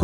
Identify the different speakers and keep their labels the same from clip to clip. Speaker 1: ค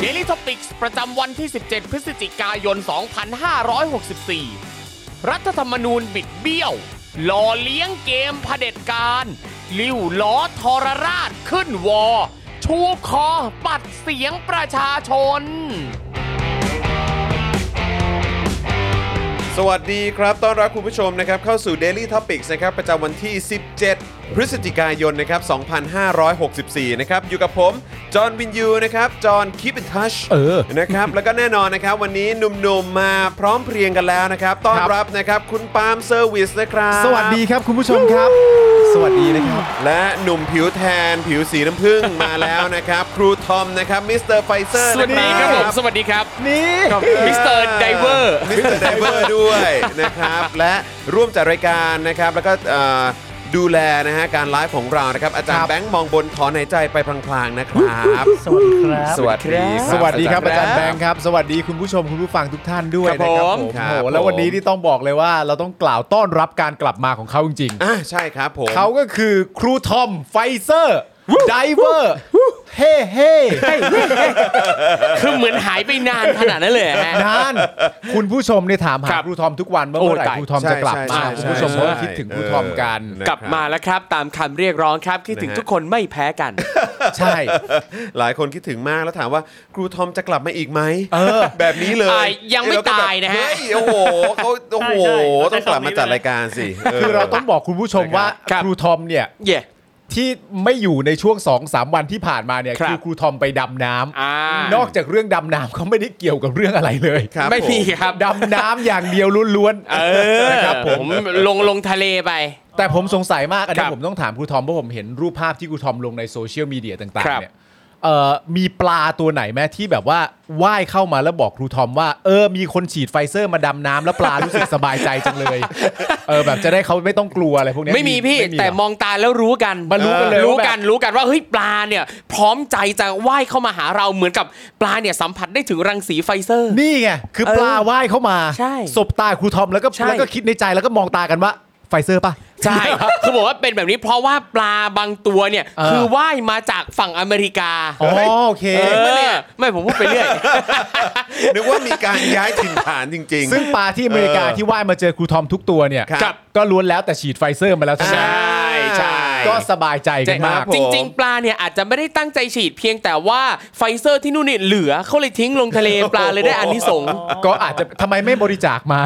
Speaker 2: d a i l y t o p i c s ประจำวันที่ 17 พฤศจิกายน 2564 รัฐธรรมนูญบิดเบี้ยว หล่อเลี้ยงเกมเผด็จการ ลิ้วล้อทรราชขึ้นวอ ชูคอปัดเสียงประชาชน
Speaker 1: สวัสดีครับ ต้อนรับคุณผู้ชมนะครับเข้าสู่ Daily Topics นะครับประจำวันที่ 17 พฤศจิกายนนะครับ 2564 นะครับ อยู่กับผม จอห์นวินยูนะครับ จอห์นคีปอินทัช
Speaker 3: เออ
Speaker 1: นะครับ แล้วก็แน่นอนนะครับ วันนี้หนุ่มๆมาพร้อมเพรียงกันแล้วนะครับ ต้อนรับนะครับ คุณปาล์มเซอร์วิสนะครับ
Speaker 3: สวัสดีครับคุณผู้ชมครับ สวัสดีนะครับ
Speaker 1: และหนุ่มผิวแทนผิวสีน้ำผึ้ง มาแล้วนะครับ ครูทอมนะครับมิสเตอร์ไฟเซอร์
Speaker 2: สวัสดีครับผม สวัสดีครับ
Speaker 3: นี่
Speaker 2: มิสเตอร์ไดเวอร์
Speaker 1: มิสเตอร์ไดเวอ ร์ด้วยนะครับ และร่วมจัดรายการนะครับ แล้วก็เอ่อดูแลนะฮะการไลฟ์ของเรานะครับ อาจาร
Speaker 3: ครั
Speaker 1: ย์
Speaker 3: บ
Speaker 1: แบงค์มองบนถอนหายใจไปพลางๆนะครับ
Speaker 4: สวัสดีครับ
Speaker 1: สวัสดีครับ
Speaker 3: สวัสดีครับอาจารย์แบงค์ครับ สวัสดีคุณผู้ชมคุณผู้ฟังทุกท่านด้วยนะ
Speaker 2: ค
Speaker 3: ค
Speaker 2: รั
Speaker 3: รับ
Speaker 2: ผ
Speaker 3: บผม ม
Speaker 1: ครับ
Speaker 3: โอ้โหแล้ว
Speaker 1: ผม
Speaker 3: วันนี้ที่ต้องบอกเลยว่าเราต้องกล่าวต้อนรับการกลับมาของเขาจริง
Speaker 1: อ่ะใช่ครับผม
Speaker 3: ๆเขาก็คือครูทอมไฟเซอร์ไดเวอร์เฮ่เฮ่
Speaker 2: คือเหมือนหายไปนานขนาดนั้นเลยฮะ
Speaker 3: นานคุณผู้ชมเนี่ยถาม
Speaker 2: ค
Speaker 3: หา
Speaker 2: รับ
Speaker 3: ครูทอมทุกวันว่าเมื่อไหร่
Speaker 2: โอ้ตาย
Speaker 3: ครูทอมจะกลับมา
Speaker 1: ใช่ใช่ใช่
Speaker 3: คุณผู้ชม
Speaker 1: ใช่
Speaker 3: ก็คิดถึงครูทอมกัน
Speaker 1: เออ
Speaker 2: กลับมาแล้วครับ ตามคำเรียกร้องครับคิดถึงทุกคนไม่แพ้กัน
Speaker 3: ใช่
Speaker 1: หลายคนคิดถึงมากแล้วถามว่าครูทอมจะกลับมาอีกไหม
Speaker 3: เออ
Speaker 1: แบบนี้เลย
Speaker 2: อ่ะยังไม่
Speaker 1: เอ้แล้วก็แบบ
Speaker 2: ตายนะฮะ
Speaker 1: เฮ้ยโอ้โหเขาโอ้โห
Speaker 4: ใช่ใช่
Speaker 1: ต้องกลับมาจัดรายการสิ
Speaker 3: คือเราต้องบอกคุณผู้ชมว่า
Speaker 2: ครับ
Speaker 3: ครูทอมเนี่ย
Speaker 2: เย่
Speaker 3: ที่ไม่อยู่ในช่วง2อสามวันที่ผ่านมาเนี่ย
Speaker 2: ครับ
Speaker 3: คือครูทอมไปดำน้ำ
Speaker 2: อ่าน
Speaker 3: อกจากเรื่องดำน้ำเขาไม่ได้เกี่ยวกับเรื่องอะไรเลย
Speaker 1: ครับ
Speaker 2: ไม่มี
Speaker 1: ผ
Speaker 2: ครับ
Speaker 3: ดำน้ำอย่างเดียวล้วน
Speaker 2: เออ
Speaker 3: นะครับ
Speaker 2: ผ
Speaker 3: ผม ม
Speaker 2: ลงลงทะเลไป
Speaker 3: แต่ผมสงสัยมากอัน
Speaker 2: ครั
Speaker 3: นี้
Speaker 2: บ
Speaker 3: ผมต้องถามครูทอมเพราะผมเห็นรูปภาพที่ครูทอมลงในโซเชียลมีเดียต่าง
Speaker 2: ครั
Speaker 3: ๆ
Speaker 2: บ
Speaker 3: เนี่ยเอ่อมีปลาตัวไหนไหมที่แบบว่าว่ายเข้ามาแล้วบอกครูทอมว่าเออมีคนฉีดไฟเซอร์มาดำน้ำแล้วปลารู้สึกสบายใจจังเลยเออแบบจะได้เขาไม่ต้องกลัวอะไรพวกเนี้ย
Speaker 2: ไม่มีพี่
Speaker 3: เหรอ
Speaker 2: แต่มองตาแล้วรู้กัน
Speaker 3: มันรู้กันเลย
Speaker 2: รู้
Speaker 3: ว่าแบบ
Speaker 2: กันรู้กันว่าเฮ้ยปลาเนี่ย พร้อมใจจะว่ายเข้ามาหาเราเหมือนกับปลาเนี่ยสัมผัสได้ถึงรังสีไฟเซอร์
Speaker 3: นี่ไงคือ
Speaker 2: เออ
Speaker 3: ปลาว่ายเข้ามา
Speaker 2: ใช่
Speaker 3: สบตาครูทอมแล้วก็
Speaker 2: ใช่
Speaker 3: แล้วก็คิดในใจแล้วก็มองตากันว่าไฟเซอร์ป่ะ
Speaker 2: ใช่คือบอก ว่าเป็นแบบนี้เพราะว่าปลาบางตัวเนี่ย
Speaker 3: เออ
Speaker 2: คือว่ายมาจากฝั่งอเมริกา
Speaker 3: อ๋อโอเค
Speaker 2: เออไม่ผมพูดไปเรื่อย
Speaker 1: นึกว่ามีการย้ายถิ่นฐานจริง
Speaker 3: ซึ่งปลาที่อเมริกา
Speaker 1: เออ
Speaker 3: ที่ว่ายมาเจอครูทอมทุกตัวเนี่ย
Speaker 1: ครับ
Speaker 3: ก็ล้วนแล้วแต่ฉีดไฟเซอร์มาแล้วทั้ง
Speaker 2: ใช่
Speaker 3: นั้น
Speaker 2: ใช่
Speaker 3: ก็สบายใจกันมาก
Speaker 1: ผม
Speaker 2: จริง ๆ ปลาเนี่ยอาจจะไม่ได้ตั้งใจฉีดเพียงแต่ว่าไฟเซอร์ที่นู่นเนี่ยเหลือเขาเลยทิ้งลงทะเลปลาเลยได้อานิสงส์
Speaker 3: ก็อาจจะทำไมไม่บริจาคมา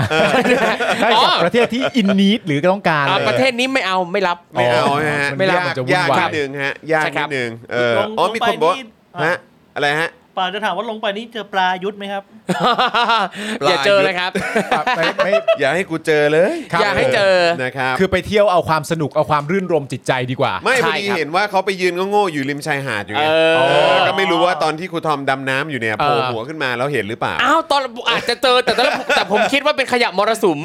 Speaker 3: ให้กับ
Speaker 2: อ๋อ
Speaker 3: ประเทศที่อินนีดหรือต้องการ
Speaker 2: อ่า
Speaker 3: อไ
Speaker 2: ประเทศนี้ไม่เอาไม่รับ
Speaker 1: ไม่เอาฮะ
Speaker 3: ไม่รับ
Speaker 1: ย
Speaker 3: มันจะวุ่น
Speaker 1: ยาก
Speaker 3: วาย
Speaker 1: นิดนึงฮะยาก
Speaker 2: ใช่ค
Speaker 1: นิ
Speaker 2: รั
Speaker 1: ด
Speaker 2: บ
Speaker 1: นึงเออ
Speaker 4: ลง
Speaker 1: อ๋อ
Speaker 4: ลง
Speaker 1: มีคนบอกว่า
Speaker 4: ไปนี่
Speaker 1: ฮะอะไรฮะ
Speaker 4: ป่าจะถามว่าลงไปนี่เจอปลายุทธไหมครับ
Speaker 1: ปลา
Speaker 2: อย่าเจอเลยครับ
Speaker 3: ม่ไม่
Speaker 1: อย่าให้กูเจอเลย
Speaker 3: ครับอย่าให้เจอ
Speaker 1: นะครับ
Speaker 3: คือไปเที่ยวเอาความสนุกเอาความรื่นรมจิตใจดีกว่า
Speaker 1: ไม่พ
Speaker 2: ใช่
Speaker 1: อดี
Speaker 2: ครับ
Speaker 1: เห็นว่าเขาไปยืนก็โง่ๆอยู่ริมชายหาดอยู่ไง
Speaker 2: เออ
Speaker 1: เออก็ไม่รู้ว่าตอนที่ครูทอมดำน้ำอยู่เนี่ยโผล่หัวขึ้นมาแล้วเห็นหรือเปล่า
Speaker 2: อ้าวตอนอาจจะเจอแต่ตอนแรกผมแต่ผมคิดว่าเป็นขยะมรสุม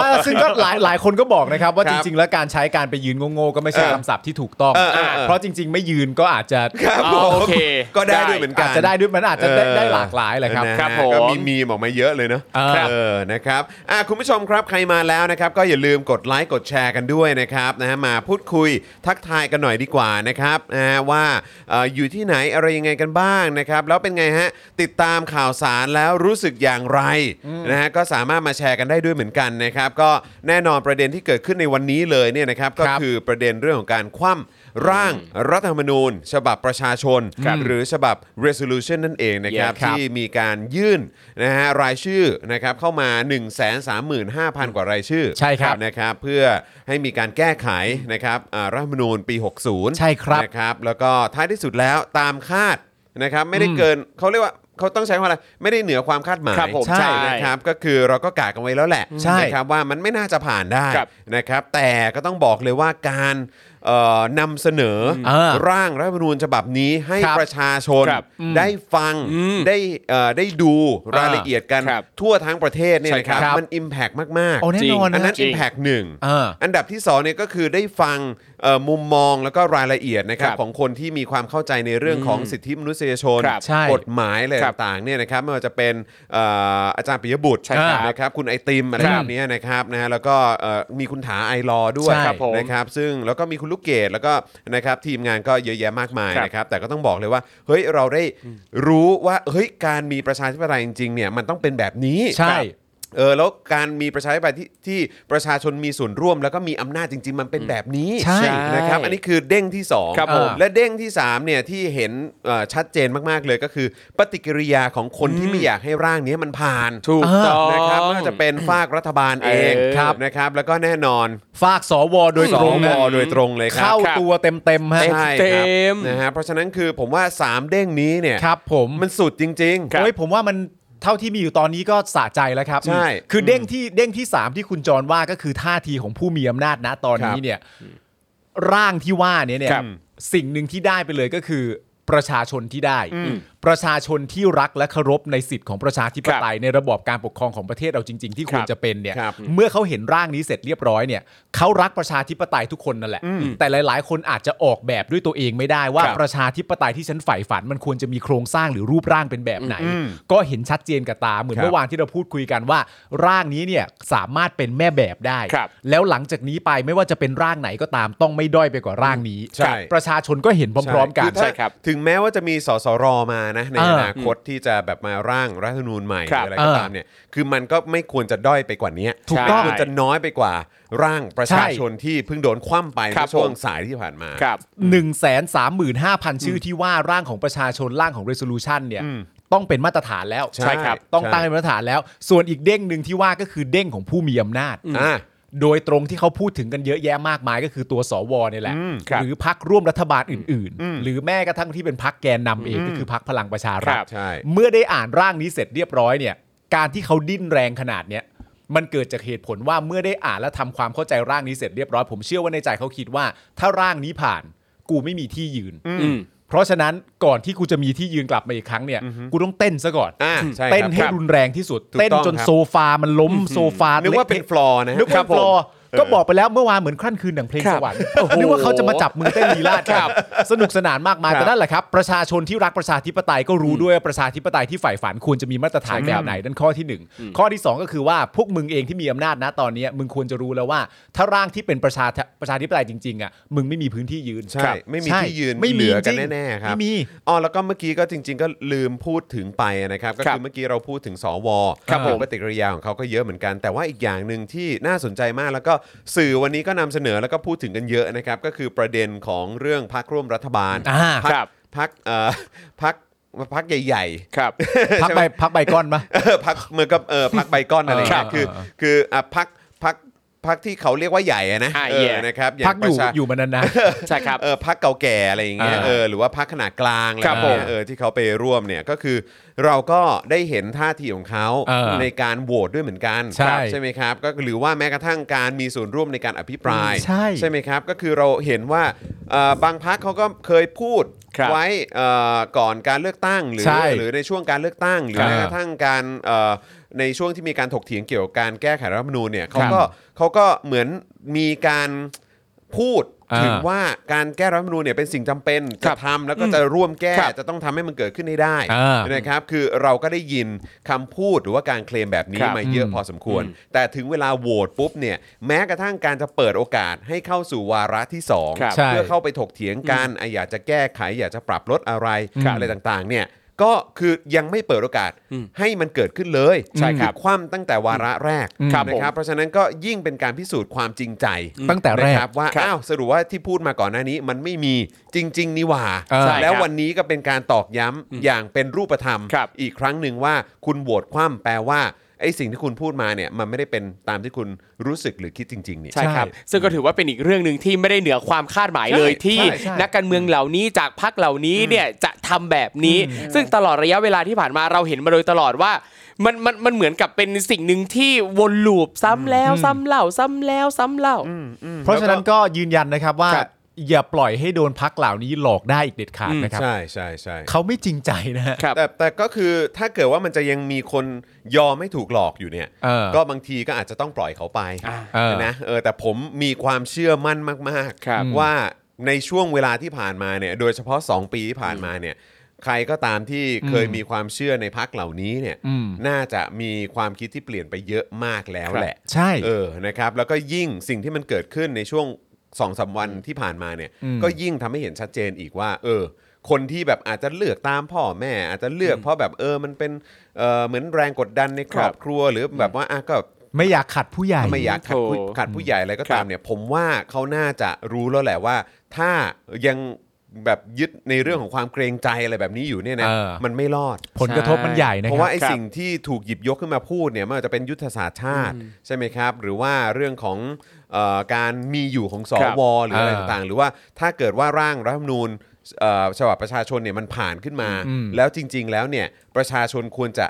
Speaker 3: มาซึ่งก็หลายหลายคนก็บอกนะครับ ว่า
Speaker 1: ครั
Speaker 3: จ
Speaker 1: บ
Speaker 3: ริง ๆ แล้วการใช้การไปยืนโง่ๆก็ไม่ใช่
Speaker 1: เออ
Speaker 3: คำศัพท์ที่ถูกต้อง
Speaker 1: เออเออเออ
Speaker 3: เพราะจริง ๆ ไม่ยืนก็อาจจะ
Speaker 1: ครับ
Speaker 2: อ๋อ
Speaker 1: ผม
Speaker 2: โอเค
Speaker 1: ก็ได้
Speaker 2: ได้
Speaker 1: ด้วยเหมือนกัน
Speaker 3: จจะได้ด้วยมันอาจจะได้ได้หลากหลายแหละครับ
Speaker 1: นะฮะ
Speaker 2: ครับผม
Speaker 1: ก็มีมีมออกมาเยอะเลยเนอะ
Speaker 3: ครับ
Speaker 1: เออนะครับอ่ะคุณผู้ชมครับใครมาแล้วนะครับ ก็อย่าลืมกดไลค์กดแชร์กันด้วยนะครับนะฮะมาพูดคุยทักทายกันหน่อยดีกว่านะครับนะฮะว่าเอ่ออยู่ที่ไหนอะไรยังไงกันบ้างนะครับแล้วเป็นไงฮะติดตามข่าวสารแล้วรู้สึกอย่างไรนะฮะก็สามารถมาแชร์กันได้ด้วยเหมือนกันนะครับ ก็แน่นอนประเด็นที่เกิดขึ้นในวันนี้เลยเนี่ยนะครับก็
Speaker 3: ครับ
Speaker 1: คือประเด็นเรื่องของการคว่ำร่างรัฐธรรมนูญ ฉบับประชาชน หรือฉบับ resolution นั่นเองนะครับ
Speaker 2: เย้ครับ
Speaker 1: ที่ ที่มีการยื่นนะฮะรายชื่อนะครับเข้ามา 1 3 5 0 0 0 กว่ารายชื่อ
Speaker 3: ใช่ครับ
Speaker 1: นะครับเพื่อให้มีการแก้ไขนะครับอ่ารัฐธรรมนูญปี 60
Speaker 3: ใช่ครับ
Speaker 1: นะครับแล้วก็ท้ายที่สุดแล้วตามคาดนะครับไม่ได้เกินเขาเรียกว่าเขาต้องใช้คำว่าอะไรไม่ได้เหนือความคาดหมาย
Speaker 2: ครับผมใช่
Speaker 1: นะครับก็คือเราก็กะกันไว้แล้วแหละ
Speaker 3: ใช่
Speaker 1: นะครับว่ามันไม่น่าจะผ่านได้
Speaker 2: ครับ
Speaker 1: นะครับแต่ก็ต้องบอกเลยว่าการเอ่อนำเสนออ
Speaker 3: ม
Speaker 1: ร่างรัฐธรรมนูญฉบับนี้ให้
Speaker 3: ครับ
Speaker 1: ประชาชน
Speaker 2: ครับ
Speaker 1: ได้ฟังได้เอ่อได้ดูรายละเอียดกัน
Speaker 2: ครับ
Speaker 1: ทั่วทั้งประเทศเนี่ย
Speaker 2: ใช่
Speaker 1: นะค
Speaker 2: ครั
Speaker 1: รับบ มัน Impact มาก
Speaker 3: โอ้แน่
Speaker 2: จริง
Speaker 3: นอน
Speaker 1: ๆ อันนั้
Speaker 3: นะ
Speaker 1: น
Speaker 2: จริง
Speaker 1: Impact หนึ่ง
Speaker 3: อ่า
Speaker 1: อันดับที่สองเนี่ยก็คือได้ฟังเอ่อมุมมองแล้วก็รายละเอียดนะครับ
Speaker 2: ครับ
Speaker 1: ของคนที่มีความเข้าใจในเรื่องของสิทธิมนุษยชน
Speaker 2: ครับ
Speaker 3: ใช่
Speaker 1: กฎหมายอะไร
Speaker 2: ครับ
Speaker 1: ต่างๆเนี่ยนะครับไม่ว่าจะเป็นเอ่ออาจารย์ปิยบุตร
Speaker 2: ใช่ครับ
Speaker 1: นะครับคุณไอติมอะไร
Speaker 3: ครั
Speaker 1: แบบ บเนี้ยนะครับนะฮะแล้วก็เอ่อมีคุณถาไอรอว์ด้วย
Speaker 3: ใช่
Speaker 2: ครับผม
Speaker 1: นะครับซึ่งแล้วก็มีคุณลูกเกดแล้วก็นะครับทีมงานก็เยอะแยะมากมาย
Speaker 2: ครับ
Speaker 1: นะครับ นะครับแต่ก็ต้องบอกเลยว่าเฮ้ยเราได้รู้ว่าเฮ้ยการมีประชาธิปไตยจริงๆเนี่ยมันต้องเป็นแบบนี้
Speaker 3: ใช่
Speaker 1: ครับเออแล้วการมีประชาธิปไตยที่ที่ประชาชนมีส่วนร่วม แล้วก็มีอำนาจจริง ๆ มันเป็นแบบนี้
Speaker 3: ใช่
Speaker 1: นะครับอันนี้คือเด้งที่สอง
Speaker 2: ครับผม
Speaker 1: และเด้งที่สามเนี่ยที่เห็นเอ่อชัดเจนมากๆเลยก็คือ ปฏิกิริยาของคนที่ไม่อยากให้ร่างเนี้ยมันผ่าน
Speaker 2: ถูกต้อง
Speaker 1: นะครับไม่ว่าจะเป็นฝากรัฐบาลเอง
Speaker 2: เออ
Speaker 1: ครับนะครับแล้วก็แน่นอน
Speaker 3: ฝากสวโดย
Speaker 1: ส
Speaker 3: ตรง
Speaker 1: ว
Speaker 3: นะ
Speaker 1: โดยตรงเลยครับ
Speaker 3: เข้าตัวเต็มเต็มๆฮะ
Speaker 1: ใช่
Speaker 2: เต็
Speaker 1: ครับ
Speaker 2: ม
Speaker 1: นะฮะเพราะฉะนั้นคือผมว่า 3 เด้งนี้เนี่ย
Speaker 3: ครับผม
Speaker 1: มันสุดจริง ๆ
Speaker 3: โอ้ยผมว่ามันเท่าที่มีอยู่ตอนนี้ก็สะใจแล้วครับ
Speaker 1: ใช่
Speaker 3: คือเด้งที่เด้งที่สามที่คุณจรว่าก็คือท่าทีของผู้มีอำนาจนะตอน
Speaker 1: ค
Speaker 3: นี้
Speaker 1: รับ
Speaker 3: เนี่ยร่างที่ว่าเนี่ยเนี่ย
Speaker 2: ครับ
Speaker 3: สิ่งหนึ่งที่ได้ไปเลยก็คือประชาชนที่ได้ ประชาชนที่รักและเคารพในสิทธิ์ของประชาธิปไตยในระบอบการปกครองของประเทศเราจริง ๆ ที่คว
Speaker 2: ค
Speaker 3: ร
Speaker 2: รับ
Speaker 3: จะเป็นเนี่ย
Speaker 1: ครับ
Speaker 3: เมื่อเขาเห็นร่างนี้เสร็จเรียบร้อยเนี่ยเขารักประชาธิปไตยทุกคนนั่นแหละ แต่หลาย ๆ คนอาจจะออกแบบด้วยตัวเองไม่ได้ว่า
Speaker 2: ครับ
Speaker 3: ประชาธิปไตยที่ฉันใฝ่ฝัน มันควรจะมีโครงสร้างหรือรูปร่างเป็นแบบไหน ก็เห็นชัดเจนกับตาเหมือน
Speaker 1: ครับ
Speaker 3: เมื่อวานที่เราพูดคุยกันว่า ร่างนี้เนี่ยสามารถเป็นแม่แบบได้
Speaker 2: ครับ
Speaker 3: แล้วหลังจากนี้ไปไม่ว่าจะเป็นร่างไหนก็ตามต้องไม่ด้อยไปกว่าร่างนี้
Speaker 1: ใช่
Speaker 3: ประชาชนก็เห็นพร้อม ๆ กัน
Speaker 1: คืถ้า
Speaker 2: ใช่ครับ
Speaker 1: ถึงแม้ว่าจะมีสสรมานะใน
Speaker 3: เอ
Speaker 1: อ
Speaker 3: อ
Speaker 1: นาคตที่จะแบบมาร่างรัฐธรรมนูญใหม่ห
Speaker 2: ค
Speaker 1: รื
Speaker 2: รับ
Speaker 1: ออะไรก็ตามเนี่ยคือมันก็ไม่ควรจะด้อยไปกว่านี้
Speaker 3: ถูกต้อง
Speaker 1: ควรจะน้อยไปกว่าร่างประชาชนที่เพิ่งโดนคว่ำไป
Speaker 2: ครั
Speaker 1: เมื่
Speaker 2: บ
Speaker 1: อช่วง
Speaker 2: ผม
Speaker 1: สายที่ผ่านมา
Speaker 2: ครับ
Speaker 3: 1 3 5 0 0 0 ชื่อที่ว่าร่างของประชาชนร่างของ resolution เนี่ยต้องเป็นมาตรฐานแล้ว
Speaker 1: ใช่ครับ
Speaker 3: ต้อง
Speaker 1: ใช่
Speaker 3: ตั้งเป็นมาตรฐานแล้ว ส่วนอีกเด้งหนึ่งที่ว่าก็คือเด้งของผู้มีอำนาจ
Speaker 1: อ่ะ
Speaker 3: โดยตรงที่เขาพูดถึงกันเยอะแยะมากมายก็คือตัวสวเนี่ยแหละ
Speaker 1: อืม
Speaker 2: ครับ
Speaker 3: หรือพักร่วมรัฐบาลอื่น ๆ หรือแม้กระทั่งที่เป็นพักแกนนำเองก็คือพักพลังประชา
Speaker 2: ครั
Speaker 3: รัฐ
Speaker 2: บ
Speaker 1: ใช่
Speaker 3: เมื่อได้อ่านร่างนี้เสร็จเรียบร้อยเนี่ยการที่เขาดิ้นแรงขนาดเนี้ยมันเกิดจากเหตุผลว่าเมื่อได้อ่านและทำความเข้าใจร่างนี้เสร็จเรียบร้อย ผมเชื่อว่าในใจเขาคิดว่า ถ้าร่างนี้ผ่าน กูไม่มีที่ยืน
Speaker 2: อืม
Speaker 3: เพราะฉะนั้นก่อนที่กูจะมีที่ยืนกลับมาอีกครั้งเนี่ยกูต้องเต้นซะก่อน
Speaker 1: อ่ะใช่ครับ
Speaker 3: เต้นให้
Speaker 1: ครับ
Speaker 3: รุนแรงที่สุด
Speaker 1: ถูกต้อง
Speaker 3: เต้นจน
Speaker 1: ครับ
Speaker 3: โซฟามันล้มโซฟา
Speaker 1: นึกว่าเป็น
Speaker 3: ละทะ
Speaker 1: ฟลอร์นะฮะ
Speaker 3: นึก
Speaker 1: ค
Speaker 3: ว่า
Speaker 1: รับ
Speaker 3: ฟลอ
Speaker 1: ผม
Speaker 3: ร์ก็บอกไปแล้วเมื่อวานเหมือนครั่นคืนดังเพลง
Speaker 2: ครับ
Speaker 3: สวรรค์
Speaker 2: โอ้โห
Speaker 3: นึกว่าเขาจะมาจับมือเต้นลีลาดกัน
Speaker 2: ครับ
Speaker 3: สนุกสนานมากมาย
Speaker 1: ครับ
Speaker 3: แต่นั่นแหละครับ ประชาชนที่รักประชาธิปไตยก็รู้ด้วยว่าประชาธิปไตยที่ฝ่ายฝันควรจะมีมาตรฐานแบบไหนนั่นข้อที่หนึ่งข้อที่สองก็คือว่าพวกมึงเองที่มีอำนาจนะตอนเนี้ยมึงควรจะรู้แล้วว่า ถ้าร่างที่เป็นประชาประชาธิปไตยจริงๆอ่ะมึงไม่มีพื้นที่ยืน
Speaker 1: ใช่
Speaker 3: ครับ
Speaker 1: ไม่มี
Speaker 3: ใช่
Speaker 1: ที่ยืน
Speaker 3: ไม่
Speaker 1: เห
Speaker 3: มี
Speaker 1: ลือกัน
Speaker 3: จง
Speaker 1: แน่ๆครับ
Speaker 3: ไม่มี
Speaker 1: อ๋อแล้วก็เมื่อกี้ก็จริง ๆ ก็ลืมพูดถึงไปนะครับก็
Speaker 2: ครั
Speaker 1: คื
Speaker 2: บ
Speaker 1: อเมื่อกี้เราพูดถึงสว
Speaker 3: ครับผม
Speaker 1: ปฏิกิริยาของเขาก็เยอะเหมือนกัน แต่ว่าอีกอย่างหนึ่งที่น่าสนใจมากแล้วก็สื่อวันนี้ก็นำเสนอแล้วก็พูดถึงกันเยอะนะครับก็คือประเด็นของเรื่องพักร่วมรัฐบาล
Speaker 3: อ่า
Speaker 1: พรร
Speaker 2: ครั
Speaker 1: ค
Speaker 2: บ
Speaker 1: พักเอ่อพักพักใหญ่
Speaker 2: ครับ
Speaker 3: พักใบพักใบก้อนปะ
Speaker 1: ๆเอ อพักเหมือนกับเออพักใบก้อนอะไรอย่างเงี้ย
Speaker 3: ครับ
Speaker 1: คือคืออ่ะพักพักพักที่เขาเรียกว่าใหญ่อะนะ
Speaker 2: อ่า
Speaker 1: เออ
Speaker 2: yeah
Speaker 1: นะครับาง
Speaker 3: พักอยู่
Speaker 1: ประชา
Speaker 3: อยู่มานานๆ
Speaker 2: ใช่ครับ
Speaker 1: เออพักเก่าแก่อะไรอย่างเงี้ย
Speaker 3: อ่า
Speaker 1: เออหรือว่าพักขนาดกลางอะไร
Speaker 2: ครับ
Speaker 1: เงี้
Speaker 2: ผ
Speaker 1: ย
Speaker 2: ม
Speaker 1: เออที่เขาไปร่วมเนี่ยก็คือ เราก็ได้เห็นท่าทีของเขา
Speaker 3: เออ
Speaker 1: ในการโหวตด้วยเหมือนกัน
Speaker 3: ใช่
Speaker 1: ครับใช่ไหมครับก็หรือว่าแม้กระทั่งการมีส่วนร่วมในการอภิปราย
Speaker 3: ใช่
Speaker 1: ไหมครับก็คือเราเห็นว่าเอ่อบางพักเขาก็เคยพูด
Speaker 2: ครับ
Speaker 1: ไว้เอ่อก่อนการเลือกตั้งหรือ
Speaker 3: ใช่
Speaker 1: หรือในช่วงการเลือกตั้ง หรือ
Speaker 3: ครับ
Speaker 1: แม้กระทั่งการเอ่อในช่วงที่มีการถกเถียงเกี่ยวกับการแก้ไขรัฐธรรมนูญเนี่ยเขา
Speaker 3: ครับ
Speaker 1: ก็เขาก็เหมือนมีการพูด
Speaker 3: อ่า
Speaker 1: ถึงว่าการแก้รัฐธรรมนูญเนี่ยเป็นสิ่งจำเป็น
Speaker 2: ค
Speaker 1: จะ
Speaker 2: รับ
Speaker 1: ทำแล้วก็จะร่วมแก้
Speaker 2: ครับ
Speaker 1: จะต้องทำให้มันเกิดขึ้นให้ได้
Speaker 3: อ่า
Speaker 1: นะครับคือเราก็ได้ยินคำพูดหรือว่าการเคลมแบบนี้
Speaker 2: ครับ
Speaker 1: มาเยอะ
Speaker 3: อืม
Speaker 1: พอสมควร
Speaker 2: อืม
Speaker 1: แต่ถึงเวลาโหวตปุ๊บเนี่ยแม้กระทั่งการจะเปิดโอกาสให้เข้าสู่วาระที่สอง
Speaker 2: ครับ
Speaker 3: ใช่
Speaker 1: เพื่อเข้าไปถกเถียงกันอ่ะอยากจะแก้ไข อยากจะปรับลดอะไร
Speaker 3: ครับ
Speaker 1: อะไรต่างๆ เนี่ยก็คือยังไม่เปิดโอกาส
Speaker 2: อืม
Speaker 1: ให้มันเกิดขึ้นเลย
Speaker 2: ใช่ครับ
Speaker 1: อคว่ำตั้งแต่วาระแรก
Speaker 2: ครับ
Speaker 1: นะครับ เพราะฉะนั้นก็ยิ่งเป็นการพิสูจน์ความจริงใจ
Speaker 3: ตั้งแต่แร
Speaker 1: นะ
Speaker 3: ก
Speaker 1: ครับว่า
Speaker 2: ครับ
Speaker 1: อ้าวสรุปว่าที่พูดมาก่อนหน้านี้มันไม่มีจริง ๆ นี่หว่า
Speaker 3: เออ
Speaker 2: ใช่ครับ
Speaker 1: แล้ววันนี้ก็เป็นการตอกย้ำอย่างเป็นรูปธรรม
Speaker 2: ครับ
Speaker 1: อีกครั้งหนึ่งว่าคุณโหวตคว่ำแปลว่าไอ้สิ่งที่คุณพูดมาเนี่ยมันไม่ได้เป็นตามที่คุณรู้สึกหรือคิดจริงๆนี่
Speaker 2: ใช่ครับ ซึ่งก็ถือว่าเป็นอีกเรื่องหนึ่งที่ไม่ได้เหนือความคาดหมายเลย
Speaker 1: ใช่
Speaker 2: ที่
Speaker 1: ใช่ใช่
Speaker 2: นักการเมืองเหล่านี้จากพรรคเหล่านี้เนี่ยจะทำแบบนี้ ซึ่งตลอดระยะเวลาที่ผ่านมาเราเห็นมาโดยตลอดว่า มันมันมันเหมือนกับเป็นสิ่งหนึ่งที่วนลูปซ้ำแล้วซ้ำเล่าซ้ำแล้วซ้ำเล่า
Speaker 3: เพราะฉะนั้นก็ยืนยันนะครับว่า
Speaker 2: ครับ
Speaker 3: อย่าปล่อยให้โดนพักเหล่านี้หลอกได้อีกเด็ดขาด
Speaker 2: อืม
Speaker 3: นะครับ
Speaker 1: ใช่ใช่ใช่
Speaker 3: เขาไม่จริงใจนะฮะ
Speaker 2: ครับ
Speaker 1: แต่แต่ก็คือถ้าเกิดว่ามันจะยังมีคนยอมไม่ถูกหลอกอยู่เนี่ย
Speaker 3: เออ
Speaker 1: ก็บางทีก็อาจจะต้องปล่อยเขาไป
Speaker 2: อ่า
Speaker 3: เออ
Speaker 1: นะเออแต่ผมมีความเชื่อมั่นมาก
Speaker 2: ครับ
Speaker 1: ๆ ว่าในช่วงเวลาที่ผ่านมาเนี่ยโดยเฉพาะ 2 ปีที่ผ่านมาเนี่ยใครก็ตามที่เคยมีความเชื่อในพักเหล่านี้เนี่ย
Speaker 3: อืม
Speaker 1: น่าจะมีความคิดที่เปลี่ยนไปเยอะมากแล้ว
Speaker 2: ครับ
Speaker 1: แหละ
Speaker 3: ใช่
Speaker 1: เออ นะครับ แล้วก็ยิ่งสิ่งที่มันเกิดขึ้นในช่วงสองสามวันที่ผ่านมาเนี่ย
Speaker 3: อืม
Speaker 1: ก็ยิ่งทำให้เห็นชัดเจนอีกว่า เออ คนที่แบบอาจจะเลือกตามพ่อแม่ อาจจะเลือกเพราะแบบเออ มันเป็นเออเหมือนแรงกดดันในครอบครัว หรือแบบว่าอ่ะก็
Speaker 3: ไม่อยากขัดผู้ใหญ่
Speaker 1: ไม่อยากขัดผู้
Speaker 2: โถ
Speaker 1: ขัดผู้ใหญ่อะไรก็ตาม
Speaker 2: ครับ
Speaker 1: เนี่ย ผมว่าเขาน่าจะรู้แล้วแหละว่า ถ้ายังแบบยึดในเรื่องของความเกรงใจอะไรแบบนี้อยู่เนี่ยนะ
Speaker 3: เออ
Speaker 1: มันไม่รอด
Speaker 3: ผลกระทบมันใหญ่นะ
Speaker 1: เพ
Speaker 3: ค
Speaker 1: ราะ
Speaker 3: รั
Speaker 1: ว่า
Speaker 3: บ
Speaker 1: ไอ้
Speaker 2: ครับ
Speaker 1: สิ่งที่ถูกหยิบยกขึ้นมาพูดเนี่ยไมันจะเป็นยุทธศาสตร์ชาติ
Speaker 2: อืม
Speaker 1: ใช่ไหมครับ หรือว่าเรื่องของเออการมีอยู่ของส
Speaker 2: ครับ
Speaker 1: วหรืออะไร
Speaker 3: อ่า
Speaker 1: ต่างๆ หรือว่าถ้าเกิดว่าร่างรัฐธรรมนูญเอ่อฉบับประชาชนเนี่ยมันผ่านขึ้นมา
Speaker 3: อืม
Speaker 1: แล้วจริง ๆ แล้วเนี่ยประชาชนควรจะ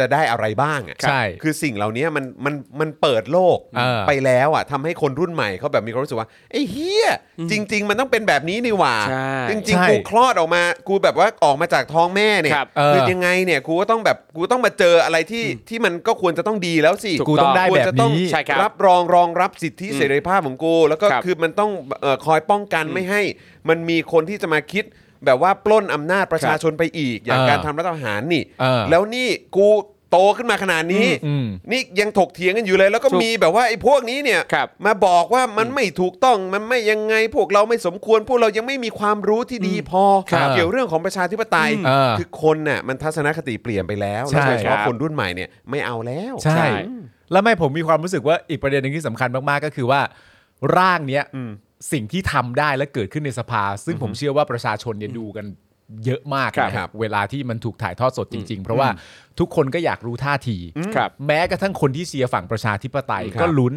Speaker 1: จะได้อะไรบ้างอะ
Speaker 3: ใช่
Speaker 1: คือสิ่งเหล่านี้มันมันมันเปิดโลก
Speaker 3: เออ
Speaker 1: ไปแล้วอ่ะทำให้คนรุ่นใหม่เขาแบบมีความรู้สึกว่าไอ้เฮียจริง ๆ มันต้องเป็นแบบนี้นี่หว่า
Speaker 2: ใช่
Speaker 1: จริง
Speaker 3: ใช่
Speaker 1: ๆกูคลอดออกมากูแบบว่าออกมาจากท้องแม่เนี่ย
Speaker 2: ครับ
Speaker 1: คือ
Speaker 3: เออ
Speaker 1: ยังไงเนี่ยกูก็ต้องแบบกูต้องมาเจออะไรที่ที่มันก็ควรจะต้องดีแล้วสิ
Speaker 2: ถู
Speaker 3: กูต้องได้
Speaker 1: คว
Speaker 3: แบ
Speaker 1: ร
Speaker 3: บ
Speaker 1: จะต้อง
Speaker 3: นี้
Speaker 2: ใช่ ครับ
Speaker 1: รับรองรองรับสิทธิ
Speaker 2: อืม
Speaker 1: เสรีภาพของกู แล้วก็
Speaker 2: ครับ
Speaker 1: คือมันต้องเอ่อคอยป้องกันไม่ให้ มันมีคนที่จะมาคิดแบบว่าปล้นอำนาจประชาชนไปอีก อย่าง
Speaker 3: เออ
Speaker 1: การทำรัฐประหารนี่
Speaker 3: เออ
Speaker 1: แล้วนี่กูโตขึ้นมาขนาดนี้
Speaker 3: อืม
Speaker 1: นี่ยังถกเถียงกันอยู่เลย แล้วก็
Speaker 2: ถูก
Speaker 1: มีแบบว่าไอ้พวกนี้เนี่ย
Speaker 2: ครับ
Speaker 1: มาบอกว่ามันไม่ถูกต้องมันไม่ยังไงพวกเราไม่สมควร พวกเรายังไม่มีความรู้ที่ดีพอ
Speaker 3: ครับ
Speaker 1: เกี่ยวเรื่องของประชาธิปไตย
Speaker 3: เออ
Speaker 1: คือคนน่ะมันทัศนคติเปลี่ยนไปแล้ว
Speaker 3: ใช่
Speaker 1: แล้วโดยเฉ
Speaker 2: ครั
Speaker 1: พาะ
Speaker 2: บ
Speaker 1: คนรุ่นใหม่เนี่ยไม่เอาแล้ว
Speaker 3: ใช่ แล้วไม่ผมมีความรู้สึกว่าอีกประเด็นหนึ่งที่สำคัญมากๆก็คือว่า ร่างเนี้ยสิ่งที่ทำได้และเกิดขึ้นในสภา ซึ่งผมเชื่อว่าประชาชนเนี่ยดูกันเยอะมาก
Speaker 2: ครับ
Speaker 3: นะครับเวลาที่มันถูกถ่ายทอดสดจริง ๆ เพราะว่าทุกคนก็อยากรู้ท่าที
Speaker 2: ครับ
Speaker 3: แม้กระทั่งคนที่เชียร์ฝั่งประชาธิปไตย
Speaker 2: ครับ
Speaker 3: ก็ลุ้น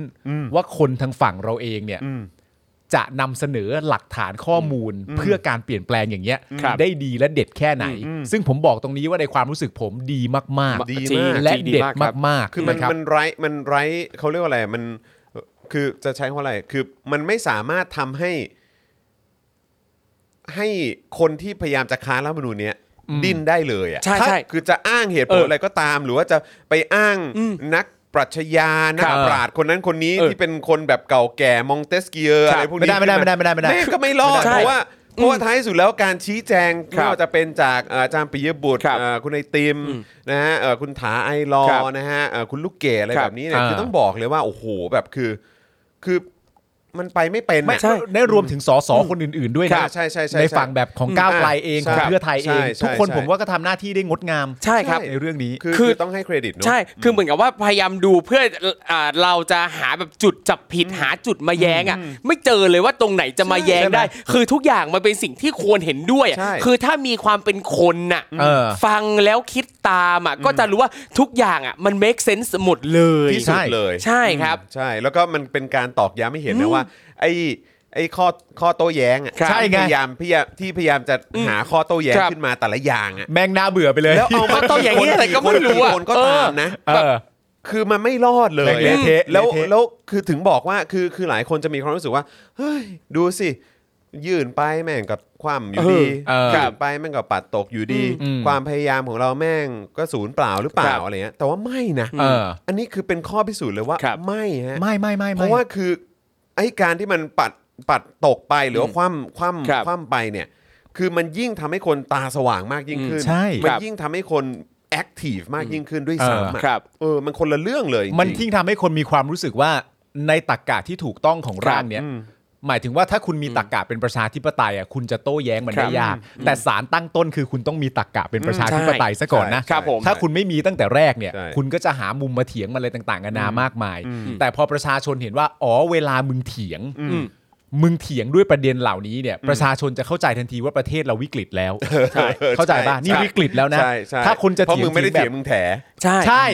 Speaker 3: ว่าคนทางฝั่งเราเองเนี่ยจะนำเสนอหลักฐานข้อมูลเพื่อการเปลี่ยนแปลงอย่างเงี้ย
Speaker 2: ครับ
Speaker 3: ได้ดีและเด็ดแค่ไหน ซึ่งผมบอกตรงนี้ว่าในความรู้สึกผมดีมาก
Speaker 1: ดี
Speaker 2: จริง
Speaker 1: มาก
Speaker 3: ๆ และเด็ด
Speaker 2: ดีมากครับ
Speaker 3: มากๆ
Speaker 1: คือมัน
Speaker 3: นะรับ
Speaker 1: มันไร้มันไร้เขาเรียกว่าอะไรมันคือจะใช้คำว่าอะไรคือมันไม่สามารถทำให้ ให้คนที่พยายามจะค้านรัฐธรรมนูญเนี้ยดิ้นได้เลยอ่ะ
Speaker 2: ใช่ใช่
Speaker 1: คือจะอ้างเหตุผ
Speaker 2: เอ
Speaker 1: ล
Speaker 2: ออ
Speaker 1: อะไรก็ตาม หรือว่าจะไปอ้างนักปรัชญานัก
Speaker 3: ครับ
Speaker 1: ปราชญ์คนนั้นคนนี้
Speaker 2: เออ
Speaker 1: ที่เป็นคนแบบเก่าแก่มองเตสเกียร์
Speaker 2: ครับ
Speaker 1: อะไรพวกนี้
Speaker 3: ไม่ได้ไม่ได้ไม่ได้ไม่ได้ไม่ได้
Speaker 1: แงก็ไม่รอด
Speaker 2: ใช่
Speaker 1: เพราะว่าเพราะว่าท้ายสุดแล้วการชี้แจง
Speaker 2: ครั
Speaker 1: ไม่
Speaker 2: บ
Speaker 1: ว่าจะเป็นจากเอ่ออาจารย์ปิยบุตร
Speaker 2: ครับ
Speaker 1: เอ่อคุณไอติม
Speaker 2: อืม
Speaker 1: นะฮะเอ่อคุณถาไอรอ
Speaker 2: ครับ
Speaker 1: นะฮะเอ่อคุณลูกเกดอะไร
Speaker 2: ครับ
Speaker 1: แบบนี้เนี่ย
Speaker 3: อ่า
Speaker 1: คือต้องบอกเลยว่า โอ้โหแบบคือ คือมันไปไม่เป็น
Speaker 3: ไม่
Speaker 1: อะ
Speaker 2: ใช่
Speaker 3: ได้รวมถึงสสคนอื่นๆด้วย
Speaker 1: ครั
Speaker 3: นะ
Speaker 1: บใช่ใช่ใช่
Speaker 3: ในฝั่งแบบของก้าวไกลเอง
Speaker 1: ใช่
Speaker 3: ของเพื่อไทยเอง
Speaker 1: ใช่ใช่
Speaker 3: ทุกคน
Speaker 1: ใช่
Speaker 3: ผมว่าก็ทำหน้าที่ได้งดงาม
Speaker 2: ใช่ครับ
Speaker 3: ในเรื่องนี้
Speaker 1: คือ
Speaker 2: คือ
Speaker 1: คือต้องให้เครดิตเนอะ
Speaker 2: ใช่ คือเหมือนกับว่าพยายามดูเพื่ออ่าเราจะหาแบบจุดจับผิดหาจุดมาแย้งอ่ะ ไม่เจอเลยว่าตรงไหนจะมาแย้งได้ คือทุกอย่างมันเป็นสิ่งที่ควรเห็นด้วยอะ
Speaker 1: ใช่
Speaker 2: คือถ้ามีความเป็นคนน่ะ
Speaker 3: เออ
Speaker 2: ฟังแล้วคิดตามอ่ะ ก็จะรู้ว่าทุกอย่างอ่ะมัน make sense หมดเลย
Speaker 1: ที่สุดเลย
Speaker 2: ใช่ครับ
Speaker 1: ใช่แล้วก็มันเป็นการตอกย้ำให้เห็นนะว่าไอ้ไอ้ข้อข้อโต้แย้งอะ
Speaker 2: ครับ
Speaker 3: ใช่
Speaker 1: ที่
Speaker 3: ไง
Speaker 1: พยายามพยายามที่พยายามจะหาข้อโต้แย้ง
Speaker 2: ครับ
Speaker 1: ขึ้นมาแต่ละอย่างอะ
Speaker 3: แมงน่าเบื่อไปเลย
Speaker 1: แล้วเอามา
Speaker 2: โต้แย้ง
Speaker 1: กี่คน
Speaker 2: อะไรก็ไม่รู้อะ
Speaker 1: กี่คนก็ตามนะ
Speaker 3: เออ
Speaker 1: คือมันไม่รอดเลย
Speaker 3: แม่งเละเทะ
Speaker 1: แล้ว
Speaker 3: เละเทะ
Speaker 1: แล้วคือถึงบอกว่าคือคือหลายคนจะมีความรู้สึกว่าเฮ้ยดูสิยื่นไปแม่งกับความอยู่ดี
Speaker 3: เออ
Speaker 1: ยื่นไปแม่งกับปัดตกอยู่ดี
Speaker 3: อืม
Speaker 1: ความพยายามของเราแม่งก็ศูนย์เปล่าหรือเป
Speaker 2: ครั
Speaker 1: ล่า
Speaker 2: บ
Speaker 1: อะไรเงี้ยแต่ว่าไม่นะ
Speaker 3: เออ
Speaker 1: นนี้คือเป็นข้อพิสูจน์เลยว่า
Speaker 2: ครับ
Speaker 1: ไม่ฮะ
Speaker 3: ไม่ไม่ไม่ไม่
Speaker 1: เพราะว่าคือไอ้การที่มันปัด ปัดตกไปหรือว่าคว่ำคว่
Speaker 2: ครับ
Speaker 1: ำคว่ำไปเนี่ย คือมันยิ่งทำให้คนตาสว่างมากยิ่งขึ้น
Speaker 3: อืมใช่
Speaker 1: มัน
Speaker 2: ครับ
Speaker 1: ยิ่งทำให้คนแอคทีฟมากยิ่งขึ้นด้วยซ้ำอะ
Speaker 2: ครับ
Speaker 1: เออมันคนละเรื่องเลยจริงๆ
Speaker 3: มันทิ้งทำให้คนมีความรู้สึกว่าในตรกกะที่ถูกต้องของร่างเนี่ย หมายถึงว่าถ้าคุณมีตรกกะเป็นประชาธิปไตยอ่ะคุณจะโต้แย้งมัน
Speaker 2: ครับ
Speaker 3: ได้ยาก แต่สารตั้งต้นคือคุณต้องมีตรกกะเป็นประชาธิปไตยซะก่อนนะ
Speaker 2: ใช่ครับผม
Speaker 3: ถ้าคุณไม่มีตั้งแต่แรกเนี่ย
Speaker 1: ใช่
Speaker 3: คุณก็จะหามุมมาเถียงมันอะไรต่างๆนานามากมาย แต่พอประชาชนเห็นว่าอ๋อเวลามึงเถียง
Speaker 2: อืม
Speaker 3: มึงเถียงด้วยประเด็นเหล่านี้เนี่ยประชาชนจะเข้าใจทันทีว่าประเทศเราวิกฤตแล้วเข้าใจป่ะนี่วิกฤตแล้วนะ
Speaker 1: ใช่ใช่
Speaker 3: ถ้าคนจะ
Speaker 1: เพราะ
Speaker 3: เถีย
Speaker 1: มึ
Speaker 3: ง
Speaker 1: งไม่ได้
Speaker 3: แบ
Speaker 1: เถีย
Speaker 3: บ
Speaker 1: งมึงแถ
Speaker 2: ใช่
Speaker 3: ใช่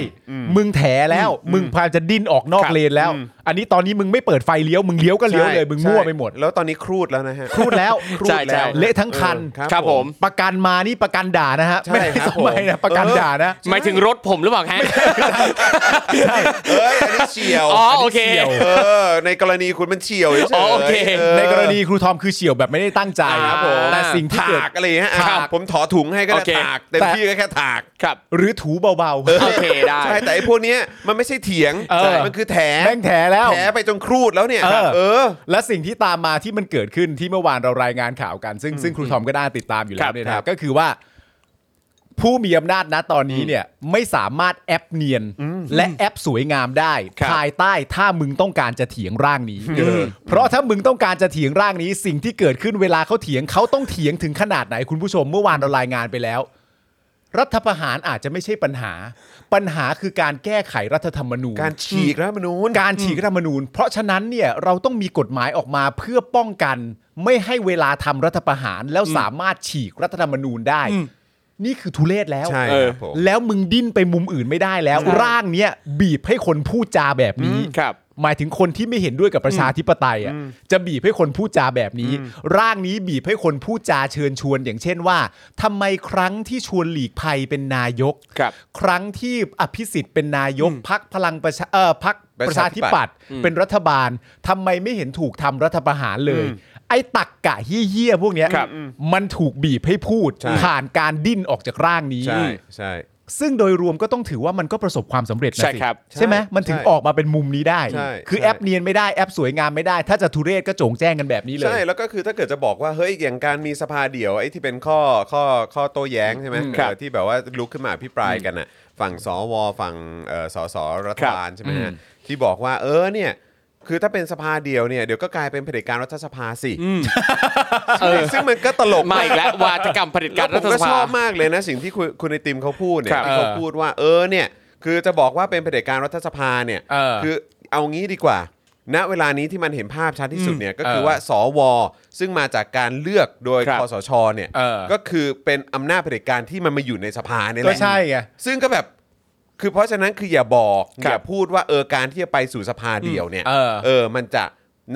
Speaker 3: มึงแถแล้ว มึงพยายามจะดิ้นออกนอก
Speaker 2: ครับ
Speaker 3: เลนแล้ว อันนี้ตอนนี้มึงไม่เปิดไฟเลี้ยว มึงเลี้ยวก็เลี้ยว
Speaker 1: ใช่
Speaker 3: เลย มึง
Speaker 1: ใช่
Speaker 3: มั่วไปหมด
Speaker 1: แล้วตอนนี้ครูดแล้วนะฮะ
Speaker 3: ครูดแล้ว ครูด
Speaker 2: ใช่ใช่
Speaker 3: แล้ว เละทั้งคัน
Speaker 1: เออ
Speaker 2: ครับผม
Speaker 3: ประกันมานี่ประกันด่านะฮะ
Speaker 1: ใช่
Speaker 3: ไม่ได้
Speaker 1: ครับ
Speaker 3: สมัย
Speaker 1: ผม
Speaker 3: นะ ประกันด่านะ
Speaker 2: หมายถึงรถผมหรือเปล่าฮะ
Speaker 1: เอ้ยอันนี้เฉียว
Speaker 2: อ๋อโอเค
Speaker 3: เฉียว
Speaker 1: เออ ในกรณีคุณมันเฉียวเฉยๆ
Speaker 2: อ๋อโอเค
Speaker 1: เออ
Speaker 3: ในกรณีครูทอมคือเฉียวแบบไม่ได้ตั้งใจ
Speaker 2: ครับผม
Speaker 3: แต่สิ่งที่เกิด
Speaker 1: ถากอะไรฮะอ่ะ
Speaker 3: ถาก
Speaker 1: ผมถอถุงให้ก็
Speaker 2: โอ
Speaker 1: ได้
Speaker 2: เค
Speaker 1: ถากเต็ม
Speaker 3: แต่
Speaker 1: ที่ก็แค่ถาก
Speaker 2: ครับ
Speaker 3: หรือถูเบา
Speaker 2: โอเคได้
Speaker 1: ใช่แต่ไอ้พวกเนี้ยมันไม่ใช่เถียง
Speaker 3: เออ
Speaker 1: ใช่มันคือแถ
Speaker 3: ๆแม่งแถแล้ว
Speaker 1: แถไปจนครูดแล้วเนี่ย
Speaker 3: เออ
Speaker 1: เออ
Speaker 3: และสิ่งที่ตามมาที่มันเกิดขึ้นที่เมื่อวานเรารายงานข่าวกัน ซึ่งซึ่งครูทอมก็ได้ติดตามอยู่
Speaker 2: ค
Speaker 3: แล้
Speaker 2: รั
Speaker 3: ว
Speaker 2: บ
Speaker 3: เนี่ยนะครับก็คือว่า ผู้มีอำนาจนะตอนนี้เนี่ยไม่สามารถแอปเนียนและแอปสวยงามได้
Speaker 2: ครับ
Speaker 3: ภายใต้ถ้ามึงต้องการจะเถียงร่างนี้
Speaker 1: เออ
Speaker 3: เพราะถ้ามึงต้องการจะเถียงร่างนี้ สิ่งที่เกิดขึ้นเวลาเขาเถียงเขาต้องเถียงถึงขนาดไหนคุณผู้ชมเมื่อวานเรารายงานไปแล้ว รัฐประหารอาจจะไม่ใช่ปัญหา ปัญหาคือการแก้ไขรัฐธรรมนูญ
Speaker 1: การฉีกรัฐธรรมนูญ
Speaker 3: การฉีกรัฐธรรมนูญ เพราะฉะนั้นเนี่ยเราต้องมีกฎหมายออกมาเพื่อป้องกัน ไม่ให้เวลาทำรัฐประหารแล้วสามารถฉีกรัฐธรรมนูญได้ นี่คือทุเลศแล้ว
Speaker 1: ใช่
Speaker 2: เอ
Speaker 1: ค
Speaker 2: อ
Speaker 1: รับผม
Speaker 3: แล้วมึงดิ้นไปมุมอื่นไม่ได้แล้ว
Speaker 2: ใช่
Speaker 3: ร่างเนี้ยบีบให้คนพูดจาแบบนี้
Speaker 2: ครับ
Speaker 3: หมายถึงคนที่ไม่เห็นด้วยกับประชาธิปไตยอ่ะจะบีบให้คนพูดจาแบบนี้ ร่างนี้บีบให้คนพูดจาเชิญชวน อย่างเช่นว่าทำไมครั้งที่ชวนหลีกภัยเป็นนายก
Speaker 2: ครับ
Speaker 3: ครั้งที่อภิสิทธิ์เป็นนายกพักพลังประชาเอ่อพัก
Speaker 1: ประชา
Speaker 3: ประชาธิปัตย์เป็นรัฐบาลทำไมไม่เห็นถูกทำรัฐประหารเลย ไอ้ตักกะเหี้ยๆพวกเนี้ย
Speaker 2: ครับ
Speaker 3: มันถูกบีบให้พูด
Speaker 1: ใช่
Speaker 3: ผ่านการดิ้นออกจากร่างนี้
Speaker 1: ใช่ใช่
Speaker 3: ซึ่งโดยรวมก็ต้องถือว่ามันก็ประสบความสำเร็จนะ
Speaker 2: ใช่
Speaker 3: สิ
Speaker 2: ครับ
Speaker 3: ใช่ไหม
Speaker 1: ใช่
Speaker 3: มันถึง
Speaker 1: ใช่
Speaker 3: ออกมาเป็นมุมนี้ได้
Speaker 1: ใช่
Speaker 3: คือ
Speaker 1: ใช่
Speaker 3: แอปเนียนไม่ได้แอปสวยงามไม่ได้ ถ้าจะทุเรศก็โจงแจ้งกันแบบนี้เลย
Speaker 1: ใช่แล้วก็คือถ้าเกิดจะบอกว่าเฮ้ยอย่างการมีสภาเดี่ยวไอ้ที่เป็นข้อข้อข้อโต้แย้งใช่ไหม
Speaker 2: ครับ
Speaker 1: เออที่แบบว่าลุกขึ้นมาพิปรายกันน่ะฝั่งสวฝั่งเอ่อสสรัฐบาลใช่ไหมฮะที่บอกว่าเออเนี่ยคือถ้าเป็นสภาเดียวเนี่ยเดี๋ยวก็กลายเป็นเผด็จการรัฐสภาสิ
Speaker 2: เออ
Speaker 1: ซึ่งมันก็ตลก
Speaker 2: มาอีกแล้ววาทกรรมเผด็จการ
Speaker 1: แล้
Speaker 2: รั
Speaker 1: วผ
Speaker 2: ฐ
Speaker 1: ม
Speaker 2: ส
Speaker 1: ก็ช
Speaker 2: ภา
Speaker 1: อบมากเลยนะสิ่งที่คุณคุณไอติมเขาพูดเนี่ย
Speaker 2: ครับ
Speaker 1: ที่เขา
Speaker 3: เออ
Speaker 1: พูดว่าเออเนี่ยคือจะบอกว่าเป็นเผด็จการรัฐสภาเนี่ย
Speaker 3: เออ
Speaker 1: คือ เอางี้ดีกว่า ณ เวลานี้ที่มันเห็นภาพชัดที่สุดเนี่ยก็คือ
Speaker 3: เออ
Speaker 1: ว่า สว ซึ่งมาจากการเลือกโดย
Speaker 2: ครับ
Speaker 1: คอสชเนี่ย
Speaker 3: เออ
Speaker 1: ก็คือเป็นอำนาจเผด็จการที่มันมาอยู่ในสภาเนี่ยแห
Speaker 3: ก็
Speaker 1: ละ
Speaker 3: ใช่ไง
Speaker 1: ซึ่งก็แบบ คือเพราะฉะนั้นคืออย่าบอก
Speaker 2: ครับ
Speaker 1: อย่าพูดว่าเออการที่จะไปสู่สภาเดียวเนี่ย
Speaker 3: อืมเออ
Speaker 1: มันจะ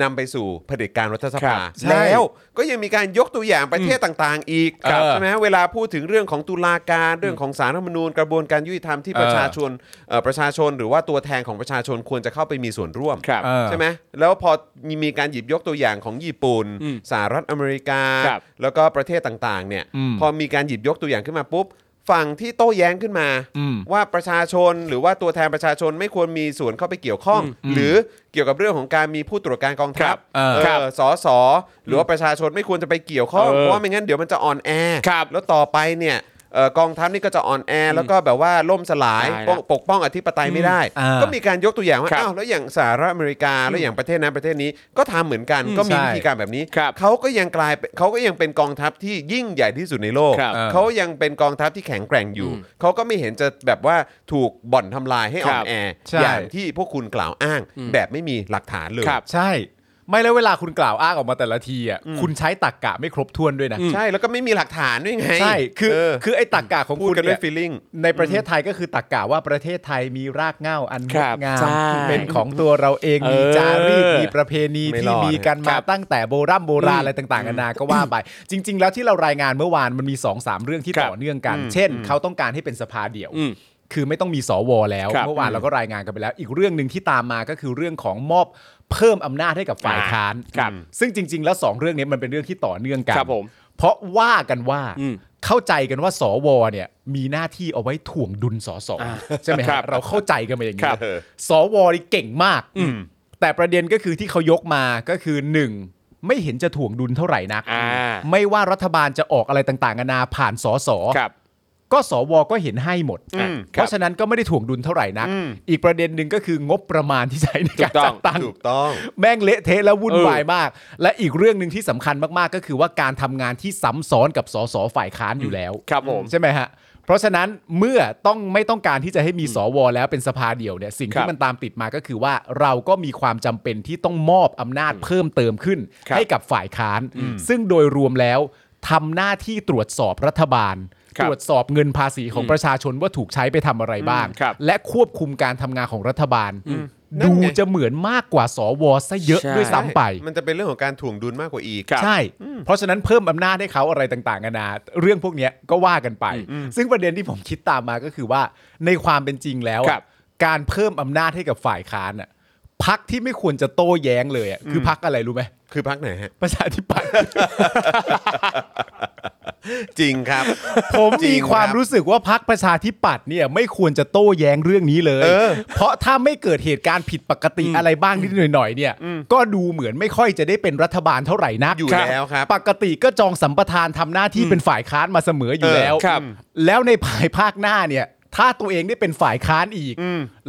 Speaker 1: นำไปสู่เผด็จการรัฐสภา
Speaker 2: ครับ
Speaker 3: ใช่
Speaker 1: แล้วก็ยังมีการยกตัวอย่างประเทศต่างๆ อีก
Speaker 3: ครับ
Speaker 1: ใช่ไหมฮะเวลาพูดถึงเรื่องของตุลาการเรื่องของสารรัฐธรรมนูญกระบวนการยุติธรรมที่ประชาชนเอ่อประชาชนหรือว่าตัวแทนของประชาชนควรจะเข้าไปมีส่วนร่วม
Speaker 2: ครับ
Speaker 3: เออ
Speaker 1: ใช่ไหมแล้วพอมีการหยิบยกตัวอย่างของญี่ปุ่น
Speaker 2: อืม
Speaker 1: สหรัฐอเมริกา
Speaker 2: ครับ
Speaker 1: แล้วก็ประเทศต่างๆเนี่ย
Speaker 3: อืม
Speaker 1: พอมีการหยิบยกตัวอย่างขึ้นมาปุ๊บฝั่งที่โต้แย้งขึ้นมา
Speaker 3: อืม
Speaker 1: ว่าประชาชนหรือว่าตัวแทนประชาชนไม่ควรมีส่วนเข้าไปเกี่ยวข้อง หรือเกี่ยวกับเรื่องของการมีผู้ตรวจการกองทั
Speaker 2: ครั
Speaker 1: พ
Speaker 2: บ
Speaker 1: เออ
Speaker 2: ครับ
Speaker 1: สอสอหรือว่าประชาชนไม่ควรจะไปเกี่ยวข้อง
Speaker 2: เออ
Speaker 1: เพราะว่าไม่งั้นเดี๋ยวมันจะอ่อนแอ
Speaker 2: ครับ
Speaker 1: แล้วต่อไปเนี่ยเอ่อกองทัพนี่ก็จะอ่อนแอแล้วก็แบบว่าล่มสลาย
Speaker 2: ตายละ
Speaker 1: ปกปกป้องอธิปไตยไม่ได้
Speaker 3: อ่า
Speaker 1: ก็มีการยกตัวอย่างว่า
Speaker 2: ครับ
Speaker 1: อ้าว แล้วอย่างสหรัฐอเมริกาแล้วอย่างประเทศนั้นประเทศนี้ก็ทำเหมือนกันก็มี
Speaker 3: ใช่
Speaker 1: วิธีการแบบนี้
Speaker 2: ครับ
Speaker 1: เขาก็ยังกลายเป็นเขาก็ยังเป็นกองทัพที่ยิ่งใหญ่ที่สุดในโลก
Speaker 2: ครับ
Speaker 1: เขายังเป็นกองทัพที่แข็งแกร่งอยู่เขาก็ไม่เห็นจะแบบว่าถูกบ่อนทำลายให้อ่อ
Speaker 2: ครั
Speaker 1: น
Speaker 2: บ
Speaker 1: แอ
Speaker 3: ใช่
Speaker 1: อย่างที่พวกคุณกล่าวอ้างแบบไม่มีหลักฐานเลย
Speaker 2: ครับ
Speaker 3: ใช่ ไม่แล้วเวลาคุณกล่าวอ้างออกมาแต่ละทีอ่ะคุณใช้ตักกะไม่ครบถ้วนด้วยนะ
Speaker 1: ใช่แล้วก็ไม่มีหลักฐานด้วยไง
Speaker 3: ใช่คือ
Speaker 1: เออ
Speaker 3: คือไอ้ตักกะของ
Speaker 1: พู
Speaker 3: คุ
Speaker 1: ด
Speaker 3: ณ
Speaker 1: กันด้
Speaker 3: เนี่
Speaker 1: วย
Speaker 3: ย
Speaker 1: ฟีลลิ่ง
Speaker 3: ในประเทศไทยก็คือตักกะว่าประเทศไทยมีรากเหง้าอันง
Speaker 2: ครั
Speaker 3: ด
Speaker 2: บ
Speaker 3: งาม
Speaker 2: ใช่
Speaker 3: เป็นของตัวเราเอง
Speaker 2: เออ
Speaker 3: มีจารีตมีประเพณี
Speaker 1: ไม่ร
Speaker 3: ที่
Speaker 1: อด
Speaker 3: มีกัน
Speaker 2: ค
Speaker 3: มา
Speaker 2: รับ
Speaker 3: ตั้งแต่โบราณโบราณอะไรต่างๆนานาก็ว่าไป จริง ๆ แล้วที่เรารายงานเมื่อวานมันมี2อสามเรื่องที่
Speaker 2: ครับ
Speaker 3: ต่อเนื่องกัน เช่น เขาต้องการให้เป็นสภาเดี่ยว
Speaker 2: อืม
Speaker 3: คือไม่ต้องมีสวแล้ว
Speaker 2: ครับ
Speaker 3: เมื่อวานเราก็รายงานกันไปแล้ว อีกเรื่องหนึ่งที่ตามมาก็คือเรื่องของมอบเพิ่มอำนาจให้กับฝ่ายค้าน
Speaker 2: ครับ
Speaker 3: ซึ่งจริง ๆ แล้วสองเรื่องนี้มันเป็นเรื่องที่ต่อเนื่องกัน
Speaker 2: ครับผม
Speaker 3: เพราะว่ากันว่า
Speaker 2: อืม
Speaker 3: เข้าใจกันว่าสวเนี่ยมีหน้าที่เอาไว้ถ่วงดุลสสใช่ไหม
Speaker 2: ครั
Speaker 3: ฮะ
Speaker 2: บ
Speaker 3: เราเข้าใจกันมาอย่าง
Speaker 2: ค
Speaker 3: นี้
Speaker 2: รับ
Speaker 3: สวนี่เก่งมากแต่ประเด็นก็คือที่เขายกมาก็คือหนึ่ง ไม่เห็นจะถ่วงดุลเท่าไหร่นัก
Speaker 2: อ่า
Speaker 3: ไม่ว่ารัฐบาลจะออกอะไรต่างๆนานาผ่านสส
Speaker 2: ครับ
Speaker 3: ก็สวก็เห็นให้หมด
Speaker 1: อืม
Speaker 3: เพราะฉะนั้นก็ไม่ได้ถ่วงดุลเท่าไหร่นัก
Speaker 1: อืม
Speaker 3: อีกประเด็นหนึ่งก็คืองบประมาณที่ใช้ในการ
Speaker 2: ถูกต้อง
Speaker 3: จัดตั้ง
Speaker 1: ถูกต้อง
Speaker 3: แม่งเละเทะและวุ่น
Speaker 2: เออ
Speaker 3: วายมาก และอีกเรื่องหนึ่งที่สำคัญมากๆ ก็คือว่าการทำงานที่ซ้ำซ้อนกับสสฝ่ายค้านอยู่แล้ว
Speaker 2: ครับผม
Speaker 3: ใช่ไหมฮะ เพราะฉะนั้นเมื่อต้องไม่ต้องการที่จะให้มีสวแล้วเป็นสภาเดียวเนี่ยสิ่ง
Speaker 2: ครั
Speaker 3: ที่
Speaker 2: บ
Speaker 3: มันตามติดมาก็คือว่าเราก็มีความจำเป็นที่ต้องมอบอำนาจเพิ่มเติมขึ้น
Speaker 2: ครับ
Speaker 3: ให้กับฝ่ายค้าน ซึ่งโดยรวมแล้วทำหน้าที่ตรวจสอบรัฐบาล
Speaker 2: ครับ
Speaker 3: ตรวจสอบเงินภาษีของประชาชนว่าถูกใช้ไปทำอะไรบ้าง
Speaker 2: ครับ
Speaker 3: และควบคุมการทำงานของรัฐบาล
Speaker 1: นั่น
Speaker 3: ดู
Speaker 1: ไง
Speaker 3: จะเหมือนมากกว่าสวซะเยอะ
Speaker 2: ใช่
Speaker 3: ด้วยซ้ำไป
Speaker 1: มันจะเป็นเรื่องของการถ่วงดุลมากกว่าอีก
Speaker 2: ครับ
Speaker 3: ใช่ เพราะฉะนั้นเพิ่มอำนาจให้เขาอะไรต่างๆกันานาเรื่องพวกเนี้ยก็ว่ากันไป ซึ่งประเด็นที่ผมคิดตามมาก็คือว่าในความเป็นจริงแล้วอะ
Speaker 2: ครับ
Speaker 3: การเพิ่มอำนาจให้กับฝ่ายค้านอ่ะพักที่ไม่ควรจะโต้แย้งเลยอะคือพักอะไรรู้ไหม
Speaker 1: คือพักไหนฮะ
Speaker 3: ประชาธิปัตย์
Speaker 1: จริงครับ
Speaker 3: ผม
Speaker 1: จริ
Speaker 3: มี
Speaker 1: งครับ
Speaker 3: ความรู้สึกว่าพักประชาธิปัตย์เนี่ยไม่ควรจะโต้แย้งเรื่องนี้เลย
Speaker 1: เออ
Speaker 3: เพราะถ้าไม่เกิดเหตุการณ์ผิดปกติอะไรบ้างนิดหน่อยๆเนี่ย ก็ดูเหมือนไม่ค่อยจะได้เป็นรัฐบาลเท่าไหร่นัก
Speaker 1: อยู่แล้วครับ
Speaker 3: ปกติก็จองสัมปทานทำหน้าที่เป็นฝ่ายค้านมาเสมออยู่แล้ว
Speaker 2: เออครับ
Speaker 3: แล้วในภายภาคหน้าเนี่ย ถ้าตัวเองได้เป็นฝ่ายค้านอีก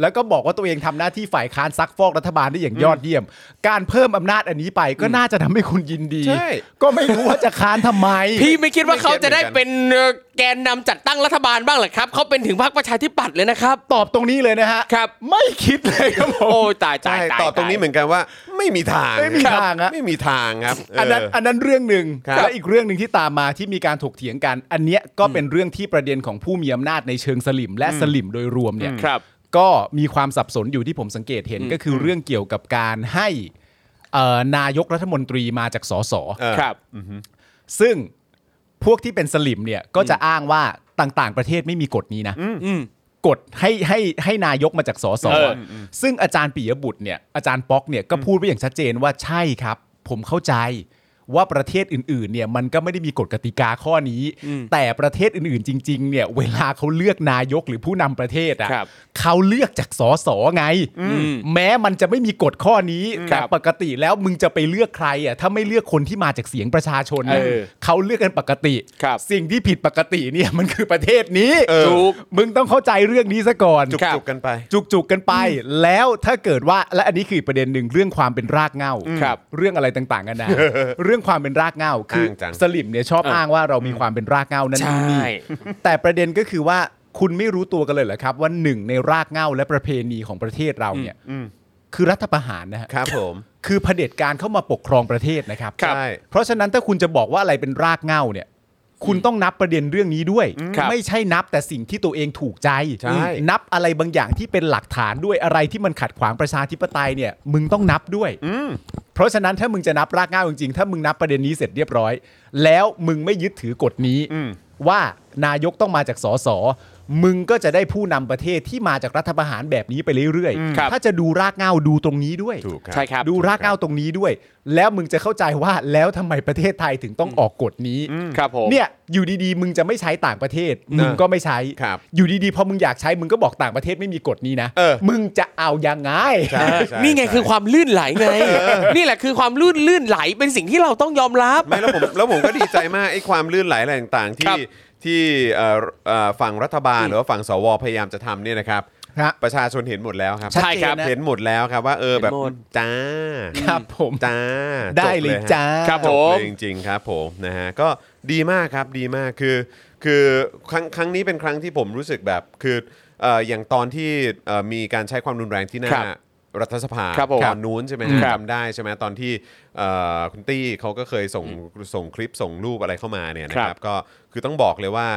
Speaker 3: แล้วก็บอกว่าตัวเองทำหน้าที่ฝ่ายค้านซักฟอกรัฐบาลได้อย่างยอดเยี่ยม การเพิ่มอำนาจอันนี้ไปก็น่าจะทำให้คุณยินดี
Speaker 1: ใช่
Speaker 3: ก็ไม่รู้ว่าจะค้านทำไม
Speaker 2: พี่ไม่คิดว่าเขาจะได้
Speaker 1: ไม่เก็ตเหมือน นกัน
Speaker 2: เป็เอ่อแกนนำจัดตั้งรัฐบาลบ้างเหรอครับเขาเป็นถึงพรรคประชาธิปัตย์เลยนะครับ
Speaker 3: ตอบตรงนี้เลยนะฮะ
Speaker 2: ครับ
Speaker 3: ไม่คิดเลยครับผม
Speaker 2: โอ้ยตายตา
Speaker 1: ใช่
Speaker 2: ยาย
Speaker 1: ตอบตรงนี้เหมือนกันว่า ไม่มีทาง
Speaker 3: ไม่มี
Speaker 1: ครับ
Speaker 3: ทางอะ
Speaker 1: ไม่มีทางครับเ
Speaker 3: อันนั้นอันนั้นเรื่องหนึ่ง
Speaker 1: ครับ
Speaker 3: และอีกเรื่องหนึ่งที่ตามมาที่มีการถกเถียงกัน อันเนี้ยก็เป็นเรื่องที่ประเด็นของผู้มีอำนาจในเชิงสลิม และสลิมโดยรวมเนี่ย
Speaker 2: ครับ
Speaker 3: ก็มีความสับสนอยู่ที่ผมสังเกตเห็นก็คือเรื่องเกี่ยวกับการให้เอ่อนายกรัฐมนตรีมาจากสส
Speaker 1: เออ
Speaker 2: ครับ
Speaker 3: ซึ่งพวกที่เป็นสลิมเนี่ยก็จะอ้างว่าต่างๆ ประเทศไม่มีกฎนี้นะ
Speaker 2: อืม
Speaker 3: กฎให้ให้ให้นายกมาจากสส
Speaker 2: เออ
Speaker 3: ซึ่งอาจารย์ปิยบุตรเนี่ยอาจารย์ป๊อกเนี่ยก็พูดไว้อย่างชัดเจนว่าใช่ครับ ผมเข้าใจว่าประเทศอื่นๆเนี่ยมันก็ไม่ได้มีกฎกติกาข้อนี้ แต่ประเทศอื่นๆ จริงๆเนี่ยเวลาเขาเลือกนายกหรือผู้นำประเทศอะ
Speaker 2: ครับ
Speaker 3: เขาเลือกจากสอสอไง แม้มันจะไม่มีกฎข้อนี้
Speaker 2: ครั
Speaker 3: แต่
Speaker 2: บ
Speaker 3: ปกติแล้วมึงจะไปเลือกใครอ่ะถ้าไม่เลือกคนที่มาจากเสียงประชาชนนะ
Speaker 2: เออ
Speaker 3: เขาเลือกกันปกติ
Speaker 2: ครับ
Speaker 3: สิ่งที่ผิดปกติเนี่ยมันคือประเทศนี้
Speaker 1: เออ
Speaker 2: ถูก
Speaker 3: มึงต้องเข้าใจเรื่องนี้ซะก่อน
Speaker 1: จุก
Speaker 2: ครับ
Speaker 1: จุกกันไป
Speaker 3: จุกจุกๆกันไป แล้วถ้าเกิดว่าและอันนี้คืออีกประเด็นหนึ่งเรื่องความเป็นรากเหง้า
Speaker 2: ครับ
Speaker 3: เรื่องอะไรต่างๆกันนะ เรื่องความเป็นรากเหง้าคือ
Speaker 1: อ้างจัง
Speaker 3: สลิมเนี่ยชอบอ้างว่าเรามีความเป็นรากเหง้านั่นนู่นนี่
Speaker 2: ใช่
Speaker 3: แต่ประเด็นก็คือว่าคุณไม่รู้ตัวกันเลยเหรอครับ ว่าหนึ่งในรากเหง้าและประเพณีของประเทศเราเนี่ยคือรัฐประหารนะฮะ
Speaker 1: ครับผม
Speaker 3: คือเผด็จการเข้ามาปกครองประเทศนะครับ
Speaker 1: ครับ
Speaker 3: เพราะฉะนั้นถ้าคุณจะบอกว่าอะไรเป็นรากเหง้าเนี่ย คุณต้องนับประเด็นเรื่องนี้ด้วย
Speaker 2: ครับ
Speaker 3: ไม่ใช่นับแต่สิ่งที่ตัวเองถูกใจ
Speaker 1: ใช่
Speaker 3: นับอะไรบางอย่างที่เป็นหลักฐานด้วยอะไรที่มันขัดขวางประชาธิปไตยเนี่ย มึงต้องนับด้วย เพราะฉะนั้นถ้ามึงจะนับรากเหง้าจริงๆ ถ้ามึงนับประเด็นนี้เสร็จเรียบร้อย แล้วมึงไม่ยึดถือกฎนี้ ว่านายกต้องมาจากสสมึงก็จะได้ผู้นำประเทศที่มาจากรัฐประหารแบบนี้ไปเรื่อย
Speaker 2: ครับ
Speaker 3: ๆ ถ้าจะดูรากเหง้าดูตรงนี้ด้วย
Speaker 1: ถูกครับ
Speaker 2: ใช่ครับ
Speaker 3: ดูรากเหง้าตรงนี้ด้วย แล้วมึงจะเข้าใจว่าแล้วทำไมประเทศไทยถึงต้องออกกฎนี้
Speaker 2: ครับผม
Speaker 3: เนี่ยอยู่ดีๆ มึงจะไม่ใช้ต่างประเทศ มึงก็ไม่ใช้
Speaker 1: ครับ
Speaker 3: อยู่ดีๆพอมึงอยากใช้มึงก็บอกต่างประเทศไม่มีกฎนี้นะ
Speaker 1: เออ
Speaker 3: มึงจะเอายังไง
Speaker 1: ใช่ใช่
Speaker 2: นี่ไง
Speaker 1: ใช่
Speaker 2: คือความลื่นไหลไง นี่แหละคือความลื่นลื่นไหลเป็นสิ่งที่เราต้องยอมรับ
Speaker 1: ไม่แล้วผมแล้วผมก็ดีใจมากไอ้ความลื่นไหลอะไรต่างๆ
Speaker 2: ครั
Speaker 1: ที่
Speaker 2: บ
Speaker 1: ที่เอ่อเอ่อฝั่งรัฐบาลหรือว่าฝั่งสวพยายามจะทำเนี่ยนะครับ
Speaker 3: ครับ
Speaker 1: ประชาชนเห็นหมดแล้วครับ
Speaker 2: ใช่ครับ
Speaker 1: เห็นหมดแล้วครับว่าเออแบบ
Speaker 2: เห็นหมด
Speaker 1: จ้า
Speaker 3: ครับผม
Speaker 1: จ้า
Speaker 3: ได้
Speaker 1: จบ
Speaker 3: เลย
Speaker 1: ฮะ
Speaker 3: จ้า
Speaker 2: ครับ
Speaker 1: จ
Speaker 2: ผ
Speaker 1: บ
Speaker 2: ม
Speaker 1: เลยจริง ๆ ครับผมนะฮะก็ดีมากครับดีมากคือ คือครั้งครั้งนี้เป็นครั้งที่ผมรู้สึกแบบคือเอ่ออย่างตอนที่เอ่อมีการใช้ความรุนแรงที่หน้า
Speaker 2: ครับ
Speaker 1: รัฐสภา
Speaker 2: ครับผม
Speaker 1: ตอนนู้นใช่ไหมฮะ
Speaker 2: ครับ
Speaker 1: จำได้ใช่ไหมตอนที่เอ่อคุณตี้เขาก็เคยส่งส่งคลิปส่งรูปอะไรเข้ามาเนี่ยนะค
Speaker 2: ครั
Speaker 1: รับบ ก็คือต้องบอกเลยว่า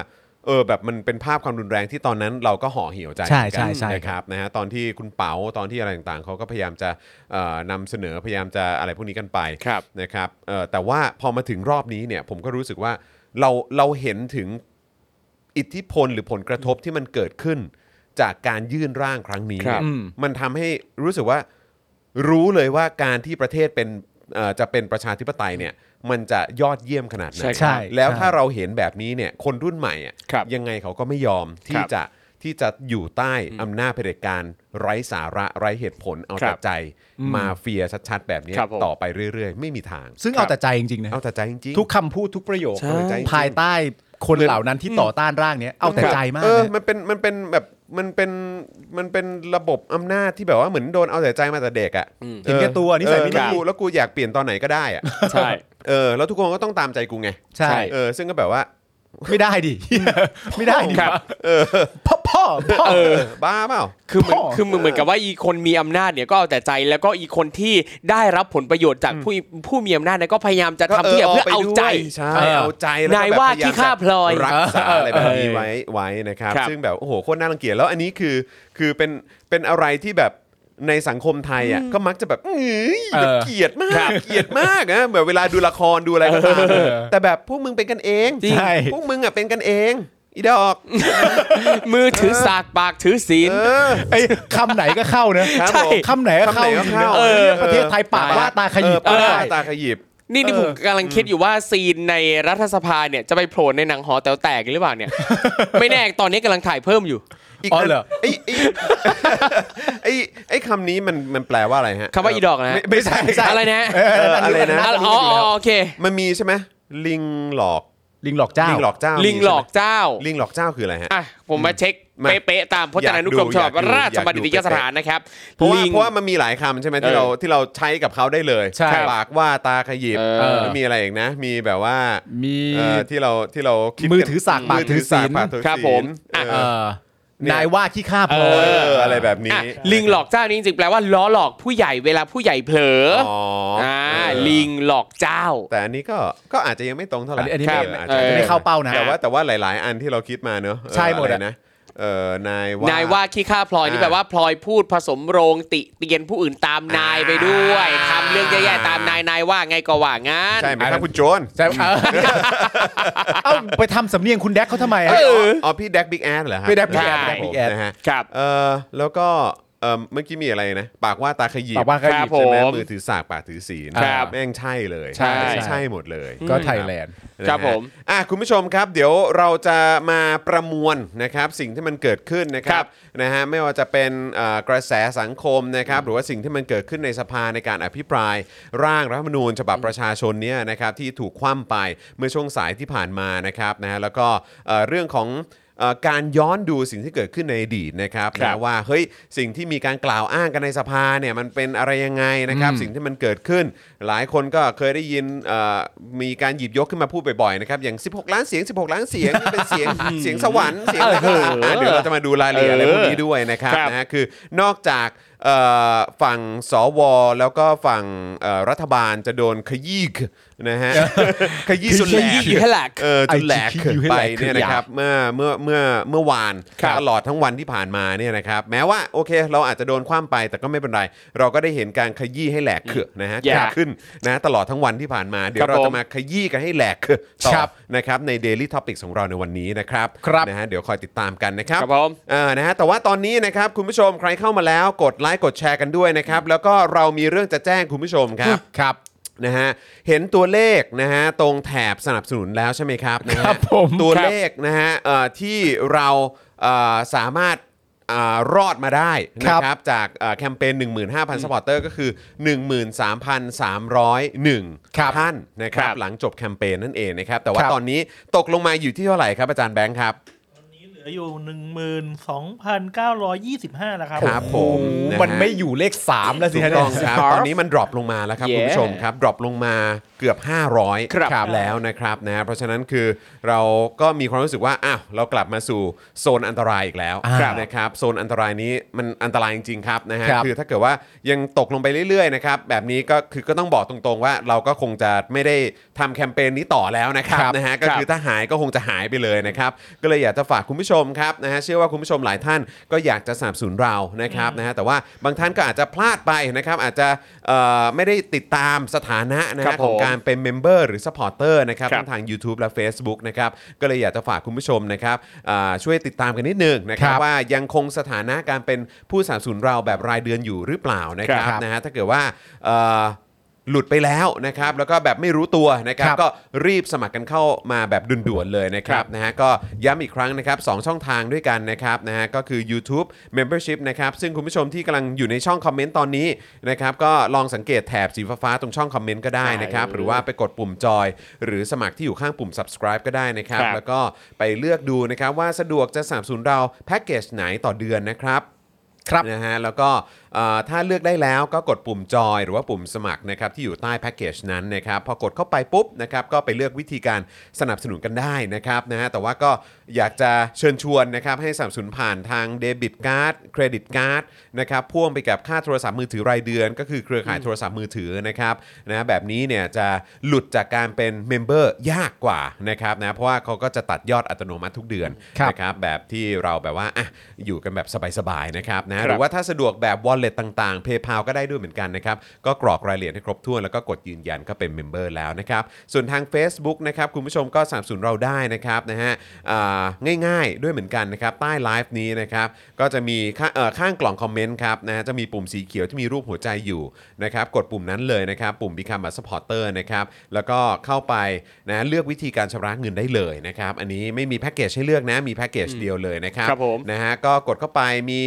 Speaker 1: เออแบบมันเป็นภาพความรุนแรงที่ตอนนั้นเราก็ห่อเหี่ยวใจ
Speaker 3: ใช่
Speaker 1: เหมือนกัน
Speaker 3: ใช่ใช่
Speaker 1: นะครับ ครับนะฮะตอนที่คุณเปาตอนที่อะไรต่างๆเขาก็พยายามจะเอ่อนำเสนอพยายามจะอะไรพวกนี้กันไป
Speaker 2: ครับ
Speaker 1: นะครับเอ่อแต่ว่าพอมาถึงรอบนี้เนี่ยผมก็รู้สึกว่าเราเราเห็นถึงอิทธิพลหรือผลกระทบที่มันเกิดขึ้น จากการยื่นร่างครั้งนี้
Speaker 2: ครับ
Speaker 1: เนี่ยมันทำให้รู้สึกว่ารู้เลยว่าการที่ประเทศเป็นเอ่อจะเป็นประชาธิปไตยเนี่ยมันจะยอดเยี่ยมขนาดไหน
Speaker 2: ใช่
Speaker 3: ใช่
Speaker 1: แล้ว
Speaker 3: ใช่
Speaker 1: ถ้า เราเห็นแบบนี้เนี่ยคนรุ่นใหม่อะ
Speaker 2: ครับ
Speaker 1: ยังไงเขาก็ไม่ยอม
Speaker 2: ค
Speaker 1: ที่
Speaker 2: รับ
Speaker 1: จะ ที่จะอยู่ใต้อำนาจเผด็จการไร้สาระไร้เหตุผลเอา
Speaker 2: ครั
Speaker 1: แต่
Speaker 2: บ
Speaker 1: ใจมาเฟียชัดๆ แบบเนี้ย
Speaker 2: ครับผม
Speaker 1: ต่อไปเรื่อย ๆ ไม่มีทาง
Speaker 3: ซึ่งเอาแต่ใจจริงๆนะ
Speaker 1: เอาแต่ใจจริงๆ
Speaker 3: ทุกคำพูดทุกประโยค
Speaker 1: ใช่
Speaker 3: ภายใต้คนเหล่านั้นที่ต่อต้านร่างเนี้ยเอาแต่ใจมาก
Speaker 1: เออ
Speaker 3: นะ
Speaker 1: มันเป็นมันเป็นแบบมันเป็นมันเป็นระบบอำนาจที่แบบว่าเหมือนโดนเอาแต่ใจมาแต่เด็กอ่ะ
Speaker 3: เห็นแก่ตัวนิสัยไม่ดี
Speaker 1: เออแล้วกูแล้วกูอยากเปลี่ยนตอนไหนก็ได้อ่ะ
Speaker 2: ใช่
Speaker 1: เออแล้วทุกคนก็ต้องตามใจกูไง
Speaker 3: ใช่
Speaker 1: เออซึ่งก็แบบว่า
Speaker 3: ไม่ได้ดิ ไม่ได้ดิ
Speaker 2: ครับ
Speaker 3: พ่อพ่อพ่อ
Speaker 1: เออบ้าเปล่า
Speaker 2: คือเหมือน
Speaker 3: พ่อ
Speaker 2: คือเหมือนเหมือนกับว่าอีคนมีอำนาจเนี่ยก็เอาแต่ใจแล้วก็อีคนที่ได้รับผลประโยชน์จากผู้ผู้มีอำนาจเนี่ยก็พยายามจะทำเพื่อเพื่อเอาใจ
Speaker 1: ใช่
Speaker 3: เออ
Speaker 1: เอาใจแล้ก็
Speaker 2: นาย
Speaker 1: แบบ
Speaker 2: ว่า
Speaker 1: พม
Speaker 2: ขี้ข้าพลอย
Speaker 1: รักษาอะไรแบบนี้
Speaker 2: เออ
Speaker 1: ไว้ไว้นะครับ
Speaker 2: ครับ
Speaker 1: ซึ่งแบบโอ้โหโคตรน่ารังเกียจแล้วอันนี้คือคือเป็นเป็นอะไรที่แบบในสังคมไทยอ่ะก็มักจะแบบเอ้ย
Speaker 3: เออ
Speaker 1: เกลียดมากเกลียดมากนะแบบเวลาดูละครดูอะไรก็ตามแต่แบบพวกมึงเป็นกันเอง
Speaker 2: จริง
Speaker 3: ใช่
Speaker 1: พวกมึงอ่ะเป็นกันเองอีดอก
Speaker 2: มือถือสากปากถือศีล
Speaker 1: เออ
Speaker 3: ไอ้คำไหนก็เข้านะครับ
Speaker 2: ใช่
Speaker 1: ผม
Speaker 3: คำไหนก็เข้าจริงๆนะ
Speaker 1: เออ
Speaker 3: ประเทศไทยปากว่าตาขยิบ
Speaker 1: เอ
Speaker 3: ก็
Speaker 1: อ
Speaker 3: ได้
Speaker 1: ตาขยิบ
Speaker 2: นี่นี่
Speaker 3: เอ
Speaker 2: ผ
Speaker 3: อ
Speaker 2: มกำลังคิดอยู่ว่าซีนในรัฐสภาเนี่ยจะไปโผล่ในหนังหอแต๋วแตกหรือเปล่าเนี่ย ไม่แน่ตอนนี้กำลังถ่ายเพิ่มอยู่
Speaker 1: อีก
Speaker 3: อ๋อเหรอ
Speaker 1: ไอ้ไอ้ไอ้ ไอ้คำนี้มันมันแปลว่าอะไรฮะ
Speaker 2: คำว่าอีดอกนะฮะ
Speaker 1: ไม่ไม่ใช่ไม่ใช่
Speaker 2: อะไรนะ
Speaker 1: เอออะไรนะ
Speaker 2: อ๋ออ๋อโอเค
Speaker 1: มันมีใช่ไหมลิงหลอก
Speaker 3: ลิงหลอกเจ้า
Speaker 1: ลิงหลอกเจ้า
Speaker 2: ลิงหลอก
Speaker 1: มีใช่
Speaker 2: เจ้า
Speaker 1: ไหมลิงหลอกเจ้าคืออะไรฮะ
Speaker 2: อ่ะผมมาเช็ค
Speaker 1: มา
Speaker 2: เป๊ะๆตามพจนานุกรม
Speaker 1: อยากดู
Speaker 2: ฉบั
Speaker 1: อยา
Speaker 2: บ
Speaker 1: กดู
Speaker 2: ราชบัณฑิต
Speaker 1: อย ยากดู
Speaker 2: สถานนะครับ
Speaker 1: เพราะว่า
Speaker 2: ลิง
Speaker 1: เพราะว่ามันมีหลายคำใช่ไหมที่
Speaker 2: เออ
Speaker 1: เราที่เราใช้กับเขาได้เลย
Speaker 3: ใช่
Speaker 1: ปากว่าตาขยิบ
Speaker 2: เออ
Speaker 1: แล้วมีอะไรอีกนะ มีแบบว่า
Speaker 3: มี
Speaker 1: เอ่อที่เราที่เราคิดน
Speaker 3: มือถือสากปาก
Speaker 1: มื
Speaker 3: ถือศีล
Speaker 1: ปากถือศีล
Speaker 2: ครับผมอ่ะ
Speaker 1: เอ
Speaker 3: เอ
Speaker 1: อ
Speaker 3: อ
Speaker 1: เนี่ย
Speaker 3: นายว่าขี้ข้าพล
Speaker 1: เอ
Speaker 3: อย
Speaker 1: ออะไรแบบนี้
Speaker 2: อ่ะลิงหลอกเจ้านี่จริงๆแปลว่าล้อหลอกผู้ใหญ่เวลาผู้ใหญ่เผลอ
Speaker 1: อ๋ออ่
Speaker 2: า
Speaker 1: เออ
Speaker 2: ลิงหลอกเจ้า
Speaker 1: แต่อันนี้ก็ก็อาจจะยังไม่ตรงเท่าไห
Speaker 3: อั
Speaker 1: ร่
Speaker 3: นนี้อันนี้ไม่
Speaker 1: เจ
Speaker 3: อาจจะ
Speaker 1: จะ
Speaker 3: ไม่เข้าเป้านะ
Speaker 1: แต่ว่าแต่ว่าหลาย ๆ อันที่เราคิดมาเนอะเออ
Speaker 3: ใช่หมด
Speaker 1: อะ
Speaker 3: อะ
Speaker 1: ไรนะเออนายว่า
Speaker 2: นายว่าขี้ข้าพลอยนี่
Speaker 1: อ่า
Speaker 2: แปลว่าพลอยพูดผสมโรงติเตียนผู้อื่นตามนายไปด้วย
Speaker 1: อ่า
Speaker 2: ทำเรื่องแย่ๆตามนายนายว่าไงก็ว่างั้น
Speaker 1: ใช่ไหม
Speaker 3: อัน
Speaker 1: ค
Speaker 3: นั้
Speaker 1: รับ
Speaker 3: น
Speaker 1: คุณโจน
Speaker 3: ใช่เออเอ้าไปทำสำเนียงคุณแดกเขาทำไมอะ
Speaker 2: เอ
Speaker 1: อ๋ออ๋อพี่แดกบิ๊กแอดเหรอฮะ
Speaker 3: พี่แดก Big
Speaker 1: ใช่
Speaker 2: Ass
Speaker 1: ครั
Speaker 2: พี่
Speaker 1: ผม
Speaker 3: แดก Big Ass
Speaker 1: นะฮะ
Speaker 2: ครับ
Speaker 1: เออแล้วก็เออเมื่อกี้มีอะไรนะ ปากว่าตาขยี
Speaker 3: ปากว่าขยิบ
Speaker 2: ครับ
Speaker 1: ใช่ไหม
Speaker 2: ผม
Speaker 1: มือถือสากปากถือศีล
Speaker 2: ครับ
Speaker 1: แม่งใช่เลย
Speaker 3: ใช่
Speaker 1: ใช่หมดเลย
Speaker 3: ก็
Speaker 1: นะ
Speaker 3: ไทยแลนด์
Speaker 1: ะฮะ
Speaker 2: ครับผม
Speaker 1: อ่ะคุณผู้ชมครับ เดี๋ยวเราจะมาประมวลนะครับ สิ่งที่มันเกิดขึ้นนะค
Speaker 2: ค
Speaker 1: รั
Speaker 2: รั
Speaker 1: บบ นะฮะไม่ว่าจะเป็นเอ่อกระแสสังคมนะครับ หรือว่าสิ่งที่มันเกิดขึ้นในสภาในการอภิปราย ร่างรัฐธรรมนูญฉบับประชาชนเนี่ยนะครับที่ถูกคว่ำไปเมื่อช่วงสายที่ผ่านมานะครับนะฮะแล้วก็เอ่อเรื่องของเอ่อการย้อนดูสิ่งที่เกิดขึ้นในอดีตนะครับ
Speaker 2: ครับ
Speaker 1: นะว่าเฮ้ยสิ่งที่มีการกล่าวอ้างกันในสภาเนี่ยมันเป็นอะไรยังไงนะครับ
Speaker 3: อืม
Speaker 1: สิ่งที่มันเกิดขึ้น หลายคนก็เคยได้ยินเอ่อมีการหยิบยกขึ้นมาพูดบ่อยๆนะครับอย่าง 16 ล้านเสียง 16 ล้านเสียงนี่เป็นเสียง เสียงสวรรค์เสียงอะไรก็ตามอ่ะเดี๋ยวเราจะมาดูรายละเอียดอะไรพวกนี้ด้วยนะครับ
Speaker 2: ครับ
Speaker 1: นะฮะคือนอกจากเอ่อฝั่งสวแล้วก็ฝั่งเอ่อรัฐบาลจะโดนขยี้นะฮะ ขยี้จนแหลก
Speaker 2: อยู่แค่หลัก
Speaker 1: เออจนแหลก
Speaker 3: IGQ ให้
Speaker 1: ไป
Speaker 3: แหลก
Speaker 1: เนี่ยนะครับเมื่อเมื่อเมื่อเมื่อวาน
Speaker 2: ครับ
Speaker 1: ตลอดทั้งวันที่ผ่านมาเนี่ยนะครับแม้ว่าโอเคเราอาจจะโดนคว่ำไปแต่ก็ไม่เป็นไร เราก็ได้เห็นการขยี้ให้แหลกเขือะนะฮะ
Speaker 2: อย่า
Speaker 1: เกิดขึ้นนะตลอดทั้งวันที่ผ่านมา เดี๋ยวเรา
Speaker 2: ผม
Speaker 1: จะมาขยี้กันให้แหลกเขือะต่อ
Speaker 3: ครับ
Speaker 1: นะครับใน Daily Topics ของเราในวันนี้นะครับ
Speaker 3: ครับ
Speaker 1: นะฮะเดี๋ยวคอยติดตามกันนะครับ
Speaker 2: ครับผม
Speaker 1: เออนะฮะแต่ว่าตอนนี้นะครับคุณผู้ชมใครเข้ามาแล้วกดไลค์กดแชร์กันด้วยนะครับแล้วก็เรามีเรื่องจะแจ้งคุณผู้ชมครับ
Speaker 3: ครับ
Speaker 1: นะฮะเห็นตัวเลขนะฮะตรงแถบสนับสนุนแล้วใช่ไหมครับนะฮะ
Speaker 3: ครับผม
Speaker 1: ตัว
Speaker 3: ครับ
Speaker 1: เลขนะฮะเอ่อที่เราเอ่อสามารถเอ่อรอดมาได้นะค
Speaker 3: ครั
Speaker 1: รับบ จากเอ่อแคมเปญ15,000สปอร์เตอร์ก็คือ 13,301
Speaker 3: ครับ
Speaker 1: ท่านนะครับ
Speaker 2: ครับ
Speaker 1: หลังจบแคมเปญนั่นเองนะครับแต่ว่า
Speaker 3: ครับ
Speaker 1: ตอนนี้ตกลงมาอยู่ที่เท่าไหร่ครับอาจารย์แบงค์ครับ
Speaker 4: นี้เหลืออยู่หนึ่งหมื่นสองพันเก้าร้อยยี่สิบห้าแล้วครับ
Speaker 1: ครับผมะฮะ
Speaker 3: มันไม่อยู่เลขสามแล้วสิ
Speaker 1: ถูก
Speaker 3: ฮะ
Speaker 1: ต้อง
Speaker 3: เนี่ย
Speaker 1: ครับ
Speaker 2: Scarf
Speaker 1: ตอนนี้มันดรอปลงมาแล้วครับ
Speaker 2: Yeah
Speaker 1: คุณผู้ชมครับดรอปลงมาเกือบ 500
Speaker 2: ครับ
Speaker 1: ครับแล้วนะครับนะเพราะฉะนั้นคือเราก็มีความรู้สึกว่าอ้าวเรากลับมาสู่โซนอันตรายอีกแล้ว
Speaker 3: ครับ
Speaker 1: นะครับโซนอันตรายนี้มันอันตรายจริงๆครับนะฮะ
Speaker 3: ครับ
Speaker 1: คือถ้าเกิดว่ายังตกลงไปเรื่อยๆนะครับแบบนี้ก็คือก็ต้องบอกตรงๆว่าเราก็คงจะไม่ได้ทำแคมเปญนี้ต่อแล้วนะครับ
Speaker 2: ครับ
Speaker 1: นะฮะก็
Speaker 2: ครับ
Speaker 1: คือ ถ้าหายก็คงจะหายไปเลยนะครับ ก็เลยอยากจะฝากคุณผู้ชมครับนะฮะเชื่อว่าคุณผู้ชมหลายท่านก็อยากจะสนับสนุนเรานะครับนะฮะแต่ว่าบางท่านก็อาจจะพลาดไปนะครับ อาจจะเอ่อไม่ได้ติดตามสถานะนะ
Speaker 2: ครั
Speaker 1: ฮะ
Speaker 2: บผม
Speaker 1: ของการเป็นเมมเบอร์หรือสปอร์เตอร์นะครับ
Speaker 2: ครับ
Speaker 1: ทั้งทาง YouTube และ Facebook นะครับก็เลยอยากจะฝากคุณผู้ชมนะครับอ่าช่วยติดตามกันนิดนึงนะครับ
Speaker 3: ครับ
Speaker 1: ว่ายังคงสถานะการเป็นผู้สนับสนุนเราแบบรายเดือนอยู่หรือเปล่านะครับ
Speaker 2: ครับ
Speaker 1: นะฮะถ้าเกิดว่าเอ่อ หลุดไปแล้วนะครับแล้วก็แบบไม่รู้ตัวนะครับ
Speaker 3: ครับ
Speaker 1: ก็รีบสมัครกันเข้ามาแบบด่วนๆเลยนะครับนะฮะก็ย้ำอีกครั้งนะครับสองช่องทางด้วยกันนะครับนะฮะก็คือ YouTube Membership นะครับซึ่งคุณผู้ชมที่กำลังอยู่ในช่องคอมเมนต์ตอนนี้นะครับก็ลองสังเกตแถบสีฟ้าๆตรงช่องคอมเมนต์ก็ได้นะครับ
Speaker 2: ใช่
Speaker 1: หรือว่าไปกดปุ่มจอย หรือสมัครที่อยู่ข้างปุ่ม subscribe ก็ได้นะครับ
Speaker 2: ครับ
Speaker 1: แล้วก็ไปเลือกดูนะครับว่าสะดวกจะสนับสนุนเราแพ็กเกจไหนต่อเดือนนะครับ
Speaker 3: ครับ
Speaker 1: นะฮะแล้วก็เอ่อถ้าเลือกได้แล้วก็กดปุ่มจอยหรือว่าปุ่มสมัครนะครับที่อยู่ใต้แพ็กเกจนั้นนะครับพอกดเข้าไปปุ๊บนะครับก็ไปเลือกวิธีการสนับสนุนกันได้นะครับนะฮะแต่ว่าก็อยากจะเชิญชวนนะครับให้สนับสนุนผ่านทางเดบิตการ์ดเครดิตการ์ดนะครับพ่วงไปกับค่าโทรศัพท์มือถือรายเดือน ก็คือเครือข่ายโทรศัพท์มือถือนะครับนะแบบนี้เนี่ยจะหลุดจากการเป็นเมมเบอร์ยากกว่านะครับนะเพราะว่าเขาก็จะตัดยอดอัตโนมัติทุกเดือน
Speaker 3: ครับ
Speaker 1: นะครับแบบที่เราแบบว่าอ่ะอยู่กันแบบสบายๆนะครับนะ
Speaker 2: ครับ
Speaker 1: หรือว่าถ้าสะดวกแบบ wallet ต่างๆ PayPal ก็ได้ด้วยเหมือนกันนะครับ ก็กรอกรายละเอียดให้ครบถ้วน แล้วก็กดยืนยันก็เป็นเมมเบอร์แล้วนะครับ ส่วนทาง Facebook นะครับ คุณผู้ชมก็สนับสนุนเราได้นะครับนะฮะอ่าง่ายๆด้วยเหมือนกันนะครับ ใต้ไลฟ์นี้นะครับ ก็จะมีข้าเอ่อข้างกล่องคอมเมนต์ครับนะฮะจะมีปุ่มสีเขียวที่มีรูปหัวใจอยู่นะครับ กดปุ่มนั้นเลยนะครับ ปุ่ม Become a supporter นะครับ แล้วก็เข้าไปนะเลือกวิธีการชำระเงินได้เลยนะครับ อันนี้ไม่มีแพ็กเกจให้เลือกนะ มีแพ็กเกจเดียวเลยนะครับ
Speaker 2: ครับผม
Speaker 1: นะฮะก็กดเข้าไปมี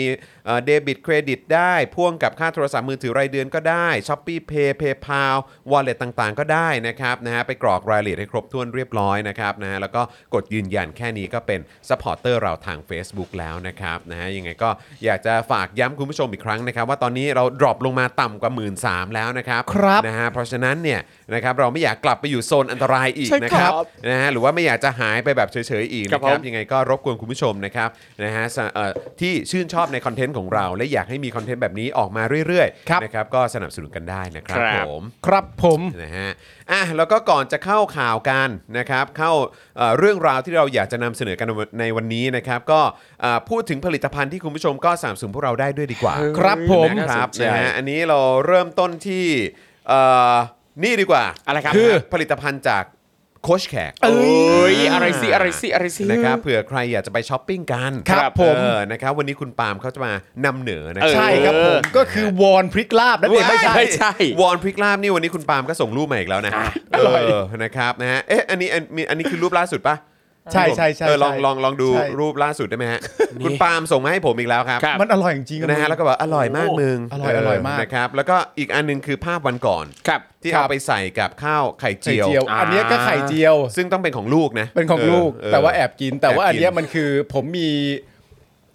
Speaker 1: เดบิตเครดิตได้ พ่วงกับค่าโทรศัพท์มือถือรายเดือนก็ได้ s h o p e e Pay PayPal Wallet ต่างๆ ก็ได้นะครับนะฮะไปกรอกรายละเอียดให้ครบถ้วนเรียบร้อยนะครับนะฮะแล้วก็กดยืนยันแค่นี้ก็เป็นซัพพอร์เตอร์เราทาง Facebook แล้วนะครับนะฮะยังไงก็อยากจะฝากย้ำคุณผู้ชมอีกครั้งนะครับ ว่าตอนนี้เราดรอปลงมาต่ำกว่า 1 3ื่นแล้วนะครับ
Speaker 3: ครับ
Speaker 1: นะฮะเพราะฉะนั้นเนี่ยนะครับเราไม่อยากกลับไปอยู่โซนอันตรายอีก
Speaker 2: ใช่
Speaker 1: นะ
Speaker 2: ค
Speaker 1: ค
Speaker 2: รั
Speaker 1: รับบ นะฮะหรือว่าไม่อยากจะหายไปแบบเฉยๆอีกนะค
Speaker 2: ครั
Speaker 1: รับ
Speaker 2: บผม
Speaker 1: ยังไงก็รบกวนคุณผู้ชมนะครับนะฮะสะเอ่อที่ชื่นชอบในคอนเทนต์ของเรา และอยากให้มีคอนเทนต์แบบนี้ออกมาเรื่อย
Speaker 3: ครับ
Speaker 1: ๆนะครับก็สนับสนุนกันได้นะครับ
Speaker 2: ครับ
Speaker 1: ผม
Speaker 3: ครับผม
Speaker 1: นะฮะอ่ะแล้วก็ก่อนจะเข้าข่าวกันนะครับเข้าเอ่อเรื่องราวที่เราอยากจะนำเสนอกันในวันนี้นะครับก็เอ่อพูดถึงผลิตภัณฑ์ที่คุณผู้ชมก็สนับสนุนพวกเราได้ด้วยดีกว่า
Speaker 3: ครับผม
Speaker 1: นะครับนะฮะอันนี้เราเริ่มต้นที่เอ่อนี่ดีกว่า
Speaker 2: อะไรครับ
Speaker 1: คือผลิตภัณฑ์จากโคชแขก
Speaker 2: เอ้ยอะไรสิอะไรสิอะไรสิ
Speaker 1: นะครับเผื่อใครอยากจะไปช้อปปิ้งกัน
Speaker 3: ครับผม
Speaker 1: เออนะครับวันนี้คุณปาล์มเขาจะมานำเหนือนะ
Speaker 2: เออ
Speaker 3: ใช่ครับผม ก็คือวอนพริกลาบนั่นเองไม่ใช่
Speaker 2: ไม่ใช่
Speaker 1: วอนพริกลาบนี่วันนี้คุณปาล์มก็ส่งรูปมาอีกแล้วนะเออนะครับนะฮะเอ๊ะอันนี้อันมีอันนี้คือรูปล่าสุดปะ
Speaker 3: ใช่ใช่ใช่
Speaker 1: เออลอง
Speaker 3: ใช่
Speaker 1: ลองลองดู
Speaker 3: ใช่
Speaker 1: รูปล่าสุดได้ไหมฮะคุณปาล์มส่งมาให้ผมอีกแล้วครับ
Speaker 2: ครับ
Speaker 3: มันอร่อยจริงๆ
Speaker 1: นะฮะแล้วก็บอกอร่อยมากมึง
Speaker 3: อร่อยอร่อยมาก
Speaker 1: นะครับแล้วก็อีกอันหนึงคือภาพวันก่อน
Speaker 2: ครับ
Speaker 1: ที่เอาไปใส่กับข้าวไข่
Speaker 3: ไข่
Speaker 1: เจียว
Speaker 3: เจียว
Speaker 2: อ่า
Speaker 3: อันเนี้ยก็ไข่เจียว
Speaker 1: ซึ่งต้องเป็นของลูกนะ
Speaker 3: เป็นของลูก
Speaker 1: เเ
Speaker 3: แต่ว่าแอบกิน แต่ว่า
Speaker 1: แอบกิน
Speaker 3: อันเนี้ยมันคือผมมี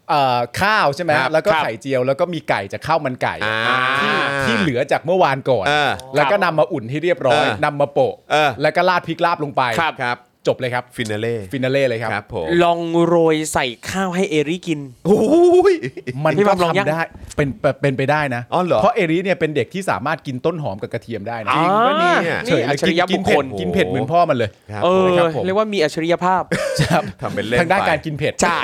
Speaker 3: เอ่อข้าวใช่ไหม
Speaker 1: ครับ
Speaker 3: แล้วก็
Speaker 2: ครับ
Speaker 3: ไข่เจียว แล้วก็มีไก่จากข้าวมันไก่
Speaker 1: อ่า
Speaker 3: ที่ที่เหลือจากเมื่อวานก่อน
Speaker 1: เออ
Speaker 3: แล้วก็นำมาอุ่นให้เรียบร้อย
Speaker 1: เออน
Speaker 3: ำมาโปะ
Speaker 1: เออ
Speaker 3: แล้วก็ราดพริกลาบลงไป
Speaker 2: ครับ
Speaker 1: ครับ
Speaker 3: จบเลยครับ
Speaker 1: ฟินาเล่
Speaker 3: ฟินาเล่เลยครับ
Speaker 1: ครับผม
Speaker 2: ลองโรยใส่ข้าวให้เอริกิน
Speaker 1: โอ้ย
Speaker 3: มัน
Speaker 2: พี่
Speaker 3: ก็
Speaker 2: บอมลองยัง
Speaker 3: ทำได้เป็นเป็นเป็นไปได้นะ
Speaker 1: อ๋อเหรอ
Speaker 3: เพราะเอริเนี่ยเป็นเด็กที่สามารถกินต้นหอมกับกระเทียมได้นะ
Speaker 2: อ๋อ
Speaker 1: ปะเนี่ย
Speaker 3: เฉย
Speaker 2: นี่อัจฉริยะ
Speaker 3: กิน
Speaker 2: บุค
Speaker 3: เผ็
Speaker 2: ค
Speaker 3: ด
Speaker 2: ล
Speaker 3: กินเผ็ดเหมือนพ่อมันเลย
Speaker 1: ครับ
Speaker 2: เออ
Speaker 3: ครับผม
Speaker 2: เรียกว่ามีอัจฉริยภาพ
Speaker 3: ครับ
Speaker 1: ทำเป็นเล่น
Speaker 3: ทางด้าน
Speaker 1: ไป
Speaker 3: การกินเผ็ด
Speaker 2: จ้า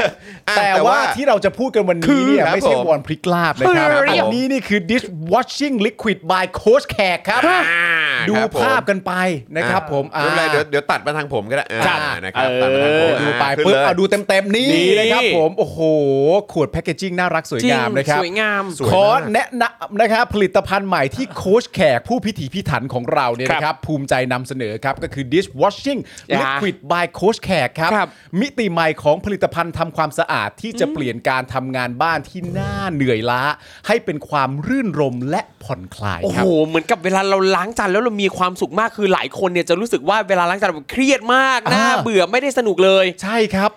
Speaker 1: อ่ะ
Speaker 3: แต่
Speaker 1: แต่
Speaker 3: ว่า
Speaker 1: ว่า
Speaker 3: ที่เราจะพูดกันวันนี้เนี่ย
Speaker 1: คือ
Speaker 3: ไม่ใช่
Speaker 1: ครับผม
Speaker 3: วอนพริกลาบนะครับ
Speaker 1: ครับผม
Speaker 3: อันนี้นี่คือ dish washing liquid by coach แขกครับ
Speaker 1: อ่า
Speaker 3: ดู
Speaker 1: ครับผม
Speaker 3: ภาพกันไปนะครับผม
Speaker 1: อ่าไม่เป็นไรเดี๋ยวเดี๋ยวตัดมาทางผมก็ได้อ่า
Speaker 2: จ้ะ
Speaker 1: นะครับ
Speaker 2: เออ
Speaker 1: ตัดมาทางผม
Speaker 3: ดูไป
Speaker 1: ขึ้น
Speaker 3: ปุ๊บ
Speaker 1: ลย
Speaker 3: เอาดูเต็มๆนี่
Speaker 2: นี่
Speaker 3: นะครับผม โอ้โห ขวดแพคเกจิ้งน่ารักสวย
Speaker 2: จริง
Speaker 3: งามนะครับ
Speaker 2: สวยงาม
Speaker 1: สวยมาก
Speaker 3: ขอแนะนำนะครับผลิตภัณฑ์ใหม่ที่โค้ชแขกผู้พิถีพิถันของเราเนี่ย
Speaker 2: ครับ
Speaker 3: นะครับภูมิใจนำเสนอครับ ก็คือ dish washing
Speaker 2: อ่า
Speaker 3: liquid by โค้ชแขกครับ
Speaker 2: ครับ
Speaker 3: มิติใหม่ของผลิตภัณฑ์ทำความสะอาดที่จะเปลี่ยนการทำงานบ้านที่น่าเหนื่อยล้า ให้เป็นความรื่นรมและผ่อนคลาย
Speaker 2: โอ้
Speaker 3: ค
Speaker 2: โห
Speaker 3: รับ
Speaker 2: เหมือนกับเวลาเราล้างจานแล้วเรามีความสุขมากคือหลายคนเนี่ยจะรู้สึกว่าเวลาล้างจานแบบเครียดมากน่า
Speaker 3: อ่า
Speaker 2: เบื่อไม่ได้สนุกเลย
Speaker 3: ใช่ครับ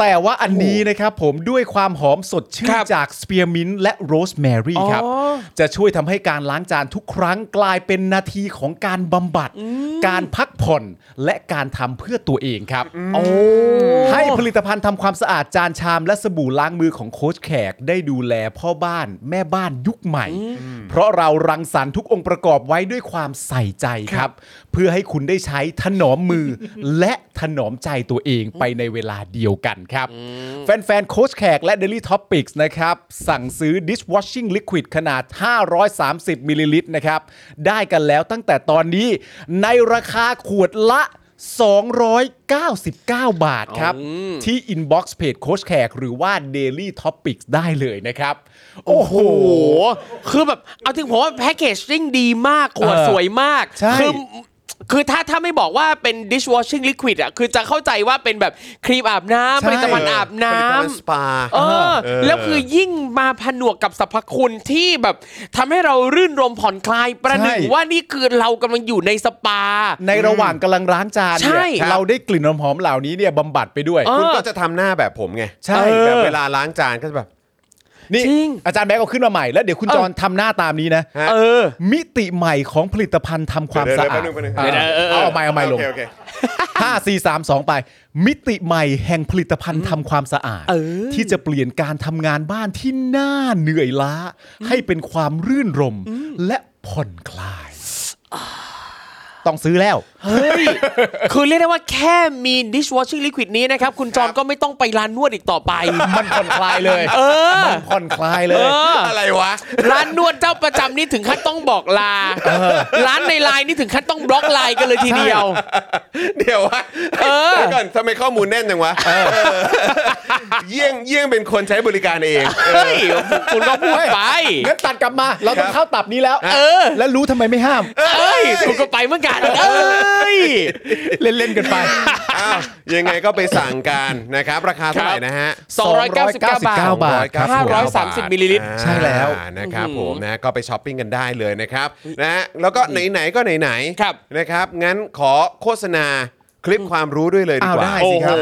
Speaker 3: แต่ว่าอันนี้นะครับผมด้วยความหอมสดชื่
Speaker 2: คน รับ
Speaker 3: จากสเปียร์มินต์และโรสแมรี่ครับ
Speaker 2: อ๋อ
Speaker 3: จะช่วยทำให้การล้างจานทุกครั้งกลายเป็นนาทีของการบำบัด การพักผ่อนและการทำเพื่อตัวเองครับ
Speaker 2: โอ้
Speaker 3: ให้ผลิตภัณฑ์ทำความสะอาดจานชามและสบู่ล้างมือของโค้ชแขกได้ดูแลพ่อบ้านแม่บ้านยุคใหม่ เพราะเรารังสรรค์ทุกองค์ประกอบไว้ด้วยความใส่ใจครับ เพื่อให้คุณได้ใช้ถนอมมือ และถนอมใจตัวเองไปในเวลาเดียวกันครับ แฟนๆโค้ชแขกและ Daily Topics นะครับ สั่งซื้อ dishwashing liquid ขนาด 530มิลลิลิตรนะครับ ได้กันแล้วตั้งแต่ตอนนี้ในราคาขวดละ 299 บาทครับ
Speaker 2: อืม
Speaker 3: ที่ inbox เพจโค้ชแขกหรือว่า daily topics ได้เลยนะครับ โอ้โห
Speaker 2: โอ้โห คือแบบ เอาถึงผมว่าแพคเกจจิ้งดีมาก ขวด
Speaker 3: เออ
Speaker 2: สวยมาก
Speaker 3: ใช่
Speaker 2: คือ คือถ้าถ้าไม่บอกว่าเป็น dishwashing liquid อ่ะ คือจะเข้าใจว่าเป็นแบบครีมอาบ
Speaker 3: ใช่
Speaker 2: น้ำผลิตภัณฑ์อาบน้
Speaker 1: ผลิตภัณฑ์ส
Speaker 2: ำ
Speaker 1: ปา
Speaker 2: เออ
Speaker 1: เออ
Speaker 2: แล้วคือยิ่งมาผนวกกับสรรพคุณที่แบบทำให้เรารื่นรมผ่อนคลายประหนึ่ง
Speaker 3: ใช่
Speaker 2: ว่านี่คือเรากำลังอยู่ในสปา
Speaker 3: ในระหว่างกำลังล้างจาน
Speaker 2: ใช่
Speaker 3: เนี่ยเราได้กลิ่นหอมๆเหล่านี้เนี่ยบำบัดไปด้วย
Speaker 2: เอ
Speaker 1: คุณ
Speaker 2: อ
Speaker 1: ก็จะทำหน้าแบบผมไง
Speaker 3: ใช่
Speaker 1: แบบเวลาล้างจานก็จะแบบ
Speaker 3: นี่
Speaker 2: จริง
Speaker 3: อาจารย์แบงค์เอาขึ้นมาใหม่แล้วเดี๋ยวคุณจรทำหน้าตามนี้นะ
Speaker 1: ฮะ
Speaker 2: เออ
Speaker 3: มิติใหม่ของผลิตภัณฑ์ทำความ
Speaker 1: เดี๋ยว
Speaker 3: สะ
Speaker 1: เดี๋
Speaker 3: อาด
Speaker 1: ยวแป๊บนึงแป๊บนึง
Speaker 3: เออ
Speaker 2: เดี๋ยวเออเออ
Speaker 3: เอาเอาไม้เอาไม้ล
Speaker 1: โอ
Speaker 3: ง
Speaker 1: เคโอเค
Speaker 3: 5 4 3 2 ไป มิติใหม่แห่งผลิตภัณฑ์ทำความสะอาด
Speaker 2: เออ
Speaker 3: ที่จะเปลี่ยนการทำงานบ้านที่น่าเหนื่อยล้า ให้เป็นความรื่นรมและผ่อนคลาย ต้องซื้อแล้ว
Speaker 2: เฮ้ย คือเรียกได้ว่าแค่มี dishwashing liquid นี้นะครับ คุณจอนก็ไม่ต้องไปร้านนวดอีกต่อไป
Speaker 3: มันผ่อนคลายเลย
Speaker 2: เออ
Speaker 3: มันผ่อนคลายเล
Speaker 2: เอย อ
Speaker 1: อะไรวะ
Speaker 2: ร้านนวดเจ้าประจำนี่ถึงขั้นต้องบอกลา ร้านในไลน์นี่ถึงขั้นต้องบล็อกไลน์กันเลยทีเดียว
Speaker 1: เดี๋ยววะ
Speaker 2: เออ
Speaker 1: เดี๋ยวก่อนทำไมข้อมูลแน่นจังวะเออเยี่ยงเยี่ยงเป็นคนใช้บริการเอง
Speaker 2: เฮ้ย คุณก็พูดไป
Speaker 3: งั้นตัดกลับมา เราต้องเข้าตับนี้แล้ว
Speaker 2: เออ
Speaker 3: แล้วรู้ทำไมไม่ห้าม
Speaker 2: เอ้ยคุณก็ไปเหมือนกัน เอ้ย
Speaker 3: เล่น ๆ กันไป
Speaker 1: อ้าวยังไงก็ไปสั่งการนะครับ ราคาเท่าไหร่นะฮะ
Speaker 2: 299 บาท
Speaker 3: บาทครับ
Speaker 2: 530มิลลิลิตร
Speaker 3: ใช่แล้ว
Speaker 1: อ่านะครับผมนะก็ไปช้อปปิ้งกันได้เลยนะครับนะฮะแล้วก็ไหน ๆ ก็ไหนๆ
Speaker 2: ครับ
Speaker 1: นะครับ งั้นขอโฆษณาคลิปความรู้ด้วยเลยดีกว่า
Speaker 3: อ้าวได้
Speaker 2: โอ้
Speaker 3: สิ
Speaker 2: โห
Speaker 3: ครับ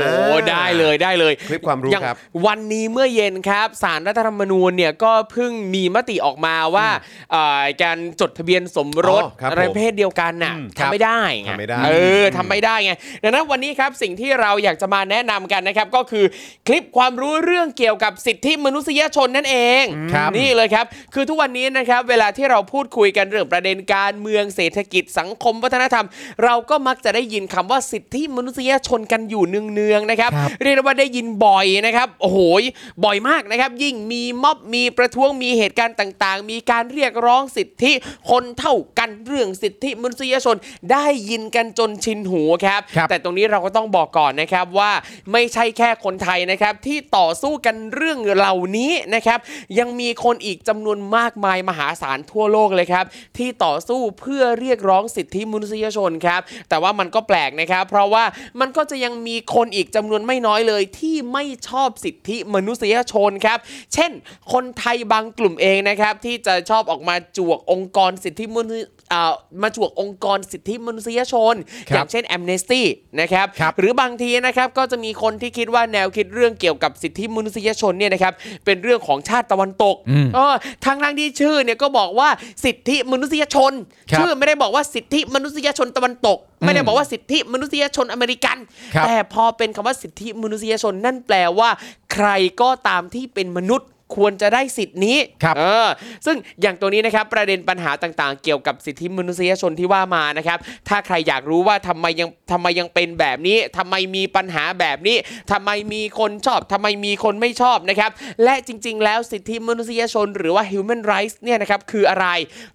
Speaker 2: ได้เลยได้เลย
Speaker 1: คลิปความรู้
Speaker 2: อย่าง
Speaker 1: ครับ
Speaker 2: วันนี้เมื่อเย็นครับสารรัฐธรรมนูญเนี่ยก็เพิ่งมีมติออกมาว่าเอ่อการจดทะเบียนสมรส
Speaker 1: อ๋อครับผม
Speaker 2: อะไรเพศเดียวกันน่ะ
Speaker 1: อืมครับ
Speaker 2: ทำไม่ได้ไง
Speaker 1: ทำไม่ได้
Speaker 2: เออทำไม่ได้ไงดังนั้นวันนี้ครับสิ่งที่เราอยากจะมาแนะนำกันนะครับก็คือคลิปความรู้เรื่องเกี่ยวกับสิทธิมนุษยชนนั่นเอง
Speaker 3: ครับ
Speaker 2: นี่เลยครับ คือทุกวันนี้นะครับเวลาที่เราพูดคุยกันเรื่องประเด็นการเมืองเศรษฐกิจสังคมวัฒนธรรม เราก็มักจะได้ยินคำว่าสิทธิมนุษยชนกันอยู่เนืองๆนะครับ
Speaker 3: ครับ
Speaker 2: เรียกได้ว่าได้ยินบ่อยนะครับ โอ้โหยบ่อยมากนะครับ ยิ่งมีม็อบมีประท้วงมีเหตุการณ์ต่างๆ มีการเรียกร้องสิทธิคนเท่ากันเรื่องสิทธิมนุษยชนได้ยินกันจนชินหูครับ
Speaker 3: ครับ
Speaker 2: แต่ตรงนี้เราก็ต้องบอกก่อนนะครับว่าไม่ใช่แค่คนไทยนะครับ ที่ต่อสู้กันเรื่องเหล่านี้นะครับ ยังมีคนอีกจำนวนมากมายมหาศาลทั่วโลกเลยครับ ที่ต่อสู้เพื่อเรียกร้องสิทธิมนุษยชนครับ แต่ว่ามันก็แปลกนะครับ เพราะว่ามันก็จะยังมีคนอีกจำนวนไม่น้อยเลย ที่ไม่ชอบสิทธิมนุษยชนครับ เช่น คนไทยบางกลุ่มเองนะครับ ที่จะชอบออกมาจวกองค์กรสิทธิมนุษยเอ่อมาจวกองค์กรสิทธิมนุษยชน
Speaker 3: ครั
Speaker 2: อ
Speaker 3: บ
Speaker 2: ย่างเช่น Amnesty นะครับ
Speaker 3: ครับ
Speaker 2: หรือบางทีนะครับก็จะมีคนที่คิดว่าแนวคิดเรื่องเกี่ยวกับสิทธิมนุษยชนเนี่ยนะครับเป็นเรื่องของชาติตะวันตก
Speaker 3: อืม
Speaker 2: เออทางด้านที่ชื่อเนี่ยก็บอกว่าสิทธิมนุษยชน
Speaker 3: ครับ
Speaker 2: ชื่อไม่ได้บอกว่าสิทธิมนุษยชนตะวันตก ไม่ได้บอกว่าสิทธิมนุษยชนอเมริกัน
Speaker 3: ครับ
Speaker 2: แต่พอเป็นคำว่าสิทธิมนุษยชนนั่นแปลว่า ใครก็ตามที่เป็นมนุษย์ควรจะได้สิทธิ์นี้
Speaker 3: ครับ
Speaker 2: เออซึ่งอย่างตัวนี้นะครับประเด็นปัญหาต่างๆ เกี่ยวกับสิทธิมนุษยชนที่ว่ามานะครับ ถ้าใครอยากรู้ว่าทำไมยังทำไมยังเป็นแบบนี้ทำไมมีปัญหาแบบนี้ทำไมมีคนชอบทำไมมีคนไม่ชอบนะครับ และจริงๆ แล้วสิทธิมนุษยชนหรือว่า human rights เนี่ยนะครับคืออะไร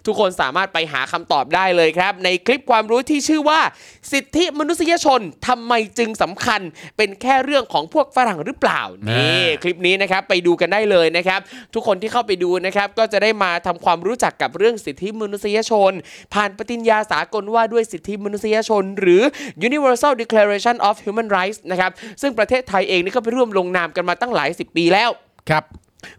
Speaker 2: ทุกคนสามารถไปหาคำตอบได้เลยครับ ในคลิปความรู้ที่ชื่อว่า สิทธิมนุษยชนทำไมจึงสำคัญ เป็นแค่เรื่องของพวกฝรั่งหรือเปล่านี่ คลิปนี้นะครับไปดูกันได้เลยนะครับ ทุกคนที่เข้าไปดูนะครับ ก็จะได้มาทำความรู้จักกับเรื่องสิทธิมนุษยชน ผ่านปฏิญญาสากลว่าด้วยสิทธิมนุษยชน หรือ Universal Declaration of Human Rights นะครับ ซึ่งประเทศไทยเองนี่ก็ไปร่วมลงนามกันมาตั้งหลายสิบปีแล้ว
Speaker 3: ครับ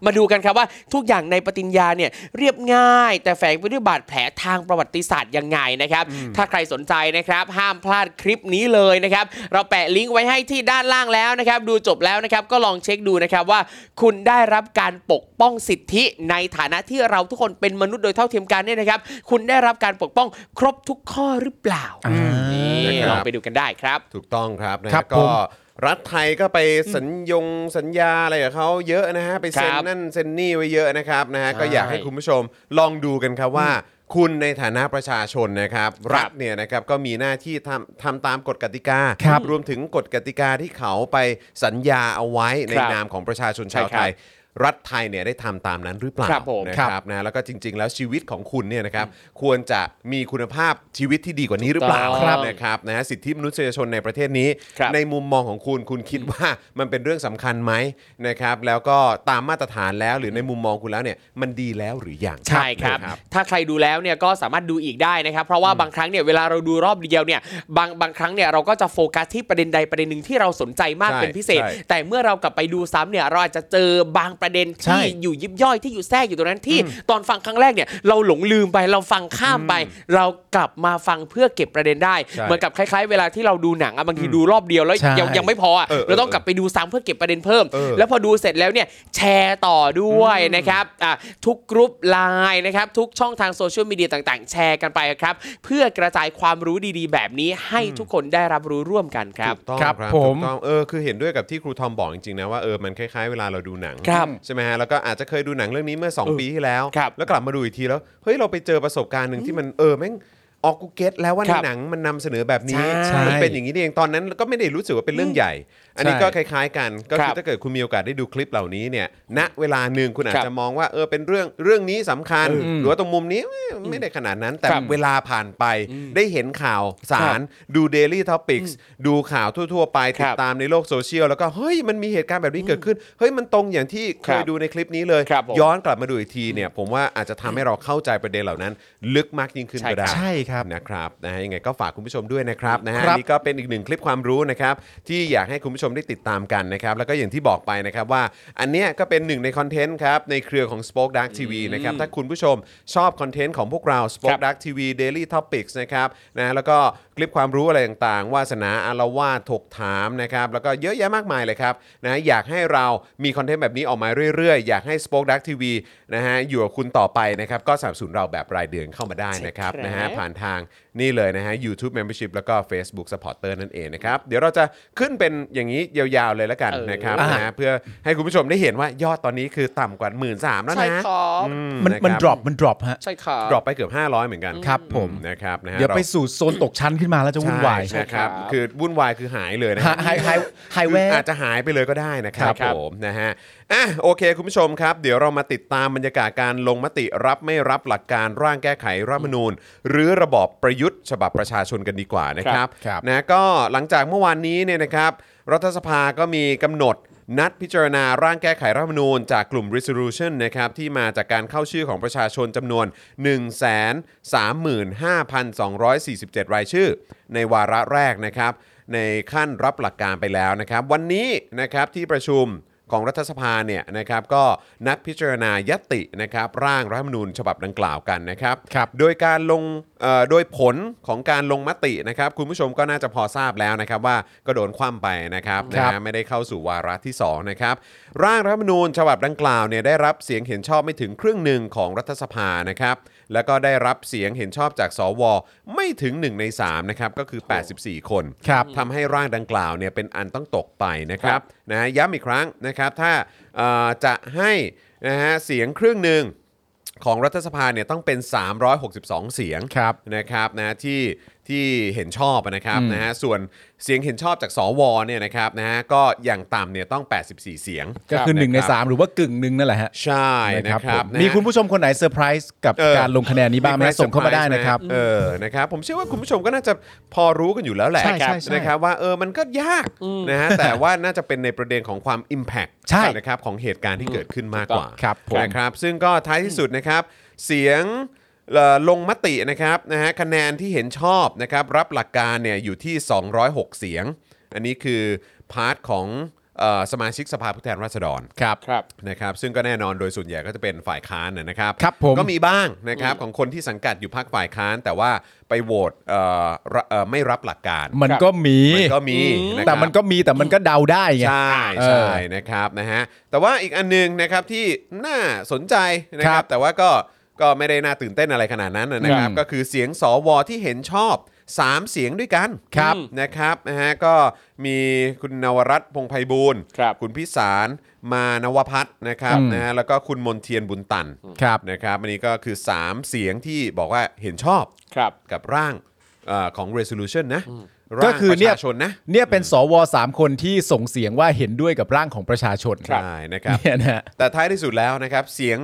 Speaker 2: มาดูกันครับว่าทุกอย่างในปฏิญญาเนี่ยเรียบง่าย แต่แฝงไปด้วยบาดแผลทางประวัติศาสตร์ยังไงนะครับ ถ้าใครสนใจนะครับ ห้ามพลาดคลิปนี้เลยนะครับ เราแปะลิงก์ไว้ให้ที่ด้านล่างแล้วนะครับ ดูจบแล้วนะครับ ก็ลองเช็คดูนะครับว่า คุณได้รับการปกป้องสิทธิในฐานะที่เราทุกคนเป็นมนุษย์โดยเท่าเทียมกันเนี่ยนะครับ คุณได้รับการปกป้องครบทุกข้อหรือเปล่านี่
Speaker 1: นะครับ
Speaker 2: ลองไปดูกันได้ครับ
Speaker 1: ถูกต้องครับนะฮะ
Speaker 3: ครับผม
Speaker 1: ก็รัฐไทยก็ไปสัญญงสัญญาอะไรกับเขาเยอะนะฮะไปเซ็น
Speaker 2: ครับ
Speaker 1: นั่นเซ็นนี่ไว้เยอะนะครับนะฮะ
Speaker 2: ใช่
Speaker 1: ก็อยากให้คุณผู้ชมลองดูกันครับว่า คุณในฐานะประชาชนนะครับ รัฐเนี่ยนะครับก็มีหน้าที่ทำทำตามกฎกติกา
Speaker 3: ครับ
Speaker 1: รวมถึงกฎกติกาที่เขาไปสัญญาเอาไว้ใน
Speaker 2: ครับ
Speaker 1: นามของประชาชนชาว
Speaker 2: ใช่ครับ
Speaker 1: ไทย รัฐไทยเนี่ยได้ทำตามนั้นหรือเปล่า
Speaker 2: ครับผม
Speaker 1: นะค
Speaker 3: ค
Speaker 1: รับ รับนะแล้วก็จริง ๆ แล้วชีวิตของคุณเนี่ยนะครับควรจะมีคุณภาพชีวิตที่ดีกว่านี้หรือเปล่า
Speaker 2: ถูกต้อง
Speaker 1: นะครับนะฮะสิทธิมนุษยชนในประเทศนี้
Speaker 2: ครับ
Speaker 1: ในมุมมองของคุณคุณคิดว่ามันเป็นเรื่องสำคัญไหมนะครับแล้วก็ตามมาตรฐานแล้วหรือในมุมมองคุณแล้วเนี่ยมันดีแล้วหรือยัง
Speaker 2: ใช่ครับ ถ้าใครดูแล้วเนี่ยก็สามารถดูอีกได้นะครับ เพราะว่าบางครั้งเนี่ยเวลาเราดูรอบเดียวเนี่ยบางบางครั้งเนี่ยเราก็จะโฟกัสที่ประเด็นใดประเด็นหนึ่งที่เราสนใจมาก
Speaker 1: ใช่
Speaker 2: เป็นพิเศษ
Speaker 1: ใช่
Speaker 2: แต่เมื่อเรากลับไปดูซ้ำเนี่ยเราอาจจะเจอบางประเด็น
Speaker 3: ใช่
Speaker 2: ที่อยู่ยิบย่อยที่อยู่แทรกอยู่ตรงนั้นที่ ตอนฟังครั้งแรกเนี่ยเราหลงลืมไปเราฟังข้ามไป เรากลับมาฟังเพื่อเก็บประเด็นได้เหมือนกับคล้าย ๆ เวลาที่เราดูหนังอะบางทีดูรอบเดียวแล้ว
Speaker 3: ใช่
Speaker 2: ยังยังไม่พออะ
Speaker 1: เออเออ
Speaker 2: เราต้องกลับไปดูซ้ำเพื่อเก็บประเด็นเพิ่ม
Speaker 1: เออ
Speaker 2: แล้วพอดูเสร็จแล้วเนี่ยแชร์ต่อด้วยนะครับอ่ะทุกกรุ๊ปไลน์นะครับทุกช่องทางโซเชียลมีเดียต่างๆ แชร์กันไปครับ เพื่อกระจายความรู้ดีๆ แบบนี้ให้ทุกคนได้รับรู้ร่วมกันครับ
Speaker 1: ถูกต้องค
Speaker 3: ครั
Speaker 1: รับบ
Speaker 3: ผม
Speaker 1: ถูกต้องเออคือเห็นด้วยกับที่ครูทอมบอกจริงๆนะว่าเออมันคล้ายๆเวลาเราดูหนัง
Speaker 2: ครับ
Speaker 1: ใช่ไหมฮะแล้วก็อาจจะเคยดูหนังเรื่องนี้เมื่อ
Speaker 2: เออ
Speaker 1: 2 ปีที่แล้ว
Speaker 2: ครับ
Speaker 1: แล้วกลับมาดูอีกทีแล้วเฮ้ยเราไปเจอประสบการณ์หนึ่งที่มันเออแม่งออกกูเก็ตแล้วว่า
Speaker 2: ค
Speaker 1: ใน
Speaker 2: รับ
Speaker 1: หนังมันนำเสนอแบบนี้
Speaker 2: ใช่
Speaker 1: มันเป็นอย่างนี้นี่เองตอนนั้นก็ไม่ได้รู้สึกว่าเป็นเรื่องใหญ่ อันนี้
Speaker 3: ใช่
Speaker 1: ก็คล้ายๆกันก็
Speaker 2: ค
Speaker 1: คื
Speaker 2: รั
Speaker 1: อบ ถ้าเกิดคุณมีโอกาสได้ดูคลิปเหล่านี้เนี่ยณเวลาหนึ่งคุณอาจ
Speaker 2: ครับ
Speaker 1: จะมองว่าเออเป็นเรื่องเรื่องนี้สำคัญ หรือว่าตรงมุมนี้เอ้ยไม่ได้ขนาดนั้น แต่
Speaker 2: ครับ
Speaker 1: เวลาผ่านไปได้เห็นข่าวสาร ดู Daily Topics ดูข่าวทั่ว ๆ ไปติ
Speaker 2: ครั
Speaker 1: ด
Speaker 2: บ
Speaker 1: ตามในโลกโซเชียล แล้วก็เฮ้ยมันมีเหตุการณ์แบบนี้เกิดขึ้น เฮ้ยมันตรงอย่างที่เค
Speaker 2: ครั
Speaker 1: ย
Speaker 2: บ
Speaker 1: ดูในคลิปนี้เลย
Speaker 2: ครับผม
Speaker 1: ย้อนกลับมาดูอีกทีเนี่ย ผมว่าอาจจะทำให้เราเข้าใจประเด็นเหล่านั้น ลึกมากยิ่งขึ้น
Speaker 2: ใช่
Speaker 1: ก็ได้
Speaker 3: ใช่ครับ
Speaker 1: นะครับนะฮะยังไงก็ฝากคุณผู้ชมด้วยนะครับนะฮะ
Speaker 3: ครับ
Speaker 1: นี่ก็เป็นอีกหนึ่งคลิปความรู้นะครับที่อยากให้คุณผู้ชมได้ติดตามกันนะครับแล้วก็อย่างที่บอกไปนะครับว่า อันเนี้ยก็เป็นหนึ่งในคอนเทนต์ครับในเครือของ Spoke Dark TV นะครับถ้าคุณผู้ชมชอบคอนเทนต์ของพวกเรา
Speaker 2: ครั
Speaker 1: Spoke
Speaker 2: บ
Speaker 1: Dark TV Daily Topics นะครับนะแล้วก็คลิปความรู้อะไรต่างๆ วาสนาอารวาสถกถามนะครับแล้วก็เยอะแยะมากมายเลยครับนะอยากให้เรามีคอนเทนต์แบบนี้ออกมาเรื่อยๆ อยากให้ Spoke Dark TV นะฮะอยู่กับคุณต่อไปนะครับก็สนับสนุนเราแบบรายเดือนเข้ามาได้นะครับ
Speaker 2: ใช่ครับ
Speaker 1: นะฮะ ผ่านทางนี่เลยนะฮะ YouTube Membership แล้วก็ Facebook Supporter นั่นเองนะครับ เดี๋ยวเราจะขึ้นเป็นอย่างนี้ยาวๆเลยแล้วกัน
Speaker 2: เออ
Speaker 1: นะครับ
Speaker 3: อ่ะ
Speaker 1: นะฮะเพื่อให้คุณผู้ชมได้เห็นว่ายอดตอนนี้คือต่ำกว่าหมื่นสามแล้ว
Speaker 2: ใช่
Speaker 1: นะครับ อื
Speaker 3: มัน
Speaker 1: นะค
Speaker 3: มันดรอปมันดรอปฮะ
Speaker 2: ใช่ครับ
Speaker 1: ดรอปไปเกือบ 500 เหมือนกัน
Speaker 3: ครับผม
Speaker 1: อืนะครับนะฮะ
Speaker 3: เดี๋ยวไป
Speaker 1: รา
Speaker 3: สู่โซนตกชั้นขึ้นมาแล้วจะวุ่นวาย
Speaker 1: ใช่
Speaker 2: ใช่
Speaker 1: ค
Speaker 2: ครั
Speaker 1: รับบ คือวุ่นวายคือหายเลยนะ
Speaker 3: ฮะ
Speaker 1: ฮะ
Speaker 3: ไฮไฮไฮแวร์
Speaker 1: อาจจะหายไปเลยก็ได้นะครับ
Speaker 2: ครับ
Speaker 1: ผมนะฮะอ่ะโอเค คุณผู้ชมครับ เดี๋ยวเรามาติดตามบรรยากาศการลงมติรับไม่รับหลักการร่างแก้ไขรัฐธรรมนูญ หรือระบอบประยุทธ์ฉบับประชาชนกันดีกว่านะครับ
Speaker 3: ครับ
Speaker 1: นะก็หลังจากเมื่อวานนี้เนี่ยนะครับรัฐสภาก็มีกำหนดนัดพิจารณาร่างแก้ไขรัฐธรรมนูญจากกลุ่ม resolution นะครับที่มาจากการเข้าชื่อของประชาชนจำนวน 135,247 รายชื่อ ในวาระแรกนะครับ ในขั้นรับหลักการไปแล้วนะครับ วันนี้นะครับที่ประชุม ของรัฐสภาเนี่ยนะครับก็นัดพิจารณายตินะครับร่างรัฐธรรมนูญฉบับดังกล่าวกันนะครับ
Speaker 3: ครับ
Speaker 1: โดยการลงเอ่อโดยผลของการลงมตินะครับคุณผู้ชมก็น่าจะพอทราบแล้วนะครับว่าก็โดนคว่ำไปนะครับ
Speaker 3: ค
Speaker 1: นะ
Speaker 3: รับ
Speaker 1: ฮะไม่ได้เข้าสู่วาระที่สองนะครับร่างรัฐธรรมนูญฉบับดังกล่าวเนี่ยได้รับเสียงเห็นชอบไม่ถึงครึ่งหนึ่งของรัฐสภานะครับแล้วก็ได้รับเสียงเห็นชอบจากสวไม่ถึงหนึ่งในสามนะครับก็คือ 84 คน
Speaker 3: ครับ
Speaker 1: ทำให้ร่างดังกล่าวเนี่ยเป็นอันต้องตกไปนะค
Speaker 2: ครั
Speaker 1: รับบ นะฮะย้ำอีกครั้งนะครับถ้าเอ่อจะให้นะฮะเสียงครึ่งหนึ่งของรัฐสภาเนี่ยต้องเป็น 362 เสียง
Speaker 3: ครับ
Speaker 1: นะครับนะที่ที่เห็นชอบนะครับ
Speaker 3: อืม
Speaker 1: นะฮะส่วนเสียงเห็นชอบจากสวเนี่ยนะครับนะฮะก็อย่างต่ำเนี่ยต้อง 84 เสียง
Speaker 3: ก็คือหนึ่งในสามหรือว่ากึ่งหนึ่งนั่นแหละฮะ
Speaker 1: ใช่นะครับ
Speaker 3: ผม
Speaker 1: นะฮะ
Speaker 3: มีคุณผู้ชมคนไหนเซอร์ไพรส์กับ
Speaker 1: เออ
Speaker 3: การลงคะแนนนี้บ้างไหม
Speaker 1: ใคร
Speaker 3: ส่งเข้ามาได้นะครับ
Speaker 1: เออนะครับผมเชื่อว่าคุณผู้ชมก็น่าจะพอรู้กันอยู่แล้วแหละ
Speaker 3: ใช่ใช่ใช่
Speaker 1: นะครับว่าเออมันก็ยากนะ ฮะแต่ว่าน่าจะเป็นในประเด็นของความ Impact
Speaker 3: ใช่
Speaker 1: นะครับของเหตุการณ์ที่เกิดขึ้นมากกว่า
Speaker 3: ครับผม
Speaker 1: นะครับซึ่งก็ท้ายที่สุดนะครับ เสียงเอ่อลงมตินะครับนะฮะคะแนนที่เห็นชอบนะครับรับหลักการเนี่ยอยู่ที่ 206 เสียง อันนี้คือพาร์ทของเอ่อสมาชิกสภาผู้แทนราษฎร
Speaker 3: ครับ
Speaker 2: ครับ
Speaker 1: นะครับซึ่งก็แน่นอนโดยส่วนใหญ่ก็จะเป็นฝ่ายค้านนะนะครับ
Speaker 3: ครับผม
Speaker 1: ก็มีบ้างนะครับของคนที่สังกัดอยู่พรรคฝ่ายค้าน แต่ว่าไปโหวตเอ่อระเอ่อไม่รับหลักการ
Speaker 3: มันก็มี
Speaker 1: มันก็มีะครับ
Speaker 3: แต่มันก็มีแต่มันก็เดาได้ไง
Speaker 1: ใช่
Speaker 3: เออ
Speaker 1: ใช่นะครับนะฮะแต่ว่าอีกอันหนึงนะครับที่น่าสนใจนะค
Speaker 3: ค
Speaker 1: รั
Speaker 3: รับ บ
Speaker 1: แต่ว่าก็ก็ไม่ได้น่าตื่นเต้นอะไรขนาดนั้นนะครับ
Speaker 3: อืม
Speaker 1: ก็คือเสียงสวที่เห็นชอบ 3 เสียงด้วยกัน
Speaker 3: ครับ
Speaker 1: นะครับนะฮะก็มีคุณนวรัตน์พงษ์ไพบูลย์
Speaker 2: ครับ
Speaker 1: คุณพิสารมานวพัฒน์นะครับ
Speaker 3: อืม
Speaker 1: นะฮะแล้วก็คุณมนเทียนบุญตัน
Speaker 3: ครับ
Speaker 1: นะครับอันนี้ก็คือ 3 เสียงที่บอกว่าเห็นชอบ
Speaker 2: ครับ
Speaker 1: กับร่างเออของ resolution นะ ร่าง
Speaker 3: ก็คือ
Speaker 1: ประ
Speaker 3: เนี่ย
Speaker 1: ชาชนนะ
Speaker 3: เนี่ยเป็นสวสามคนที่ส่งเสียงว่าเห็นด้วยกับร่างของประชาชน
Speaker 1: ใช่นะครับ
Speaker 3: เนี่ยนะฮะ
Speaker 1: แต่ท้ายที่สุดแล้วนะครับ เสียง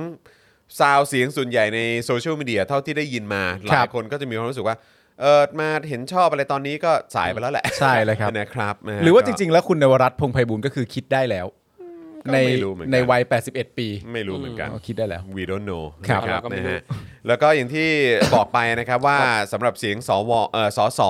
Speaker 1: ซาวเสียงส่วนใหญ่ในโซเชียลมีเดียเท่าที่ได้ยินมา ห
Speaker 3: ครั
Speaker 1: ลาย
Speaker 3: บ
Speaker 1: คนก็จะมีความรู้สึกว่าเออมาเห็นชอบอะไรตอนนี้ก็สายไปแล้วแหละ
Speaker 3: ใช่เลยครับ
Speaker 1: นะครับนะฮะ
Speaker 3: หรือว่าจ
Speaker 1: ก็
Speaker 3: ริง ๆ แล้วคุณนวรัตน์พงษ์ไพบูลย์ก็คือคิดได้แล้ว
Speaker 1: ก็
Speaker 3: ใน
Speaker 1: ไม่รู้เหมือนกัน
Speaker 3: ในวัย 81 ปี
Speaker 1: ไม่รู้เหมือนกัน
Speaker 3: อ๋อคิดได้แล้ว
Speaker 1: We don't know
Speaker 3: ครับ
Speaker 1: นะ
Speaker 2: เราก็
Speaker 1: นะ
Speaker 2: ไม่รู้
Speaker 1: ฮะแล้วก็อย่างที่ บอกไปนะครับว่าสำหรับเสียงสวเออสส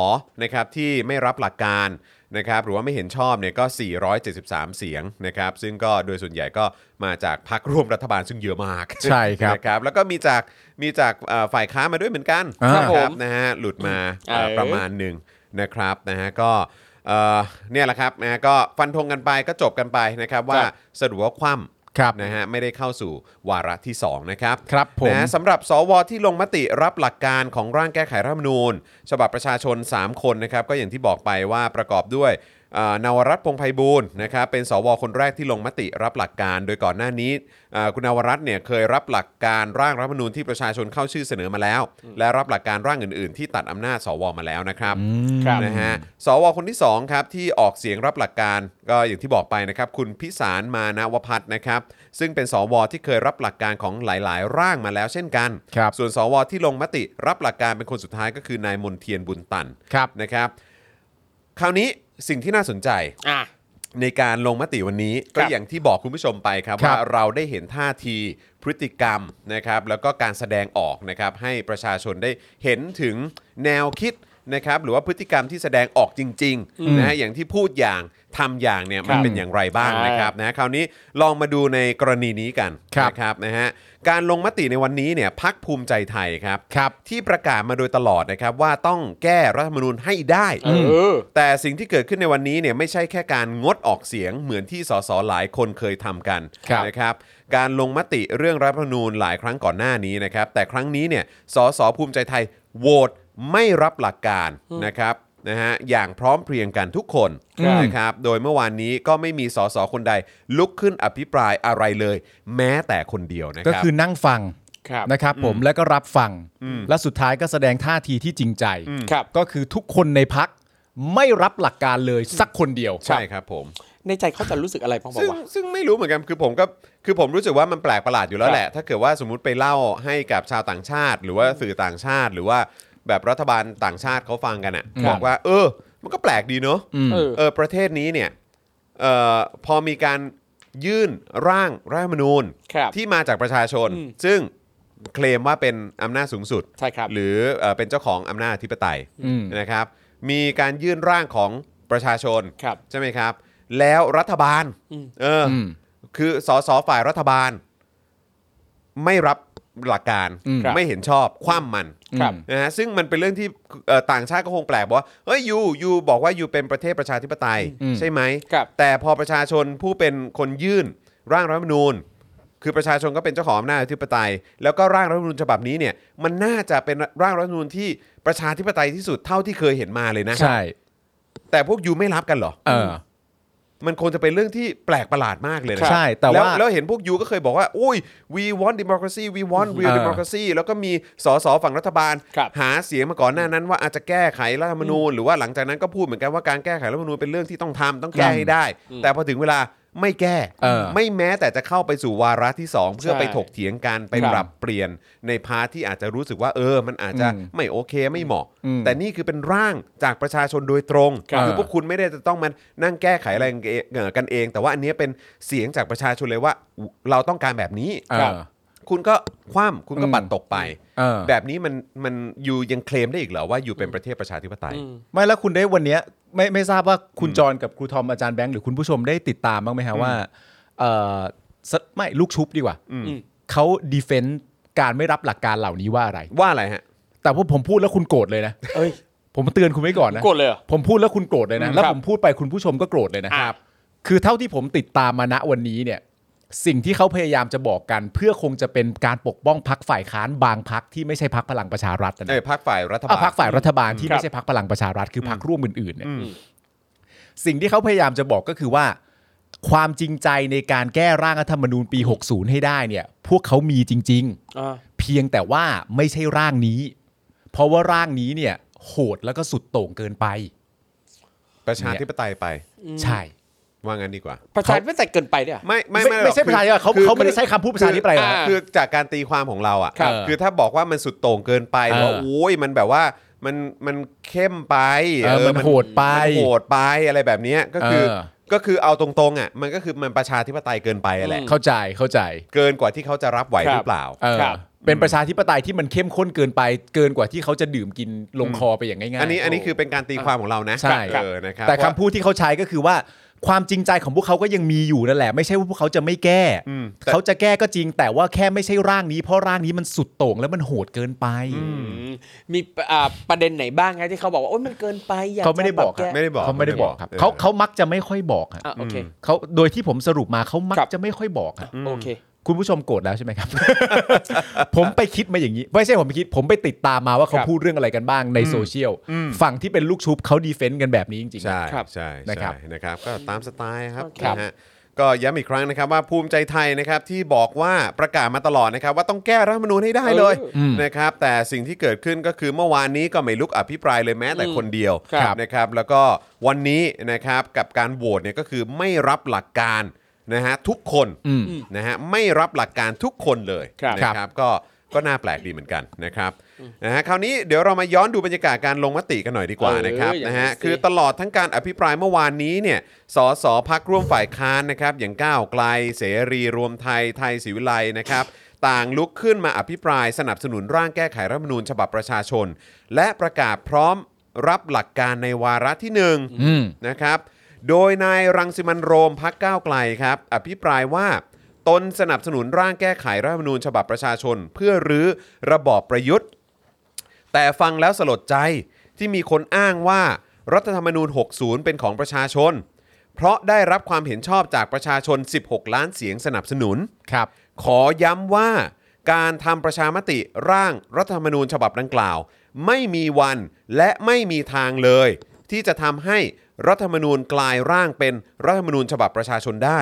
Speaker 1: นะครับที่ไม่รับหลักการนะครับหรือว่าไม่เห็นชอบเนี่ยก็ 473 เสียงนะครับซึ่งก็โดยส่วนใหญ่ก็มาจากพรรคร่วมรัฐบาลซึ่งเยอะมาก
Speaker 3: ใช่ครับ
Speaker 1: นะครับแล้วก็มีจากมีจากเอ่อฝ่ายค้านมาด้วยเหมือนกัน
Speaker 3: อ่า
Speaker 1: นะ
Speaker 2: ผม
Speaker 1: นะฮะหลุดมาเอ่อ
Speaker 2: เออ
Speaker 1: ประมาณหนึ่งนะครับนะฮะก็เอ่อเนี่ยแหละครับนะฮะก็ฟันธงกันไปก็จบกันไปนะครับว่าสรุปว่าคว่ำ
Speaker 3: ครับ
Speaker 1: นะฮะไม่ได้เข้าสู่วาระที่ 2 นะครับ
Speaker 3: ครับผม
Speaker 1: นะฮะสำหรับสวที่ลงมติรับหลักการของร่างแก้ไขรัฐธรรมนูญ ฉบับประชาชน 3 คนนะครับ ก็อย่างที่บอกไปว่าประกอบด้วยเอ่อนวรัตน์พงษ์ไพบูลย์นะครับเป็นสวคนแรกที่ลงมติรับหลักการ โดยก่อนหน้านี้เอ่อคุณนวรัตน์เนี่ยเคยรับหลักการร่างรัฐธรรมนูญที่ประชาชนเข้าชื่อเสนอมาแล้ว และรับหลักการร่างอื่น ๆ ที่ตัดอำนาจสวมาแล้วนะครับ
Speaker 2: ครับ
Speaker 1: นะฮะ สวคนที่ 2 ครับ ที่ออกเสียงรับหลักการก็อย่างที่บอกไปนะครับ คุณพิสารมานวพัฒน์นะครับ ซึ่งเป็นสวที่เคยรับหลักการของหลาย ๆ ร่างมาแล้วเช่นกัน
Speaker 3: ครับ
Speaker 1: ส่วนสวที่ลงมติรับหลักการเป็นคนสุดท้ายก็คือนายมนเทียนบุญตัน
Speaker 3: ครับ
Speaker 1: นะครับ คราวนี้สิ่งที่น่าสนใจ
Speaker 2: อ่ะ
Speaker 1: ในการลงมติวันนี้
Speaker 2: ค
Speaker 1: ก็
Speaker 2: รับ
Speaker 1: อย่างที่บอกคุณผู้ชมไปครับ
Speaker 3: ครับ
Speaker 1: ว่าเราได้เห็นท่าทีพฤติกรรมนะครับแล้วก็การแสดงออกนะครับให้ประชาชนได้เห็นถึงแนวคิดนะครับหรือว่าพฤติกรรมที่แสดงออกจริงๆนะฮะอย่างที่พูดอย่างทำอย่างเนี่ยมัน
Speaker 3: ครับ
Speaker 1: เป็นอย่างไรบ้าง
Speaker 2: ใช่
Speaker 1: นะครับนะคราวนี้ลองมาดูในกรณีนี้กัน
Speaker 3: ครับ
Speaker 1: นะครับนะฮะการลงมติในวันนี้เนี่ยพักภูมิใจไทยครับ
Speaker 3: ครับ
Speaker 1: ที่ประกาศมาโดยตลอดนะครับว่าต้องแก้รัฐธรรมนูญให้ได้
Speaker 2: เออ
Speaker 1: แต่สิ่งที่เกิดขึ้นในวันนี้เนี่ยไม่ใช่แค่การงดออกเสียงเหมือนที่สสหลายคนเคยทำกัน
Speaker 3: ครับ
Speaker 1: นะครับ การลงมติเรื่องรัฐธรรมนูญหลายครั้งก่อนหน้านี้นะครับ แต่ครั้งนี้เนี่ยสสภูมิใจไทยโหวตไม่รับหลักการนะครับนะฮะอย่างพร้อมเพรียงกันทุกคน
Speaker 2: ครับ
Speaker 1: นะครับ โดยเมื่อวานนี้ก็ไม่มีสสคนใดลุกขึ้นอภิปรายอะไรเลย แม้แต่คนเดียวนะ
Speaker 3: ก็
Speaker 1: ครับ
Speaker 3: คือนั่งฟัง
Speaker 2: ครับ
Speaker 3: นะครับผมแล้วก็รับฟัง และสุดท้ายก็แสดงท่าทีที่จริงใจ
Speaker 2: ครับ
Speaker 3: ก็คือทุกคนในพักไม่รับหลักการเลยสักคนเดียว
Speaker 1: ใช่ครับผม
Speaker 2: ในใจเขาจะรู้สึกอะไรบ้างบอก
Speaker 1: ซึ่ง
Speaker 2: ว่า
Speaker 1: ซึ่งไม่รู้เหมือนกันคือผมก็คือผมรู้สึกว่ามันแปลกประหลาดอยู่แล้ว
Speaker 2: ครับ
Speaker 1: แหละ ถ้าเกิดว่าสมมติไปเล่าให้กับชาวต่างชาติ หรือว่าสื่อต่างชาติ หรือว่าแบบรัฐบาลต่างชาติเขาฟังกันอ่ะ
Speaker 3: ครับ
Speaker 1: บอกว่า เออ มันก็แปลกดีเนอะ
Speaker 2: เออ
Speaker 1: เออประเทศนี้เนี่ยเอ่อพอมีการยื่นร่างรัฐธรรมนูญ
Speaker 2: ครับ
Speaker 1: ที่มาจากประชาชน
Speaker 2: อืม
Speaker 1: ซึ่งเคลมว่าเป็นอำนาจสูงสุด
Speaker 2: ใช่ครับ
Speaker 1: หรือเอ่อเป็นเจ้าของอำนาจอธิปไตย
Speaker 3: อืม
Speaker 1: นะครับ มีการยื่นร่างของประชาชน
Speaker 2: ครับ
Speaker 1: ใช่ไหมครับ แล้วรัฐบาล
Speaker 2: อืม
Speaker 1: เอออ
Speaker 3: อืม
Speaker 1: คือสสฝ่ายรัฐบาล ไม่รับหลักการ
Speaker 3: อืม
Speaker 1: ไม่เห็นชอบ คว่ำมัน
Speaker 2: ครับ
Speaker 1: นะฮะซึ่งมันเป็นเรื่องที่เอ่อต่างชาติก็คงแปลกบอกว่าเฮ้ยยูยูบอกว่ายูเป็นประเทศประชาธิปไตย
Speaker 3: อืม
Speaker 1: ใช่ไหม
Speaker 2: ครับ
Speaker 1: แต่พอประชาชนผู้เป็นคนยื่นร่างรัฐธรรมนูญ คือประชาชนก็เป็นเจ้าของอำนาจอธิปไตย แล้วก็ร่างรัฐธรรมนูญฉบับนี้เนี่ยมันน่าจะเป็นร่างรัฐธรรมนูญที่ประชาธิปไตยที่สุดเท่าที่เคยเห็นมาเลยนะ
Speaker 3: ใช่
Speaker 1: แต่พวกยูไม่รับกันเหรอ
Speaker 3: เออ
Speaker 1: มันคงจะเป็นเรื่องที่แปลกประหลาดมากเลยนะ
Speaker 3: ใช่แต่ว่า
Speaker 1: ล้แล้วเห็นพวกยูก็เคยบอกว่า อุ้ย we want democracy we want
Speaker 3: เอ
Speaker 1: real
Speaker 3: อ
Speaker 1: democracy แล้วก็มีสสฝั่งรัฐบาล
Speaker 2: ครับ
Speaker 1: หาเสียงมาก่อนหน้านั้นว่าอาจจะแก้ไขรัฐธรรมนูญหรือว่าหลังจากนั้นก็พูดเหมือนกันว่าการแก้ไขรัฐธรรมนูญเป็นเรื่องที่ต้องทำต้องแก้ให้ได้ แต่พอถึงเวลาไม่แก้
Speaker 3: เออ
Speaker 1: ไม่แม้แต่จะเข้าไปสู่วาระที่สองเพื่อ
Speaker 2: ใช่
Speaker 1: ไปถกเถียงกันไป
Speaker 3: ครับ
Speaker 1: ปรับเปลี่ยนในพาร์ทที่อาจจะรู้สึกว่าเออ มันอาจจะ
Speaker 3: อืม
Speaker 1: ไม่โอเคไม่เหมาะ
Speaker 3: อืม
Speaker 1: แต่นี่คือเป็นร่างจากประชาชนโดยตรง
Speaker 3: ครับ
Speaker 1: พวก คุณไม่ได้จะต้องมานั่งแก้ไขอะไรกันเองเอ่อกันเอง แต่ว่าอันเนี้ยเป็นเสียงจากประชาชนเลยว่าเราต้องการแบบนี้
Speaker 3: เออ
Speaker 1: คุณก็คว่ำคุณก็
Speaker 3: อืม
Speaker 1: ปัดตกไป
Speaker 3: เออ
Speaker 1: แบบนี้มันมันอยู่ยังเคลมได้อีกเหรอว่าอยู่เป็นประเทศประชาธิปไตย
Speaker 2: อืม
Speaker 3: ไม่แล้วคุณได้วันเนี้ยไม่ไม่ทราบว่าคุณจรกับครูทอมอาจารย์แบงค์หรือคุณผู้ชมได้ติดตามบ้างไหมฮะว่าเออสไม่ลูกชุบดีกว่า
Speaker 1: อืม
Speaker 3: เขาดีเฟนต์การไม่รับหลักการเหล่านี้ว่าอะไร
Speaker 1: ว่าอะไรฮะ
Speaker 3: แต่พอผมพูดแล้วคุณโกรธเลยนะ
Speaker 2: เอ้ย
Speaker 3: ผมเตือนคุณไว้ก่อนนะ
Speaker 2: โกรธเลยเหรอ
Speaker 3: ผมพูดแล้วคุณโกรธเลยนะ
Speaker 2: อืม
Speaker 3: แล้ว
Speaker 2: ครับ
Speaker 3: ผมพูดไปคุณผู้ชมก็โกรธเลยนะ
Speaker 2: อ่ะ
Speaker 3: คือเท่าที่ผมติดตามมาณวันนี้เนี่ยสิ่งที่เขาพยายามจะบอกกัน เพื่อคงจะเป็นการปกป้องพักฝ่ายค้านบางพักที่ไม่ใช่พักพลังประชารัฐนะ
Speaker 1: เออพักฝ่ายรัฐบา
Speaker 3: อ่ะ
Speaker 1: ล
Speaker 3: พักฝ่ายรัฐบาลที่
Speaker 2: ครับ
Speaker 3: ไม่ใช่พักพลังประชารัฐคือพักร่วมอื่นๆเนี่ย
Speaker 1: อืม
Speaker 3: สิ่งที่เขาพยายามจะบอกก็คือว่า ความจริงใจในการแก้ร่างรัฐธรรมนูญปี 60 ให้ได้เนี่ย พวกเขามีจริง
Speaker 2: า
Speaker 3: ๆ เพียงแต่ว่าไม่ใช่ร่างนี้ เพราะว่าร่างนี้เนี่ย โหดแล้วก็สุดโต่งเกินไป
Speaker 1: ประชาธิปไตยไป
Speaker 3: ใช่
Speaker 1: ว่างั้นดีกว่า
Speaker 2: ประชาธิปไตยเกินไปเนี่ย
Speaker 1: ไม่ไม่
Speaker 3: ไม่ไม่ใช่
Speaker 1: หอก
Speaker 3: ประชาธิปไตยเขา
Speaker 1: คือ
Speaker 3: เขาไม่ได้ใช้คำพูดประชาธิปไตยหรอก
Speaker 2: อ่า
Speaker 1: คือจากการตีความของเราอ่ะ
Speaker 3: ครับ
Speaker 1: อถ้าบอกว่ามันสุดโต่งเกินไป
Speaker 3: เออ
Speaker 1: ว่าโอ้ยมันแบบว่ามันมันเข้มไป
Speaker 3: เออมัน
Speaker 1: เออ
Speaker 3: โหดไป
Speaker 1: มันโหดไปอะไรแบบเนี้ยก็คือ
Speaker 3: เออ
Speaker 1: ก็คือเอาตรงๆอ่ะมันก็คือมันประชาธิปไตยเกินไปอะแหละ
Speaker 2: อืม
Speaker 3: เข้าใจเข้าใจ
Speaker 1: เกินกว่าที่เขาจะรับไหว
Speaker 2: ครับ
Speaker 1: หรือเปล่า
Speaker 3: เออ
Speaker 2: ครับ
Speaker 3: เป็นประชาธิปไตยที่มันเข้มข้นเกินไปเกินกว่าที่เขาจะดื่มกินลงคอไปอย่างง่ายๆ
Speaker 1: อันนี้อันนี้คือเป็นการตีความของเรานะ
Speaker 3: ใช่
Speaker 1: เออนะครับ
Speaker 3: แต่คำพูดที่เขาใช้ก็คือว่าความจริงใจของพวกเขาก็ยังมีอยู่นั่นแหละ ไม่ใช่ว่าพวกเขาจะไม่แก้
Speaker 1: อืมแต่
Speaker 3: เขาจะแก้ก็จริง แต่ว่าแค่ไม่ใช่ร่างนี้เพราะร่างนี้มันสุดโต่งและมันโหดเกินไป
Speaker 2: อืมมีอ่าประเด็นไหนบ้างครับที่เขาบอกว่าโอ้ยมันเกินไปอยาก
Speaker 3: เขาไม่ได้บอก
Speaker 2: จะ
Speaker 3: ครับ
Speaker 2: แ
Speaker 1: ไม่ได้บอก
Speaker 3: เขาไม่ได้บอกครับ
Speaker 1: ไม่ได้บอก
Speaker 3: เขาเขามักจะไม่ค่อยบอกฮะ
Speaker 2: อ่ะโอเค
Speaker 3: เขาโดยที่ผมสรุปมาเขามัก
Speaker 2: ครับ
Speaker 3: จะไม่ค่อยบอกฮะ
Speaker 2: โอเค
Speaker 3: คุณผู้ชมโกรธแล้วใช่ไหมครับ ผมไปคิดมาอย่างนี้ไม่ใช่ผมไปคิด ผมไปติดตามมาว่าเขา
Speaker 2: ครับ
Speaker 3: พูดเรื่องอะไรกันบ้างในโซเชียลฝั่งที่เป็นลูกชุบเขาดีเฟนต์กันแบบนี้จริงๆ
Speaker 1: ใช่
Speaker 2: ครับ
Speaker 1: ใช่
Speaker 3: นะครั
Speaker 1: ใช่
Speaker 3: บ
Speaker 1: นะครับก็ตามสไตล์ครับ
Speaker 2: ครับ
Speaker 1: นะฮะก็ย้ำอีกครั้งนะครับว่าภูมิใจไทยนะครับที่บอกว่าประกาศมาตลอดนะครับว่าต้องแก้รัฐธรรมนูญให้ได้เลย
Speaker 3: อืม
Speaker 1: นะครับแต่สิ่งที่เกิดขึ้นก็คือเมื่อวานนี้ก็ไม่ลุกอภิปรายเลยแม้แต่คนเดียว
Speaker 2: ครับ
Speaker 1: นะครับแล้วก็วันนี้นะครับกับการโหวตเนี่ยก็คือไม่รับหลักการนะฮะทุกคน
Speaker 3: อืม
Speaker 1: นะฮะไม่รับหลักการทุกคนเลย
Speaker 2: ครับ
Speaker 1: นะ ครับก็ก็น่าแปลกดีเหมือนกันนะครับนะฮะคราวนี้เดี๋ยวเรามาย้อนดูบรรยากาศการลงมติกันหน่อยดีกว่า
Speaker 2: เออ
Speaker 1: นะครับ
Speaker 2: อย่างนั้น
Speaker 1: นะฮะ
Speaker 2: สิ
Speaker 1: คือตลอดทั้งการอภิปรายเมื่อวานนี้เนี่ยสสพักร่วมฝ่ายค้านนะครับอย่างก้าวไกล เสรีรวมไทยไทยศิวิไลย์นะครับ ต่างลุกขึ้นมาอภิปรายสนับสนุนร่างแก้ไขรัฐธรรมนูญฉบับประชาชน และประกาศพร้อมรับหลักการในวาระที่หนึ่ง
Speaker 3: อืม
Speaker 1: นะครับ โดยนายรังสิมันต์โรมพักก้าวไกลครับ อภิปรายว่า ตนสนับสนุนร่างแก้ไขรัฐธรรมนูญฉบับประชาชน เพื่อรื้อระบอบประยุทธ์ แต่ฟังแล้วสลดใจที่มีคนอ้างว่ารัฐธรรมนูญ 60 เป็นของประชาชน เพราะได้รับความเห็นชอบจากประชาชน 16 ล้านเสียงสนับสนุน
Speaker 3: ครับ
Speaker 1: ขอย้ำว่าการทำประชามติร่างรัฐธรรมนูญฉบับดังกล่าว ไม่มีวันและไม่มีทางเลย ที่จะทำให้รัฐธรรมนูญกลายร่างเป็นรัฐธรรมนูญฉบับประชาชนได้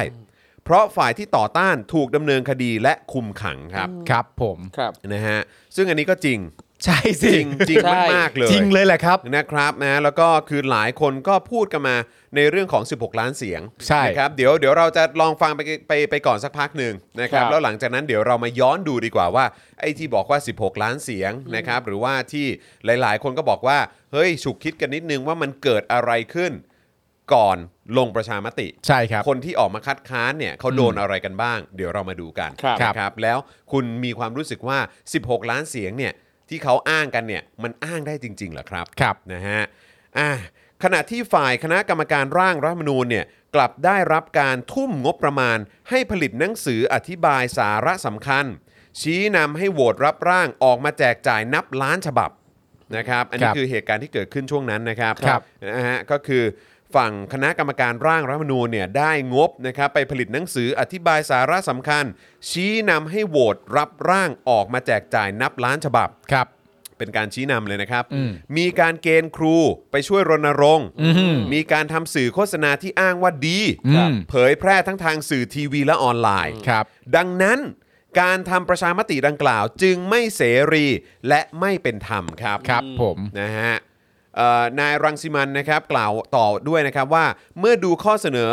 Speaker 1: เพราะฝ่ายที่ต่อต้านถูกดำเนินคดีและคุมขังครับ
Speaker 3: ครับผม
Speaker 2: ครับ
Speaker 1: นะฮะซึ่งอันนี้ก็จริง
Speaker 3: ใช่
Speaker 1: จ
Speaker 3: สิ
Speaker 1: ริงจริง
Speaker 2: ใช่
Speaker 1: มากๆเลย
Speaker 3: จริงเลยแหละครับ
Speaker 1: นะครับนะแล้วก็คือหลายคนก็พูดกันมาในเรื่องของ 16 ล้านเสียง
Speaker 3: ใช่
Speaker 1: นะครับเดี๋ยวเดี๋ยวเราจะลองฟังไปไปไปก่อนสักพักหนึ่งนะครับ
Speaker 2: ครับ
Speaker 1: แล้วหลังจากนั้นเดี๋ยวเรามาย้อนดูดีกว่าว่าไอ้ที่บอกว่า 16 ล้านเสียงนะครับหรือว่าที่หลาย ๆ คนก็บอกว่าเฮ้ยฉุกคิดกันนิดนึงว่ามันเกิดอะไรขึ้นก่อนลงประชามติ
Speaker 3: ใช่ครับ
Speaker 1: คนที่ออกมาคัดค้านเนี่ยเขาโดนอะไรกันบ้าง เดี๋ยวเรามาดูกัน
Speaker 2: ครับ
Speaker 1: นะครับแล้วคุณมีความรู้สึกว่า 16 ล้านเสียงเนี่ยที่เขาอ้างกันเนี่ยมันอ้างได้จริงๆเหรอครับ
Speaker 3: ครับ
Speaker 1: นะฮะอ่ะขณะที่ฝ่ายคณะกรรมการร่างรัฐธรรมนูญเนี่ยกลับได้รับการทุ่มงบประมาณ ให้ผลิตหนังสืออธิบายสาระสำคัญ ชี้นำให้โหวตรับร่างออกมาแจกจ่ายนับล้านฉบับนะครับ อันนี้
Speaker 3: ครับ
Speaker 1: คือเหตุการณ์ที่เกิดขึ้นช่วงนั้นนะครับ
Speaker 3: ครับ
Speaker 1: นะฮะก็คือฝั่งคณะกรรมการร่างรัฐธรรมนูญเนี่ยได้งบนะครับไปผลิตหนังสืออธิบายสาระสำคัญ ชี้นำให้โหวตรับร่างออกมาแจกจ่ายนับล้านฉบับ
Speaker 3: ครับ
Speaker 1: เป็นการชี้นำเลยนะครับ
Speaker 3: อืม
Speaker 1: มีการเกณฑ์ครูไปช่วยรณรงค์
Speaker 3: อืม
Speaker 1: มีการทำสื่อโฆษณาที่อ้างว่าดี
Speaker 3: อืม
Speaker 1: เผยแพร่ทั้งทางสื่อทีวีและออนไลน์
Speaker 3: ครับ
Speaker 1: ดังนั้นการทำประชามติดังกล่าวจึงไม่เสรีและไม่เป็นธรรมครับ
Speaker 3: ครับผม
Speaker 1: นะฮะเอ่อนายรังสิมันนะครับกล่าวต่อด้วยนะครับว่าเมื่อดูข้อเสนอ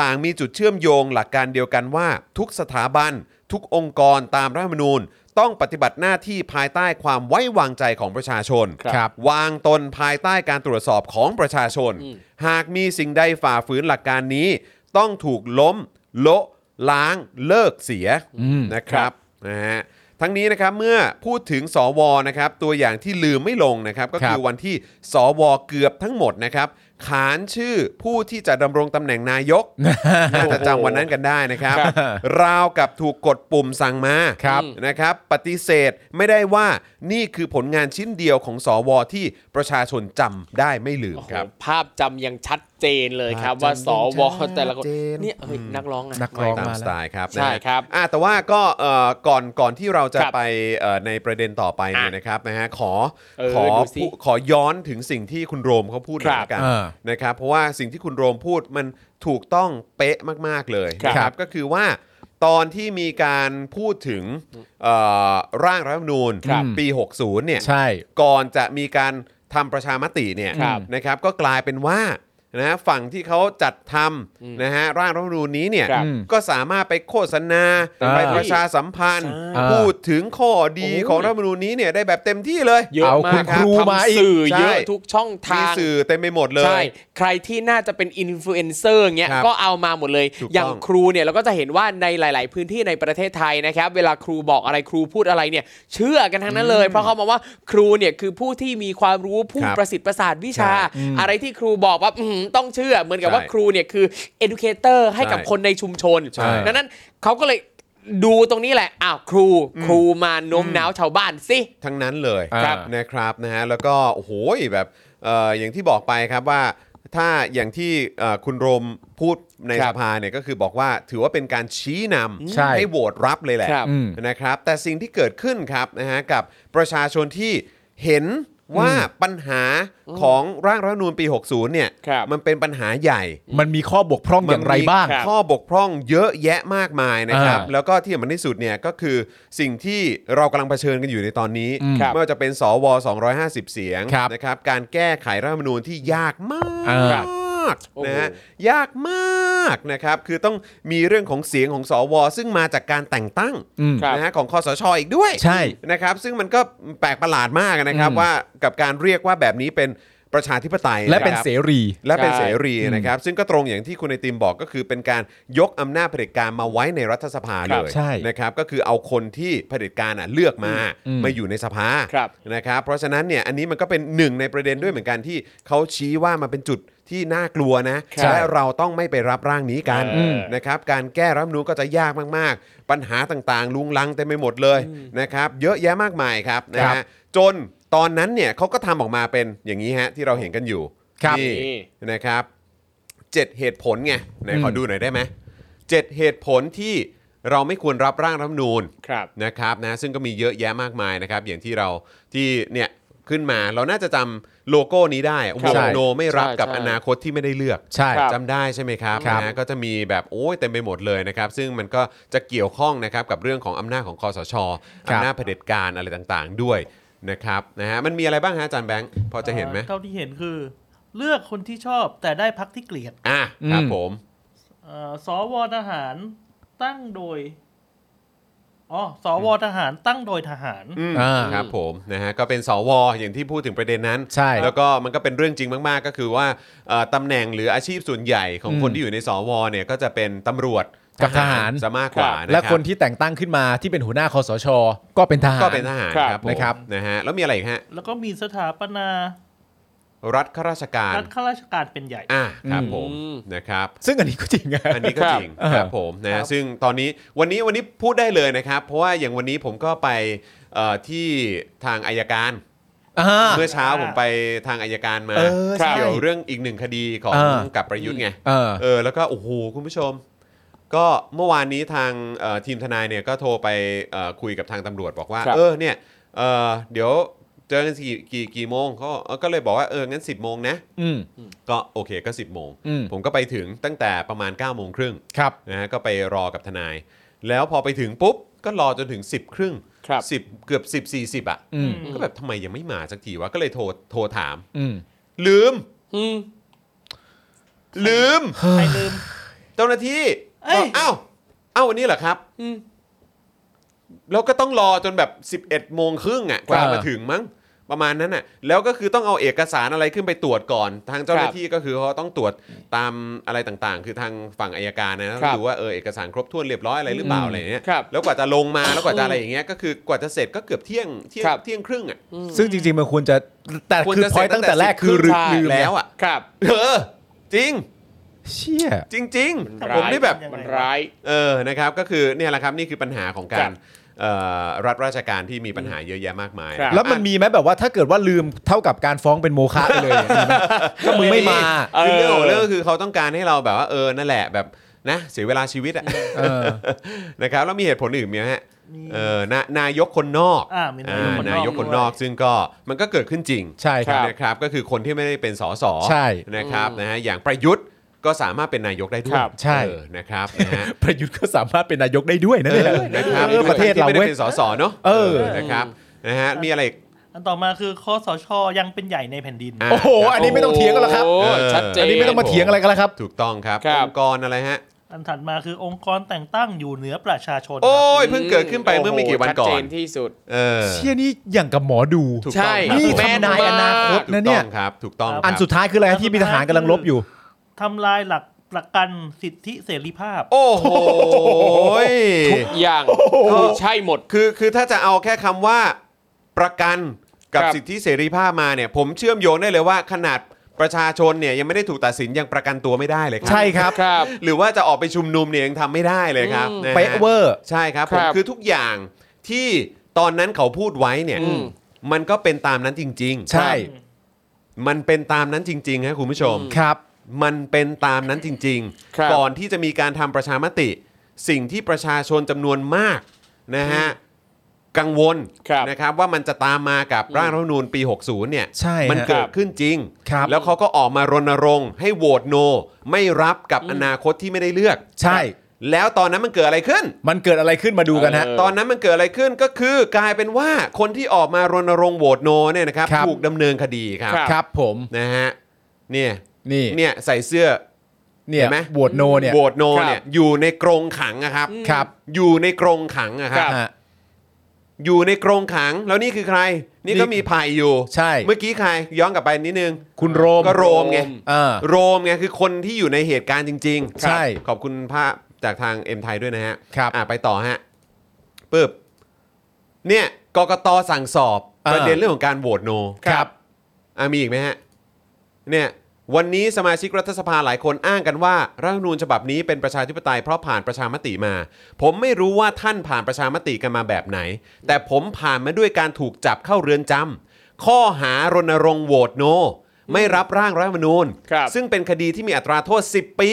Speaker 1: ต่างมีจุดเชื่อมโยงหลักการเดียวกันว่า ทุกสถาบัน ทุกองค์กรตามรัฐธรรมนูญ ต้องปฏิบัติหน้าที่ภายใต้ความไว้วางใจของประชาชน
Speaker 3: ครับ
Speaker 1: วางตนภายใต้การตรวจสอบของประชาชน หากมีสิ่งใดฝ่าฝืนหลักการนี้ ต้องถูกล้ม โละล้างเลิกเสียนะครับนะฮะทั้งนี้นะครับเมื่อพูดถึงสวนะครับตัวอย่างที่ลืมไม่ลงนะครับ ก็คือ
Speaker 3: ครับ
Speaker 1: วันที่สวเกือบทั้งหมดนะครับ ขานชื่อผู้ที่จะดำรงตำแหน่งนายก น่าจะจำวันนั้นกันได้นะครับ
Speaker 2: ครับ
Speaker 1: ราวกับถูกกดปุ่มสั่งมา
Speaker 3: ครับ
Speaker 1: นะครับปฏิเสธไม่ได้ว่านี่คือผลงานชิ้นเดียวของสอวอที่ประชาชนจำได้ไม่ลืมครับ
Speaker 2: โอ้โหภาพจำยังชัดเจนเลยครับ ว่าสวแต่ละคน
Speaker 1: ชัดเจน
Speaker 2: เนี่ยเฮ้ยนักร้องะ
Speaker 3: นักร้อง
Speaker 1: ตาม
Speaker 3: มาแล้ว
Speaker 1: สไตล์ครับ
Speaker 2: ใช่ครับ
Speaker 1: นะฮะอ่ะแต่ว่าก็เอ่อก่อนก่อนที่เราจะ
Speaker 2: ครับ
Speaker 1: ไปเอ่อในประเด็นต่อไปเนี่ย
Speaker 2: อ่ะ
Speaker 1: นะครับนะฮะขอ
Speaker 2: เออ
Speaker 1: ขอ
Speaker 2: ดูสิ
Speaker 1: พูขอย้อนถึงสิ่งที่คุณโรมเขาพูดหน่อย
Speaker 2: ค
Speaker 1: ละกั
Speaker 2: รับ
Speaker 1: น
Speaker 3: เออ
Speaker 1: นะครับเพราะว่าสิ่งที่คุณโรมพูดมันถูกต้องเป๊ะมาก ๆ เลย
Speaker 2: ครับ
Speaker 1: นะก็คือว่าตอนที่มีการพูดถึงเอ่อร่างรัฐธรรมนูญ
Speaker 2: ครับ
Speaker 1: ปี 60เนี่ย
Speaker 3: ใช่
Speaker 1: ก่อนจะมีการทำประชามติเนี่ย
Speaker 2: ครับ
Speaker 1: นะครับก็กลายเป็นว่า นะฝั่งที่เขาจัดทำนะฮะร่างรัฐธรรมนูญนี้เนี่ย
Speaker 2: ครับ
Speaker 1: ก็สามารถไปโฆษณา
Speaker 3: อ่า
Speaker 1: ไปประชาสัมพันธ์
Speaker 3: อ่า
Speaker 1: พูดถึงข้อดี
Speaker 2: โอ้ย
Speaker 1: ของรัฐธรรมนูญนี้เนี่ยได้แบบเต็มที่เลย
Speaker 2: เยอะ
Speaker 3: เอาคุ
Speaker 2: มา
Speaker 3: ณ
Speaker 2: กครับ
Speaker 3: ครูมาอีก
Speaker 2: ทำสื่อเยอะ
Speaker 1: ใช่
Speaker 2: ทุกช่อง
Speaker 1: มี
Speaker 2: ทาง
Speaker 1: สื่อเต็มไปหมดเล
Speaker 2: ใช่
Speaker 1: ย
Speaker 2: ใครที่น่าจะเป็นอินฟลูเอนเซอร์เงี้ย
Speaker 1: ครับ
Speaker 2: ก็เอามาหมดเลย
Speaker 1: ถูกต้อง
Speaker 2: อย่างครูเนี่ยเราก็จะเห็นว่าในหลาย ๆ พื้นที่ในประเทศไทยนะครับ เวลาครูบอกอะไรครูพูดอะไรเนี่ย เชื่อกันทั้งนั้นเลย เพราะเขามองว่าครูเนี่ยคือผู้ที่มีความรู้ผู้
Speaker 1: ครับ
Speaker 2: ประสิทธิ์ประสาทวิชา
Speaker 1: ใช่
Speaker 2: อะไรที่ครูบอกว่าอื้อหือต้องเชื่อเหมือนกับว่า
Speaker 1: ใช่
Speaker 2: ครูเนี่ยคือ educator ให้กับ
Speaker 1: ใช่
Speaker 2: คนในชุมชน
Speaker 1: ใช่
Speaker 2: ดังนั้นเขาก็เลยดูตรงนี้แหละอ้าวครูครูมาโน้มน้าวชาวบ้านสิ
Speaker 1: ทั้งนั้นเลย
Speaker 3: ครับ
Speaker 1: นะครับนะฮะแล้วก็โอ้โหแบบเอ่ออย่างที่บอกไปครับว่า ถ้าอย่างที่เอ่อคุณโรมพูดใน
Speaker 2: ครั
Speaker 1: ส
Speaker 2: บ
Speaker 1: ภาเนี่ยก็คือบอกว่าถือว่าเป็นการชี้นำ
Speaker 3: ใช่
Speaker 1: โหวตรับเลยแหละ
Speaker 2: ครับ
Speaker 3: อืม
Speaker 1: นะครับ แต่สิ่งที่เกิดขึ้นครับนะฮะกับประชาชนที่เห็นว่าปัญหาของร่างรัฐธรรมนูญปี 60 เนี่ย
Speaker 2: ครับ
Speaker 1: มันเป็นปัญหาใหญ่
Speaker 3: มันมีข้อบกพร่องอย่างไรบ้าง
Speaker 1: มันมีข้อบกพร่องเยอะแยะมากมายนะครับ
Speaker 3: อ่า
Speaker 1: แล้วก็ที่สำคัญที่สุดเนี่ยก็คือสิ่งที่เรากำลังเผชิญกันอยู่ในตอนนี้
Speaker 3: อืม
Speaker 2: ครับ
Speaker 1: ไม่ว่าจะเป็นสว 250 เสียง
Speaker 3: ครับ
Speaker 1: นะครับ การแก้ไขรัฐธรรมนูญที่ยากมาก
Speaker 3: อ่า
Speaker 1: นะฮะ
Speaker 2: โอ้โห
Speaker 1: ยากมากนะครับ คือต้องมีเรื่องของเสียงของสว ซึ่งมาจากการแต่งตั้ง
Speaker 3: อืม
Speaker 2: ครับ
Speaker 1: นะฮะของคอสชอีกด้วย
Speaker 3: ใช่
Speaker 1: นะครับ ซึ่งมันก็แปลกประหลาดมากนะครับ
Speaker 3: อืม
Speaker 1: ว่ากับการเรียกว่าแบบนี้เป็นประชาธิปไตย
Speaker 3: และ
Speaker 1: ค
Speaker 3: เป็น
Speaker 1: รับ
Speaker 3: เสรี
Speaker 1: และเป็น
Speaker 2: ใช่
Speaker 1: เสรีนะครับ ซึ่งก็ตรงอย่างที่คุณไอติมบอกก็คือเป็นการยกอำนาจเผด็จการมาไว้ในรัฐสภา
Speaker 3: ค
Speaker 1: เล
Speaker 3: รับ
Speaker 1: ย
Speaker 3: ใช่
Speaker 1: นะครับก็คือเอาคนที่เผด็จการอ่ะเลือกมา
Speaker 3: อืม
Speaker 1: มาอยู่ในสภา
Speaker 2: ครับ
Speaker 1: นะครับเพราะฉะนั้นเนี่ยอันนี้มันก็เป็นหนึ่งในประเด็นด้วยเหมือนกันที่เขาชี้ว่ามันเป็นจุดที่น่ากลัวนะ
Speaker 3: ใช่
Speaker 1: และเราต้องไม่ไปรับร่างนี้กัน
Speaker 3: อืม
Speaker 1: นะครับการแก้รัฐธรรมนูญก็จะยากมากๆ ปัญหาต่างๆ ลุงลังเต็มไปหมดเลยนะครับเยอะแยะมากมายครับนะฮะจนตอนนั้นเนี่ยเขาก็ทำออกมาเป็นอย่างนี้ฮะที่เราเห็นกันอยู่
Speaker 3: ครับ
Speaker 1: นี่
Speaker 2: นี่
Speaker 1: นะครับเจ็ดเหตุผลไงไหน
Speaker 3: อืม
Speaker 1: ขอดูหน่อยได้ไหมเจ็ดเหตุผลที่เราไม่ควรรับร่างรัฐธรรมนูญ
Speaker 2: ครับ
Speaker 1: นะครับนะซึ่งก็มีเยอะแยะมากมายนะครับ อย่างที่เราที่เนี่ยขึ้นมาเราน่าจะจำโลโก้นี้ได้
Speaker 2: ครั
Speaker 1: โว
Speaker 2: บ
Speaker 1: ตโนไม่รับ
Speaker 2: ใช่
Speaker 1: กับ
Speaker 2: ใช่
Speaker 1: อนาคตที่ไม่ได้เลือก
Speaker 3: ใช่
Speaker 2: ครับ
Speaker 1: จำได้ใช่ไหมครับ
Speaker 3: ครับ
Speaker 1: นะฮะก็จะมีแบบโอ้ยเต็มไปหมดเลยนะครับ ซึ่งมันก็จะเกี่ยวข้องนะครับกับเรื่องของอำนาจของคอสช
Speaker 3: ครับ
Speaker 1: อำนาจเผด็จการอะไรต่างๆด้วยนะครับนะฮะมันมีอะไรบ้างฮะอาจารย์แบงค์พอจะเห็นไหม
Speaker 4: เท่าที่เห็นคือ เลือกคนที่ชอบแต่ได้พักที่เกลียด
Speaker 1: อ่ะครับ
Speaker 3: อืม
Speaker 1: ผม
Speaker 4: เอ่อสวทหารตั้งโดยอ๋อสวทหารตั้งโดยทหาร
Speaker 3: อ่า
Speaker 1: ครับผมนะฮะก็เป็นสวอย่างที่พูดถึงประเด็นนั้น
Speaker 3: ใช่
Speaker 1: แล้วก็มันก็เป็นเรื่องจริงมาก ๆ ก็คือว่าเอ่อตำแหน่งหรืออาชีพส่วนใหญ่ของคน
Speaker 3: อืม
Speaker 1: ที่อยู่ในสวเนี่ยก็จะเป็นตำรวจ
Speaker 3: กับทหาร
Speaker 1: ซะมากกว่ารับ
Speaker 3: และคนที่แต่งตั้งขึ้นมาที่เป็นหัวหน้าคอสช ก็เป็นทหาร
Speaker 1: ก็เป็นทหารค
Speaker 2: ครั
Speaker 1: รับบ ผม
Speaker 3: นะครับ
Speaker 1: นะฮะแล้วมีอะไรอีกฮะ
Speaker 4: แล้วก็มีสถาปนา
Speaker 1: รัฐข้าราชการ
Speaker 4: รัฐข้าราชการเป็นใหญ่
Speaker 1: อ่ะครับ
Speaker 3: อืม
Speaker 1: ผมนะครับ
Speaker 3: ซึ่งอันนี้ก็จริงะ
Speaker 1: อันนี้ก็
Speaker 2: ครับ
Speaker 1: จริง
Speaker 3: อ่า
Speaker 1: ครับผม
Speaker 4: ครั
Speaker 1: นะ
Speaker 4: บ
Speaker 1: ซึ่งตอนนี้วันนี้วันนี้พูดได้เลยนะครับ เพราะว่าอย่างวันนี้ผมก็ไปเอ่อที่ทางอายการ
Speaker 3: า
Speaker 1: เมื่อเช้าผมไปทางอายการมา
Speaker 3: เออใช่
Speaker 1: เกี่ยวเรื่องอีกหนึ่งคดีของ
Speaker 3: เออ
Speaker 1: กับประยุทธ์ไง
Speaker 3: เออ
Speaker 1: เออแล้วก็โอ้โหคุณผู้ชม ก็เมื่อวานนี้ทางเอ่อทีมทนายเนี่ยก็โทรไปเอ่อคุยกับทางตำรวจบอกว่า
Speaker 2: ครับ
Speaker 1: เออเนี่ยเอ่อเดี๋ยวเจอกันกี่กี่กี่โมงเขาเออก็เลยบอกว่าเอองั้น 10 โมงนะ
Speaker 3: อืม
Speaker 1: ก็โอเคก็ 10 โมง
Speaker 3: อืม
Speaker 1: ผมก็ไปถึงตั้งแต่ประมาณ 9 โมงครึ่ง
Speaker 3: ครับ
Speaker 1: นะฮะก็ไปรอกับทนาย แล้วพอไปถึงปุ๊บ ก็รอจนถึง 10 ครึ่ง
Speaker 2: ครับ
Speaker 1: สิบเกือบ 10 40 อ่ะ
Speaker 3: อืม
Speaker 1: ก็แบบทำไมยังไม่มาสักทีวะก็เลยโทรโทรถาม
Speaker 3: อืม
Speaker 1: ลืม
Speaker 2: อืม
Speaker 1: ลืม
Speaker 4: ใครลืม
Speaker 1: เจ้าหน้าที่
Speaker 4: เอ้ย
Speaker 1: เอ้าเอ้าวันนี้เหรอครับ
Speaker 2: อืม
Speaker 1: แล้วก็ต้องรอจนแบบ 11โมงครึ่งอ่ะกว่า
Speaker 3: เออ
Speaker 1: มาถึงมั้งประมาณนั้นน่ะ แล้วก็คือต้องเอาเอกสารอะไรขึ้นไปตรวจก่อน ทางเจ้าหน้าที่ก็คือเขาต้องตรวจตามอะไรต่างๆ คือทางฝั่งอายการนะต้องดูว่าเออเอกสารครบถ้วนเรียบร้อยอะไรหรือเปล่า
Speaker 3: อืม
Speaker 1: อะไรอย่างเงี้ย
Speaker 2: ครับ
Speaker 1: แล้วกว่าจะลงมาแล้วกว่าจะอะไรอย่างเงี้ยก็คือกว่าจะเสร็จก็เกือบเที่ยงเที่ยง
Speaker 2: ครับ
Speaker 1: เที่ยงครึ่งอ่ะ
Speaker 3: ซึ่งจริง ๆ มันควรจะ แต่
Speaker 1: วร
Speaker 3: คือ
Speaker 1: จะ
Speaker 3: พอยตั้งแต่แรกคือ
Speaker 1: สิ
Speaker 3: ลื
Speaker 1: บ
Speaker 3: ม
Speaker 1: รึ่ง
Speaker 3: ลืม
Speaker 1: แล้วอ่ะ
Speaker 2: ครับ
Speaker 1: เออจริง
Speaker 3: เชี่ย
Speaker 1: จริง ๆ ผมนี่แบบ
Speaker 2: มันร้าย
Speaker 1: เออ นะครับ ก็คือเนี่ยแหละครับ นี่คือปัญหาของกา
Speaker 2: ครั
Speaker 1: ร
Speaker 2: บ
Speaker 1: เอ่อรัฐราชการที่มีปัญหาเยอะแยะมากมาย
Speaker 2: ครับ
Speaker 3: แล้วมันมีไหมแบบว่าถ้าเกิดว่าลืมเท่ากับการฟ้องเป็นโมฆะไป เลยมีไหมก็มึงไม่มา
Speaker 1: คือเรื่องของ
Speaker 2: เออ
Speaker 1: เรื่องก็คือเขาต้องการให้เราแบบว่าเออ นั่นแหละแบบนะเสียเวลาชีวิตอะ
Speaker 3: เออ
Speaker 1: นะครับแล้วมีเหตุผลอื่นไหมฮะ
Speaker 4: มี
Speaker 1: เออนานายกคนนอก
Speaker 4: อ่ามีนายกคนนอก
Speaker 1: นายกคนนอกซึ่งก็มันก็เกิดขึ้นจริง
Speaker 3: ใช่ครับ
Speaker 1: นะครับก็คือคนที่ไม่ได้เป็นสส
Speaker 3: ใช่
Speaker 1: นะครับนะฮะอย่างประยุทธ์ก็สามารถเป็นนายกได้ด้ว
Speaker 2: ค
Speaker 1: ย
Speaker 2: รับ
Speaker 3: ใช่
Speaker 1: เออนะครับนะฮะ
Speaker 3: ประยุทธ์ก็สามารถเป็นนายกได้ด้วยนะเนี่ย
Speaker 1: นะครับ
Speaker 3: เออประเทศเรา
Speaker 1: ที่ไม่ได้
Speaker 3: เว้ย
Speaker 1: เป็นสสเนาะ
Speaker 3: เออ
Speaker 1: นะครับนะฮะมีอะไร
Speaker 4: อันต่อมาคือคอสชยังเป็นใหญ่ในแผ่นดิน
Speaker 1: อ่ะ
Speaker 3: โอ้โห อันนี้ไม่ต้องเถียงกันแล้วครับ
Speaker 2: โอ้ชัดเจน
Speaker 3: อันนี้ไม่ต้องมาเถียงอะไรกันแล้วครับ
Speaker 1: ถูกต้องครับ
Speaker 2: ครับ
Speaker 1: องค์กรอะไรฮะ
Speaker 4: อันถัดมาคือองค์กรแต่งตั้งอยู่เหนือประชาชน
Speaker 1: โอ้ยเพิ่งเกิดขึ้นไปเมื่อไม่กี่วันก่อ
Speaker 2: โโหชัด
Speaker 1: น
Speaker 2: เจนที่สุด
Speaker 1: เออ
Speaker 3: เชี่ยนี่อย่างกับหมอดู
Speaker 1: ถูก
Speaker 2: ใช่
Speaker 1: ต้องครับ
Speaker 3: นี่
Speaker 1: ถูก
Speaker 2: แม่น
Speaker 3: ทำนาย
Speaker 2: มาก
Speaker 3: อนาคตนะ
Speaker 1: ต้
Speaker 3: เนี่
Speaker 1: อย งครับถูกต้องครับ
Speaker 3: อันสุดท้ายคืออะไรที่มีทหารกำลังลบอยู่
Speaker 4: ทำลายหลักประกันสิทธิเสรีภาพ
Speaker 1: โอ้โห
Speaker 2: ทุกอย่างใช่หมด
Speaker 1: คือคือถ้าจะเอาแค่คำว่าประกันกับ
Speaker 2: ครับ
Speaker 1: สิทธิเสรีภาพมาเนี่ย ผมเชื่อมโยงได้เลยว่าขนาดประชาชนเนี่ยยังไม่ได้ถูกตัดสินยังประกันตัวไม่ได้เลยครั
Speaker 3: ใช่ครับ
Speaker 2: ครับ
Speaker 1: หรือว่าจะออกไปชุมนุมเนี่ยยังทำไม่ได้เลยครับนะฮะ
Speaker 3: เป๊ะเวอร์
Speaker 1: ใช่ครับผม
Speaker 2: ครับ
Speaker 1: คือทุกอย่างที่ตอนนั้นเขาพูดไว้เนี่ย
Speaker 2: อืม
Speaker 1: มันก็เป็นตามนั้นจริง ๆ
Speaker 3: ใช่
Speaker 1: มันเป็นตามนั้นจริงๆครับคุณผู้ชม
Speaker 3: ครับ
Speaker 1: มันเป็นตามนั้นจริง
Speaker 2: ครับ
Speaker 1: ก่อนที่จะมีการทำประชามติ สิ่งที่ประชาชนจำนวนมากนะฮะ กังวล
Speaker 2: ครับ
Speaker 1: นะครับว่ามันจะตามมากับร่างรัฐธรรมนูญปี 60 เนี่ย
Speaker 3: ใช่ฮะ
Speaker 1: มันเกิดขึ้นจริง
Speaker 3: ครับ
Speaker 1: แล้วเขาก็ออกมารณรงค์ ให้โหวตโน ไม่รับกับอนาคตที่ไม่ได้เลือก
Speaker 3: ใช่
Speaker 1: แล้วตอนนั้นมันเกิดอะไรขึ้น
Speaker 3: มันเกิดอะไรขึ้นมาดูกันฮะ
Speaker 2: เออ
Speaker 1: ตอนนั้นมันเกิดอะไรขึ้นก็คือกลายเป็นว่าคนที่ออกมารณรงค์โหวตโนเนี่ยนะครับ
Speaker 3: ครับ
Speaker 1: ถูกดำเนินคดีครับ
Speaker 2: ครับ
Speaker 3: ครับผม
Speaker 1: นะฮะเนี่ย
Speaker 3: นี่
Speaker 1: เนี่ยใส่เสื้อ
Speaker 3: เนี่ย
Speaker 1: เห็นไหม
Speaker 3: โหวตโนเนี่ย
Speaker 1: โหวตโน
Speaker 2: ครับ
Speaker 1: เนี่ยอยู่ในกรงขังนะครับ
Speaker 3: ครับ
Speaker 1: อยู่ในกรงขังนะค
Speaker 2: ครั
Speaker 1: รับ
Speaker 2: บ
Speaker 3: ฮะ
Speaker 1: อยู่ในกรงขังแล้วนี่คือใคร นี่ก็
Speaker 3: นี่
Speaker 1: มีไผ่อยู่
Speaker 3: ใช่
Speaker 1: เมื่อกี้ใครย้อนกลับไปนิดนึง
Speaker 3: คุณโรม
Speaker 1: ก็โรมไง
Speaker 3: เออ
Speaker 1: โรมไงคือคนที่อยู่ในเหตุการณ์จริง
Speaker 3: ใช่
Speaker 1: ครับขอบคุณภาพจากทางเอ็มไทยด้วยนะฮะ
Speaker 3: ครับ
Speaker 1: อ่ะไปต่อฮะปึ๊บเนี่ยกกตสั่งสอบประเด็นเรื่องของการโหวตโน
Speaker 3: ครับ
Speaker 1: อ่ะมีอีกไหมฮะ เนี่ย วันนี้สมาชิกรัฐสภาหลายคนอ้างกันว่ารัฐธรรมนูญฉบับนี้เป็นประชาธิปไตยเพราะผ่านประชามติมา ผมไม่รู้ว่าท่านผ่านประชามติกันมาแบบไหน แต่ผมผ่านมาด้วยการถูกจับเข้าเรือนจำข้อหารณรงค์โหวตโน ไม่รับร่างรัฐธรรมนูญ
Speaker 2: ครับ
Speaker 1: ซึ่งเป็นคดีที่มีอัตราโทษ 10 ปี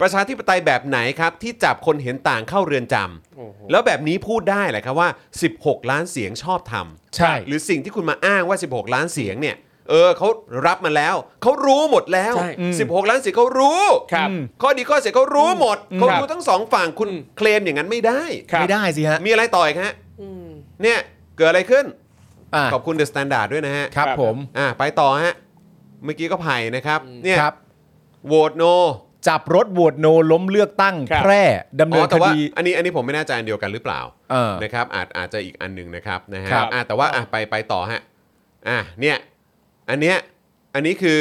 Speaker 1: ประชาธิปไตยแบบไหนครับที่จับคนเห็นต่างเข้าเรือนจำแล้วแบบนี้พูดได้เหรอครับว่า 16 ล้านเสียงชอบทำ
Speaker 3: ใช่
Speaker 1: หรือสิ่งที่คุณมาอ้างว่า 16 ล้านเสียงเนี่ย เออเขารับมาแล้ว เขารู้หมดแล้ว
Speaker 2: ใช่
Speaker 1: 16 ล้านเสียงเขารู้
Speaker 2: ครับ
Speaker 1: ข้อดีข้อเสียเขารู้หมดเขา
Speaker 2: ครับ
Speaker 1: รู้ทั้งสองฝั่งคุณ
Speaker 2: อืม
Speaker 1: เคลมอย่างนั้นไม่ได้
Speaker 2: ครับ
Speaker 3: ไม่ได้สิฮะ
Speaker 1: มีอะไรต่ออีกฮะเนี่ยเกิดอะไรขึ้น
Speaker 3: อ่ะ
Speaker 1: ขอบคุณเดอะสแตนดาร์ดด้วยนะฮะ
Speaker 3: ครับผม
Speaker 1: อ่ะไปต่อฮะ เมื่อกี้ก็ไผ่นะครับเนี่ย
Speaker 3: ครับ
Speaker 1: โหวตโน
Speaker 3: จับรถโหวตโนล้มเลือกตั้ง
Speaker 2: ครับ
Speaker 3: แพร่ดำ
Speaker 1: อ๋
Speaker 3: เนิ
Speaker 1: อน
Speaker 3: ค
Speaker 1: แต่ว่า
Speaker 3: ดี
Speaker 1: อันนี้อันนี้ผมไม่แน่ใจอันเดียวกันหรือเปล่า
Speaker 3: เออ
Speaker 1: นะครับอาจอาจจะอีกอันหนึ่งนะครับนะฮะ
Speaker 3: ครับ
Speaker 1: อ่ะแต่ว่าอ่ะไปไปต่อฮะอ่ะเนี่ยอันเนี้ยอันนี้คือ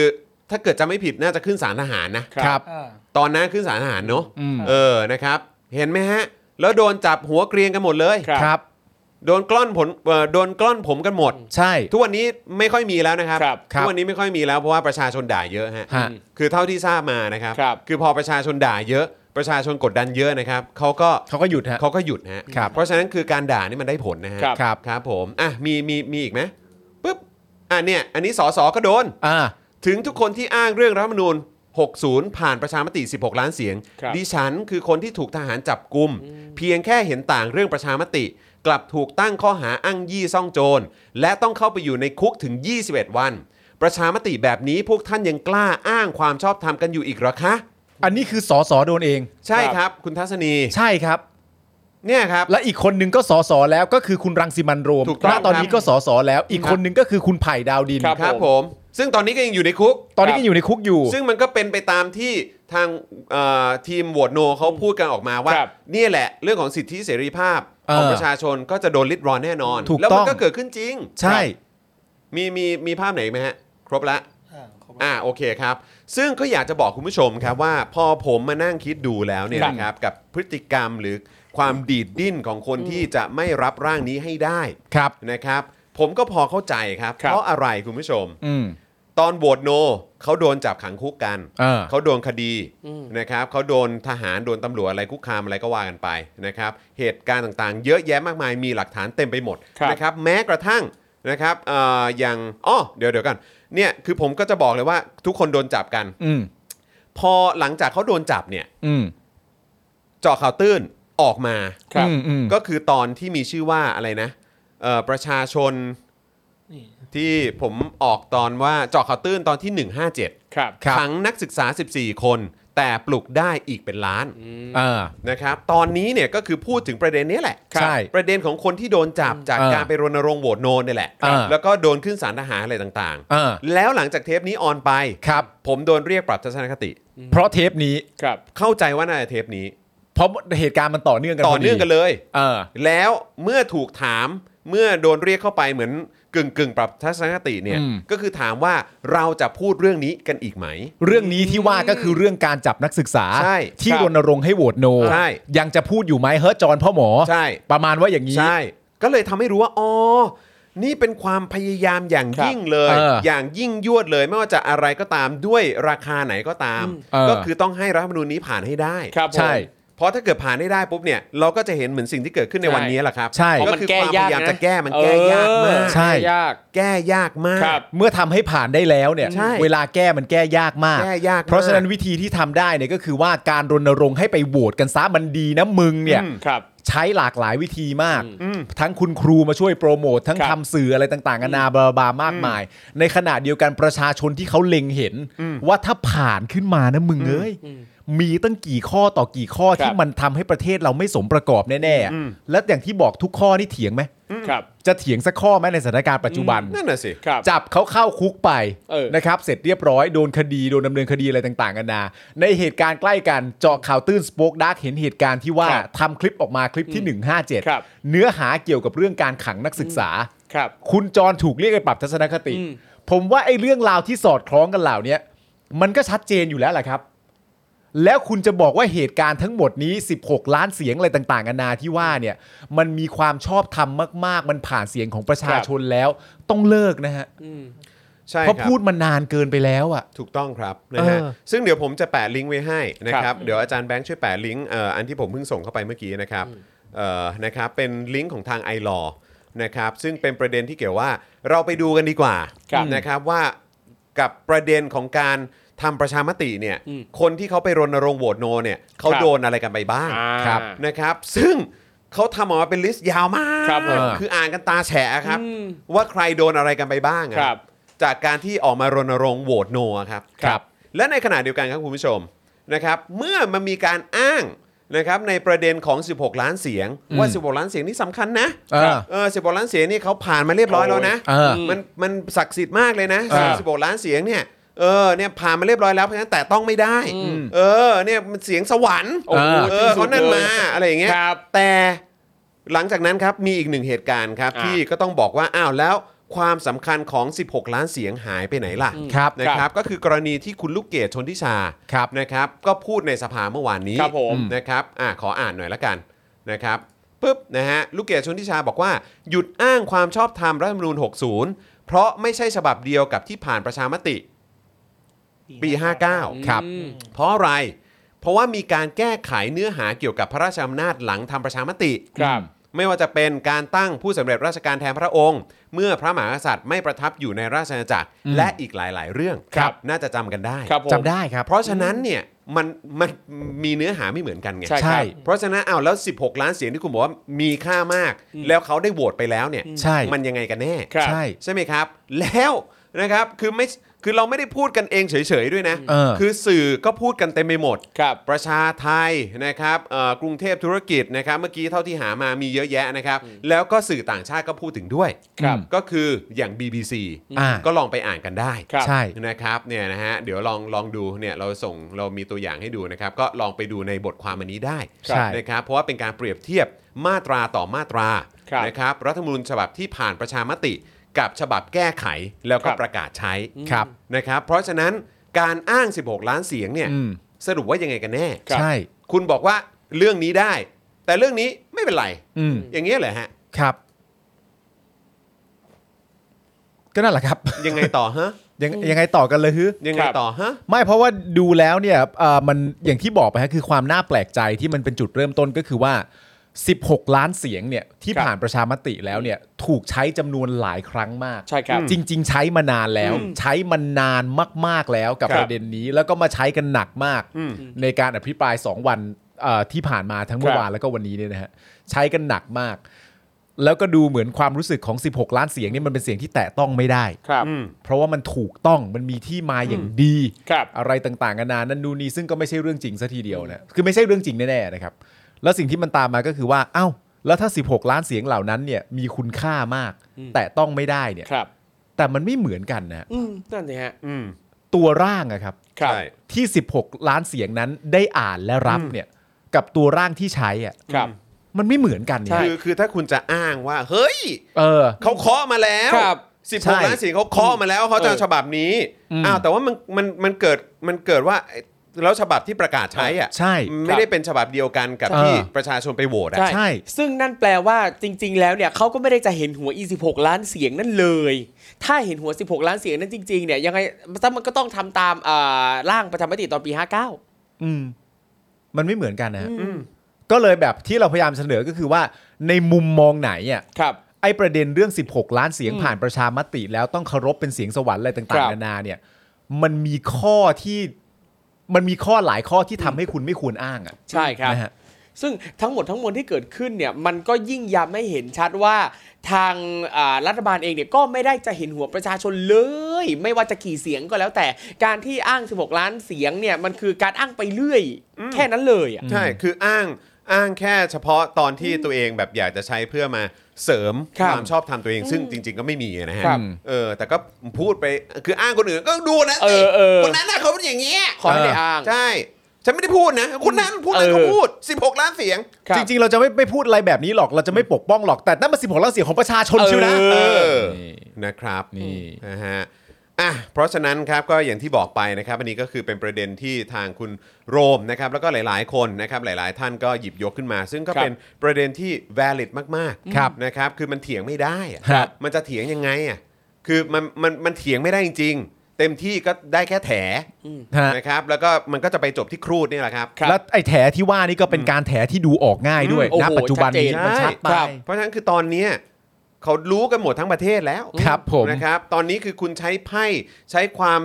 Speaker 1: ถ้าเกิดจะไม่ผิดน่าจะขึ้นศาลทหารนะ
Speaker 3: ครับ
Speaker 4: อ่า
Speaker 1: ตอนนั้นขึ้นสารทหารเนอะ
Speaker 3: อืม
Speaker 1: เออ นะครับ เห็นไหมฮะ แล้วโดนจับหัวเกรียงกันหมดเลย
Speaker 2: ครับ
Speaker 3: ครับ
Speaker 1: โดนกล้อนผลเอ่อโดนกล้อนผมกันหมด
Speaker 3: ใช่
Speaker 1: ทุกวันนี้ไม่ค่อยมีแล้วนะครับ
Speaker 2: ครับ
Speaker 1: ทุกวันนี้ไม่ค่อยมีแล้วเพราะว่าประชาชนด่าเยอะฮะ
Speaker 3: ฮะ
Speaker 1: คือเท่าที่ทราบมานะครับ
Speaker 2: ครับ
Speaker 1: คือพอประชาชนด่าเยอะ ประชาชนกดดันเยอะนะครับ เขาก็
Speaker 3: เขาก็หยุดฮะ
Speaker 1: เขาก็หยุดนะฮะ
Speaker 3: ครับ
Speaker 1: เพราะฉะนั้นคือการด่านี่มันได้ผลนะฮะ
Speaker 2: ครับ
Speaker 3: ครับ
Speaker 1: ครับผม อ่ะ มี มี มีอีกไหมปุ๊บ อ่ะเนี่ย อันนี้สสก็โดน
Speaker 3: อ่า
Speaker 1: ถึงทุกคนที่อ้างเรื่องรัฐธรรมนูญ 60 ผ่านประชามติ 16 ล้านเสียง
Speaker 2: ครับ
Speaker 1: ดิฉันคือคนที่ถูกทหารจับกุม เพียงแค่เห็นต่างเรื่องประชามติ กลับถูกตั้งข้อหาอ้างยี่ซ่องโจร และต้องเข้าไปอยู่ในคุกถึง 21 วัน ประชามติแบบนี้พวกท่านยังกล้าอ้างความชอบธรรมกันอยู่อีกเหรอคะ
Speaker 3: อันนี้คือสอสอโดนเอง
Speaker 1: ใช่
Speaker 2: ครับ
Speaker 1: ครับ คุณทัศนี
Speaker 3: ใช่ครับ
Speaker 1: เนี่ยครับ
Speaker 3: และอีกคนหนึงก็สอสอแล้วก็คือคุณรังสิมันโรม
Speaker 1: ถูกต้อง
Speaker 3: ณตอนนี้
Speaker 1: ครับ
Speaker 3: ก็สอสอแล้ว อีกคนหนึงก็คือคุณไผ่ดาวดิน
Speaker 2: ครับ
Speaker 1: ครับผม ซึ่งตอนนี้ก็ยังอยู่ในคุก
Speaker 3: ตอนนี้ก็อยู่ในคุกอยู่
Speaker 1: ซึ่งมันก็เป็นไปตามที่ทางเอ่อทีมโหวตโนเขาพูดกันออกมาว่า
Speaker 2: ครับ
Speaker 1: เนี่ยแหละเรื่องของสิทธิเสรีภาพของ
Speaker 3: เออ
Speaker 1: ประชาชนก็จะโดนริดรอนแน่นอน
Speaker 3: ถูก
Speaker 1: แล้วมั
Speaker 3: ต้อง
Speaker 1: ก็เกิดขึ้นจริงค
Speaker 3: ใช่
Speaker 1: รับมีมีมีภาพไหนอีกไหมฮะ ครบละ
Speaker 4: อ่าขอบคุณ
Speaker 1: อ่าโอเคครับ ซึ่งก็อยากจะบอกคุณผู้ชมครับว่าพอผมมานั่งคิดดูแล้วเนี่ย
Speaker 2: ครับ
Speaker 1: นะครับกับพฤติกรรมหรือความดีดดิ้นของคนที่จะไม่รับร่างนี้ให้ได้
Speaker 3: ครับ
Speaker 1: นะครับ ผมก็พอเข้าใจครับ
Speaker 2: ครับ
Speaker 1: เพราะอะไรคุณผู้ชม
Speaker 3: อืม
Speaker 1: ตอนโหวตโนเขาโดนจับขังคุกกัน
Speaker 3: เออ
Speaker 1: เขาโดนคดีนะครับเขาโดนทหารโดนตำรวจอะไรคุกคามอะไรก็ว่ากันไปนะครับเหตุการณ์ต่างๆ เยอะแยะมากมายมีหลักฐานเต็มไปหมด
Speaker 2: ครับ
Speaker 1: นะครับแม้กระทั่งนะครับเอ่ออย่างอ๋อเดี๋ยวเดี๋ยวกันเนี่ยคือผมก็จะบอกเลยว่าทุกคนโดนจับกัน
Speaker 3: อืม
Speaker 1: พอหลังจากเขาโดนจับเนี่ย
Speaker 3: อืม
Speaker 1: เจาะข่าวตื้นออกมา
Speaker 2: ครับ
Speaker 3: อืมอืม
Speaker 1: ก็คือตอนที่มีชื่อว่าอะไรนะเอ่อประชาชน
Speaker 4: นี่
Speaker 1: ที่ผมออกตอนว่าเจาะข่าวตื้นตอนที่ 157
Speaker 2: ครับ
Speaker 3: ครับ
Speaker 1: ขังนักศึกษา 14 คน แ แต่ปลุกได้อีกเป็นล้าน
Speaker 3: อ่า
Speaker 1: นะครับ ตอนนี้เนี่ยก็คือพูดถึงประเด็นนี้แหละ
Speaker 3: ครับใช่
Speaker 1: ประเด็นของคนที่โดนจับจาก
Speaker 3: เออ
Speaker 1: การไปรณรงค์โหวตโนนเนี่ยแหละ
Speaker 3: เออ
Speaker 1: แล้วก็โดนขึ้นศาลทหารอะไรต่าง
Speaker 3: อ่า
Speaker 1: ๆ แล้วหลังจากเทปนี้ออนไป
Speaker 3: ครับ
Speaker 1: ผมโดนเรียกปรับทัศนคติ
Speaker 3: เพราะเทปนี้
Speaker 2: ครับ
Speaker 1: เข้าใจว่าน่าจะเทปนี้
Speaker 3: เพราะเหตุการณ์มันต่อเนื่องกัน
Speaker 1: ต่อ
Speaker 3: พดี
Speaker 1: เนื่องกันเลย
Speaker 3: เออ
Speaker 1: แล้วเมื่อถูกถามเมื่อโดนเรียกเข้าไปเหมือนกึ่งกึ่งๆปรับทัศนคติเนี่ย
Speaker 3: อืม
Speaker 1: ก็คือถามว่าเราจะพูดเรื่องนี้กันอีกไหม
Speaker 3: เรื่องนี้ที่ว่าก็คือเรื่องการจับนักศึกษา
Speaker 1: ใช่
Speaker 3: ที่รณรงค์ให้โหวตโน
Speaker 1: ใช่
Speaker 3: ยังจะพูดอยู่ไหมเฮ้ยจอนพ่อหมอ
Speaker 1: ใช่
Speaker 3: ประมาณว่าอย่างนี้
Speaker 1: ใช่ ก็เลยทำให้รู้ว่า อ๋อ นี่เป็นความพยายามอย่าง
Speaker 3: ครับ
Speaker 1: ยิ่งเลย
Speaker 3: เออ
Speaker 1: อย่างยิ่งยวดเลย ไม่ว่าจะอะไรก็ตามด้วยราคาไหนก็ตาม
Speaker 3: อืม
Speaker 1: ก็
Speaker 3: เออ
Speaker 1: คือต้องให้รัฐธรรมนูญนี้ผ่านให้ได้
Speaker 2: ครับผม
Speaker 3: ใช่
Speaker 1: เพราะถ้าเกิดผ่านให้ได้ปุ๊บเนี่ย เราก็จะเห็นเหมือนสิ่งที่เกิดขึ้นในวัน
Speaker 2: ใช่
Speaker 1: นี้แหละครับ
Speaker 3: ใช่
Speaker 2: เพราะ
Speaker 1: ก็
Speaker 2: มัน
Speaker 1: คือ
Speaker 2: แก้
Speaker 1: ความพ
Speaker 2: ยาก
Speaker 1: ยายาม
Speaker 2: นะ
Speaker 1: จะแก้มันแก้ยากมาก
Speaker 3: ใช่
Speaker 2: แก้ยาก
Speaker 1: แก้ยากมาก
Speaker 2: ครับ
Speaker 3: เมื่อทำให้ผ่านได้แล้วเนี่ย
Speaker 1: ใช่
Speaker 3: เวลาแก้มันแก้ยากมาก
Speaker 1: แก้ยากมก
Speaker 3: เพราะฉะนั้นวิธีที่ทำได้เนี่ยก็คือว่าการรณรงค์ให้ไปโหวตกันซะมันดีนะมึงเนี่ย
Speaker 1: อืม
Speaker 2: ครับ
Speaker 3: ใช้หลากหลายวิธีมาก
Speaker 1: อืม
Speaker 3: ทั้งคุณครูมาช่วยโปรโมท ทั้ง
Speaker 2: ครับ
Speaker 3: ทำสื่ออะไรต่างๆนานาบลาบลามากมาย ในขณะเดียวกันประชาชนที่เขาเล็งเห็น ว่าถ้าผ่านขึ้นมานะมึงเอ้ย มีตั้งกี่ข้อต่อกี่ข้อ
Speaker 2: ครับ
Speaker 3: ที่มันทำให้ประเทศเราไม่สมประกอบแน่
Speaker 1: อืม
Speaker 3: ๆ และอย่างที่บอกทุกข้อนี่เถียงไหม
Speaker 2: ครับ
Speaker 3: จะเถียงสักข้อไหมในสถานการณ์ปัจจุบัน
Speaker 1: นั่นน่ะสิ
Speaker 2: ครับ
Speaker 3: จับเขาเข้าคุกไป
Speaker 2: เออ
Speaker 3: นะครับ เสร็จเรียบร้อย โดนคดีโดนดำเนินคดีอะไรต่างๆกันานาในเหตุการณ์ใกล้กันเจาะข่าวตื้นสป o อ e ด a r k เห็นเหตุการณ์ที่ว่า
Speaker 2: ครับ
Speaker 3: ทำคลิปออกมาคลิปที่
Speaker 2: ครับ
Speaker 3: 157 เนื้อหาเกี่ยวกับเรื่องการขังนักศึกษา
Speaker 2: ครับ
Speaker 3: คุณจรถูกเรียกไปปรับทัศนคติ
Speaker 2: อืม
Speaker 3: ผมว่าไอ้เรื่องราวที่สอดคล้องกันเหล่าเนี้ยมันก็ชัดเจนอยู่แล้วแหละครับ แล้วคุณจะบอกว่าเหตุการณ์ทั้งหมดนี้ 16 ล้านเสียงอะไรต่างๆนานาที่ว่าเนี่ย มันมีความชอบธรรมมาก ๆ มันผ่านเสียงของประชาชนแล้ว ต้องเลิกนะฮะ
Speaker 1: ใช่
Speaker 3: เพราะ
Speaker 1: ครับ
Speaker 3: พูดมานานเกินไปแล้วอ่ะ
Speaker 1: ถูกต้องครับนะฮะ
Speaker 3: เออ
Speaker 1: ซึ่งเดี๋ยวผมจะแปะลิงก์ไว้ให้นะค
Speaker 2: ครั
Speaker 1: รับบ เดี๋ยวอาจารย์แบงค์ช่วยแปะลิงก์เอ่ออันที่ผมเพิ่งส่งเข้าไปเมื่อกี้นะครับเอ่อนะครับเป็นลิงก์ของทาง i l a w นะครับซึ่งเป็นประเด็นที่เกี่ยวว่าเราไปดูกันดีกว่า
Speaker 2: ครับ
Speaker 1: นะครับว่ากับประเด็นของการทำประชามติเนี่ย
Speaker 2: อืม
Speaker 1: คนที่เขาไปรณรงค์โหวตโนเนี่ยเขา
Speaker 2: ครับ
Speaker 1: โดนอะไรกันไปบ้าง
Speaker 2: อ่า
Speaker 3: ครับ
Speaker 1: นะครับซึ่งเขาทำออกมาเป็นลิสต์ยาวมาก
Speaker 2: ครับผม
Speaker 1: ออ่านกันตาแฉะครับ
Speaker 2: อืม
Speaker 1: ว่าใครโดนอะไรกันไปบ้างอะ
Speaker 2: ครับ
Speaker 1: จากการที่ออกมารณรงค์โหวตโนอะครับ
Speaker 2: ครับ
Speaker 1: และในขณะเดียวกันครับคุณผู้ชมนะครับ เมื่อมันมีการอ้างนะครับในประเด็นของ 16 ล้านเสียง ว่า
Speaker 3: อืม
Speaker 1: 16 ล้านเสียงนี่สำคัญนะ
Speaker 3: เออ
Speaker 1: เออ16 ล้านเสียงนี่เขาผ่านมาเรียบร้อยแล้วนะ
Speaker 3: เออ
Speaker 1: มันมันศักดิ์สิทธิ์มากเลยนะ
Speaker 3: เออ
Speaker 1: 16ล้านเสียงเนี่ยเออเนี่ยผ่านมาเรียบร้อยแล้วเพราะฉะนั้นแต่ต้องไม่ได้ เออเนี่ยมันเสียงสวรรค์
Speaker 2: โอ้โห
Speaker 1: เอ
Speaker 2: ที่
Speaker 1: อ
Speaker 2: สุ
Speaker 1: เขา
Speaker 2: ด
Speaker 1: นั่น
Speaker 2: เลย
Speaker 1: มาอะไรอย่างเงี้ย
Speaker 2: ครับ
Speaker 1: แต่หลังจากนั้นครับมีอีกหนึ่งเหตุการณ์ครับ
Speaker 2: อ่า
Speaker 1: ที่ก็ต้องบอกว่าอ้าวแล้วความสำคัญของ 16 ล้านเสียงหายไปไหนล่ะ
Speaker 3: ครับ
Speaker 1: นะค
Speaker 2: ครั
Speaker 1: รับบ ก็คือกรณีที่คุณลูกเกดชนทิชา
Speaker 3: ครับ
Speaker 1: นะครับ ก็พูดในสภาเมื่อวานนี้
Speaker 2: ครับผม
Speaker 1: นะครับอ่ะขออ่านหน่อยละกันนะครับ ปุ๊บนะฮะลูกเกดชนทิชาบอกว่าหยุดอ้างความชอบธรรมรัฐธรรมนูญ 60 เพราะไม่ใช่ฉบับเดียวกับที่ผ่านประชามติปี 59
Speaker 3: ครับ
Speaker 2: อืม
Speaker 1: เพราะอะไร เพราะว่ามีการแก้ไขเนื้อหาเกี่ยวกับพระราชอำนาจหลังทำประชามติ
Speaker 2: ครับ
Speaker 1: ไม่ว่าจะเป็นการตั้งผู้สำเร็จราชการแทนพระองค์ เมื่อพระมหากษัตริย์ไม่ประทับอยู่ในราชอาณาจักร
Speaker 3: อืม
Speaker 1: และอีกหลาย ๆ เรื่อง
Speaker 2: ครับ
Speaker 1: น่าจะจำกันได้
Speaker 2: ครับผม
Speaker 3: จำได้ครับ
Speaker 1: เพราะฉะนั้นเนี่ยมันมันมีเนื้อหาไม่เหมือนกันไง
Speaker 2: ใช่ครับ
Speaker 1: เพราะฉะนั้นเอาวแล้ว 16 ล้านเสียงที่คุณบอกว่ามีค่ามาก แล้วเขาได้โหวตไปแล้วเนี่ย
Speaker 3: ใช่
Speaker 1: มันยังไงกันแน่
Speaker 2: ครับ
Speaker 3: ใช่
Speaker 1: ใช่ไหมครับ แล้วนะครับคือไม่คือเราไม่ได้พูดกันเองเฉย ๆ ด้วยนะ
Speaker 3: เออ
Speaker 1: คือสื่อก็พูดกันเต็มไปหมด
Speaker 2: ครับ
Speaker 1: ประชาไทยนะครับเอ่อกรุงเทพธุรกิจนะครับ เมื่อกี้เท่าที่หามามีเยอะแยะนะครับ แล้วก็สื่อต่างชาติก็พูดถึงด้วย
Speaker 2: ครับ
Speaker 1: ก็คืออย่าง BBC
Speaker 3: อ่า
Speaker 1: ก็ลองไปอ่านกันได้
Speaker 2: ครับ
Speaker 3: ใช่
Speaker 1: นะครับเนี่ยนะฮะเดี๋ยวลองลองดูเนี่ยเราส่งเรามีตัวอย่างให้ดูนะครับ ก็ลองไปดูในบทความอันนี้ได้
Speaker 3: ใช่
Speaker 1: นะครับเพราะว่าเป็นการเปรียบเทียบมาตราต่อมาตรา
Speaker 2: ครับ
Speaker 1: นะครับรัฐธรรมนูญฉบับที่ผ่านประชามติ กับฉบับแก้ไขแล้วก็
Speaker 2: ครับ
Speaker 1: ประกาศใช้
Speaker 3: ครับ
Speaker 1: นะครับเพราะฉะนั้นการอ้าง 16 ล้านเสียงเนี่ย
Speaker 3: อืม
Speaker 1: สรุปว่ายังไงกันแน่
Speaker 2: ครับ
Speaker 3: ใช่
Speaker 1: คุณบอกว่าเรื่องนี้ได้ แต่เรื่องนี้ไม่เป็นไร
Speaker 3: อืม
Speaker 1: อย่างเงี้ยเหรอฮะ
Speaker 3: ครับ ก็นั่นแหละครับ
Speaker 1: ยังไงต่อฮะ
Speaker 3: ยังยังไงต่อกันเลยฮึ
Speaker 1: ยังไงต่อฮะ
Speaker 3: ไม่เพราะว่าดูแล้วเนี่ยเอ่อมันอย่างที่บอกไปฮะคือความน่าแปลกใจที่มันเป็นจุดเริ่มต้นก็คือว่า 16 ล้านเสียงเนี่ยที่
Speaker 2: ครับ
Speaker 3: ผ่านประชามติแล้วเนี่ยถูกใช้จำนวนหลายครั้งมาก
Speaker 2: ใช่ครับ
Speaker 3: จริง ๆ ใช้มานานแล้ว ใช้มานานมากๆแล้วกับ
Speaker 2: ครับ
Speaker 3: ประเด็นนี้ แล้วก็มาใช้กันหนักมาก
Speaker 1: อืม
Speaker 3: ในการอภิปราย 2 วันเอ่อที่ผ่านมาทั้งเมื่
Speaker 2: ครั
Speaker 3: อบ วานแล้วก็วันนี้เนี่ยนะฮะใช้กันหนักมาก แล้วก็ดูเหมือนความรู้สึกของ 16 ล้านเสียงนี่มันเป็นเสียงที่แตะต้องไม่ได้
Speaker 2: ครับ
Speaker 1: อืม
Speaker 3: เพราะว่ามันถูกต้องมันมีที่มาอย่างดี
Speaker 2: ครับ
Speaker 3: อะไรต่างๆกันานานั่นนู่นนี่ซึ่งก็ไม่ใช่เรื่องจริงซะทีเดียวนะคือไม่ใช่เรื่องจริงแน่ๆนะครับ แล้วสิ่งที่มันตามมาก็คือว่าเอ้า แล้วถ้า 16 ล้านเสียงเหล่านั้นเนี่ยมีคุณค่ามาก
Speaker 2: อืม
Speaker 3: แต่ต้องไม่ได้เนี่ย
Speaker 2: ครับ
Speaker 3: แต่มันไม่เหมือนกันนะ
Speaker 2: อืมนั่นสิฮะ
Speaker 1: อืม
Speaker 3: ตัวร่างอะครับ
Speaker 2: ครับ
Speaker 1: ใช่
Speaker 3: ที่ 16 ล้านเสียงนั้นได้อ่านและรับเนี่ยกับตัวร่างที่ใช้อะ
Speaker 2: ครับ
Speaker 3: มันไม่เหมือนกันเนี่
Speaker 2: ใช่
Speaker 3: ย
Speaker 1: คือคือถ้าคุณจะอ้างว่า เฮ้ย
Speaker 3: เออ
Speaker 1: เขาเคาะมาแล้ว
Speaker 2: ครับ
Speaker 1: สิบ
Speaker 3: ใช่
Speaker 1: หกล้านเสียงเขาเคาะมาแล้วเขาจะเอาฉบับนี้อ้าวแต่ว่ามันมันมันเกิดมันเกิดว่าไอ้แล้วฉบับที่ประกาศใช้อ่ะ
Speaker 3: ใช่
Speaker 1: ไม่ได้เป็นฉบับเดียวกันกับ
Speaker 3: ใช่
Speaker 1: ที่ประชาชนไปโหวตอะ
Speaker 3: ใช่
Speaker 2: ซึ่งนั่นแปลว่าจริง ๆ แล้วเนี่ยเขาก็ไม่ได้จะเห็นหัว 26 ล้านเสียงนั่นเลย ถ้าเห็นหัว 16 ล้านเสียงนั้นจริง ๆ เนี่ยยังไงถ้ามันก็ต้องทำตามอ่าร่างประชามติตอนปี 59
Speaker 3: อืมมันไม่เหมือนกันนะฮะก็เลยแบบที่เราพยายามเสนอก็คือว่า ในมุมมองไหนอ่ะ
Speaker 2: ครับ
Speaker 3: ไอ้ประเด็นเรื่อง 16 ล้านเสียง
Speaker 2: อืม
Speaker 3: ผ่านประชามติแล้วต้องเคารพเป็นเสียงสวรรค์อะไร
Speaker 2: ครั
Speaker 3: ต่าง
Speaker 2: บ
Speaker 3: ๆนานาเนี่ย มันมีข้อที่มันมีข้อหลายข้อที่ทำให้คุณไม่ควรอ้างอ่ะ
Speaker 2: ใช่ครับ
Speaker 3: นะฮะ
Speaker 2: ซึ่งทั้งหมดทั้งมวลที่เกิดขึ้นเนี่ยมันก็ยิ่งย้ำให้เห็นชัดว่าทางอ่ารัฐบาลเองเนี่ยก็ไม่ได้จะเห็นหัวประชาชนเลย ไม่ว่าจะกี่เสียงก็แล้วแต่การที่อ้าง 16 ล้านเสียงเนี่ยมันคือการอ้างไปเรื่อย แค่นั้นเลยอ่ะ
Speaker 1: ใช่ คืออ้าง อ้างแค่เฉพาะตอนที่ตัวเองแบบอยากจะใช้เพื่อมาเสริม
Speaker 2: ครับ
Speaker 1: ความชอบธรรมตัวเอง ซึ่งจริง ๆ ก็ไม่มีนะฮะ
Speaker 3: ครับ
Speaker 1: เออ แต่ก็พูดไป คืออ้างคนอื่นก็ดูนะ
Speaker 2: เออเออ
Speaker 1: คนนั้นนะเขาเป็นอย่างนี้ย
Speaker 2: ขอให้ได้อ้าง
Speaker 1: ใช่ ฉันไม่ได้พูดนะ คนนั้นพูดนะ
Speaker 2: เออ
Speaker 1: เขาพูด 16 ล้านเสียง
Speaker 2: คบ
Speaker 3: จริง ๆ เราจะไม่ไม่พูดอะไรแบบนี้หรอกเราจะไม่ปกป้องหรอกแต่นั่นมันสิบหกล้านเสียงของประชาชนชิวนะ
Speaker 2: เอ
Speaker 1: เออ
Speaker 3: นี่
Speaker 1: นะครับ
Speaker 3: นี่
Speaker 1: นะฮะ อ่ะ เพราะฉะนั้นครับ ก็อย่างที่บอกไปนะครับ อันนี้ก็คือเป็นประเด็นที่ทางคุณโรมนะครับ แล้วก็หลาย ๆ คนนะครับ หลาย ๆ ท่านก็หยิบยกขึ้นมา ซึ่งก็
Speaker 2: ครับ
Speaker 1: เป็นประเด็นที่ valid มาก
Speaker 3: ครับ
Speaker 1: นะครับ คือมันเถียงไม่ได้อะ
Speaker 3: ครับ
Speaker 1: มันจะเถียงยังไงอ่ะ คือมัน มัน มันเถียงไม่ได้จริง ๆ เต็มที่ก็ได้แค่แถ
Speaker 2: อืม
Speaker 3: ฮะ
Speaker 1: นะครับ แล้วก็มันก็จะไปจบที่ครูดนี่แหละครับ
Speaker 2: ครับ
Speaker 3: แล้วไอ้แถที่ว่านี่ก็เป็นการแถที่ดูออกง่ายด้วย
Speaker 2: อืม
Speaker 3: ณ
Speaker 2: โอ้โห
Speaker 3: ปัจจุบันนี้
Speaker 2: ชัดเจน
Speaker 3: มันชัดไป
Speaker 2: ครับ
Speaker 1: เพราะฉะนั้นคือตอนเนี้ยเขารู้กันหมดทั้งประเทศแล้ว
Speaker 3: ครับผม
Speaker 1: นะครับ ตอนนี้คือคุณใช้ไพ่ใช้ความ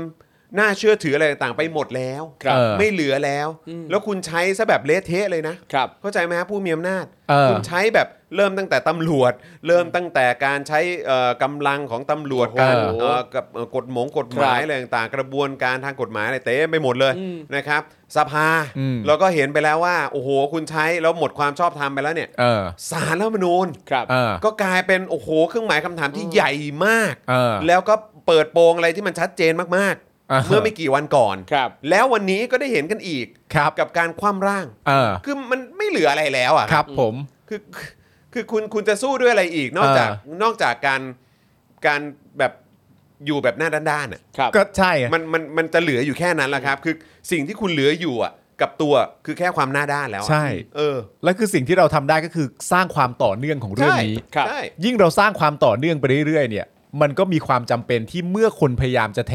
Speaker 1: น่าเชื่อถืออะไรต่างๆไปหมดแล้ว
Speaker 2: ครับ
Speaker 3: เออ
Speaker 1: ไม่เหลือแล้ว แล้วคุณใช้ซะแบบเละเทะเลยนะ
Speaker 2: ครับ
Speaker 1: เข้าใจไหมฮะผู้มีอำนาจ
Speaker 3: เออ
Speaker 1: คุณใช้แบบเริ่มตั้งแต่ตำรวจ เริ่มตั้งแต่การใช้เอ่อกำลังของตำรวจ
Speaker 2: โอ้โห
Speaker 1: การเอ่อกับเอ่อกฎหมงกฎหมาย
Speaker 2: ครับ
Speaker 1: อะไรต่างๆ กระบวนการทางกฎหมายอะไรเต็มไปหมดเลย
Speaker 2: อืม
Speaker 1: นะครับ สภา
Speaker 3: อืม
Speaker 1: เราก็เห็นไปแล้วว่าโอ้โห คุณใช้แล้วหมดความชอบธรรมไปแล้วเนี่ย
Speaker 3: เออ
Speaker 1: สารรัฐธรรมนูญ
Speaker 2: ครับ
Speaker 3: เออ
Speaker 1: ก็กลายเป็นโอ้โหเครื่องหมายคำถามที่ใหญ่มาก
Speaker 3: เออ
Speaker 1: แล้วก็เปิดโปงอะไรที่มันชัดเจนมาก
Speaker 3: อ่า
Speaker 1: ๆ
Speaker 3: ฮะ
Speaker 1: เมื่อไม่กี่วันก่อน
Speaker 2: ครับ
Speaker 1: แล้ววันนี้ก็ได้เห็นกันอีก
Speaker 3: ครับ
Speaker 1: กับการคว่ำร่าง
Speaker 3: เออ
Speaker 1: คือมันไม่เหลืออะไรแล้วอ่ะ
Speaker 3: ครับผม
Speaker 1: คือคือคุณคุณจะสู้ด้วยอะไรอีกนอกจาก
Speaker 3: เออ
Speaker 1: นอกจากการการแบบอยู่แบบหน้าด้านๆอ่ะ
Speaker 2: ครับ
Speaker 3: ก็ใช่ไง
Speaker 1: มันมันมันจะเหลืออยู่แค่นั้นแหละครับ คือสิ่งที่คุณเหลืออยู่อ่ะกับตัวคือแค่ความหน้าด้านแล้วอะ
Speaker 3: ใช่
Speaker 1: เออ
Speaker 3: แล้วคือสิ่งที่เราทำได้ก็คือสร้างความต่อเนื่องของเรื่องนี้
Speaker 2: ครับ
Speaker 1: ใช่
Speaker 3: ยิ่งเราสร้างความต่อเนื่องไปเรื่อยๆเนี่ย มันก็มีความจำเป็นที่เมื่อคนพยายามจะแถ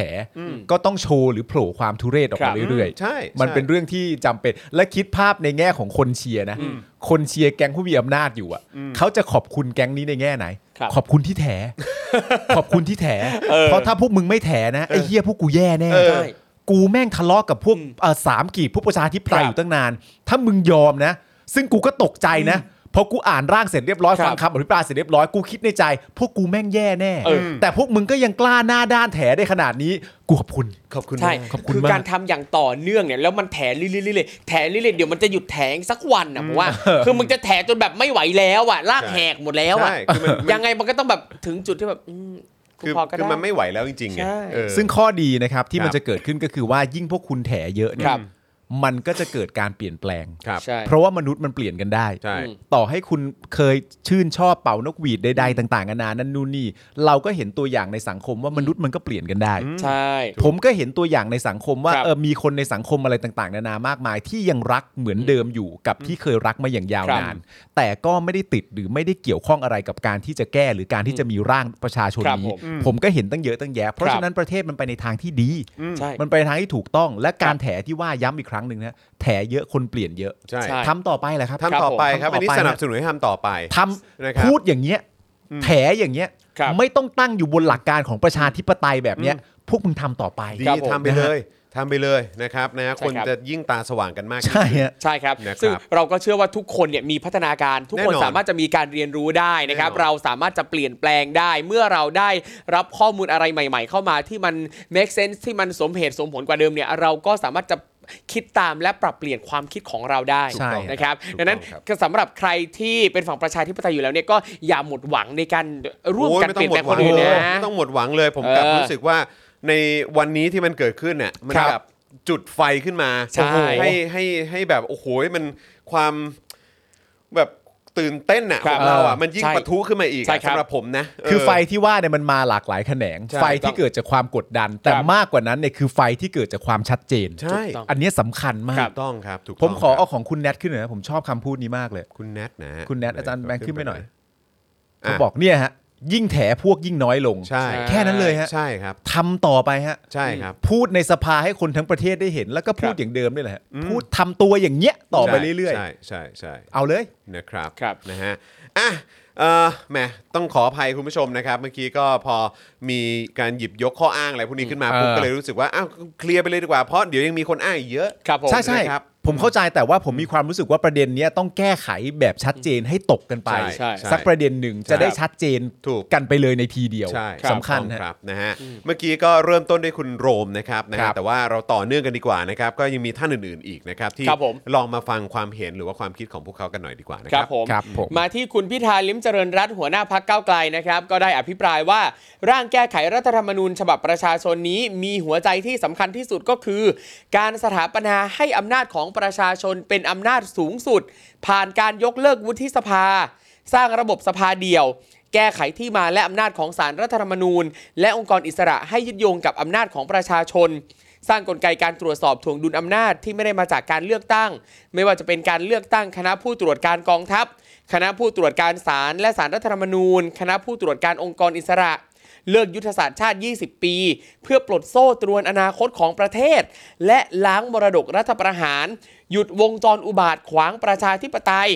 Speaker 3: ก็ต้องโชว์หรือโผล่ความทุเรศออก
Speaker 2: ครั
Speaker 3: มา
Speaker 2: บ
Speaker 3: เรื่อย
Speaker 1: ใช่ใช่
Speaker 3: มันเป็นเรื่องที่จำเป็น และคิดภาพในแง่ของคนเชียร์นะ คนเชียร์แก๊งผู้มีอำนาจอยู่อ่ะ เขาจะขอบคุณแก๊งนี้ในแง่ไหน
Speaker 2: ครับ
Speaker 3: ขอบคุณที่แถ ขอบคุณที่แถ เพราะถ้าพวกมึงไม่แถนะไอ้เฮียพวกกูแย่แน่
Speaker 1: เออ
Speaker 2: ใช่
Speaker 3: กูแม่งทะเลาะกับพวก
Speaker 2: อืม
Speaker 3: เอ่อสามกีบพวกประชาธิปไต
Speaker 2: ครั
Speaker 3: ย
Speaker 2: บ
Speaker 3: อยู่ตั้งนาน ถ้ามึงยอมนะ ซึ่งกูก็ตกใจนะพอกูอ่านร่างเสร็จเรียบร้อย
Speaker 2: ครับ
Speaker 3: ฟังคำอภิปรายเสร็จเรียบร้อยกูคิดในใจ พวกกูแม่งแย่แน่
Speaker 2: เออ
Speaker 3: แต่พวกมึงก็ยังกล้าหน้าด้านแถได้ขนาดนี้ กูขอบคุณ
Speaker 1: ขอบคุณ
Speaker 2: ใช่
Speaker 1: มาก
Speaker 3: ขอบคุณ
Speaker 2: คือ
Speaker 3: มาก
Speaker 2: การทำอย่างต่อเนื่องเนี่ยแล้วมันแถเรื่อยๆเลยๆแถเรื่อยๆเดี๋ยวมันจะหยุดแถงสักวันนะผมว่า คือมึงจะแถจนแบบไม่ไหวแล้วอ่ะลาก
Speaker 1: ใช่
Speaker 2: แหกหมดแล้วอ่ะ
Speaker 1: ใช่คือ มัน
Speaker 2: ยังไงมันก็ต้องแบบถึงจุดที่แบบอืมกู
Speaker 1: คือ
Speaker 2: พอก็
Speaker 1: คือ
Speaker 2: ได้
Speaker 1: มันไม่ไหวแล้วจริงๆไง
Speaker 2: ใช่
Speaker 1: เออ
Speaker 3: ซึ่งข้อดีนะครับที่
Speaker 1: ครับ
Speaker 3: มันจะเกิดขึ้นก็คือว่ายิ่งพวกคุณแถเยอะ
Speaker 2: ค
Speaker 3: เนี่ย
Speaker 2: รับ
Speaker 3: มันก็จะเกิดการเปลี่ยนแปลง
Speaker 1: ครับ
Speaker 2: ใช่
Speaker 3: เพราะว่ามนุษย์มันเปลี่ยนกันได้
Speaker 1: ใช่
Speaker 2: อืม
Speaker 3: ต่อให้คุณเคยชื่นชอบเป่านกหวีดใดๆต่างๆนานานั่นนู่นนี่เราก็เห็นตัวอย่างในสังคมว่ามนุษย์มันก็เปลี่ยนกันได้
Speaker 2: ใช่
Speaker 3: ผมก็เห็นตัวอย่างในสังคมว่า
Speaker 2: ครับ
Speaker 3: เออมีคนในสังคมอะไรต่างๆ นานามากมาย ที่ยังรักเหมือนเดิมอยู่กับที่เคยรักมาอย่างยาว
Speaker 2: ครับ
Speaker 3: นาน แต่ก็ไม่ได้ติดหรือไม่ได้เกี่ยวข้องอะไรกับการที่จะแก้หรือการที่จะมีร่างประชาชน
Speaker 2: ครับ
Speaker 3: นี้
Speaker 2: ผม
Speaker 3: ผมก็เห็นตั้งเยอะตั้งแยะ เพราะ
Speaker 2: ครับ
Speaker 3: ฉะนั้นประเทศมันไปในทางที่ดี
Speaker 2: ใช่
Speaker 3: มันไปในทางที่ถูกต้องและการแถที่ว่าย้ำอีกครั้งหนึ่งนะแถเยอะคนเปลี่ยนเยอะ
Speaker 1: ใช่
Speaker 2: ใช่
Speaker 3: ทำต่อไปแหละครับ
Speaker 1: ทำต่อไป
Speaker 3: ค
Speaker 1: ครั
Speaker 3: รับบ
Speaker 1: อันนี้
Speaker 3: ต่อไป
Speaker 1: สนับสนุนให้ทำต่อไป
Speaker 3: ท
Speaker 1: นะครับ
Speaker 3: ำพูดอย่างเงี้ยแถอย่างเงี้ย
Speaker 2: ครับ
Speaker 3: ไม่ต้องตั้งอยู่บนหลักการของประชาธิปไตยแบบเนี้ยพวกมึงทำต่อไป
Speaker 1: ดี
Speaker 2: ครับผม
Speaker 1: ทำไปเลย ทำไปเลยนะครับนะฮะ
Speaker 2: ใช่
Speaker 1: คน
Speaker 2: ครับ
Speaker 1: จะยิ่งตาสว่างกันมาก
Speaker 3: ใช่ฮะ
Speaker 2: ใช่ครับ
Speaker 1: นะครับ
Speaker 2: ซึ่งเราก็เชื่อว่าทุกคนเนี่ยมีพัฒนาการทุก
Speaker 1: แน่
Speaker 2: คน
Speaker 1: นอน
Speaker 2: สามารถจะมีการเรียนรู้ได้นะครับ
Speaker 1: แน่นอน
Speaker 2: เราสามารถจะเปลี่ยนแปลงได้ เมื่อเราได้รับข้อมูลอะไรใหม่ ๆ เข้ามาที่มัน make sense ที่มันสมเหตุสมผลกว่าเดิมเนี่ยเราก็สามารถจะคิดตามและปรับเปลี่ยนความคิดของเราได้
Speaker 3: ใช่
Speaker 2: นะครับ
Speaker 1: ถูกต้อง
Speaker 2: ดังนั้น
Speaker 1: ครับ
Speaker 2: ก็สำหรับใครที่เป็นฝั่งประชาธิปไตยอยู่แล้วเนี่ยก็อย่าหมดหวังในการร่วม
Speaker 1: โอ้ย
Speaker 2: กัน
Speaker 1: ไม่
Speaker 2: เป
Speaker 1: ต้อ
Speaker 2: ลี่ย
Speaker 1: ง
Speaker 2: น
Speaker 1: หมดหวังเล
Speaker 2: แปลงคนอื่นนะ
Speaker 1: ยไม่ต้องหมดหวังเลยผมกลับ
Speaker 2: เออ
Speaker 1: รู้สึกว่าในวันนี้ที่มันเกิดขึ้นเนี่ยมัน
Speaker 2: ครับ
Speaker 1: แบบจุดไฟขึ้นมา
Speaker 2: ใช่
Speaker 1: ให้ให้ให้แบบโอ้โหมันความแบบตื่นเต้นอะข
Speaker 2: ครั
Speaker 1: อบ งเราอะมันยิ่ง
Speaker 2: ใช่
Speaker 1: ปะทุขึ้นมาอีกอะ
Speaker 2: ใช่ครับ
Speaker 1: สำหรับผมนะเ
Speaker 3: คือไฟที่ว่าเนี่ยมันมาหลากหลายแขนง
Speaker 1: ใช่
Speaker 3: ไฟที่เกิดจากความกดดัน แต่มากกว่านั้นเนี่ยคือไฟที่เกิดจากความชัดเจน
Speaker 1: ใช่
Speaker 2: ถูกต้อง
Speaker 3: อันเนี้ยสำคัญมา
Speaker 1: ถู
Speaker 3: ก
Speaker 1: กต้องครับถูกต้ง
Speaker 3: ผมขอ
Speaker 1: ครั
Speaker 3: เอา
Speaker 1: บ
Speaker 3: ของคุณแนทขึ้นหน่อยนะผมชอบคำพูดนี้มากเลย
Speaker 1: คุณแนทนะ
Speaker 3: คุณแนทอาจารย์แบงค์ขึ้นไปหน่อย
Speaker 1: ะ
Speaker 3: เขาบอกเนี่ยฮะ ยิ่งแถพวกยิ่งน้อยลง
Speaker 1: ใช่
Speaker 3: แค่นั้นเลยฮะ
Speaker 1: ใช่ครับ
Speaker 3: ทำต่อไปฮะ
Speaker 1: ใช่ครับ
Speaker 3: พูดในสภาให้คนทั้งประเทศได้เห็น แล้วก็พู
Speaker 2: ค
Speaker 3: ด
Speaker 2: รับ
Speaker 3: อย่างเดิมนี่แหละฮะพูดทำตัวอย่างเงี้ยต่อไปเรื่อย
Speaker 1: ใช่ใช่ใช่
Speaker 3: ๆ เอาเลย
Speaker 1: นะครับ
Speaker 2: ครับ
Speaker 1: นะฮะอ่ะเอ่อแหมต้องขออภัยคุณผู้ชมนะครับ เมื่อกี้ก็พอมีการหยิบยกข้ออ้างอะไรพวกนี้ขึ้นมา
Speaker 3: เออ
Speaker 1: ปุ๊บก็เลยรู้สึกว่าอ้าวเคลียร์ไปเลยดีกว่าเพราะเดี๋ยวยังมีคนอ้างอีกเยอะ
Speaker 2: ครับผม
Speaker 3: ใช่ใช่
Speaker 1: นะครับ
Speaker 3: ผมเข้าใจแต่ว่าผมมีความรู้สึกว่าประเด็นเนี้ยต้องแก้ไขแบบชัดเจนให้ตกกันไป
Speaker 2: ใช่ใช่
Speaker 3: สักประเด็นหนึ่งจะได้ชัดเจน
Speaker 1: ถูก
Speaker 3: กันไปเลยในทีเดียว
Speaker 1: ใช่
Speaker 3: สำคัญ
Speaker 1: ถูกต้อง
Speaker 3: ฮะ
Speaker 1: ครับนะฮะเมื่อกี้ก็เริ่มต้นด้วยคุณโรมนะครับนะ
Speaker 3: ครั
Speaker 1: ฮะ
Speaker 3: บ
Speaker 1: แต่ว่าเราต่อเนื่องกันดีกว่านะครับก็ยังมีท่านอื่นๆอีกนะครับที่
Speaker 2: ครับผม
Speaker 1: ลองมาฟังความเห็นหรือว่าความคิดของพวกเขากันหน่อยดีกว่านะ
Speaker 2: ค
Speaker 1: ค
Speaker 2: รั
Speaker 1: รั
Speaker 2: บบ ผม
Speaker 3: ครับผม
Speaker 2: ที่คุณพิธาลิ้มเจริญรัตน์หัวหน้าพักเก้าวไกลนะครับ ก็ได้อภิปรายว่าร่างแก้ไขรัฐธรรมนูญ ฉบับประชาชนนี้มีหัวใจที่สำคัญที่สุดก็คือ การสถาปนาให้อำนาจของประชาชนเป็นอำนาจสูงสุด ผ่านการยกเลิกวุฒิสภา สร้างระบบสภาเดียว แก้ไขที่มาและอำนาจของสารรัฐธรรมนูญ และองค์กรอิสระให้ยึดโยงกับอำนาจของประชาชน สร้างกลไกการตรวจสอบถ่วงดุลอำนาจที่ไม่ได้มาจากการเลือกตั้ง ไม่ว่าจะเป็นการเลือกตั้งคณะผู้ตรวจการกองทัพ คณะผู้ตรวจการศาลและสารรัฐธรรมนูญ คณะผู้ตรวจการองค์กรอิสระ เลือกยุทธศาสตร์ชาติ 20 ปี เพื่อปลดโซ่ตรวนอนาคตของประเทศ และล้างมรดกรัฐประหาร หยุดวงจรอุบาทขวางประชาธิปไตย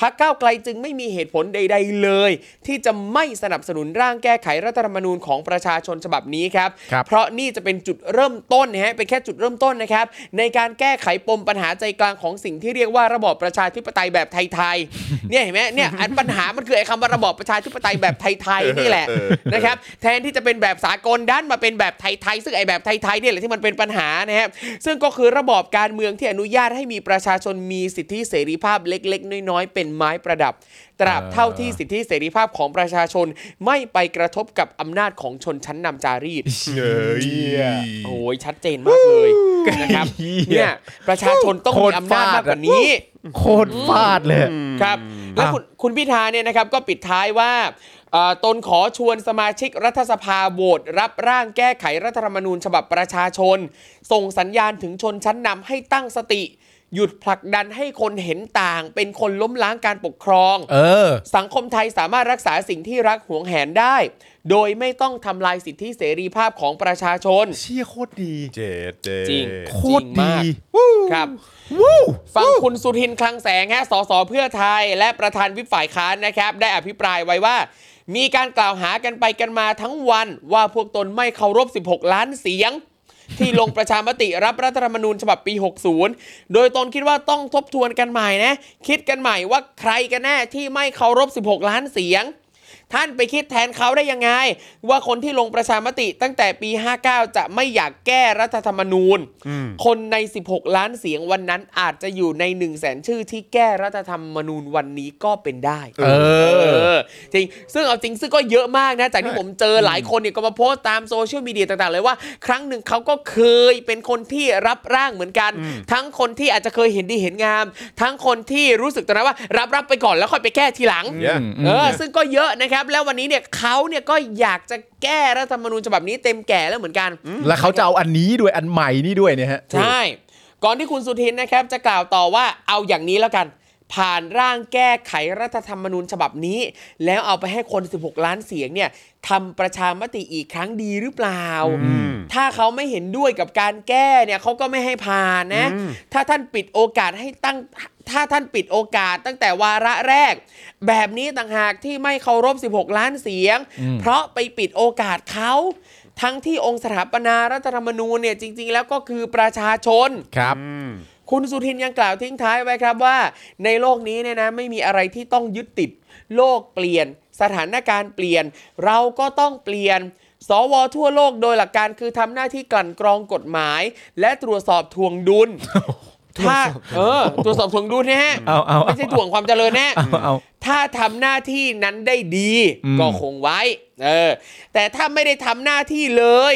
Speaker 2: พักก้าวไกลจึงไม่มีเหตุผลใด ๆ เลย ที่จะไม่สนับสนุนร่างแก้ไขรัฐธรรมนูญของประชาชนฉบับนี้ครับ
Speaker 3: ครับ
Speaker 2: เพราะนี่จะเป็นจุดเริ่มต้นนะฮะเป็นแค่จุดเริ่มต้นนะครับ ในการแก้ไขปมปัญหาใจกลางของสิ่งที่เรียกว่าระบอบประชาธิปไตยแบบไทยๆ เนี่ยเห็นไหมเนี่ยอันปัญหามันคือไอ้คำว่าระบอบประชาธิปไตยแบบไทยๆนี่แหละ
Speaker 1: เออ
Speaker 2: นะครับ แทนที่จะเป็นแบบสากลด้านมาเป็นแบบไทยๆซึ่งไอ้แบบไทยๆเนี่ยแหละที่มันเป็นปัญหานะครับซึ่งก็คือระบอบการเมืองที่อนุญาตให้มีประชาชนมีสิทธิเสรีภาพเล็ก ๆ น้อยๆ เป็นไม้ประดับ ตราบเท่าที่สิทธิเสรีภาพของประชาชนไม่ไปกระทบกับอำนาจของชนชั้นนำจารีต
Speaker 1: เฮ้ย
Speaker 2: โอ้ยชัดเจนมากเลยนะครับ
Speaker 3: เหี้ย
Speaker 2: เนี่ยประชาชนต้อง
Speaker 3: โค
Speaker 2: มี
Speaker 3: ตร
Speaker 2: อำนาจ
Speaker 3: ฟาด
Speaker 2: มากกว่านี้
Speaker 3: โคตรฟาดเลย
Speaker 2: ครับแล้วคุณคุณพิธาเนี่ยนะครับก็ปิดท้ายว่าเอ่อตนขอชวนสมาชิกรัฐสภาโหวตรับร่างแก้ไขรัฐธรรมนูญ ฉบับประชาชน ส่งสัญญาณถึงชนชั้นนำให้ตั้งสติ หยุดผลักดันให้คนเห็นต่าง เป็นคนล้มล้างการปกครอง
Speaker 3: เออ
Speaker 2: สังคมไทยสามารถรักษาสิ่งที่รักหวงแหนได้ โดยไม่ต้องทำลายสิทธิเสรีภาพของประชาชน
Speaker 3: เชี่ยโคตรดี
Speaker 1: เจ็ดเจ็ด
Speaker 2: จริง
Speaker 3: โคต
Speaker 2: จริ
Speaker 3: ร
Speaker 2: ง
Speaker 3: ดี
Speaker 2: มาก ครับ ฟังคุณสุทินคลังแสงฮะสสเพื่อไทย และประธานวิปฝ่ายค้านนะครับ ได้อภิปรายไว้ว่า มีการกล่าวหากันไปกันมาทั้งวันว่าพวกตนไม่เคารพ 16 ล้านเสียง ที่ลงประชามติรับรัฐธรรมนูญฉบับปี 60 โดยตนคิดว่าต้องทบทวนกันใหม่นะ คิดกันใหม่ว่าใครกันแน่ที่ไม่เคารพ 16 ล้านเสียง ท่านไปคิดแทนเขาได้ยังไง ว่าคนที่ลงประชามติตั้งแต่ปี 59 จะไม่อยากแก้รัฐธรรมนูญ คนใน 16 ล้านเสียงวันนั้นอาจจะอยู่ใน 1 0 0 0 0แสนชื่อที่แก้รัฐธรรมนูญวันนี้ก็เป็นได้
Speaker 3: เออ
Speaker 2: เออจริง ซึ่งเอาจริงซึ่งก็เยอะมากนะ จากที่
Speaker 1: ใช่
Speaker 2: ผมเจอหลายคนเนี่ยก็มาโพสต์ตามโซเชียลมีเดียต่างๆ เลยว่า ครั้งหนึ่งเขาก็เคยเป็นคนที่รับร่างเหมือนกัน ทั้งคนที่อาจจะเคยเห็นดีเห็นงาม ทั้งคนที่รู้สึกตอนนั้นว่า รับรับไปก่อนแล้วค่อยไปแก้ทีหลัง
Speaker 1: เนี่ย
Speaker 2: เออซึ่งก็เยอะนะครับ แล้ววันนี้เนี่ยเขาเนี่ยก็อยากจะแก้รัฐธรรมนูญฉบับนี้เต็มแก่แล้วเหมือนกัน
Speaker 3: แล้วเขาจะเอาอันนี้ด้วยอันใหม่นี่ด้วยเนี่ยฮะ
Speaker 2: ใช่ ก่อนที่คุณสุทินนะครับ จะกล่าวต่อว่าเอาอย่างนี้แล้วกัน ผ่านร่างแก้ไขรัฐธรรมนูญฉบับนี้ แล้วเอาไปให้คน 16 ล้านเสียงเนี่ยทำประชามติอีกครั้งดีหรือเปล่า ถ้าเขาไม่เห็นด้วยกับการแก้เนี่ยเขาก็ไม่ให้ผ่านนะ ถ้าท่านปิดโอกาสให้ตั้ง ถ้าท่านปิดโอกาสตั้งแต่วาระแรก แบบนี้ต่างหากที่ไม่เคารพ 16 ล้านเสียง เพราะไปปิดโอกาสเขา ทั้งที่องค์สถาปนารัฐธรรมนูญเนี่ยจริง ๆ แล้วก็คือประชาชน
Speaker 3: ครับ
Speaker 2: คุณสุทินยังกล่าวทิ้งท้ายไว้ครับว่า ในโลกนี้เนี่ยนะไม่มีอะไรที่ต้องยึดติด โลกเปลี่ยน สถานการณ์เปลี่ยน เราก็ต้องเปลี่ยน สวทั่วโลกโดยหลักการคือทำหน้าที่กลั่นกรองกฎหมาย และตรวจสอบทวง ดุลถ้าเออตรวจสอบทวงดุลนะฮะ
Speaker 3: เอาเอาเอา
Speaker 2: ไม่ใช่ถ่วงความเจริญนะ
Speaker 3: เอาเอา
Speaker 2: ถ้าทำหน้าที่นั้นได้ดี
Speaker 3: อืม
Speaker 2: ก็คงไว้ เออ แต่ถ้าไม่ได้ทำหน้าที่เลย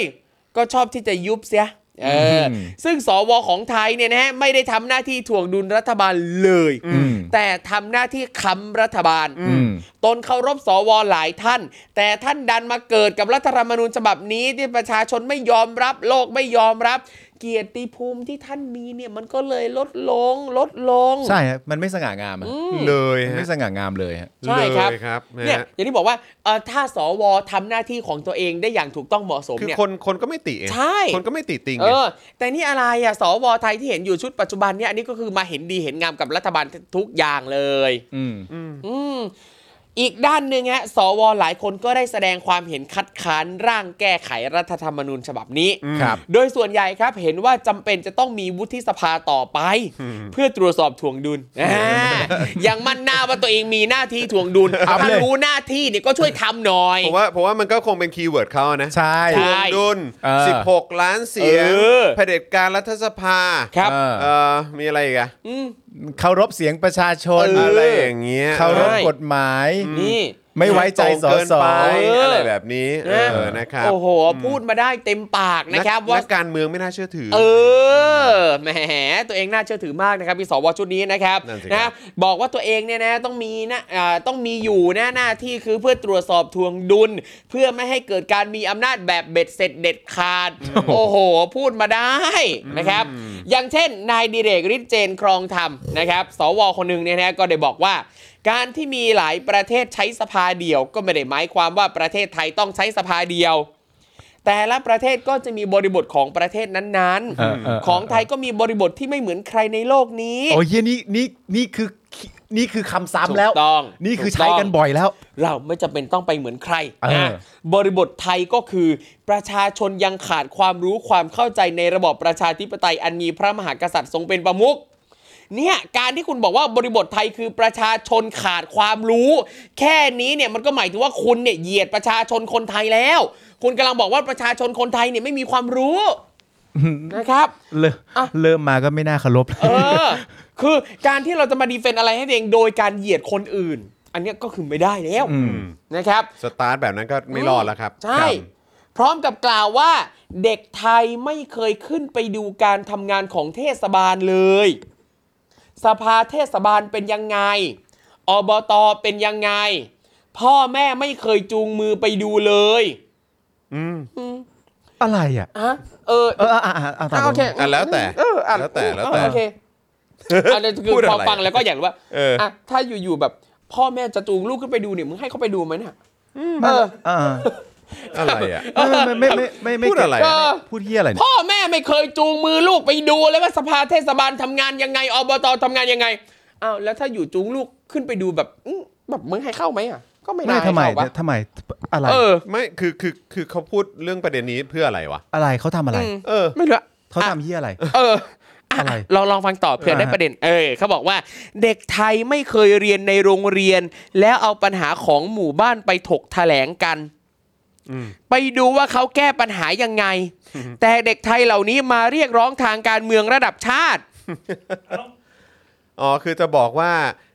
Speaker 2: ก็ชอบที่จะยุบเสีย เอออซึ่งสวของไทยเนี่ยนะฮะไม่ได้ทำหน้าที่ถ่วงดุลรัฐบาลเลย
Speaker 3: อืม
Speaker 2: แต่ทำหน้าที่ค้ำรัฐบาล
Speaker 3: อืม
Speaker 2: ตนเคารพสวหลายท่าน แต่ท่านดันมาเกิดกับรัฐธรรมนูญฉบับนี้ที่ประชาชนไม่ยอมรับ โลกไม่ยอมรับ เกียรติภูมิที่ท่านมีเนี่ยมันก็เลยลดลง ลดลง
Speaker 3: ใช่ฮะมันไม่สง่างามอะ
Speaker 1: เลย
Speaker 3: มัน
Speaker 1: ฮะ
Speaker 3: ไม่สง่างามเลยฮะ
Speaker 2: ใช่ครับ
Speaker 1: เลยครับะ
Speaker 2: เนี่ย
Speaker 1: ฮะ
Speaker 2: อย่างที่บอกว่าเอ่อถ้าสวทำหน้าที่ของตัวเองได้อย่างถูกต้องเหมาะสม
Speaker 1: คือ
Speaker 2: เนี่ย
Speaker 1: คนคนก็ไม่ติเอง
Speaker 2: ใช่
Speaker 1: คนก็ไม่ติติง
Speaker 2: เอ
Speaker 1: ไง
Speaker 2: อ แต่นี่อะไรอ่ะสวไทยที่เห็นอยู่ชุดปัจจุบันเนี่ยอันนี้ก็คือมาเห็นดีเห็นงามกับรัฐบาลทุกอย่างเลย
Speaker 3: อืม
Speaker 2: อืมอีกด้านหนึ่งฮะสวหลายคนก็ได้แสดงความเห็นคัดค้านร่างแก้ไขรัฐธรรมนูญฉบับนี้
Speaker 3: ครับ
Speaker 2: โดยส่วนใหญ่ครับเห็นว่าจำเป็นจะต้องมีวุฒิสภาต่อไป เพื่อตรวจสอบถ่วงดุล อ่าอย่างมั่นหน้าว่าตัวเองมีหน้าที่ถ่วงดุล
Speaker 3: เอาไปเลย
Speaker 2: ถ้ารู้หน้าที่เนี่ยก็ช่วยทำหน่อย
Speaker 1: ผมว่าผมว่ามันก็คงเป็นคีย์เวิร์ดเขาอะนะ
Speaker 3: ใช่
Speaker 2: ใช่
Speaker 1: วงดุล
Speaker 3: เออ
Speaker 1: 16 ล้านเสียง
Speaker 2: เออ
Speaker 1: เผด็จการรัฐสภา
Speaker 2: ครับ
Speaker 3: เออ
Speaker 1: เออมีอะไรอีกอะ
Speaker 2: อืม
Speaker 3: เคารพเสียงประชาชน
Speaker 2: เอ
Speaker 1: อะไรอย่างเงี้ย
Speaker 3: เคารพ
Speaker 2: ใช่
Speaker 3: กฎหมาย
Speaker 2: นี่
Speaker 3: ไม่ไว้ใจสอ
Speaker 1: เกิน
Speaker 3: สอ
Speaker 1: ไป
Speaker 2: เอออ
Speaker 1: อะไรแบบนี้เออนะครับ
Speaker 2: โอ้โห พูดมาได้เต็มปากนะครับ
Speaker 1: ก
Speaker 2: ว่า
Speaker 1: กการเมืองไม่น่าเชื่อถือ
Speaker 2: เออแหมตัวเองน่าเชื่อถือมากนะครับมีสวชุดนี้นะครับ
Speaker 1: นั่นสิครับ
Speaker 2: บอกว่าตัวเองเนี่ยนะต้องมีนะอ่าต้องมีอยู่นะหน้าที่คือเพื่อตรวจสอบทวงดุล เพื่อไม่ให้เกิดการมีอำนาจแบบเบ็ดเสร็จเด็ดขาด โอ้โห พูดมาได้นะครับ อย่างเช่น นายดิเรกฤทธิ์เจนครองธรรมนะครับ สวคนหนึ่งเนี่ยนะก็ได้บอกว่า การที่มีหลายประเทศใช้สภาเดียว ก็ไม่ได้หมายความว่าประเทศไทยต้องใช้สภาเดียว แต่ละประเทศก็จะมีบริบทของประเทศนั้น
Speaker 3: เออเออ
Speaker 2: ของไทยก็มีบริบทที่ไม่เหมือนใครในโลกนี้
Speaker 3: โอ้ยเหี้ยนี่นี่นี่คือนี่คือคำซ้ำแล้ว
Speaker 2: ถูกต้อง
Speaker 3: นี่คือ
Speaker 2: ถู
Speaker 3: ใช้
Speaker 2: ต้ง
Speaker 3: กันบ่อยแล้ว
Speaker 2: เราไม่จำเป็นต้องไปเหมือนใคร
Speaker 3: เออ
Speaker 2: นะบริบทไทยก็คือ ประชาชนยังขาดความรู้ความเข้าใจในระบอบประชาธิปไตยอันมีพระมหากษัตริย์ทรงเป็นประมุขเนี่ยการที่คุณบอกว่าบริบทไทยคือประชาชนขาดความรู้ แค่นี้เนี่ยมันก็หมายถึงว่าคุณเนี่ยเหยียดประชาชนคนไทยแล้ว คุณกำลังบอกว่าประชาชนคนไทยเนี่ยไม่มีความรู้นะครับ
Speaker 3: เริ่ม
Speaker 2: อ่ะ
Speaker 3: เริ่มมาก็ไม่น่าเคารพแล้ว
Speaker 2: เออ คือการที่เราจะมาดีเฟนต์อะไรให้ตัวเองโดยการเหยียดคนอื่น อันเนี้ยก็คือไม่ได้แล้ว
Speaker 3: ม
Speaker 2: นะครับ
Speaker 1: สตาร์ทแบบนั้นก็ไม่รอดแล้วครับ
Speaker 2: ใช่ พร้อมกับกล่าวว่า เด็กไทยไม่เคยขึ้นไปดูการทำงานของเทศบาลเลย สภาเทศบาลเป็นยังไง อบตเป็นยังไง พ่อแม่ไม่เคยจูงมือไปดูเลย
Speaker 1: อืม
Speaker 3: อะไรอ่ะ
Speaker 2: อะเออ
Speaker 3: เอออ่ะอ่ะอ่ะตาม
Speaker 2: อ่ะโอเค
Speaker 1: อ่ะแล้วแต่
Speaker 2: เอออ่ะ
Speaker 1: แล้วแต่แล้วแต่
Speaker 2: โอเคอันนี้คือ
Speaker 1: พูดอะไร
Speaker 2: พอฟังแล้วก็อย่างว่า
Speaker 1: เออ
Speaker 2: อ่ะถ้าอยู่ๆแบบพ่อแม่จะจูงลูกขึ้นไปดูเนี่ยมึงให้เขาไปดูไหมน่ะ
Speaker 3: ไม่
Speaker 2: เออ
Speaker 3: อ่ะ
Speaker 1: อะไรอ่ะ
Speaker 3: เออไม่ไม่ไม่ไม่ไม่
Speaker 1: พูดอะไร
Speaker 2: เออ
Speaker 3: พูดเฮียอะไรเนี่ย
Speaker 2: พ่อแม่ไม่เคยจูงมือลูกไปดูเลยว่าสภาเทศบาลทำงานยังไงอบตทำงานยังไงอ้าวแล้วถ้าอยู่จูงลูกขึ้นไปดูแบบอื้อแบบมึงให้เข้าไหมอ่ะก็ไม่
Speaker 3: ไม่
Speaker 2: น่าให้
Speaker 3: ทำไม
Speaker 2: เข้าปะ
Speaker 3: เนี่ยทำไมอะไร
Speaker 2: เออ
Speaker 1: ไม่คือคือคือเขาพูดเรื่องประเด็นนี้เพื่ออะไรวะ
Speaker 3: อะไรเขาทำอะไร
Speaker 2: อืม
Speaker 1: เออ
Speaker 2: ไม่รู้อะ
Speaker 3: เขาทำเฮียอะไร
Speaker 2: เออ
Speaker 3: อะไร
Speaker 2: ลองลองฟังต่อเผื่อ
Speaker 3: อ่าฮะ
Speaker 2: ได้ประเด็น เออเขาบอกว่า เด็กไทยไม่เคยเรียนในโรงเรียน แล้วเอาปัญหาของหมู่บ้านไปถกแถลงกัน
Speaker 1: อืม
Speaker 2: ไปดูว่าเขาแก้ปัญหายังไง แต่เด็กไทยเหล่านี้มาเรียกร้องทางการเมืองระดับชาติ
Speaker 1: อ๋อคือจะบอกว่า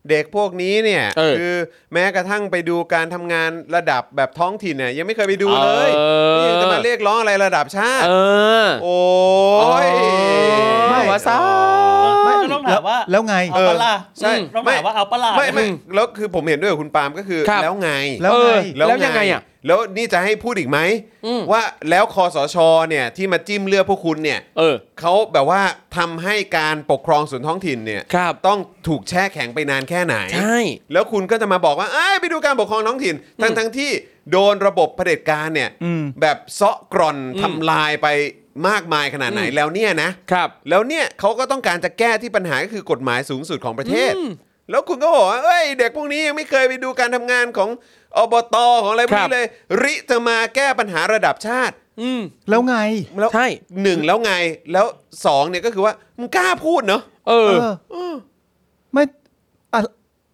Speaker 1: เด็กพวกนี้เนี่ย
Speaker 2: เออ
Speaker 1: คือแม้กระทั่งไปดูการทำงานระดับแบบท้องถิ่นเนี่ยยังไม่เคยไปดูเลย
Speaker 2: เออ
Speaker 1: นี่ยังจะมาเรียกร้องอะไรระดับชาติ
Speaker 2: เออ
Speaker 1: โอ้ย
Speaker 2: ไม่ว่าซะ
Speaker 4: ไม่
Speaker 3: ไม่
Speaker 4: ต้องถามว่า
Speaker 3: แล้วไง
Speaker 4: เอาปะลา
Speaker 1: ใช่
Speaker 4: ต้องถามว่าเอาปะลา
Speaker 1: ไม่ไม่แล้วคือผมเห็นด้วยกับคุณปาล์มก็คือ
Speaker 2: ครับ
Speaker 1: แล้วไง
Speaker 3: แล้ว
Speaker 2: เออ
Speaker 3: ไง
Speaker 2: แล้วยังไงอ่ะ
Speaker 1: แล้วนี่จะให้พูดอีกไหม
Speaker 2: อืม
Speaker 1: ว่าแล้วคอสชเนี่ยที่มาจิ้มเลือกพวกคุณเนี่ย
Speaker 2: เออ
Speaker 1: เขาแบบว่าทำให้การปกครองส่วนท้องถิ่นเนี่ย
Speaker 2: ครับ
Speaker 1: ต้องถูกแช่แข็งไปนานแค่ไหน
Speaker 2: ใช่
Speaker 1: แล้วคุณก็จะมาบอกว่าเอ้ยไปดูการปกครองท้องถิ่น ทั้งทั้งที่โดนระบบเผด็จการเนี่ย
Speaker 3: อืม
Speaker 1: แบบเซาะกร่อนทำลายไปมากมายขนาดไหน
Speaker 2: อืม
Speaker 1: แล้วเนี่ยนะครับ แล้วเนี่ยเขาก็ต้องการจะแก้ที่ปัญหาก็คือกฎหมายสูงสุดของประเทศ แล้วคุณก็บอกว่าเอ้ยเด็กพวกนี้ยังไม่เคยไปดูการทำงานของอบตของอะไรพวก
Speaker 2: ครั
Speaker 1: นี้
Speaker 2: บ
Speaker 1: เลย ริจะมาแก้ปัญหาระดับชาติ
Speaker 2: อื อืม
Speaker 3: แล้วไง
Speaker 1: แล้ว
Speaker 2: ใช่
Speaker 1: หนึ่งแล้วไงแล้วสองเนี่ยก็คือว่ามึงกล้าพูดเนอะ
Speaker 2: เออ
Speaker 3: เออไม่อะ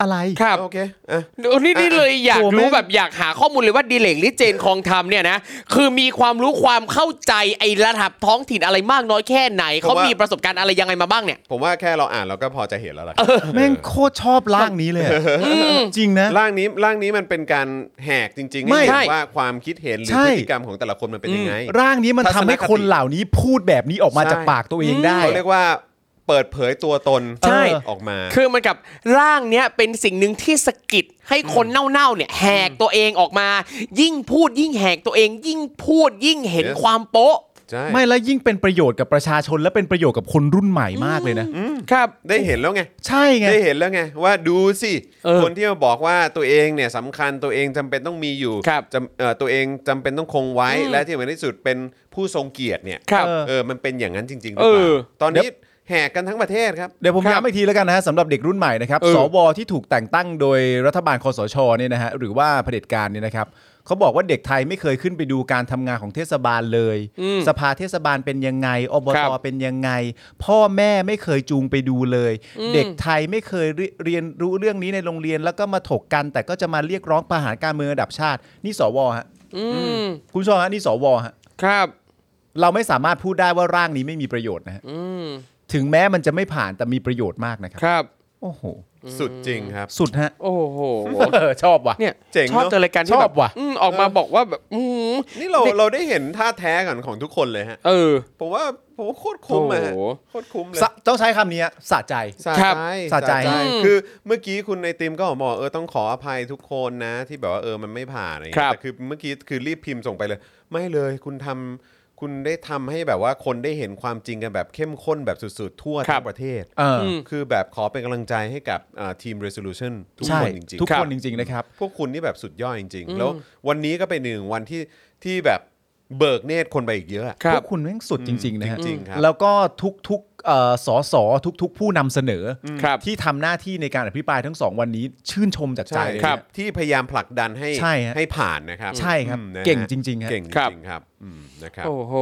Speaker 3: อะไร
Speaker 2: ครับ
Speaker 1: โอเคอ่ะ
Speaker 2: โอ้นี่นี่เลยอยาก
Speaker 3: โอ้แม่ง
Speaker 2: รู้แบบอยากหาข้อมูลเลยว่าดิเลกหรือเจนคองธรรมเนี่ยนะคือมีความรู้ความเข้าใจไอ้ระดับท้องถิ่นอะไรมากน้อยแค่ไหน
Speaker 1: ผม
Speaker 2: เขา
Speaker 1: ว่า
Speaker 2: มีประสบการณ์อะไรยังไงมาบ้างเนี่ย
Speaker 1: ผมว่าแค่เราอ่านเราก็พอจะเห็นแล้วล่ะครับ
Speaker 3: แม่งโคตรชอบร่างนี้เลยอะจริงนะ
Speaker 1: ร่างนี้ร่างนี้มันเป็นการแหกจริงๆ
Speaker 3: ไม่
Speaker 1: ให้
Speaker 2: ใช่
Speaker 1: เห็นว่าความคิดเห็นหรือ
Speaker 3: ใช่
Speaker 1: พฤติกรรมของแต่ละคนมันเป็นยังไง
Speaker 3: ร่างนี้มัน
Speaker 1: ทัศน
Speaker 3: ทำ
Speaker 1: คติ
Speaker 3: ให้คนเหล่านี้พูดแบบนี้ออกมา
Speaker 1: ใช่
Speaker 3: จากปากตัวเองได้
Speaker 1: เขาเรียกว่าเปิดเผยตัวตน
Speaker 2: ใช่
Speaker 1: ออกมา
Speaker 2: คือมันกับร่างเนี้ยเป็นสิ่งหนึ่งที่สะกิดให้คนเน่าๆเนี่ยแหกตัวเองออกมา ยิ่งพูดยิ่งแหกตัวเอง ยิ่งพูดยิ่งเห็น
Speaker 1: Yes
Speaker 2: ความโป๊ะ
Speaker 1: ใช่
Speaker 3: ไม่แล้วยิ่งเป็นประโยชน์กับประชาชนและเป็นประโยชน์กับคนรุ่นใหม่มากเลยนะ
Speaker 2: ครับ
Speaker 1: ได้เห็นแล้วไง
Speaker 3: ใช่ไง
Speaker 1: ได้เห็นแล้วไงว่าดูสิ
Speaker 2: เออ
Speaker 1: คนที่มาบอกว่าตัวเองเนี่ยสำคัญตัวเองจำเป็นต้องมีอยู่
Speaker 2: ครับ
Speaker 1: จำเอ่อตัวเองจำเป็นต้องคงไว้
Speaker 2: อืม
Speaker 1: และที่สำคัญที่สุดเป็นผู้ทรงเกียรติเนี่ย
Speaker 2: ครับ
Speaker 3: เออ
Speaker 1: เออมันเป็นอย่างนั้นจริงๆหรื
Speaker 2: เอ
Speaker 1: อ
Speaker 2: อ
Speaker 1: เปล่าตอนนี้แหกกันทั้งประเทศครับ
Speaker 3: เดี๋ยวผม
Speaker 2: ครับ
Speaker 3: ย้ำอีกทีแล้วกันนะฮะสำหรับเด็กรุ่นใหม่นะครับ
Speaker 2: เออ
Speaker 3: สวที่ถูกแต่งตั้งโดยรัฐบาลคอสชเนี่ยนะฮะหรือว่าเผด็จการเนี่ยนะครับเขาบอกว่าเด็กไทยไม่เคยขึ้นไปดูการทำงานของเทศบาลเลย
Speaker 2: อืม
Speaker 3: สภาเทศบาลเป็นยังไงอบ
Speaker 2: ครั
Speaker 3: ต
Speaker 2: บ
Speaker 3: เป็นยังไง พ่อแม่ไม่เคยจูงไปดูเลย
Speaker 2: อืม
Speaker 3: เด็กไทยไม่เคยเรเรียนรู้เรื่องนี้ในโรงเรียนแล้วก็มาถกกัน แต่ก็จะมาเรียกร้องประหารการเมืองระดับชาติ นี่สวฮะ
Speaker 2: อืม
Speaker 3: คุณผู้ชมฮะนี่สวฮะ
Speaker 2: ครับ
Speaker 3: เราไม่สามารถพูดได้ว่าร่างนี้ไม่มีประโยชน์นะฮะ
Speaker 2: อืม
Speaker 3: ถึงแม้มันจะไม่ผ่านแต่มีประโยชน์มากนะครับ
Speaker 2: ครับ
Speaker 3: โอ้โห
Speaker 1: สุดจริงครับ
Speaker 3: สุดฮะ
Speaker 2: โอ้โห
Speaker 3: เออชอบว่ะ
Speaker 2: เนี่ย
Speaker 1: เจ๋งเนอะ
Speaker 2: ชอบเจอรายการที่
Speaker 3: ช
Speaker 2: แบ
Speaker 3: อบบ ว่ะ
Speaker 2: อืมออกมาบอกว่าแบบอืม
Speaker 1: นี่เราเราได้เห็นท่าแท้กันของทุกคนเลยฮะ
Speaker 2: เออ
Speaker 1: ผมว่าผมว่าโคตรคุ้มอะฮะ
Speaker 2: โอ้โห
Speaker 1: โคตรคุ้มเลย
Speaker 3: สะต้องใช้คำนี้อะสะใจ
Speaker 1: สะ
Speaker 2: ครับ
Speaker 1: ใจ
Speaker 3: สะใจ
Speaker 1: คือเมื่อกี้คุณในติมก็บอกเออต้องขออภัยทุกคนนะ ที่แบบว่าเออมันไม่ผ่านอะไรอย่าง
Speaker 2: ครั
Speaker 1: เงี้ย
Speaker 2: บ
Speaker 1: แต่คือเมื่อกี้คือรีบพิมพ์ส่งไปเลย ไม่เลยคุณทำคุณได้ทำให้แบบว่าคนได้เห็นความจริงกันแบบเข้มข้นแบบสุดๆ ทั่ว
Speaker 2: ครั
Speaker 1: ทั้
Speaker 2: บ
Speaker 1: งประเทศ
Speaker 3: เออ
Speaker 2: อืม
Speaker 1: คือแบบขอเป็นกำลังใจให้กับอ่าทีม resolution ทุก
Speaker 3: ใช่
Speaker 1: คนจริงๆ
Speaker 3: ทุก
Speaker 2: ครั
Speaker 3: ค
Speaker 2: บ
Speaker 3: นจริง ๆ นะครับ
Speaker 1: พวกคุณนี่แบบสุดยอดจริง ๆ แล้ววันนี้ก็เป็นหนึ่งวันที่ที่แบบเบิกเนตรคนไปอีกเยอะอะ
Speaker 2: ครั
Speaker 3: พ
Speaker 2: บ
Speaker 3: วกคุณแม่งสุดจริง ๆ นะฮะ
Speaker 1: จริงๆครับ
Speaker 3: แล้วก็ทุกๆเอ่อสอสอทุก ๆ ผู้นำเสนออ
Speaker 2: ครับ
Speaker 3: ที่ทำหน้าที่ในการอภิปรายทั้งสองวันนี้ ชื่นชมจากใจ
Speaker 1: ใช่
Speaker 3: เลย
Speaker 1: ค
Speaker 3: นะ
Speaker 1: รับที่พยายามผลักดันให้
Speaker 3: ใช่ฮะ
Speaker 1: ให้ผ่านนะครับ
Speaker 3: ใช่ครับ
Speaker 1: อืมนะฮะ
Speaker 3: เก่งจริงๆครับ
Speaker 1: เก่งจริงๆครับอืมนะครับ
Speaker 2: โอ้โห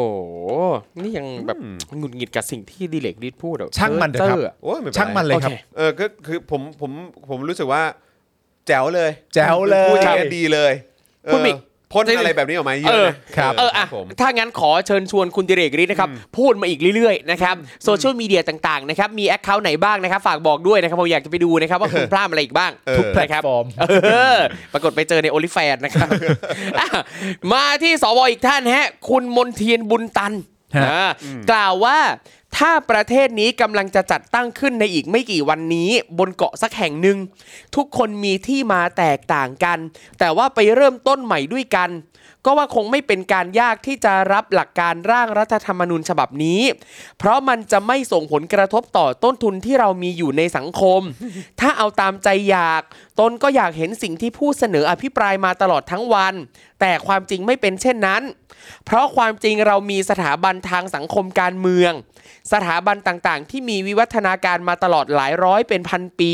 Speaker 2: นี่ยังแบบหงุดหงิดกับสิ่งที่ดิเลกดิดพูดอะ
Speaker 3: ช่างมันเถอะครับ
Speaker 2: เจ้อ
Speaker 1: โอ้ยไม่ป็ไร
Speaker 3: ช่างมันเลยครับ
Speaker 2: โอเค
Speaker 1: เออก็คือผมผมผมรู้สึกว่า แจ๋วเลย
Speaker 3: แจ๋วเลย
Speaker 1: พูดอย่างนี้ยดีเลยเออ
Speaker 2: พูดอีก
Speaker 1: พ่นอะไรแบบนี้ออกมาเยอะนะ
Speaker 3: ครับ
Speaker 2: เอออ่ะ
Speaker 1: ผม
Speaker 2: ถ้างั้นขอเชิญชวนคุณดิเรกฤทธิ์นะครับ พูดมาอีกเรื่อยๆนะครับโซเชียลมีเดียต่างๆนะครับ มีแอคเคาท์ไหนบ้างนะครับ ฝากบอกด้วยนะครับผมอยากจะไปดูนะครับ ว่าคุณพลาดอะไรอีกบ้าง
Speaker 1: เออ
Speaker 3: ทุกแพล
Speaker 2: นะ
Speaker 3: ต
Speaker 2: ครับ
Speaker 3: ฟอร์ม
Speaker 2: เออ ปรากฏไปเจอในโอลิแฟนนะครับ อ่ะมาที่สวอีกท่านฮะ คุณมนเทียนบุญตัน
Speaker 3: ฮะ
Speaker 2: อ่ากล่าวว่าถ้าประเทศนี้กำลังจะจัดตั้งขึ้นในอีกไม่กี่วันนี้ บนเกาะสักแห่งหนึ่ง ทุกคนมีที่มาแตกต่างกัน แต่ว่าไปเริ่มต้นใหม่ด้วยกัน ก็ว่าคงไม่เป็นการยากที่จะรับหลักการร่างรัฐธรรมนูญฉบับนี้ เพราะมันจะไม่ส่งผลกระทบต่อต้นทุนที่เรามีอยู่ในสังคม ถ้าเอาตามใจอยาก ตนก็อยากเห็นสิ่งที่ผู้เสนออภิปรายมาตลอดทั้งวัน แต่ความจริงไม่เป็นเช่นนั้น เพราะความจริงเรามีสถาบันทางสังคมการเมือง สถาบันต่างๆ ที่มีวิวัฒนาการมาตลอดหลายร้อยเป็นพันปี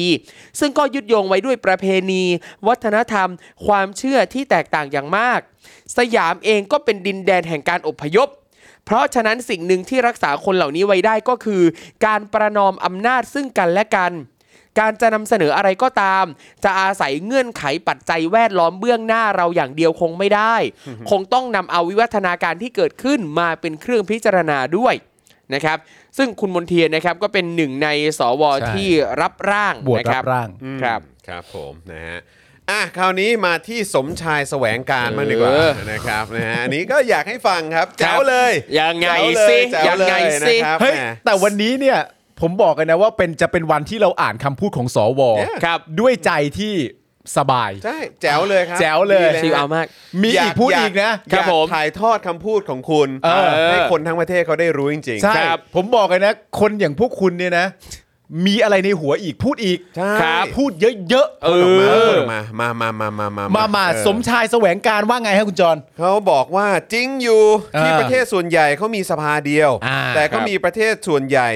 Speaker 2: ซึ่งก็ยึดโยงไว้ด้วยประเพณี วัฒนธรรม ความเชื่อที่แตกต่างอย่างมาก สยามเองก็เป็นดินแดนแห่งการอพยพ เพราะฉะนั้นสิ่งหนึ่งที่รักษาคนเหล่านี้ไว้ได้ก็คือ การประนอมอำนาจซึ่งกันและกัน การจะนำเสนออะไรก็ตาม จะอาศัยเงื่อนไขปัจจัยแวดล้อมเบื้องหน้าเราอย่างเดียวคงไม่ได้ คงต้องนำเอาวิวัฒนาการที่เกิดขึ้นมาเป็นเครื่องพิจารณาด้วยนะครับ ซึ่งคุณมนเทียนนะครับก็เป็นหนึ่งในสว
Speaker 3: ใช่
Speaker 2: ที่รับร่าง
Speaker 3: บวช
Speaker 2: นะค
Speaker 3: รั
Speaker 2: รับ
Speaker 3: บร่าง
Speaker 1: อืม
Speaker 2: ครับ
Speaker 1: ครับผมนะฮะอ่ะคราวนี้มาที่สมชายแสวงการมางดีกว่า
Speaker 2: เออ
Speaker 1: นะครับนะฮะอันนี้ก็อยากให้ฟังครับแจ๋วเลย
Speaker 2: ยังไง
Speaker 1: แจ๋วเลย
Speaker 2: สิ
Speaker 1: แจ๋ว
Speaker 2: ยัง
Speaker 1: เล
Speaker 2: ไง
Speaker 1: นะ
Speaker 2: สิ
Speaker 1: ครับ
Speaker 3: เฮ้ย
Speaker 1: แหม
Speaker 3: แต่วันนี้เนี่ยผมบอกกันนะว่าเป็นจะเป็นวันที่เราอ่านคำพูดของสว
Speaker 1: Yeah
Speaker 2: ครับ
Speaker 3: ด้วยใจที่สบาย
Speaker 1: ใช่แจ๋วเลยครับ
Speaker 3: แจ๋วเลย
Speaker 1: ดี
Speaker 2: ชิว
Speaker 1: ฮะ
Speaker 2: เอามาก
Speaker 3: มี
Speaker 1: ยา
Speaker 3: อีกพูดอีกนะ
Speaker 1: อยา
Speaker 2: ครับผม
Speaker 1: ถ่ายทอดคำพูดของคุณ
Speaker 3: เออ
Speaker 1: ให้คนทั้งประเทศเขาได้รู้จริงๆ
Speaker 3: ใช่
Speaker 2: ครับ
Speaker 3: ผมบอกเลยนะ คนอย่างพวกคุณเนี่ยนะ มีอะไรในหัวอีกพูดอีก
Speaker 1: ใช่
Speaker 2: ครับ
Speaker 3: พูดเยอะๆ
Speaker 2: เอ
Speaker 1: พูดออกมาพูด
Speaker 2: อ
Speaker 1: ออกมามามามามามา
Speaker 3: มามา
Speaker 1: เออ
Speaker 3: สมชายแสวงการว่าไงฮะคุณจร
Speaker 1: เขาบอกว่าจริงอยู่ที่
Speaker 3: เออ
Speaker 1: ประเทศส่วนใหญ่เขามีสภาเดียว
Speaker 3: อ่า
Speaker 1: แต่ก็
Speaker 2: ครับ
Speaker 1: มีประเทศส่วนใหญ่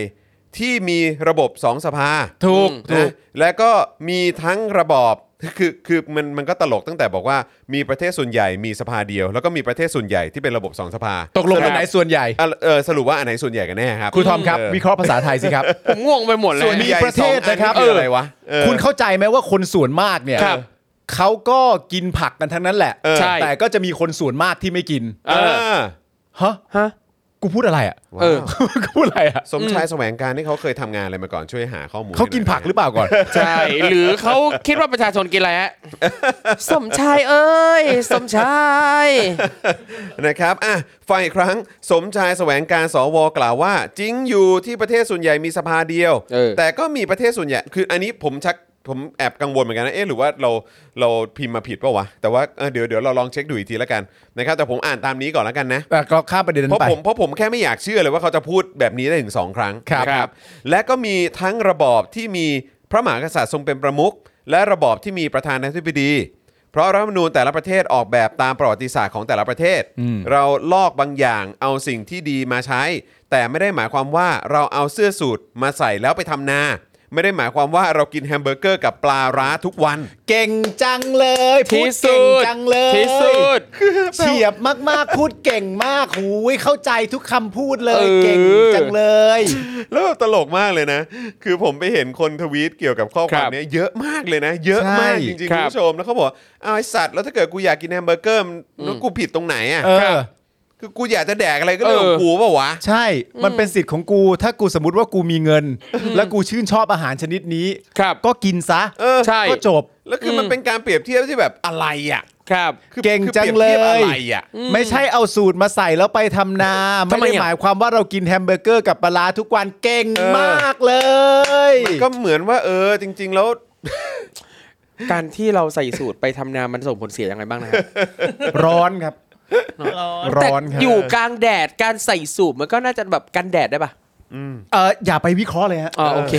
Speaker 1: ที่มีระบบสองสภา
Speaker 3: ถูก
Speaker 1: นะและก็มีทั้งระบอบ คือคือมันมันก็ตลกตั้งแต่บอกว่ามีประเทศส่วนใหญ่มีสภาเดียว แล้วก็มีประเทศส่วนใหญ่ที่เป็นระบบสองสภา
Speaker 3: ตกลงอันไหนส่วนใหญ่
Speaker 1: อ่ะเออสรุปว่าอันไหนส่วนใหญ่กันแน่ครับ
Speaker 3: ครูทอมครับ
Speaker 1: เ
Speaker 3: วิเคราะห์ภาษาไทยสิครับ
Speaker 2: ผมงงไปหมดเล
Speaker 1: ส่
Speaker 2: ย
Speaker 1: วน
Speaker 3: มี
Speaker 1: ใหญ่
Speaker 3: ประเทศนะครับ
Speaker 1: สองอัออะไรวะเออ
Speaker 3: คุณเข้าใจไหมว่าคนส่วนมากเนี่ย
Speaker 2: ครับ
Speaker 3: เขาก็กินผักกันทั้งนั้นแหละ
Speaker 1: เออ
Speaker 2: ใช่
Speaker 3: แต่ก็จะมีคนส่วนมากที่ไม่กิน
Speaker 1: เออ
Speaker 3: ฮะ
Speaker 2: ฮะ
Speaker 3: กูพูดอะไรอ่ะ
Speaker 1: ว้าว
Speaker 2: เออ
Speaker 3: กูพูดอะไรอ่ะ
Speaker 1: สมชายแสวงการที่เขาเคยทำงานอะไรมาก่อนช่วยหาข้อมูล
Speaker 3: เขากินผักหรือเปล่าก่อน
Speaker 2: ใช่ หรือเขาคิดว่าประชาชนกินอะไรฮะ สมชายเอ้ย สมชาย
Speaker 1: นะครับอ่ะฟังอีกครั้งสมชายแสวงการสวกล่าวว่า จริงอยู่ที่ประเทศส่วนใหญ่มีสภาเดียว
Speaker 2: เออ
Speaker 1: แต่ก็มีประเทศส่วนใหญ่คืออันนี้ผมชักผมแอบกังวลเหมือนกันนะเอ๊ะหรือว่าเราเราพิมพ์มาผิดเปล่าวะแต่ว่าเออเดี๋ยวเดี๋ยวเราลองเช็คดูอีกทีแล้วกันนะครับแต่ผมอ่านตามนี้ก่อนแล้วกันนะ
Speaker 3: แต่ก็ข้ามประเด็นนั้
Speaker 1: เพ
Speaker 3: น
Speaker 1: ราะ
Speaker 3: ไป
Speaker 1: ผมเพราะผมแค่ไม่อยากเชื่อเลยว่าเขาจะพูดแบบนี้ได้ถึง 2 ครั้ง
Speaker 3: ครับ
Speaker 1: นะและก็มีทั้งระบอบที่มีพระมหากษัตริย์ทรงเป็นประมุขและระบอบที่มีประธานาธิบดี เพราะรัฐธรรมนูญแต่ละประเทศออกแบบตามประวัติศาสตร์ของแต่ละประเทศ เราลอกบางอย่างเอาสิ่งที่ดีมาใช้ แต่ไม่ได้หมายความว่าเราเอาเสื้อสูตรมาใส่แล้วไปทำนา ไม่ได้หมายความว่าเรากินแฮมเบอร์เกอร์กับปลาร้าทุกวัน
Speaker 3: เก่งจังเลยพูด
Speaker 2: ที่
Speaker 3: เก่
Speaker 2: สุ
Speaker 3: ง
Speaker 2: ด
Speaker 3: จังเลย
Speaker 2: ที่สุด
Speaker 3: เฉียบมากๆ พูดเก่งมากหูยเข้าใจทุกคำพูดเลย
Speaker 2: เออ
Speaker 3: เก่งจังเลย
Speaker 1: แล้วแบบตลกมากเลยนะ คือผมไปเห็นคนทวีตเกี่ยวกับข้อความ
Speaker 2: ครับ
Speaker 1: เนี้ยเยอะมากเลยนะ เยอะมาก
Speaker 3: ใช่
Speaker 1: จริงๆ
Speaker 2: ค
Speaker 1: คุ
Speaker 2: รั
Speaker 1: ณ
Speaker 2: บ
Speaker 1: ผู้ชม แล้วเขาบอกว่าเอาวไอสัตว์ แล้วถ้าเกิดกูอยากกินแฮมเบอร์เกอร์มันแล้วกูผิดตรงไหนอ่ะ
Speaker 3: เออ
Speaker 1: คือกูอยากจะแดกอะไรก็เรื่องขอ
Speaker 2: เอง อ
Speaker 1: กูเปล่าวะ
Speaker 3: ใช่ มันเป็นสิทธิ์ของกู ถ้ากูสมมติว่ากูมีเงิน และกูชื่นชอบอาหารชนิดนี้
Speaker 2: ครับ
Speaker 3: ก็กินซะ
Speaker 1: เออ
Speaker 2: ใช่
Speaker 3: ก็จบ
Speaker 1: แล้วคืออ
Speaker 2: ม
Speaker 1: มันเป็นการเปรียบเทียบที่แบบอะไรอ่ะ
Speaker 2: ครับ
Speaker 1: คือ
Speaker 3: เก่ง
Speaker 1: คือ
Speaker 3: จัง
Speaker 1: ปรีบทีบ
Speaker 3: เลย
Speaker 1: อะไรอ่ะ
Speaker 3: ไม่ใช่เอาสูตรมาใส่แล้วไปทำนา
Speaker 2: ทำ
Speaker 3: ไม่
Speaker 2: ไม
Speaker 3: ได้
Speaker 2: อ่ะ
Speaker 3: หมายความว่าเรากินแฮมเบอร์เกอร์กับปลาร้าทุกวันเก่ง
Speaker 1: เออ
Speaker 3: มากเลย
Speaker 1: มันก็เหมือนว่าเออจริง ๆ แล้ว
Speaker 2: การที่เราใส่สูตรไปทำนา มันส่งผลเสียยังไงบ้างนะครับ
Speaker 3: ร้อนครับ
Speaker 4: ร้อน
Speaker 3: ร้อนครับ
Speaker 2: อยู่กลางแดด การใส่สูตรมันก็น่าจะแบบกันแดดได้ป่ะ
Speaker 3: เอออย่าไปวิเคราะห์เลยฮะ
Speaker 2: อ๋อโอเค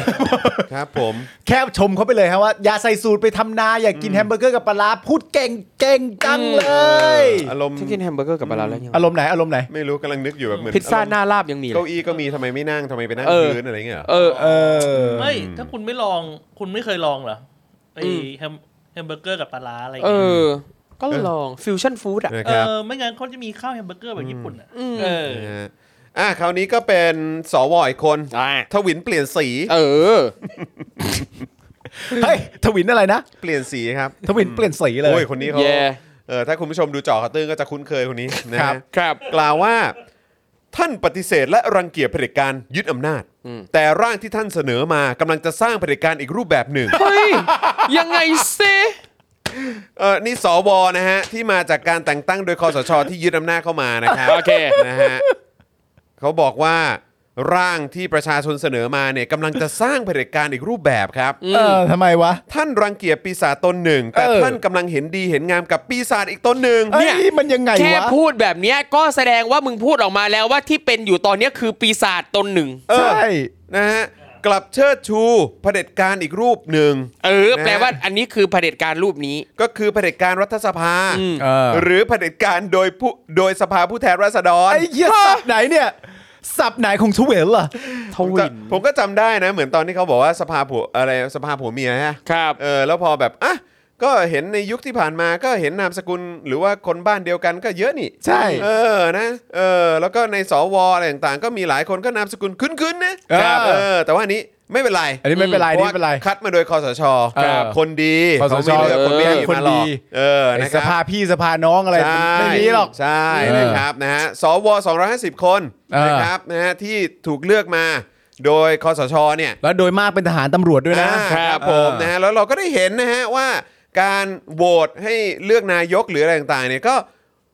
Speaker 1: ครับผม
Speaker 3: แค่ชมเขาไปเลยฮะว่า อย่าใส่สูตรไปทำนา อย่ากินแฮมเบอร์เกอร์กับปลาร้าพูดเก่งเก่งจังเลย
Speaker 1: อารมณ์
Speaker 2: ฉันกินแฮมเบอร์เกอร์กับปลาร้าแล้วยัง
Speaker 3: อารมณ์ไหน อารมณ์ไหน
Speaker 1: ไม่รู้กำลังนึกอยู่แบบเหมือน
Speaker 2: พิซซ่า
Speaker 1: อรมณ์
Speaker 2: หน้าลาบยังมีเล
Speaker 1: เก้าย อี้ก็มีทำไมไม่นั่งทำไมไปนั่ง
Speaker 2: เออ
Speaker 1: พื้นอะไรเงี้ยเหรอ
Speaker 2: เออ
Speaker 3: เออ
Speaker 4: ไม่ถ้าคุณไม่ลองคุณไม่เคยลองเหรอไอ
Speaker 2: อืม
Speaker 4: แฮมแฮมเบอร์เกอร์กับปลาร้าอะไร
Speaker 2: เอ
Speaker 4: เงี้ย
Speaker 2: อ ก็ลองฟิวชั่นฟู้ดอ่ะ
Speaker 1: นะ
Speaker 4: เอ
Speaker 1: ครับ
Speaker 4: อไม่งั้นเขาจะมีข้าวแฮมเบอร์เกอร์แบบญี่ปุ่นอ่ะ
Speaker 2: อืม
Speaker 4: เออ
Speaker 1: นะฮะอ่ะคราวนี้ก็เป็นสวอีกคนทวินเปลี่ยนสี
Speaker 2: เออ
Speaker 3: เฮ้ย ทวินอะไรนะ
Speaker 1: เปลี่ยนสีครับ
Speaker 3: ทวินเปลี่ยนสีเล
Speaker 1: โอ้
Speaker 3: ย
Speaker 1: ยคนนี้เขา
Speaker 2: แย่
Speaker 1: เออถ้าคุณผู้ชมดูจอข่าวตื้นก็จะคุ้นเคยคนนี้นะฮะ
Speaker 3: ครับ
Speaker 2: ครับ
Speaker 1: กล่าวว่าท่านปฏิเสธและรังเกียจเผด็จการยึดอำนาจ
Speaker 2: อืม
Speaker 1: แต่ร่างที่ท่านเสนอมากำลังจะสร้างเผด็จการอีกรูปแบบหนึ่ง
Speaker 2: เฮ้ย ยังไงเซ
Speaker 1: เออนี่สวนะฮะ ที่มาจากการแต่งตั้งโดยคอสชที่ยึดอำนาจเข้ามานะครับ
Speaker 2: โอเค
Speaker 1: นะฮะเขาบอกว่าร่างที่ประชาชนเสนอมาเนี่ยกำลังจะสร้างเผด็จการอีกรูปแบบครับ
Speaker 3: เออทำไมวะ
Speaker 1: ท่านรังเกียจปีศาจตนหนึ่ง แต่
Speaker 3: เออ
Speaker 1: ท่านกำลังเห็นดีเห็นงามกับปีศาจอีกตนหนึ่ง
Speaker 3: เอ้
Speaker 2: เนี่ย
Speaker 3: ยมันยังไง
Speaker 2: แค่
Speaker 3: วะ
Speaker 2: พูดแบบเนี้ยก็แสดงว่ามึงพูดออกมาแล้วว่าที่เป็นอยู่ตอนเนี้ยคือปีศาจตนหนึ่ง
Speaker 1: เออ
Speaker 3: ใช่
Speaker 1: นะฮะกลับเชิดชูเผด็จการอีกรูปหนึ่ง
Speaker 2: เออ
Speaker 1: นะ
Speaker 2: แปลว่าอันนี้คือเผด็จการรูปนี้
Speaker 1: ก็คือเผด็จการรัฐสภา
Speaker 2: อืม
Speaker 3: เออ
Speaker 1: หรือเผด็จการโดยผู้โดยสภาผู้แทนราษฎร
Speaker 3: ไอ้เหี้ยสับไหนเนี่ย สับไหนของทเวลล่ะ
Speaker 2: ท
Speaker 1: ผม
Speaker 2: วิ
Speaker 1: ก็
Speaker 2: น
Speaker 1: ผมก็จำได้นะ เหมือนตอนที่เขาบอกว่าสภาผัวอะไรสภาผัวเมียฮะ
Speaker 2: ครับ
Speaker 1: เออแล้วพอแบบอ่ะก็เห็นในยุคที่ผ่านมาก็เห็นนามสกุล หรือว่าคนบ้านเดียวกันก็เยอะนี่
Speaker 3: ใช่
Speaker 1: เออ นะ เออ แล้วก็ในสวอะไรต่างๆ ก็มีหลายคนก็นามสกุลคุ้นๆ นะ
Speaker 3: เออ
Speaker 1: ครับเออ แต่ว่าอันนี้ไม่เป็นไร
Speaker 3: อันนี้ไม่เป็นไร
Speaker 1: เพ
Speaker 3: อัน
Speaker 1: ราะ
Speaker 3: นี่ไม่เป็นไร
Speaker 1: ว่าคัดมาโดยคอสช
Speaker 3: ครับ
Speaker 1: คนดี
Speaker 3: คสช
Speaker 1: เขาไม่เลือกคนไม่ดี
Speaker 3: คน
Speaker 1: มาหร
Speaker 3: ดี
Speaker 1: อกเออ
Speaker 3: ไอ้
Speaker 1: นะค
Speaker 3: ส
Speaker 1: รับ
Speaker 3: ภาพี่สภาน้องอะไร
Speaker 1: ใช่
Speaker 3: ไม่มีหรอก
Speaker 1: ใช่
Speaker 3: เออ
Speaker 1: นะครับ นะฮะ สว 250 คน
Speaker 3: เออ
Speaker 1: นะครับ นะฮะ ที่ถูกเลือกมาโดยคอสช เนี่ย
Speaker 3: แล้วโดยมากเป็นทหารตำรวจด้วยนะ
Speaker 1: อ่าครับผมนะฮะแล้วเราก็ได้เห็นนะฮะว่าการโหวตให้เลือกนายกหรืออะไรต่างๆเนี่ยก็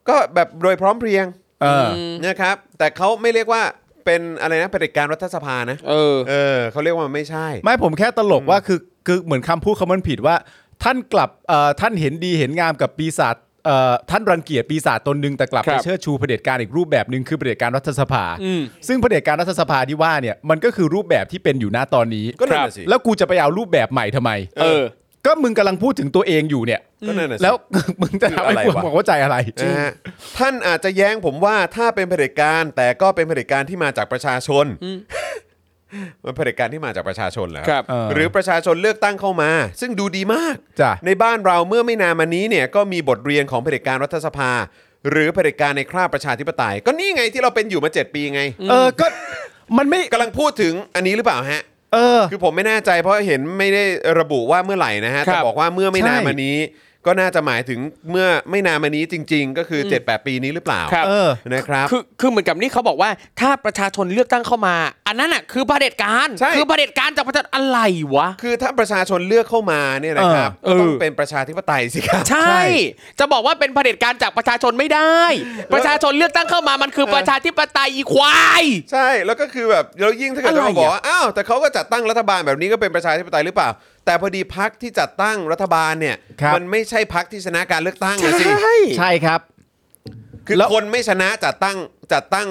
Speaker 1: ก็แบบโดยพร้อมเพรียง
Speaker 3: เออ
Speaker 1: นะครับแต่เขาไม่เรียกว่าเป็นอะไรนะเผด็จการรัฐสภานะ
Speaker 2: เออ
Speaker 1: เออเขาเรียกว่ามันไม่ใช่
Speaker 3: ไม่ผมแค่ตลกว่าคือคือเหมือนคำพูดเขามันผิดว่า ท่านกลับเอ่อท่านเห็นดีเห็นงามกับปีศาจเอ่อท่านรังเกียจปีศาจตนหนึ่งแต่กลับ
Speaker 2: ครั
Speaker 3: ไป
Speaker 2: บ
Speaker 3: เชิดชูเผด็จการอีกรูปแบบหนึ่งคือเผด็จการรัฐสภา
Speaker 2: อืม
Speaker 3: ซึ่งเผด็จการรัฐสภาที่ว่าเนี่ยมันก็คือรูปแบบที่เป็นอยู่หน้าตอนนี้
Speaker 1: ก็นั่นน่ะสิ
Speaker 3: แล้วกูจะไปเอารูปแบบใหม่ทำไม
Speaker 2: เออ
Speaker 3: ก็มึงกำลังพูดถึงตัวเองอยู่เนี่ย
Speaker 1: ก็นั่นน่ะสิ
Speaker 3: แล้ว มึงจะทำให้
Speaker 1: อะไร
Speaker 3: กู
Speaker 1: วะ
Speaker 3: เข้าใจอะไร
Speaker 1: นะฮะท่านอาจจะแย้งผมว่าถ้าเป็นเผด็จการแต่ก็เป็นเผด็จการที่มาจากประชาชน มันเผด็จการที่มาจากประชาชนเหรอ
Speaker 2: ครับ
Speaker 3: เออ
Speaker 1: หรือประชาชนเลือกตั้งเข้ามา ซึ่งดูดีมาก
Speaker 3: จ้ะ
Speaker 1: ในบ้านเราเมื่อไม่นานมานี้เนี่ยก็มีบทเรียนของเผด็จการรัฐสภา หรือเผด็จการในคราบประชาธิปไตย ก็นี่ไงที่เราเป็นอยู่มา 7 ปีไง
Speaker 3: เออก็มันไม่
Speaker 1: กำลังพูดถึงอันนี้หรือเปล่าฮะ
Speaker 3: เออ
Speaker 1: คือผมไม่แน่ใจเพราะเห็นไม่ได้ระบุว่าเมื่อไหร่นะฮะ
Speaker 2: ครับ
Speaker 1: แต่บอกว่าเมื่อไม่นาน
Speaker 3: ใช่
Speaker 1: มานี้ ก็น่าจะหมายถึงเมื่อไม่นานมานี้จริง ๆ ก็คือ 7-8 ปีนี้หรือเปล่า
Speaker 2: ครับ
Speaker 3: เออ
Speaker 1: นะครับ
Speaker 2: คือคือเหมือนกับนี่เขาบอกว่าถ้าประชาชนเลือกตั้งเข้ามา อันนั้นอ่ะคือเผด็จการ
Speaker 1: ใช่
Speaker 2: คือเผด็จการจากประชาชนอะไรวะ
Speaker 1: คือถ้าประชาชนเลือกเข้ามาเนี่ยนะครับ
Speaker 2: เออ
Speaker 1: ก็ต้องเป็นประชาธิปไตยสิครับ
Speaker 2: ใช่ จะบอกว่าเป็นเผด็จการจากประชาชนไม่ได้ ประชาชนเลือกตั้งเข้ามามันคือประชาธิปไตยอีควาย
Speaker 1: ใช่ แล้วก็คือแบบแล้วยิ่งถ้าเกิด
Speaker 2: อะไร
Speaker 1: เราบอกว่าอ้าวแต่เขาก็จัดตั้งรัฐบาลแบบนี้ก็เป็นประชาธิปไตยหรือเปล่า แต่พอดีพักที่จัดตั้งรัฐบาลเนี่ย
Speaker 3: ครับ
Speaker 1: มันไม่ใช่พักที่ชนะการเลือกตั้งนะสิ
Speaker 3: ใช่ครับ
Speaker 1: คือ
Speaker 3: แล้ว
Speaker 1: คนไม่ชนะจัดตั้งจัดตั้ง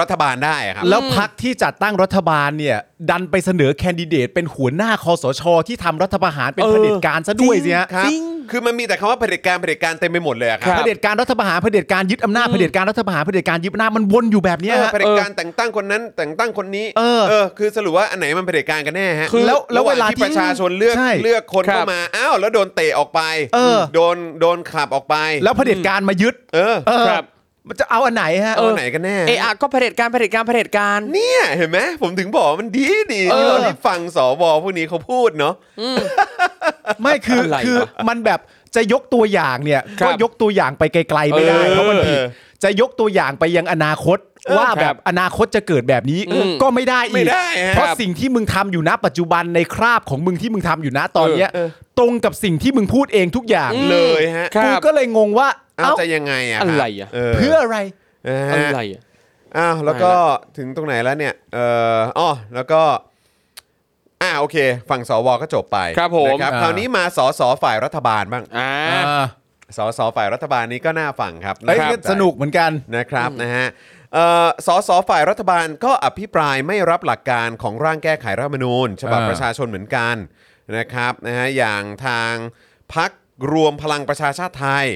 Speaker 1: รัฐบาลได้อะครับ
Speaker 3: แล้วพักที่จัดตั้งรัฐบาลเนี่ย ดันไปเสนอแคนดิเดตเป็นหัวหน้าคอสช ที่ทำรัฐประหารเป็น
Speaker 2: เออ
Speaker 3: เผด็จการซะด้วยสิฮะ
Speaker 1: ครับคือมันมีแต่คำว่าเผด็จการเผด็จการเต็มไปหมดเลยอะค
Speaker 2: ค
Speaker 1: รั
Speaker 2: รั
Speaker 1: บบ
Speaker 3: เผด็จการรัฐประหารเผด็จการยึดอำนาจเผด็จการรัฐประหารเผด็จการยึดอำนาจมันวนอยู่แบบเนี้ย
Speaker 1: เออ
Speaker 3: ฮะ
Speaker 1: เผด็จการแต่งตั้งคนนั้นแต่งตั้งคนนี้
Speaker 3: เออ
Speaker 1: คือสรุปว่าอันไหนมันเผด็จการกันแน่ฮะ
Speaker 3: คือแล้วแล้ว
Speaker 1: ระหง
Speaker 3: เวลาที่
Speaker 1: ที่ประชาชนเลือก
Speaker 3: ใช่
Speaker 1: เลือกคน
Speaker 2: ครับ
Speaker 1: เข้ามาอ้าวแล้วโดนเตะออกไป
Speaker 3: เออ
Speaker 1: โดนโดนขับออกไป
Speaker 3: แล้วเผด็จการมายึด
Speaker 1: เออ
Speaker 3: เออ
Speaker 2: ครับ
Speaker 3: มันจะเอาอันไหนฮะ
Speaker 1: เอาอันไหนกันแน่
Speaker 2: เอออะก็เผด็จการเผด็จการเผด็จการ
Speaker 1: เนี่ยเห็นไหมผมถึงบอกว่ามันดีดี
Speaker 3: เอ
Speaker 1: ที่
Speaker 3: อ
Speaker 1: เราได้ฟังสวพวกนี้เขาพูดเนาะ
Speaker 3: ไม่คือ
Speaker 2: อะไรวะ
Speaker 3: คือมันแบบจะยกตัวอย่างเนี่ย
Speaker 2: ครั
Speaker 3: ก็
Speaker 2: บ
Speaker 3: ยกตัวอย่างไปไกลๆไม่ได้
Speaker 2: เออ
Speaker 3: เพราะมันผิด
Speaker 1: เออ
Speaker 3: จะยกตัวอย่างไปยังอนาคต ว่า
Speaker 2: ครับ
Speaker 3: แบบอนาคตจะเกิดแบบนี้
Speaker 2: อืม
Speaker 3: ก็ไม่ได้
Speaker 1: ไม่
Speaker 3: อีก
Speaker 1: ได้ฮะ
Speaker 3: เพราะ
Speaker 2: ครับ
Speaker 3: สิ่งที่มึงทำอยู่ณปัจจุบันในคราบของมึงที่มึงทำอยู่ณตอนเนี้ย
Speaker 1: เออเออ
Speaker 3: ตรงกับสิ่งที่มึงพูดเองทุกอย่าง
Speaker 2: อืม
Speaker 1: เลยฮะ
Speaker 2: ครับ
Speaker 3: กูก็เลยงงว่า
Speaker 1: เอา
Speaker 3: เอ้า
Speaker 1: จะยังไงอะคบ
Speaker 2: อะไรอะ
Speaker 3: เพื่ออะไร
Speaker 1: เออ
Speaker 2: อะ
Speaker 1: นะ
Speaker 2: ไร
Speaker 1: ฮะ
Speaker 2: อะ
Speaker 1: อ้าวแล้วก็ถึงตรงไหนแล้วเนี่ยเอ่ออ๋อแล้วก็อ่าโอเค ฝั่งสวก็จบไป
Speaker 2: ครับผม
Speaker 1: นะครับ
Speaker 3: อ่า
Speaker 1: คราวนี้มาสสฝ่ายรัฐบาลบ้าง
Speaker 2: อ่า
Speaker 3: อ่า
Speaker 1: สสฝ่ายรัฐบาลนี้ก็น่าฟังครับ
Speaker 3: เอ้ย
Speaker 1: าสใจ
Speaker 3: สนุกเหมือนกัน
Speaker 1: นะครับนะฮะเอ่อสสฝ่ายรัฐบาลก็อภิปรายไม่รับหลักการของร่างแก้ไขรัฐธรรมนูญ ฉบับ
Speaker 3: เออ
Speaker 1: ประชาชนเหมือนกันนะครับนะฮะอย่างทางพักรวมพลังประชาชาติไทย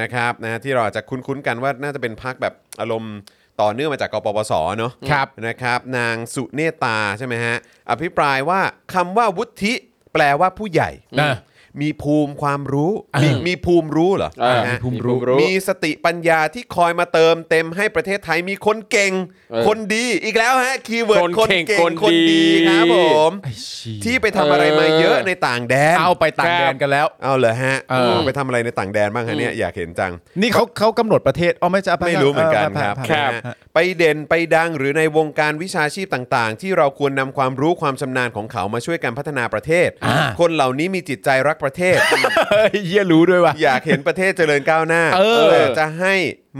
Speaker 1: นะครับนะฮะที่เราอาจจะคุ้นๆกันว่าน่าจะเป็นพักแบบอารมณ์ต่อเนื่องมาจากกปปสเนาะ
Speaker 3: ครับ
Speaker 1: นะครับ นางสุเนตาใช่ไหมฮะอภิปรายว่าคำว่าวุฒิแปลว่าผู้ใหญ่
Speaker 3: นะ
Speaker 1: มีภูมิความรู้มีมีภูมิรู้เหรอ
Speaker 2: เออ
Speaker 1: นะฮะ
Speaker 2: มีภูมิรู้
Speaker 1: มีสติปัญญาที่คอยมาเติมเต็มให้ประเทศไทยมีคนเก่ง
Speaker 2: เออ
Speaker 1: คนดีอีกแล้วฮะคีย์เวิร์ด
Speaker 2: ค
Speaker 1: คน น
Speaker 2: เก่
Speaker 1: เก่
Speaker 2: ง
Speaker 1: ง
Speaker 2: ค
Speaker 1: คน น
Speaker 2: ดี
Speaker 1: ดีครับผมที่ไปทำอะไรมาเยอะในต่างแดน
Speaker 3: เอาไปต่างแดนกันแล้ว
Speaker 1: เอาเหรอฮะ
Speaker 3: เออ
Speaker 1: ไปทำอะไรในต่างแดนบ้างฮะเนี่ยอยากเห็นจัง
Speaker 3: นี่เขาเขากำหนดประเทศอ๋อไม่จะ
Speaker 1: ไม่รู้เหมือนกันครับ
Speaker 3: ผ่า
Speaker 2: ครั
Speaker 3: ผ่า
Speaker 2: บ
Speaker 3: ผ่า
Speaker 1: ไปเด่นไปดังหรือในวงการวิชาชีพต่างๆ ที่เราควรนำความรู้ความชำนาญของเขามาช่วยกันพัฒนาประเทศ
Speaker 3: อ่า
Speaker 1: คนเหล่านี้มีจิตใจรักประเทศ
Speaker 3: เฮ้ยเหี้ยรู้ด้วยว่ะ
Speaker 1: อยากเห็นประเทศเจริญก้าวหน้า
Speaker 3: เออ
Speaker 1: แต่จะให้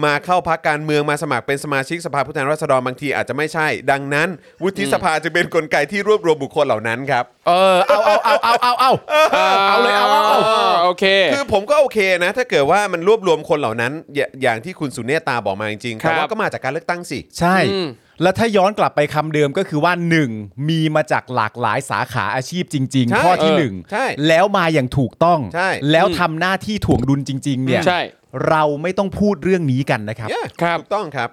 Speaker 1: มาเข้าพักการเมืองมาสมัครเป็นสมาชิกสภาผู้แทนราษฎรบางทีอาจจะไม่ใช่ ดังนั้น วุฒิสภาจะเป็นกลไกที่รวบรวมบุคคลเหล่านั้นครับ
Speaker 3: เออเอาเอาเอาเอาเอาเอาเอาเลยเอาเอาเอา
Speaker 2: โอเค
Speaker 1: คือผมก็โอเคนะ ถ้าเกิดว่ามันรวบรวมคนเหล่านั้น อย่าอย่างที่คุณสุเนตตาบอกมาจริงๆ
Speaker 2: ครั
Speaker 1: แต่
Speaker 2: บ
Speaker 1: ว่าก็มาจากการเลือกตั้งสิ
Speaker 3: ใช่
Speaker 2: อืม
Speaker 3: แล้วถ้าย้อนกลับไปคำเดิมก็คือว่า 1. มีมาจากหลากหลายสาขาอาชีพจริง
Speaker 1: ใช่
Speaker 3: ๆ ข้อที่
Speaker 1: เออ
Speaker 3: หนึ่ง
Speaker 1: ใช่
Speaker 3: แล้วมาอย่างถูกต้อง
Speaker 1: ใช่
Speaker 3: แล้วทำหน้าที่ถ่วงดุลจริง ๆ เนี่ย
Speaker 2: ใช่
Speaker 3: เราไม่ต้องพูดเรื่องนี้กันนะครับ
Speaker 1: Yeah
Speaker 2: ครับ
Speaker 1: ถูกต้องครับ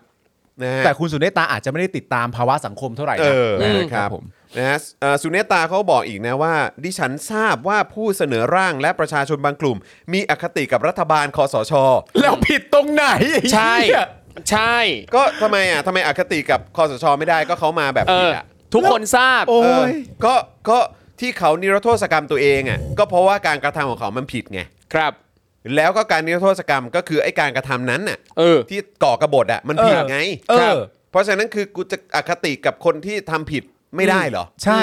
Speaker 1: นะฮะ
Speaker 3: แต่คุณสุเนตาอาจจะไม่ได้ติดตามภาวะสังคมเท่าไหร่
Speaker 1: เออ
Speaker 3: นะ
Speaker 2: อืม
Speaker 1: นะครับ
Speaker 3: ครับผม
Speaker 1: นะฮะเอ่อสุเนตาเขาบอกอีกนะว่า ดิฉันทราบว่าผู้เสนอร่างและประชาชนบางกลุ่ม มีอคติกับรัฐบาลคอสช
Speaker 3: แล้วผิดตรงไหน
Speaker 2: ใช่
Speaker 3: ไอ้เหี้ย
Speaker 2: ใช่
Speaker 1: ก็ทำไมอ่ะทำไมอคติกับคอสชไม่ได้ก็เขามาแบบ
Speaker 2: เอ
Speaker 1: นี้
Speaker 2: อ
Speaker 1: อ่ะ
Speaker 2: ทุกคนทราบ
Speaker 3: โอ้
Speaker 1: เออย ก็ก็ที่เขานิรโทษกรรมตัวเองอ่ะก็เพราะว่าการกระทำของเขามันผิดไง
Speaker 2: ครับ
Speaker 1: แล้วก็การนิรโทษกรรมก็คือไอ้การกระทำนั้นน่ะ
Speaker 2: เออ
Speaker 1: ที่ก่อกบฏอ่ะมันผิดไง
Speaker 3: เอ
Speaker 2: ครับ
Speaker 3: อ
Speaker 1: เพราะฉะนั้นคือกูจะอคติกับคนที่ทำผิดไม่ได้เหรอ
Speaker 3: ใช่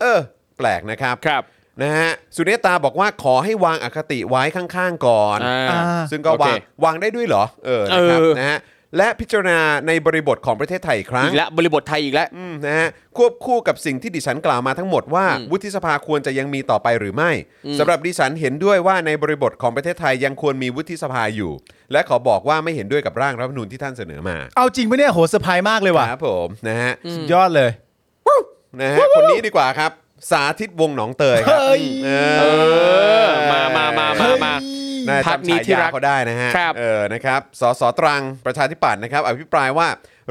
Speaker 1: เออ แปลกนะครับ
Speaker 2: ครับ
Speaker 1: นะฮะสุเนตาบอกว่าขอให้วางอคติไว้ข้างๆก่อน
Speaker 2: อ่า
Speaker 3: อ่า
Speaker 1: ซึ่งก็วาง
Speaker 2: โอเคว
Speaker 1: างได้ด้วยเหรอ เออนะครับ
Speaker 2: เออ
Speaker 1: นะฮะและพิจารณาในบริบทของประเทศไทยอีกครั้
Speaker 2: อี
Speaker 1: ง
Speaker 2: กแล้วบริบทไทยอีกแล้ว
Speaker 1: อืมนะฮะควบคู่กับสิ่งที่ดิฉันกล่าวมาทั้งหมดว่า วุฒิสภาควรจะยังมีต่อไปหรือไม่สำหรับดิฉันเห็นด้วยว่าในบริบทของประเทศไทยยังควรมีวุฒิสภาอยู่ และขอบอกว่าไม่เห็นด้วยกับร่างรัฐธรรมนูญที่ท่านเสนอมา
Speaker 3: เอาจริงปะเนี่ยโหเซอร์ไพรส์มากเลยว่ะ
Speaker 1: ครับผมนะฮะ
Speaker 3: สุดยอดเลย
Speaker 1: นะฮะคนนี้ดีกว่าครับ สาธิตวงศ์หนองเตยครับ
Speaker 3: เฮ้ย
Speaker 1: เอ
Speaker 2: เออ มามามามามา
Speaker 1: น่าจะ
Speaker 2: พรรค
Speaker 1: จำ
Speaker 2: นี้
Speaker 1: ฉา
Speaker 2: ที่รั
Speaker 1: ยาก เขาได้นะฮะ
Speaker 2: ครับ
Speaker 1: เออ นะครับ สสตรังประชาธิปัตย์นะครับ อภิปรายว่า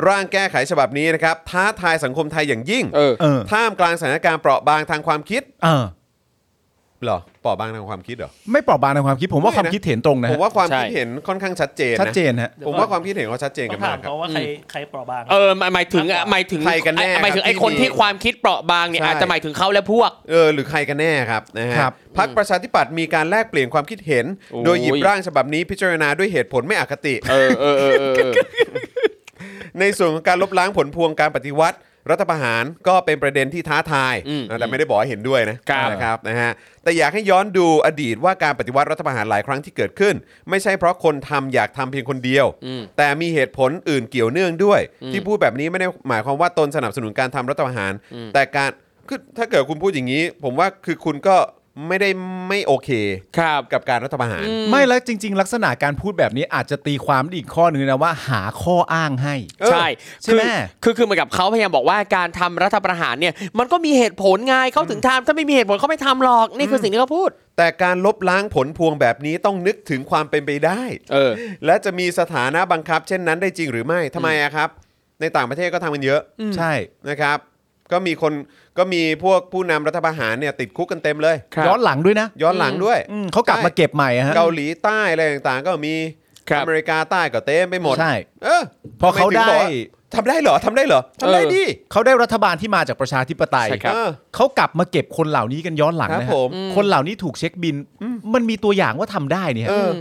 Speaker 1: ร่างแก้ไขฉบับนี้นะครับ ท้าทายสังคมไทยอย่างยิ่ง
Speaker 2: เออ
Speaker 3: เออ
Speaker 1: ท่ามกลางสถานการณ์เปราะบางทางความคิด
Speaker 3: เออ
Speaker 1: เหรอ เปราะบางทางความคิดเหรอ
Speaker 3: ไม่เปราะบางในความคิดผมว่า
Speaker 1: ไม่นะ
Speaker 3: ความคิดเห็นตรงนะ
Speaker 1: ผม
Speaker 3: ฮะ
Speaker 1: ว่าความ
Speaker 2: ใช่
Speaker 1: คิดเห็นค่อนข้างชัดเจนนะ
Speaker 3: ชัดเจนฮะ
Speaker 1: ผมว่าความคิดเห็นเขาชัดเจน
Speaker 4: ต้
Speaker 1: กั
Speaker 4: อน ง
Speaker 1: มา
Speaker 4: ถาก ม
Speaker 1: ครับ
Speaker 4: เขาว่าใครใครเปราะบาง
Speaker 2: เออหมายหมายถึงหมายถึง
Speaker 1: ใครกันแน่
Speaker 2: หมายถึง
Speaker 1: ครับ
Speaker 2: ไอ้คน
Speaker 1: ที่
Speaker 2: ที่
Speaker 1: มี
Speaker 2: ความคิดเปราะบางเนี่ย
Speaker 1: ใช่
Speaker 2: อาจจะหมายถึงเขาและพวก
Speaker 1: เออ หรือใครกันแน่ครับนะฮะ
Speaker 3: ครับ
Speaker 1: พักประชาธิปัตย์มีการแลกเปลี่ยนความคิดเห็น
Speaker 2: โอ้ย
Speaker 1: โดยหยิบร่างฉบับนี้พิจารณาด้วยเหตุผลไม่อคติ
Speaker 2: เออเออเออเออ
Speaker 1: ในส่วนของการลบล้างผลพวงการปฏิวัติ รัฐประหารก็เป็นประเด็นที่ท้าทาย
Speaker 2: อืม
Speaker 1: เออแต่ไม่ได้บอกให้เห็นด้วยนะครับ นะครับนะฮะแต่อยากให้ย้อนดูอดีตว่าการปฏิวัติรัฐประหารหลายครั้งที่เกิดขึ้น ไม่ใช่เพราะคนทำอยากทำเพียงคนเดียว แต่มีเหตุผลอื่นเกี่ยวเนื่องด้วย ที่พูดแบบนี้ไม่ได้หมายความว่าตนสนับสนุนการทำรัฐประหาร แต่การคือถ้าเกิดคุณพูดอย่างนี้ ผมว่าคือคุณก็ไม่ได้ไม่โอเค
Speaker 2: ครับ
Speaker 1: กับการรัฐประหาร
Speaker 3: ไม่แล้วจริง ๆ ลักษณะการพูดแบบนี้อาจจะตีความได้อีกข้อหนึงนะว่าหาข้ออ้างให้
Speaker 1: เออ
Speaker 2: ใช่
Speaker 3: ใช่
Speaker 2: คือ
Speaker 3: ไหม
Speaker 2: คือคือเหมือนกับเขาพยายามบอกว่าการทำรัฐประหารเนี่ย มันก็มีเหตุผลไงเขาถึงทำถ้าไม่มีเหตุผลเขาไม่ทำหรอกนี่คือสิ่งที่เขาพูด
Speaker 1: แต่การลบล้างผลพวงแบบนี้ต้องนึกถึงความเป็นไปได้
Speaker 2: เออ
Speaker 1: และจะมีสถานะบังคับ เช่นนั้นได้จริงหรือไม่ทำไมอะครับ ในต่างประเทศก็ทำกันเยอะ
Speaker 3: ใช่
Speaker 1: นะครับ ก็มีคนก็มีพวกผู้นำรัฐประหารเนี่ยติดคุกกันเต็มเลย
Speaker 2: ครับ
Speaker 3: ย้อนหลังด้วยนะ
Speaker 1: ย้อนหลังด้วย
Speaker 3: อืมเขากลับมาเก็บใหม่อะฮะ
Speaker 1: เกาหลีใต้อะไรต่างๆ ก็มี
Speaker 2: ครับ
Speaker 1: อเมริกาใต้ก็เต็มไปหมด
Speaker 3: ใช่
Speaker 1: เออ
Speaker 3: พอเขา
Speaker 1: ทำมถึงบ
Speaker 3: ได้
Speaker 1: อกว่ทำได้เหรอทำได้เหรอทำได้ดิ
Speaker 3: เขาได้รัฐบาลที่มาจากประชาธิปไตย
Speaker 2: ใช่ครับ
Speaker 1: เออ
Speaker 3: เขากลับมาเก็บคนเหล่านี้กันย้อนหลัง
Speaker 1: ครับ
Speaker 3: นะฮะ
Speaker 1: ผมอืม
Speaker 3: คนเหล่านี้ถูกเช็คบิน มันมีตัวอย่างว่าทำได้นี่ฮะ
Speaker 1: เออ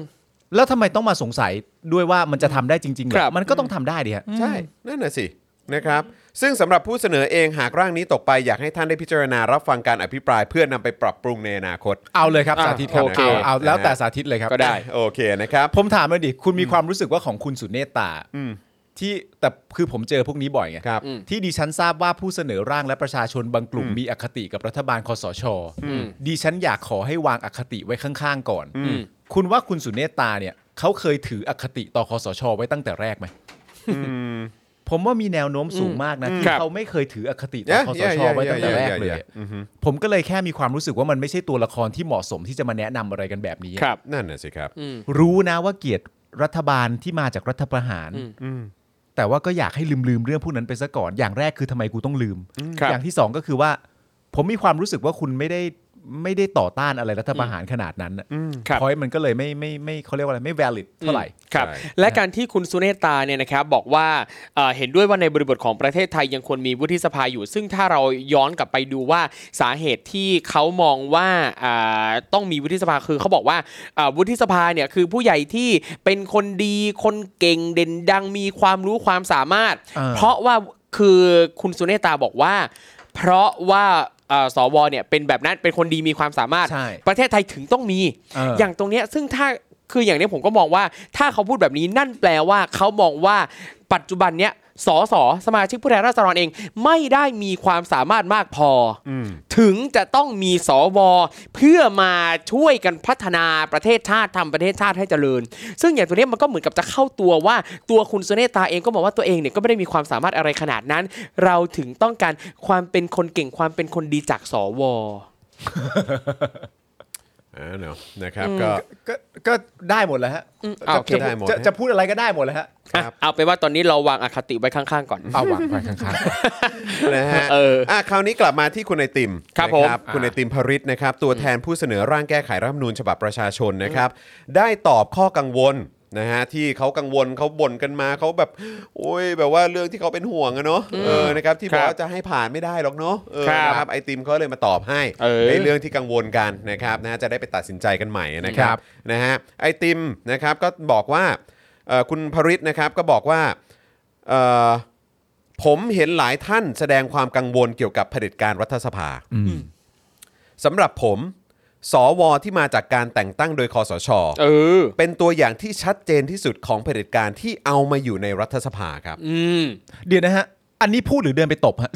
Speaker 3: แล้วทำไมต้องมาสงสัยด้วยว่ามันจะทำได้จริงๆเหร
Speaker 2: ครั
Speaker 3: อบ มันก็ต้องทำได้ดิฮะ
Speaker 1: ใช่ นั่นน่ะสิ นะครับ ซึ่งสำหรับผู้เสนอเองหากร่างนี้ตกไปอยากให้ท่านได้พิจารณารับฟังการอภิปรายเพื่อนนำไปปรับปรุงในอนาคต
Speaker 3: เอาเลยครับ
Speaker 2: อ่ะ
Speaker 3: สาธิตครับ
Speaker 2: โอเค
Speaker 3: เอาเอาแล้ว
Speaker 1: นะฮะ
Speaker 3: แต่สาธิตเลยครับ
Speaker 2: ก็ได้
Speaker 1: โอเคนะครับ
Speaker 3: ผมถามเลยดิคุณมีความรู้สึกว่าของคุณสุเนตตา
Speaker 1: อืม
Speaker 3: ที่แต่คือผมเจอพวกนี้บ่อยไง
Speaker 1: ครับ
Speaker 3: ที่ดิฉันทราบว่าผู้เสนอร่างและประชาชนบางกลุ่ม
Speaker 1: อืม
Speaker 3: มีอคติกับรัฐบาลคอสช
Speaker 2: อืม
Speaker 3: ดิฉันอยากขอให้วางอคติไว้ข้างๆก่อน
Speaker 1: อืม
Speaker 3: คุณว่าคุณสุเนตตาเนี่ยเขาเคยถืออคติต่อคอสช ไว้ตั้งแต่แรกไหม
Speaker 1: อืม
Speaker 3: ผมว่ามีแนวโน้มสูงมากนะที่
Speaker 2: ครับ
Speaker 3: เขาไม่เคยถืออคติต่อ
Speaker 1: Yeah,
Speaker 3: คอส
Speaker 1: yeah,
Speaker 3: ช
Speaker 1: yeah,
Speaker 3: ไว้ตั้งแต่
Speaker 1: yeah,
Speaker 3: แร
Speaker 1: yeah,
Speaker 3: กเลย
Speaker 1: yeah, yeah. อือฮึ
Speaker 3: ผมก็เลยแค่มีความรู้สึกว่ามันไม่ใช่ตัวละครที่เหมาะสมที่จะมาแนะนำอะไรกันแบบนี้
Speaker 2: ครับ
Speaker 1: นั่นน่ะสิครับ
Speaker 3: รู้นะว่าเกลียรติรัฐบาลที่มาจากรัฐประหาร
Speaker 2: อืม
Speaker 1: อืม
Speaker 3: แต่ว่าก็อยากให้ลืมลืมๆเรื่องพวกนั้นไปซะก่อนอย่างแรกคือทำไมกูต้องลืม
Speaker 2: ครับ
Speaker 3: อย่างที่สองก็คือว่า ผมมีความรู้สึกว่าคุณไม่ได้ไม่ได้ต่อต้านอะไรรัฐประหารขนาดนั้น
Speaker 2: ครับ
Speaker 3: พอยมันก็เลยไม่ไม่ไม่เขาเรียกว่าอะไรไม่ valid เท่าไหร่
Speaker 2: ครับ
Speaker 1: ใช่
Speaker 2: และการที่คุณสุเนตาเนี่ยนะครับบอกว่าเอ่อเห็นด้วยว่าในบริบทของประเทศไทยยังควรมีวุฒิสภาอยู่ ซึ่งถ้าเราย้อนกลับไปดูว่าสาเหตุที่เขามองว่าอ่าต้องมีวุฒิสภาคือเขาบอกว่าอ่าวุฒิสภาเนี่ยคือผู้ใหญ่ที่เป็นคนดีคนเก่งเด่นดังมีความรู้ความสามารถ
Speaker 3: อ่า
Speaker 2: เพราะว่าคือคุณสุเนตาบอกว่า เพราะว่าเอ่อสวเนี่ยเป็นแบบนั้นเป็นคนดีมีความสามารถ
Speaker 3: ใช่
Speaker 2: ประเทศไทยถึงต้องมี
Speaker 3: เออ
Speaker 2: อ
Speaker 3: อ
Speaker 2: ย่างตรงเนี้ยซึ่งถ้าคืออย่างเนี้ยผมก็มองว่าถ้าเขาพูดแบบนี้นั่นแปลว่าเขามองว่าปัจจุบันเนี้ยสสสมาชิกผู้แทนราษฎรเองไม่ได้มีความสามารถมากพออถึงจะต้องมีสวเพื่อมาช่วยกันพัฒนาประเทศชาติทำประเทศชาติให้เจริญ ซึ่งอย่างตัวเนี้ยมันก็เหมือนกับจะเข้าตัวว่าตัวคุณสุเนตาเองก็บอกว่าตัวเองเนี่ยก็ไม่ได้มีความสามารถอะไรขนาดนั้น เราถึงต้องการความเป็นคนเก่งความเป็นคนดีจากสว
Speaker 1: อ่าเนาะนะครับก็
Speaker 3: ก็ก็ได้หมดแล้วฮะ
Speaker 2: อ่า
Speaker 3: จะ
Speaker 2: โอเค
Speaker 3: จะ
Speaker 1: ได้หมด
Speaker 3: จะ
Speaker 1: ฮะ
Speaker 3: จะพูดอะไรก็ได้หมดแล้วฮะ
Speaker 2: อ่ะเอาเป็นว่าตอนนี้เราวางอคติไว้ข้างๆก่อน
Speaker 3: เอาวางไว้ข้างๆ
Speaker 1: นะฮะ
Speaker 2: เอออ่
Speaker 1: ะคราวนี้กลับมาที่คุณไอติม
Speaker 2: ครับ
Speaker 1: นะ
Speaker 2: ผม
Speaker 1: คุณไอติมพริตนะครับ ตัวแทนผู้เสนอร่างแก้ไขรัฐธรรมนูญฉบับประชาชนนะครับ ได้ตอบข้อกังวลนะฮะที่เขากังวลเขาบ่นกันมาเขาแบบ โอ้ยแบบว่าเรื่องที่เขาเป็นห่วงอะเนาะเออนะครับที่บอก
Speaker 2: ครับ
Speaker 1: ว่าจะให้ผ่านไม่ได้หรอกเนาะเออ
Speaker 2: ครับ
Speaker 1: นะครับไอติมเขาเลยมาตอบให้
Speaker 2: เออ
Speaker 1: ไอ้เรื่องที่กังวลกันนะครับนะฮะจะได้ไปตัดสินใจกันใหม่นะครั
Speaker 3: ครับ บ
Speaker 1: นะฮะไอติมนะครับก็บอกว่าเอ่อคุณพริตนะครับก็บอกว่าเอ่อ ผมเห็นหลายท่านแสดงความกังวลเกี่ยวกับเผด็จการรัฐสภาสำหรับผม สวที่มาจากการแต่งตั้งโดยคอสช
Speaker 2: เออ
Speaker 1: เป็นตัวอย่างที่ชัดเจนที่สุดของเผด็จการที่เอามาอยู่ในรัฐสภาครับ
Speaker 2: อืม
Speaker 3: เดี๋ยวนะฮะ อันนี้พูดหรือเดินไปตบฮะ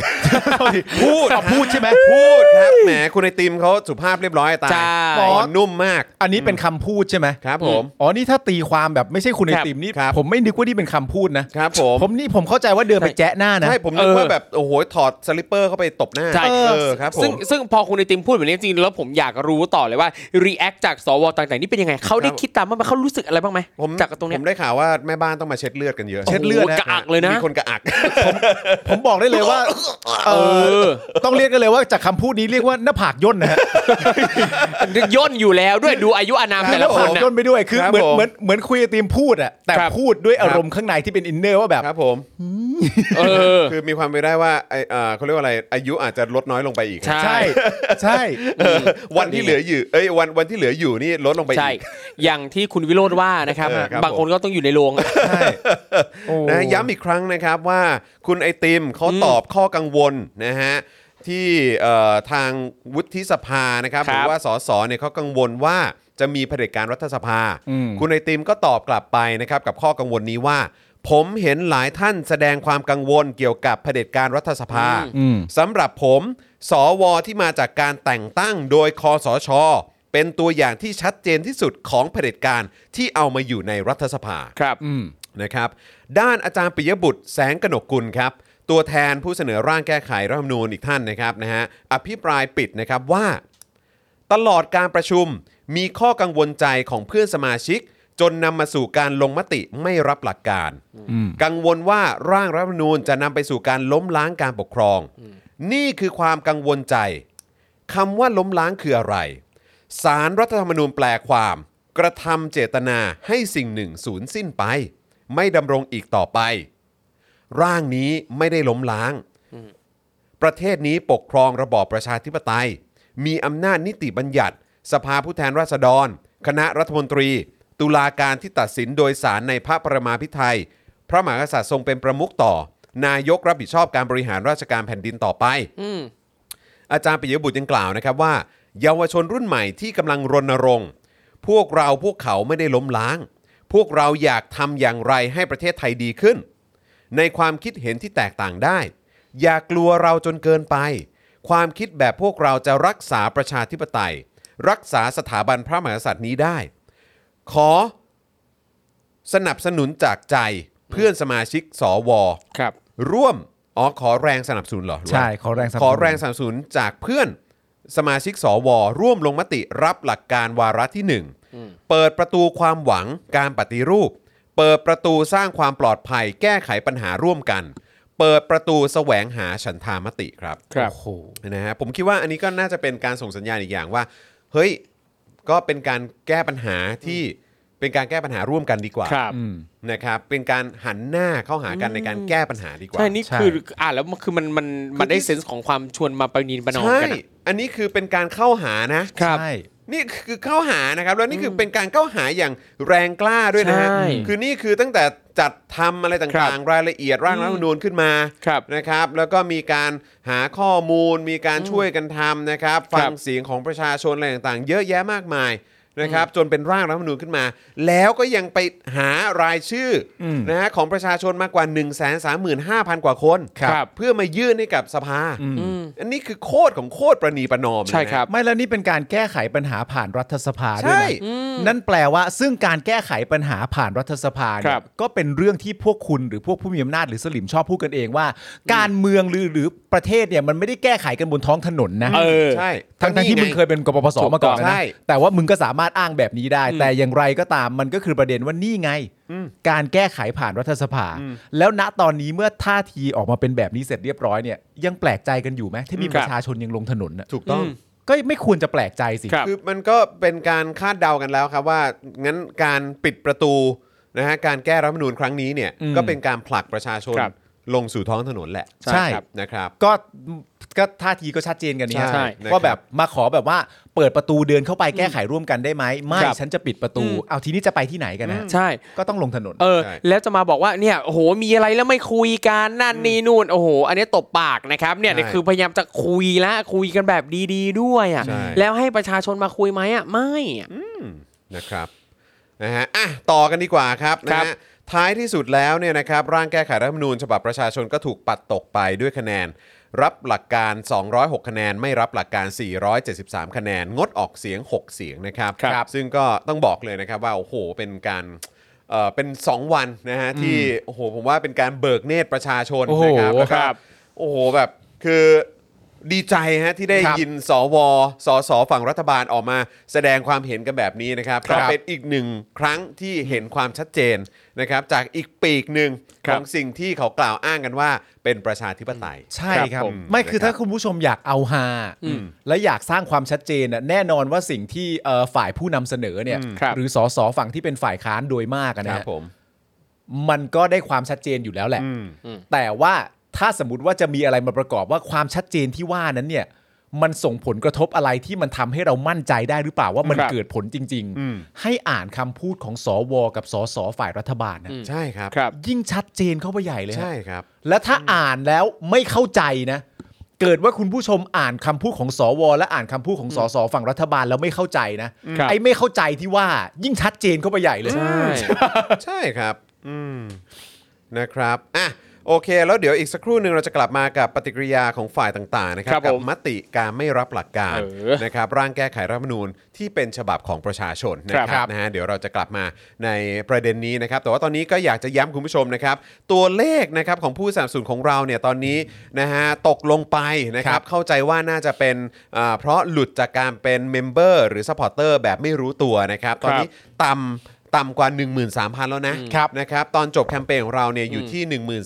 Speaker 1: พูด
Speaker 3: เอาพูดใช่ไหม
Speaker 1: พูดครับแหมคุณไอติมเขาสุภาพเรียบร้อยตาย
Speaker 2: ใช่
Speaker 1: อ่อนนุ่มมาก
Speaker 3: อันนี้เป็นคำพูดใช่ไหม
Speaker 1: ครับผม
Speaker 3: อ๋อนี่ถ้าตีความแบบไม่ใช่คุณไอ
Speaker 2: ครับ
Speaker 3: ติมนี่
Speaker 1: ครับ
Speaker 3: ผมไม่นึกว่านี่เป็นคำพูดนะครับ
Speaker 1: ผม
Speaker 3: ผมนี่ผมเข้าใจว่าเดินไปแจ๊ะหน้านะ
Speaker 1: ใช่ผมนึกว่าแบบโอ้โหถอดสลิปเปอร์เข้าไปตบหน้า
Speaker 2: ใช่
Speaker 1: เออครับผ
Speaker 2: ซึ่ง
Speaker 1: ม
Speaker 2: ซึ่งพอคุณไอติมพูดแบบนี้จริงๆแล้วผมอยากรู้ต่อเลยว่ารีแอคจากสวต่างๆนี่เป็นยังไงเขาได้
Speaker 1: ครับ
Speaker 2: คิดตามบ้างไหมเขารู้สึกอะไรบ้างไหม
Speaker 1: ผม
Speaker 2: จากตรงเนี้ย
Speaker 1: ผมได้ข่าวว่าแม่บ้านต้องมาเช็ดเลือดกันเยอะ
Speaker 2: เช็ดเลือดนะกระอักเลยนะ
Speaker 1: มีคนกระอัก
Speaker 3: ผมบอกได้เลยว่าเอ
Speaker 2: เออ
Speaker 3: อต้องเรียกกันเลยว่าจากคำพูดนี้เรียกว่าหน้าผากย่นนะฮะ
Speaker 2: ย่นอยู่แล้วด้วยดูอายุอานามแต่
Speaker 3: ห
Speaker 2: ละ
Speaker 3: น้า
Speaker 2: ค
Speaker 3: ผาน ก
Speaker 2: นะ
Speaker 3: ย่นไปด้วยคือ
Speaker 1: ครับ
Speaker 3: เหมือน
Speaker 1: ผม
Speaker 3: เหมือนเหมือนคุยกับทีมพูดอะแต่
Speaker 2: ครับ
Speaker 3: พูดด้วยอา
Speaker 1: ครับ
Speaker 3: รมณ์ข้างในที่เป็นอินเนอร์ว่าแบบ
Speaker 1: ครับผม
Speaker 2: เออ
Speaker 1: คือมีความเป็นไปได้ว่าไอเอ่อเขาเรียกว่าอะไรอายุอาจจะลดน้อยลงไปอีก
Speaker 2: ใช่
Speaker 3: ใช่ใช่
Speaker 1: เออวันที่เหลืออยู่เอ้ยวันวันที่เหลืออยู่นี่ลดลงไป
Speaker 2: ใช่
Speaker 1: อีก
Speaker 2: อย่างที่คุณวิโรธว่านะครับ
Speaker 1: เออครับ
Speaker 2: บางคนก็ต้องอยู่ในโรงอะ
Speaker 1: นะย้ำอีกครั้งนะครับว่าคุณไอติมเขาตอบข้อกังวลนะฮะที่เอ่อทางวุฒิสภานะครับ
Speaker 2: ค
Speaker 1: ห
Speaker 2: รับ
Speaker 1: รือว่าสสเนี่ยเขากังวลว่าจะมีเผด็จการรัฐสภา
Speaker 3: อืม
Speaker 1: คุณไอติมก็ตอบกลับไปนะครับกับข้อกังวลนี้ว่า ผมเห็นหลายท่านแสดงความกังวลเกี่ยวกับเผด็จการรัฐสภา
Speaker 2: อืม
Speaker 3: อืม
Speaker 1: สำหรับผม สวที่มาจากการแต่งตั้งโดยคอสช เป็นตัวอย่างที่ชัดเจนที่สุดของเผด็จการที่เอามาอยู่ในรัฐสภา
Speaker 2: ครับ
Speaker 3: อืม
Speaker 1: นะครับ ด้านอาจารย์ปิยบุตรแสงกนกกุลครับ ตัวแทนผู้เสนอร่างแก้ไขรัฐธรรมนูญอีกท่านนะครับนะฮะอภิปรายปิดนะครับว่า ตลอดการประชุมมีข้อกังวลใจของเพื่อนสมาชิก จนนำมาสู่การลงมติไม่รับหลักการ
Speaker 3: อืม
Speaker 1: กังวลว่าร่างรัฐธรรมนูญจะนำไปสู่การล้มล้างการปกครอง นี่คือความกังวลใจคำว่าล้มล้างคืออะไร สารรัฐธรรมนูญแปลความ กระทำเจตนาให้สิ่งหนึ่งสูญสิ้นไป ไม่ดำรงอีกต่อไป ร่างนี้ไม่ได้ล้มล้าง ประเทศนี้ปกครองระบอบประชาธิปไตย มีอำนาจนิติบัญญัติ สภาผู้แทนราษฎร คณะรัฐมนตรี ตุลาการที่ตัดสินโดยสารในพระประมาพิไทย พระมหากษัตริย์ทรงเป็นประมุขต่อ นายกรับผิดชอบการบริหารราชการแผ่นดินต่อไป
Speaker 2: อืม
Speaker 1: อาจารย์ปิยบุตรยังกล่าวนะครับว่า เยาวชนรุ่นใหม่ที่กำลังรณรงค์ พวกเราพวกเขาไม่ได้ล้มล้าง พวกเราอยากทำอย่างไรให้ประเทศไทยดีขึ้น ในความคิดเห็นที่แตกต่างได้ อย่ากลัวเราจนเกินไป ความคิดแบบพวกเราจะรักษาประชาธิปไตย รักษาสถาบันพระมหากษัตริย์นี้ได้ ขอ สนับสนุนจากใจเพื่อนสมาชิกสว
Speaker 2: ครับ
Speaker 1: ร่วม อ๋อ ขอแรงสนับสนุนเหรอหว่า
Speaker 3: ใช่ขอแรงสนับสนุน
Speaker 1: ขอแรงสนับสนุนจากเพื่อนสมาชิกสว ร่วมลงมติรับหลักการวาระที่หนึ่งเปิดประตูความหวังการปฏิรูป เปิดประตูสร้างความปลอดภัย แก้ไขปัญหาร่วมกัน เปิดประตูแสวงหาฉันทามติครับ
Speaker 2: ครับ
Speaker 3: โอ้โห
Speaker 1: นะฮะผมคิดว่าอันนี้ก็น่าจะเป็นการส่งสัญญาณอีกอย่างว่า เฮ้ยก็เป็นการแก้ปัญหาที่เป็นการแก้ปัญหาร่วมกันดีกว่า
Speaker 2: ครับ
Speaker 3: อืม
Speaker 1: นะครับเป็นการหันหน้าเข้าหากันในการแก้ปัญหาดีกว่า
Speaker 2: ใช่ นี่
Speaker 3: ใช่
Speaker 2: คืออ่านแล้วมันคือมันมันมันได้
Speaker 1: คือที่
Speaker 2: เซนส์ของความชวนมาประนีประนอม
Speaker 1: ใช่
Speaker 2: กันอะ
Speaker 1: อันนี้คือเป็นการเข้าหานะ
Speaker 2: ครับ
Speaker 3: ใช่
Speaker 1: นี่คือเข้าหานะครับ แล้วนี่คือเป็นการเข้าหาอย่างแรงกล้าด้วยนะฮะ
Speaker 2: ใช่
Speaker 1: คือนี่คือตั้งแต่จัดทำอะไร
Speaker 2: ครั
Speaker 1: ต่าง
Speaker 2: บ
Speaker 1: ๆ รายละเอียดร่างรัฐธรรมนูญขึ้นมา
Speaker 2: ครับ
Speaker 1: นะครับ แล้วก็มีการหาข้อมูล มีการช่วยกันทำนะครับ ฟังเสียงของประชาชนอะไรต่างๆ เยอะแยะมากมายนะครับ จนเป็นร่างรัฐธรรมนูญขึ้นมา แล้วก็ยังไปหารายชื่ออ
Speaker 3: ม
Speaker 1: นะฮะของประชาชนมากกว่า 1 3 5 0 0 0 กว่าคน
Speaker 3: ครับ
Speaker 1: เพื่อมายื่นให้กับสภา
Speaker 3: อืม
Speaker 2: อืม
Speaker 1: อันนี้คือโคตรของโคตรประนีประนอมเลยนะ
Speaker 2: ใช่ครับ
Speaker 3: ไม่แล้วนี่เป็นการแก้ไขปัญหาผ่านรัฐสภาด้วย
Speaker 1: ใช่
Speaker 3: นะนั่นแปลว่า ซึ่งการแก้ไขปัญหาผ่านรัฐสภา
Speaker 2: ค
Speaker 3: เนี่
Speaker 2: รั
Speaker 3: ย
Speaker 2: บ
Speaker 3: ก็เป็นเรื่องที่พวกคุณหรือพวกผู้มีอำนาจหรือสลิมชอบพูดกันเองว่า การเมืองหรือหรือประเทศเนี่ยมันไม่ได้แก้ไขกันบนท้องถนนนะ
Speaker 2: เออ
Speaker 1: ใช่
Speaker 3: ทั้งๆที่มึงเคยเป็นกปปส
Speaker 2: ถูก
Speaker 3: มาก่อน
Speaker 2: ต้อง
Speaker 1: ใช่
Speaker 3: นะ แต่ว่ามึงก็สามารถอ้างแบบนี้ได้ แต่อย่างไรก็ตามมันก็คือประเด็นว่านี่ไง การแก้ไขผ่านรัฐสภา แล้วณตอนนี้เมื่อท่าทีออกมาเป็นแบบนี้เสร็จเรียบร้อยเนี่ยยังแปลกใจกันอยู่ไหมที่มี
Speaker 2: ครับ
Speaker 3: ประชาชนยังลงถนนน่ะ
Speaker 1: ถูกต้อง
Speaker 2: อืม
Speaker 3: ก็ไม่ควรจะแปลกใจสิ
Speaker 2: ครับ
Speaker 1: คือมันก็เป็นการคาดเดากันแล้วครับว่างั้นการปิดประตูนะฮะการแก้รัฐธรรมนูญครั้งนี้เนี่ย
Speaker 3: อืม
Speaker 1: ก็เป็นการผลักประชาชน
Speaker 2: ครับ
Speaker 1: ลงสู่ท้องถนนแหละ
Speaker 3: ใช่ครับ
Speaker 1: นะครับ
Speaker 3: ก็ก็ท่าทีก็ชัดเจนกันนี่ฮะ
Speaker 2: ใช่
Speaker 3: ว่าแบบมาขอแบบว่าเปิดประตูเดินเข้าไปแก้ไขร่วมกันได้ไหมไม่
Speaker 2: ครับ
Speaker 3: ฉันจะปิดประตู
Speaker 2: อืม
Speaker 3: เอาทีนี้จะไปที่ไหนกันนะ
Speaker 2: ใช่
Speaker 3: ก็ต้องลงถนน
Speaker 2: เออ แล้วจะมาบอกว่าเนี่ยโอ้โหมีอะไรแล้วไม่คุยกันนั่นนี่นู่นโอ้โห อันนี้ตบปากนะครับเนี่ยเนี่ยคือพยายามจะคุยละคุยกันแบบดีๆ ด้วยอ่ะ
Speaker 1: ใช่
Speaker 2: แล้วให้ประชาชนมาคุยไหมอ่ะไม่อะ
Speaker 1: นะครับนะฮะอ่ะต่อกันดีกว่าครับนะ
Speaker 2: ครับ
Speaker 1: ฮะ ท้ายที่สุดแล้วเนี่ยนะครับร่างแก้ไขรัฐธรรมนูญฉบับประชาชนก็ถูกปัดตกไปด้วยคะแนน รับหลักการ 206 คะแนน ไม่รับหลักการ 473 คะแนน งดออกเสียง 6 เสียงนะครับ
Speaker 2: ครับ
Speaker 1: ซึ่งก็ต้องบอกเลยนะครับว่าโอ้โหเป็นการเอ่อเป็น 2 วันนะฮะที่โอ้โหผมว่าเป็นการเบิกเนตรประชาชน
Speaker 3: โอ้โห
Speaker 1: นะครับแล้ว
Speaker 3: ค
Speaker 1: ก็
Speaker 3: รับ
Speaker 1: โอ้โหแบบคือดีใจฮะที่ได้
Speaker 3: ครับ
Speaker 1: ยินสวสสฝั่งรัฐบาลออกมาแสดงความเห็นกันแบบนี้นะครับ
Speaker 3: ครับ
Speaker 1: ก็เป็น อีกหนึ่งครั้งที่เห็นความชัดเจนนะครับจากอีกปีกหนึ่ง
Speaker 2: ค
Speaker 1: ข
Speaker 2: รับ
Speaker 1: องสิ่งที่เขากล่าวอ้างกันว่าเป็นประชาธิปไตย
Speaker 3: ใช่ครับ
Speaker 1: ผม
Speaker 3: ไม่คือ
Speaker 1: นะครับ
Speaker 3: ถ้าคุณผู้ชมอยากเอาฮา
Speaker 1: อืม
Speaker 3: และอยากสร้างความชัดเจนน่ะแน่นอนว่าสิ่งที่เอ่อฝ่ายผู้นำเสนอเนี่ย
Speaker 1: อืม
Speaker 2: ครับ
Speaker 3: หรือสสฝั่งที่เป็นฝ่ายค้านโดยมากอะ
Speaker 1: ค
Speaker 3: นะ
Speaker 1: รับ
Speaker 3: ฮะ
Speaker 1: ผม
Speaker 3: มันก็ได้ความชัดเจนอยู่แล้วแหละ
Speaker 1: อืม
Speaker 3: แต่ว่าถ้าสมมติว่าจะมีอะไรมาประกอบว่าความชัดเจนที่ว่านั้นเนี่ย มันส่งผลกระทบอะไรที่มันทำให้เรามั่นใจได้หรือเปล่าว่ามัน
Speaker 2: ครับ
Speaker 3: เกิดผลจริง
Speaker 1: อืม
Speaker 3: ๆ ให้อ่านคำพูดของสวกับสสฝ่ายรัฐบาลนะ
Speaker 1: ใช่ครับ
Speaker 2: ครับ
Speaker 3: ยิ่งชัดเจนเข้าไปใหญ่เลยฮะ
Speaker 1: ใช่ครับ
Speaker 3: และถ้าอ่านแล้วไม่เข้าใจนะ เกิดว่าคุณผู้ชมอ่านคำพูดของสว และอ่านคำพูดของสสฝั่งรัฐบาลแล้วไม่เข้าใจนะ
Speaker 2: ครับ
Speaker 3: ไอ้ไม่เข้าใจที่ว่ายิ่งชัดเจนเข้าไปใหญ่เลย
Speaker 2: ใช่
Speaker 1: ใช่ครับอืมนะครับอ่ะโอเค แล้วเดี๋ยวอีกสักครู่หนึ่งเราจะกลับมากับปฏิกิริยาของฝ่ายต่างๆนะครับ
Speaker 2: ครับ
Speaker 1: กั
Speaker 2: ผม
Speaker 1: มติการไม่รับหลักการ
Speaker 2: เออ
Speaker 1: นะครับร่างแก้ไขรัฐธรรมนูญที่เป็นฉบับของประชาชนนะค
Speaker 2: ครั
Speaker 1: รับบ นะฮะเดี๋ยวเราจะกลับมาในประเด็นนี้นะครับ แต่ว่าตอนนี้ก็อยากจะย้ำคุณผู้ชมนะครับ ตัวเลขนะครับของผู้สนับสนุนของเราเนี่ยตอนนี้นะฮะตกลงไปนะครับ เข้าใจว่าน่าจะเป็นอ่าเพราะหลุดจากการเป็นเมมเบอร์หรือซัพพอร์เตอร์แบบไม่รู้ตัวนะครับ ตอนนี้ต่ำ ต่ำกว่า 13,000 แล้วนะครับ นะครับ ตอนจบแคมเปญของเราเนี่ยอยู่ที่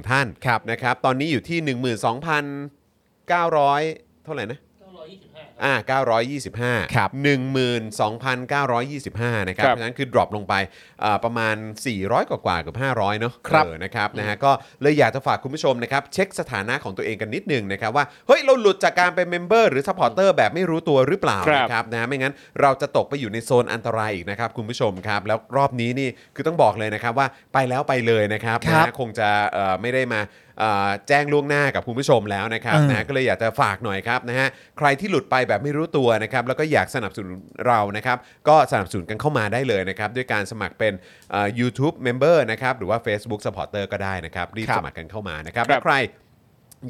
Speaker 1: 13,301 ท่าน
Speaker 3: ครับ
Speaker 1: นะครับ ตอนนี้อยู่ที่ 12,900 เท่าไหร่นะ อ่า925
Speaker 3: ครับ
Speaker 1: 12,925 นะครับ
Speaker 2: ครับ
Speaker 1: เพราะฉะนั้นคือ drop ลงไปอ่าประมาณ 400 กว่ากว่าๆเกับ 500 เนอะ
Speaker 3: ครับ
Speaker 1: เออนะครับนะฮะก็เลยอยากจะฝากคุณผู้ชมนะครับเช็คสถานะของตัวเองกันนิดหนึงนะครับว่า เฮ้ย เราหลุดจากการเป็นเมมเบอร์หรือสปอร์เตอร์แบบไม่รู้ตัวหรือเปล่า
Speaker 2: ครับ
Speaker 1: นะครับนะฮะไม่งั้นเราจะตกไปอยู่ในโซนอันตรายอีกนะครับคุณผู้ชมครับ แล้วรอบนี้นี่คือต้องบอกเลยนะครับว่าไปแล้วไปเลยนะครับ
Speaker 3: ครับ
Speaker 1: นะฮะคงจะเอ่อไม่ได้มาเอ่อแจ้งล่วงหน้ากับคุณผู้ชมแล้วนะครับ ครับ
Speaker 3: เออ
Speaker 1: นะก็เลยอยากจะฝากหน่อยครับนะฮะใครที่หลุดไปแบบไม่รู้ตัวนะครับแล้วก็อยากสนับสนุนเรานะครับก็สนับสนุนกันเข้ามาได้เลยนะครับด้วยการสมัครเป็นเอ่อ YouTube Member นะครับหรือว่า Facebook Supporter ก็ได้นะครับรีบ
Speaker 3: ครับ
Speaker 1: สมัครกันเข้ามานะครับ
Speaker 2: ครับ
Speaker 1: และใคร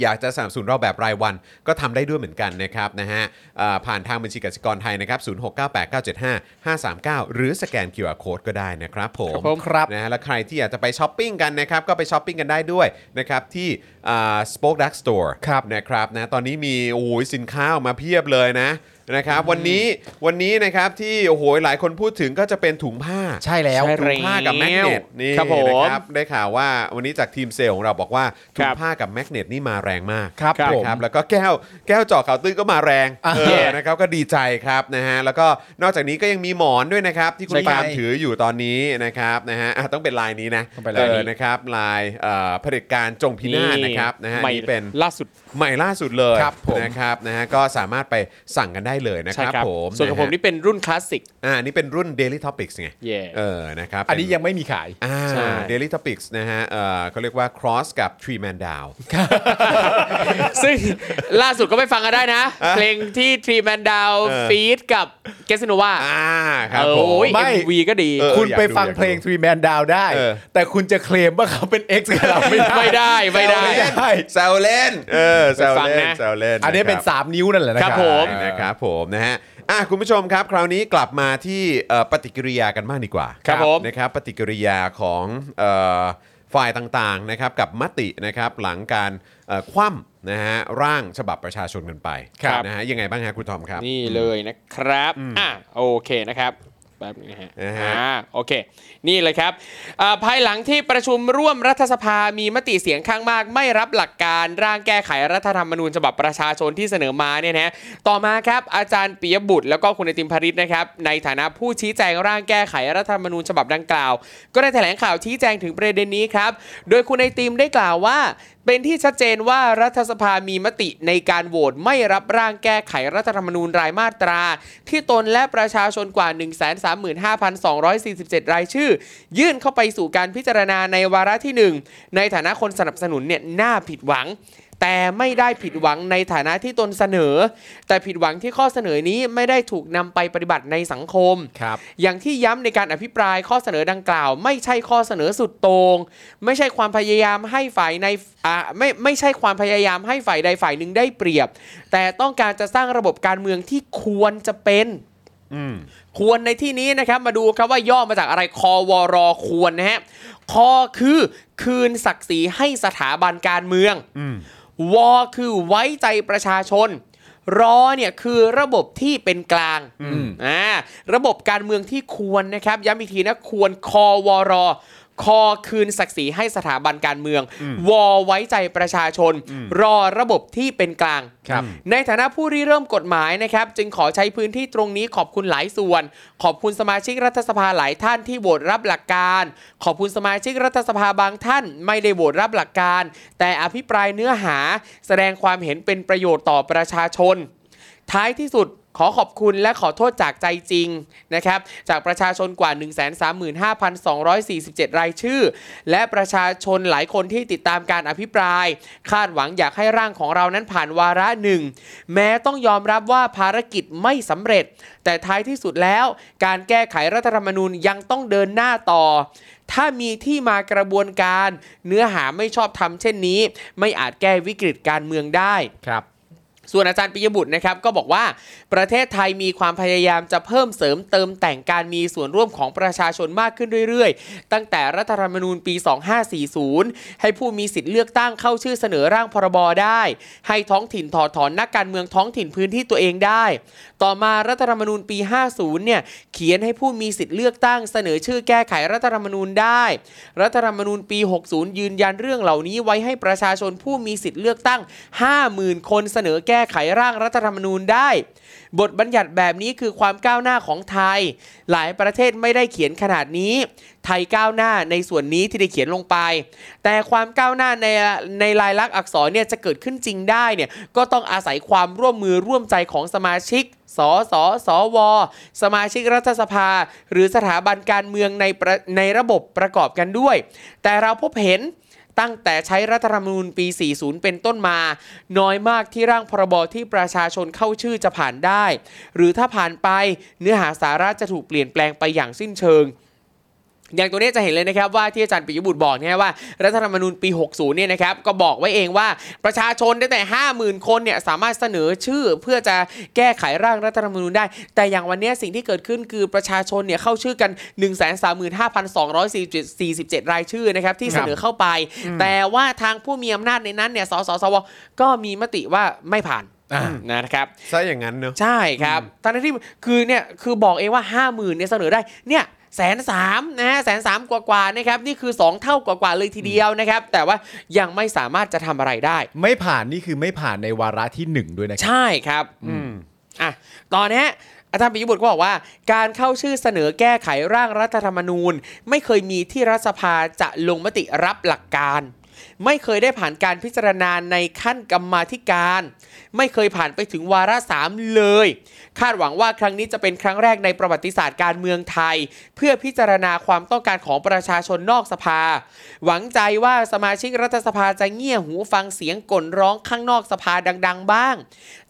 Speaker 1: อยากจะสนับสนุนเราแบบรายวันก็ทำได้ด้วยเหมือนกันนะครับนะฮะเอ่อผ่านทางบัญชีกสิกรไทยนะครับ0698975539 หรือสแกน QR Code ก็ได้นะครับผม
Speaker 2: ครับผม
Speaker 3: ครับ
Speaker 1: นะฮะและใครที่อยากจะไปช้อปปิ้งกันนะครับก็ไปช้อปปิ้งกันได้ด้วยนะครับที่อ่า Spoke Dark Store
Speaker 3: ครับ
Speaker 1: นะครับนะตอนนี้มีโอ้โหสินค้าออกมาเพียบเลยนะนะครับวันนี้วันนี้นะครับที่โอ้โหหลายคนพูดถึงก็จะเป็นถุงผ้า
Speaker 3: ใช่แล้ว
Speaker 2: ใช่
Speaker 1: ถุงผ้ากับแมกเนตนี่
Speaker 2: ครับผม
Speaker 1: นะครับได้ข่าวว่าวันนี้จากทีมเซลล์ของเราบอกว่าถุ
Speaker 2: ค
Speaker 1: ง
Speaker 2: รับ
Speaker 1: ผ้ากับแมกเนตนี่มาแรงมาก
Speaker 3: ครับ
Speaker 1: นะ
Speaker 3: ผม
Speaker 1: แล้วก็แก้วแก้วเจอข่าวตื้นก็มาแรง
Speaker 3: อ่า
Speaker 1: เออนะครับก็ดีใจครับนะฮะแล้วก็นอกจากนี้ก็ยังมีหมอนด้วยนะครับที่คุณ
Speaker 3: ใช่ค
Speaker 1: ปา
Speaker 3: รับ
Speaker 1: ล์มถืออยู่ตอนนี้นะครับนะฮะอ่ะต้องเป็นลายนี้นะ
Speaker 3: ต้องเป็นลายนี้
Speaker 1: เออนะครับลายเอ่อเผด็จการจงพินาศนะครับนะฮะ
Speaker 2: ใหม่
Speaker 1: นี่เป็น
Speaker 2: ล่าสุด
Speaker 1: ใหม่ล่าสุดเลย
Speaker 3: ครับผม
Speaker 1: นะครับนะฮะก็สามารถไปสั่งกันได้เลยนะค
Speaker 2: ใช่
Speaker 1: รับ
Speaker 2: ครับ
Speaker 1: ผม
Speaker 2: ส่วนของผมนี่เป็นรุ่นคลาสสิก
Speaker 1: อ่านี่เป็นรุ่น Daily Topics ไง
Speaker 2: เย่
Speaker 1: เออนะครับ
Speaker 3: อันนี้ยังไม่มีขาย
Speaker 1: อ่า
Speaker 2: ใช่
Speaker 1: Daily Topics นะฮะเอ่อเขาเรียกว่า cross กับ Tree Man Down
Speaker 2: ซึ่งล่าสุดก็ไปฟังกันได้นะ เพลงที่ทรีแมนดาว
Speaker 1: เออ
Speaker 2: ฟีดกับเกสโนวา
Speaker 1: อ่าครับผม
Speaker 2: โอ้ย
Speaker 3: ไม่
Speaker 2: เอ็มวีก็ดี
Speaker 1: เออ
Speaker 3: คุณไปฟัง
Speaker 1: อยากดู
Speaker 3: เพลง Three Man Down ได้
Speaker 1: เออ
Speaker 3: แต่คุณจะเคลมว่าเขาเป็น X กับเราไม่ได้
Speaker 2: ไม่ได้ไม่ได้
Speaker 3: ไม่ได้
Speaker 1: แซวเล่นเออแซว
Speaker 2: ไปฟัง
Speaker 1: เล่น
Speaker 2: นะ
Speaker 1: แซวเล่น
Speaker 3: อันนี้เป็น
Speaker 1: ะครับ
Speaker 3: 3 นิ้วนั่นแหละนะครับ
Speaker 2: ครับผม
Speaker 1: นะครับผมนะฮะอ่ะคุณผู้ชมครับ คราวนี้กลับมาที่เอ่อปฏิกิริยากันบ้างดีกว่า
Speaker 2: ครับผม
Speaker 1: นะครับปฏิกิริยาของเอ่อฝ่ายต่างๆนะครับกับมตินะครับหลังการเอ่อคว่ำนะฮะร่างฉบับประชาชนกันไป
Speaker 2: ครับ
Speaker 1: นะฮะยังไงบ้างฮะคุณทอมครับ
Speaker 2: นี่เลยนะครับอ่ะโอเคนะครับแป๊บนึงนะฮะ
Speaker 1: อ่าฮะ
Speaker 2: อ่าโอเค นี่เลยครับอ่าภายหลังที่ประชุมร่วมรัฐสภามีมติเสียงข้างมาก ไม่รับหลักการร่างแก้ไขรัฐธรรมนูญฉบับประชาชนที่เสนอมาเนี่ยนะฮะต่อมาครับอาจารย์ปิยบุตรแล้วก็คุณไอติมพริตนะครับในฐานะผู้ชี้แจงร่างแก้ไขรัฐธรรมนูญฉบับดังกล่าว ก็ได้แถลงข่าวชี้แจงถึงประเด็นนี้ครับโดยคุณไอติมได้กล่าวว่า เป็นที่ชัดเจนว่ารัฐสภามีมติในการโหวตไม่รับร่างแก้ไขรัฐธรรมนูญรายมาตรา ที่ตนและประชาชนกว่า 135,247 รายชื่อ ยื่นเข้าไปสู่การพิจารณาในวาระที่ 1 ในฐานะคนสนับสนุนเนี่ยน่าผิดหวัง แต่ไม่ได้ผิดหวังในฐานะที่ตนเสนอ แต่ผิดหวังที่ข้อเสนอนี้ไม่ได้ถูกนำไปปฏิบัติในสังคม
Speaker 3: ครับ
Speaker 2: อย่างที่ย้ำในการอภิปรายข้อเสนอดังกล่าว ไม่ใช่ข้อเสนอสุดโตรง ไม่ใช่ความพยายามให้ฝ่ายในอ่าไม่ไม่ใช่ความพยายามให้ฝ่ายใดฝ่ายหนึ่งได้เปรียบ แต่ต้องการจะสร้างระบบการเมืองที่ควรจะเป็น
Speaker 1: อืม
Speaker 2: ควรในที่นี้นะครับมาดูครับว่าย่อมาจากอะไรคอวรควรนะฮะคอคือคืนศักดิ์ศรีให้สถาบันการเมือง
Speaker 1: อืม
Speaker 2: วอคือไว้ใจประชาชน รอเนี่ยคือระบบที่เป็นกลางอ่าระบบการเมืองที่ควรนะครับย้ำอีกทีนะควรคอวรคอคืนศักดิ์ศรีให้สถาบันการเมือง วอไว้ใจประชาชน รอระบบที่เป็นกลาง
Speaker 3: ครับ
Speaker 2: ในฐานะผู้ริเริ่มกฎหมายนะครับ จึงขอใช้พื้นที่ตรงนี้ขอบคุณหลายส่วน ขอบคุณสมาชิกรัฐสภาหลายท่านที่โหวตรับหลักการ ขอบคุณสมาชิกรัฐสภาบางท่าน ไม่ได้โหวตรับหลักการ แต่อภิปรายเนื้อหา แสดงความเห็นเป็นประโยชน์ต่อประชาชน ท้ายที่สุดขอขอบคุณและขอโทษจากใจจริงนะครับ จากประชาชนกว่า 135,247 รายชื่อ และประชาชนหลายคนที่ติดตามการอภิปราย คาดหวังอยากให้ร่างของเรานั้นผ่านวาระหนึ่ง แม้ต้องยอมรับว่าภารกิจไม่สำเร็จ แต่ท้ายที่สุดแล้วการแก้ไขรัฐธรรมนูญยังต้องเดินหน้าต่อ ถ้ามีที่มากระบวนการ เนื้อหาไม่ชอบทำเช่นนี้ ไม่อาจแก้วิกฤตการเมืองได้
Speaker 3: ครับ
Speaker 2: ส่วนอาจารย์ปิยบุตรนะครับก็บอกว่าประเทศไทยมีความพยายามจะเพิ่มเสริมเติมแต่งการมีส่วนร่วมของประชาชนมากขึ้นเรื่อยๆ ตั้งแต่รัฐธรรมนูญปี 2540 ให้ผู้มีสิทธิ์เลือกตั้งเข้าชื่อเสนอร่างพรบได้ ให้ท้องถิ่นถอดถอนนักการเมืองท้องถิ่นพื้นที่ตัวเองได้ ต่อมารัฐธรรมนูญปี 50 เนี่ยเขียนให้ผู้มีสิทธิ์เลือกตั้งเสนอชื่อแก้ไขรัฐธรรมนูญได้ รัฐธรรมนูญปี 60 ยืนยันเรื่องเหล่านี้ไว้ให้ประชาชนผู้มีสิทธิ์เลือกตั้ง 50,000 คนเสนอแก้ไขร่างรัฐธรรมนูญได้ บทบัญญัติแบบนี้คือความก้าวหน้าของไทย หลายประเทศไม่ได้เขียนขนาดนี้ ไทยก้าวหน้าในส่วนนี้ที่ได้เขียนลงไป แต่ความก้าวหน้าในในลายลักษณ์อักษรเนี่ยจะเกิดขึ้นจริงได้เนี่ยก็ต้องอาศัยความร่วมมือร่วมใจของสมาชิก สสสว สมาชิกรัฐสภา หรือสถาบันการเมืองในประในระบบประกอบกันด้วย แต่เราพบเห็น ตั้งแต่ใช้รัฐธรรมนูญปี 40 เป็นต้นมา น้อยมากที่ร่างพรบที่ประชาชนเข้าชื่อจะผ่านได้ หรือถ้าผ่านไปเนื้อหาสาระจะถูกเปลี่ยนแปลงไปอย่างสิ้นเชิง อย่างตัวเนี้ยจะเห็นเลยนะครับว่าที่อาจารย์ปิยบุตรบอกเนี่ยว่า รัฐธรรมนูญปี 60 เนี่ยนะครับก็บอกไว้เองว่าประชาชนได้แต่ 50,000 คนเนี่ยสามารถเสนอชื่อเพื่อจะแก้ไขร่างรัฐธรรมนูญได้ แต่อย่างวันเนี้ยสิ่งที่เกิดขึ้นคือประชาชนเนี่ยเข้าชื่อกัน 135,247รายชื่อนะครับที่เสนอเข้าไป แต่ว่าทางผู้มีอำนาจในนั้นเนี่ยสสสวก็มีมติว่าไม่ผ่าน
Speaker 3: อ่า
Speaker 2: นะครับ
Speaker 1: ซะอย่างนั้นเนอะ
Speaker 2: ใช่ครับตอนนนที่คือเนี่ยคือบอกเองว่า 5 0,000เนี่ยเสนอได้ เนี่ยแสนสามนะฮะแสนสามกว่ากว่าๆนะครับ นี่คือ 2 เท่ากว่ากว่าๆเลยทีเดียวนะครับ แต่ว่ายังไม่สามารถจะทำอะไรได้
Speaker 3: ไม่ผ่านนี่คือไม่ผ่านในวาระที่หนึ่งด้วยนะครับ
Speaker 2: ใช่ครับ
Speaker 1: อืม
Speaker 2: อ่ะตอนนี้อาจารย์ปิยบุตรก็บอกว่า การเข้าชื่อเสนอแก้ไขร่างรัฐธรรมนูญ ไม่เคยมีที่รัฐสภาจะลงมติรับหลักการ ไม่เคยได้ผ่านการพิจารณาในขั้นกรรมาธิการ ไม่เคยผ่านไปถึงวาระสามเลย คาดหวังว่าครั้งนี้จะเป็นครั้งแรกในประวัติศาสตร์การเมืองไทย เพื่อพิจารณาความต้องการของประชาชนนอกสภา หวังใจว่าสมาชิกรัฐสภาจะเงี่ยหูฟังเสียงกลร้องข้างนอกสภาดัง ๆ บ้าง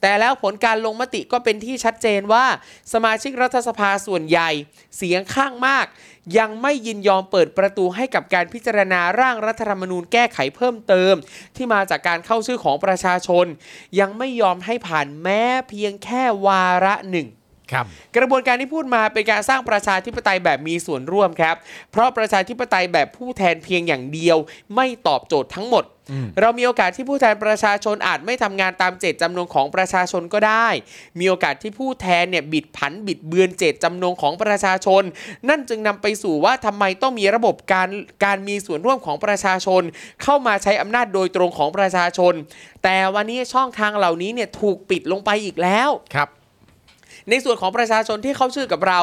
Speaker 2: แต่แล้วผลการลงมติก็เป็นที่ชัดเจนว่า สมาชิกรัฐสภาส่วนใหญ่ เสียงข้างมาก ยังไม่ยินยอมเปิดประตูให้กับการพิจารณาร่างรัฐธรรมนูญแก้ไขเพิ่มเติม ที่มาจากการเข้าชื่อของประชาชน ยังไม่ยอมให้ผ่านแม้เพียงแค่วาระหนึ่ง
Speaker 3: ครับ
Speaker 2: กระบวนการที่พูดมาเป็นการสร้างประชาธิปไตยแบบมีส่วนร่วมครับ เพราะประชาธิปไตยแบบผู้แทนเพียงอย่างเดียว ไม่ตอบโจทย์ทั้งหมด เรามีโอกาสที่ผู้แทนประชาชนอาจไม่ทำงานตามเจตจำนงของประชาชนก็ได้ มีโอกาสที่ผู้แทนเนี่ยบิดผันบิดเบือนเจตจำนงของประชาชน นั่นจึงนำไปสู่ว่าทำไมต้องมีระบบการการมีส่วนร่วมของประชาชน เข้ามาใช้อำนาจโดยตรงของประชาชน แต่วันนี้ช่องทางเหล่านี้เนี่ยถูกปิดลงไปอีกแล้ว
Speaker 3: ครับ
Speaker 2: ในส่วนของประชาชนที่เข้าชื่อกับเรา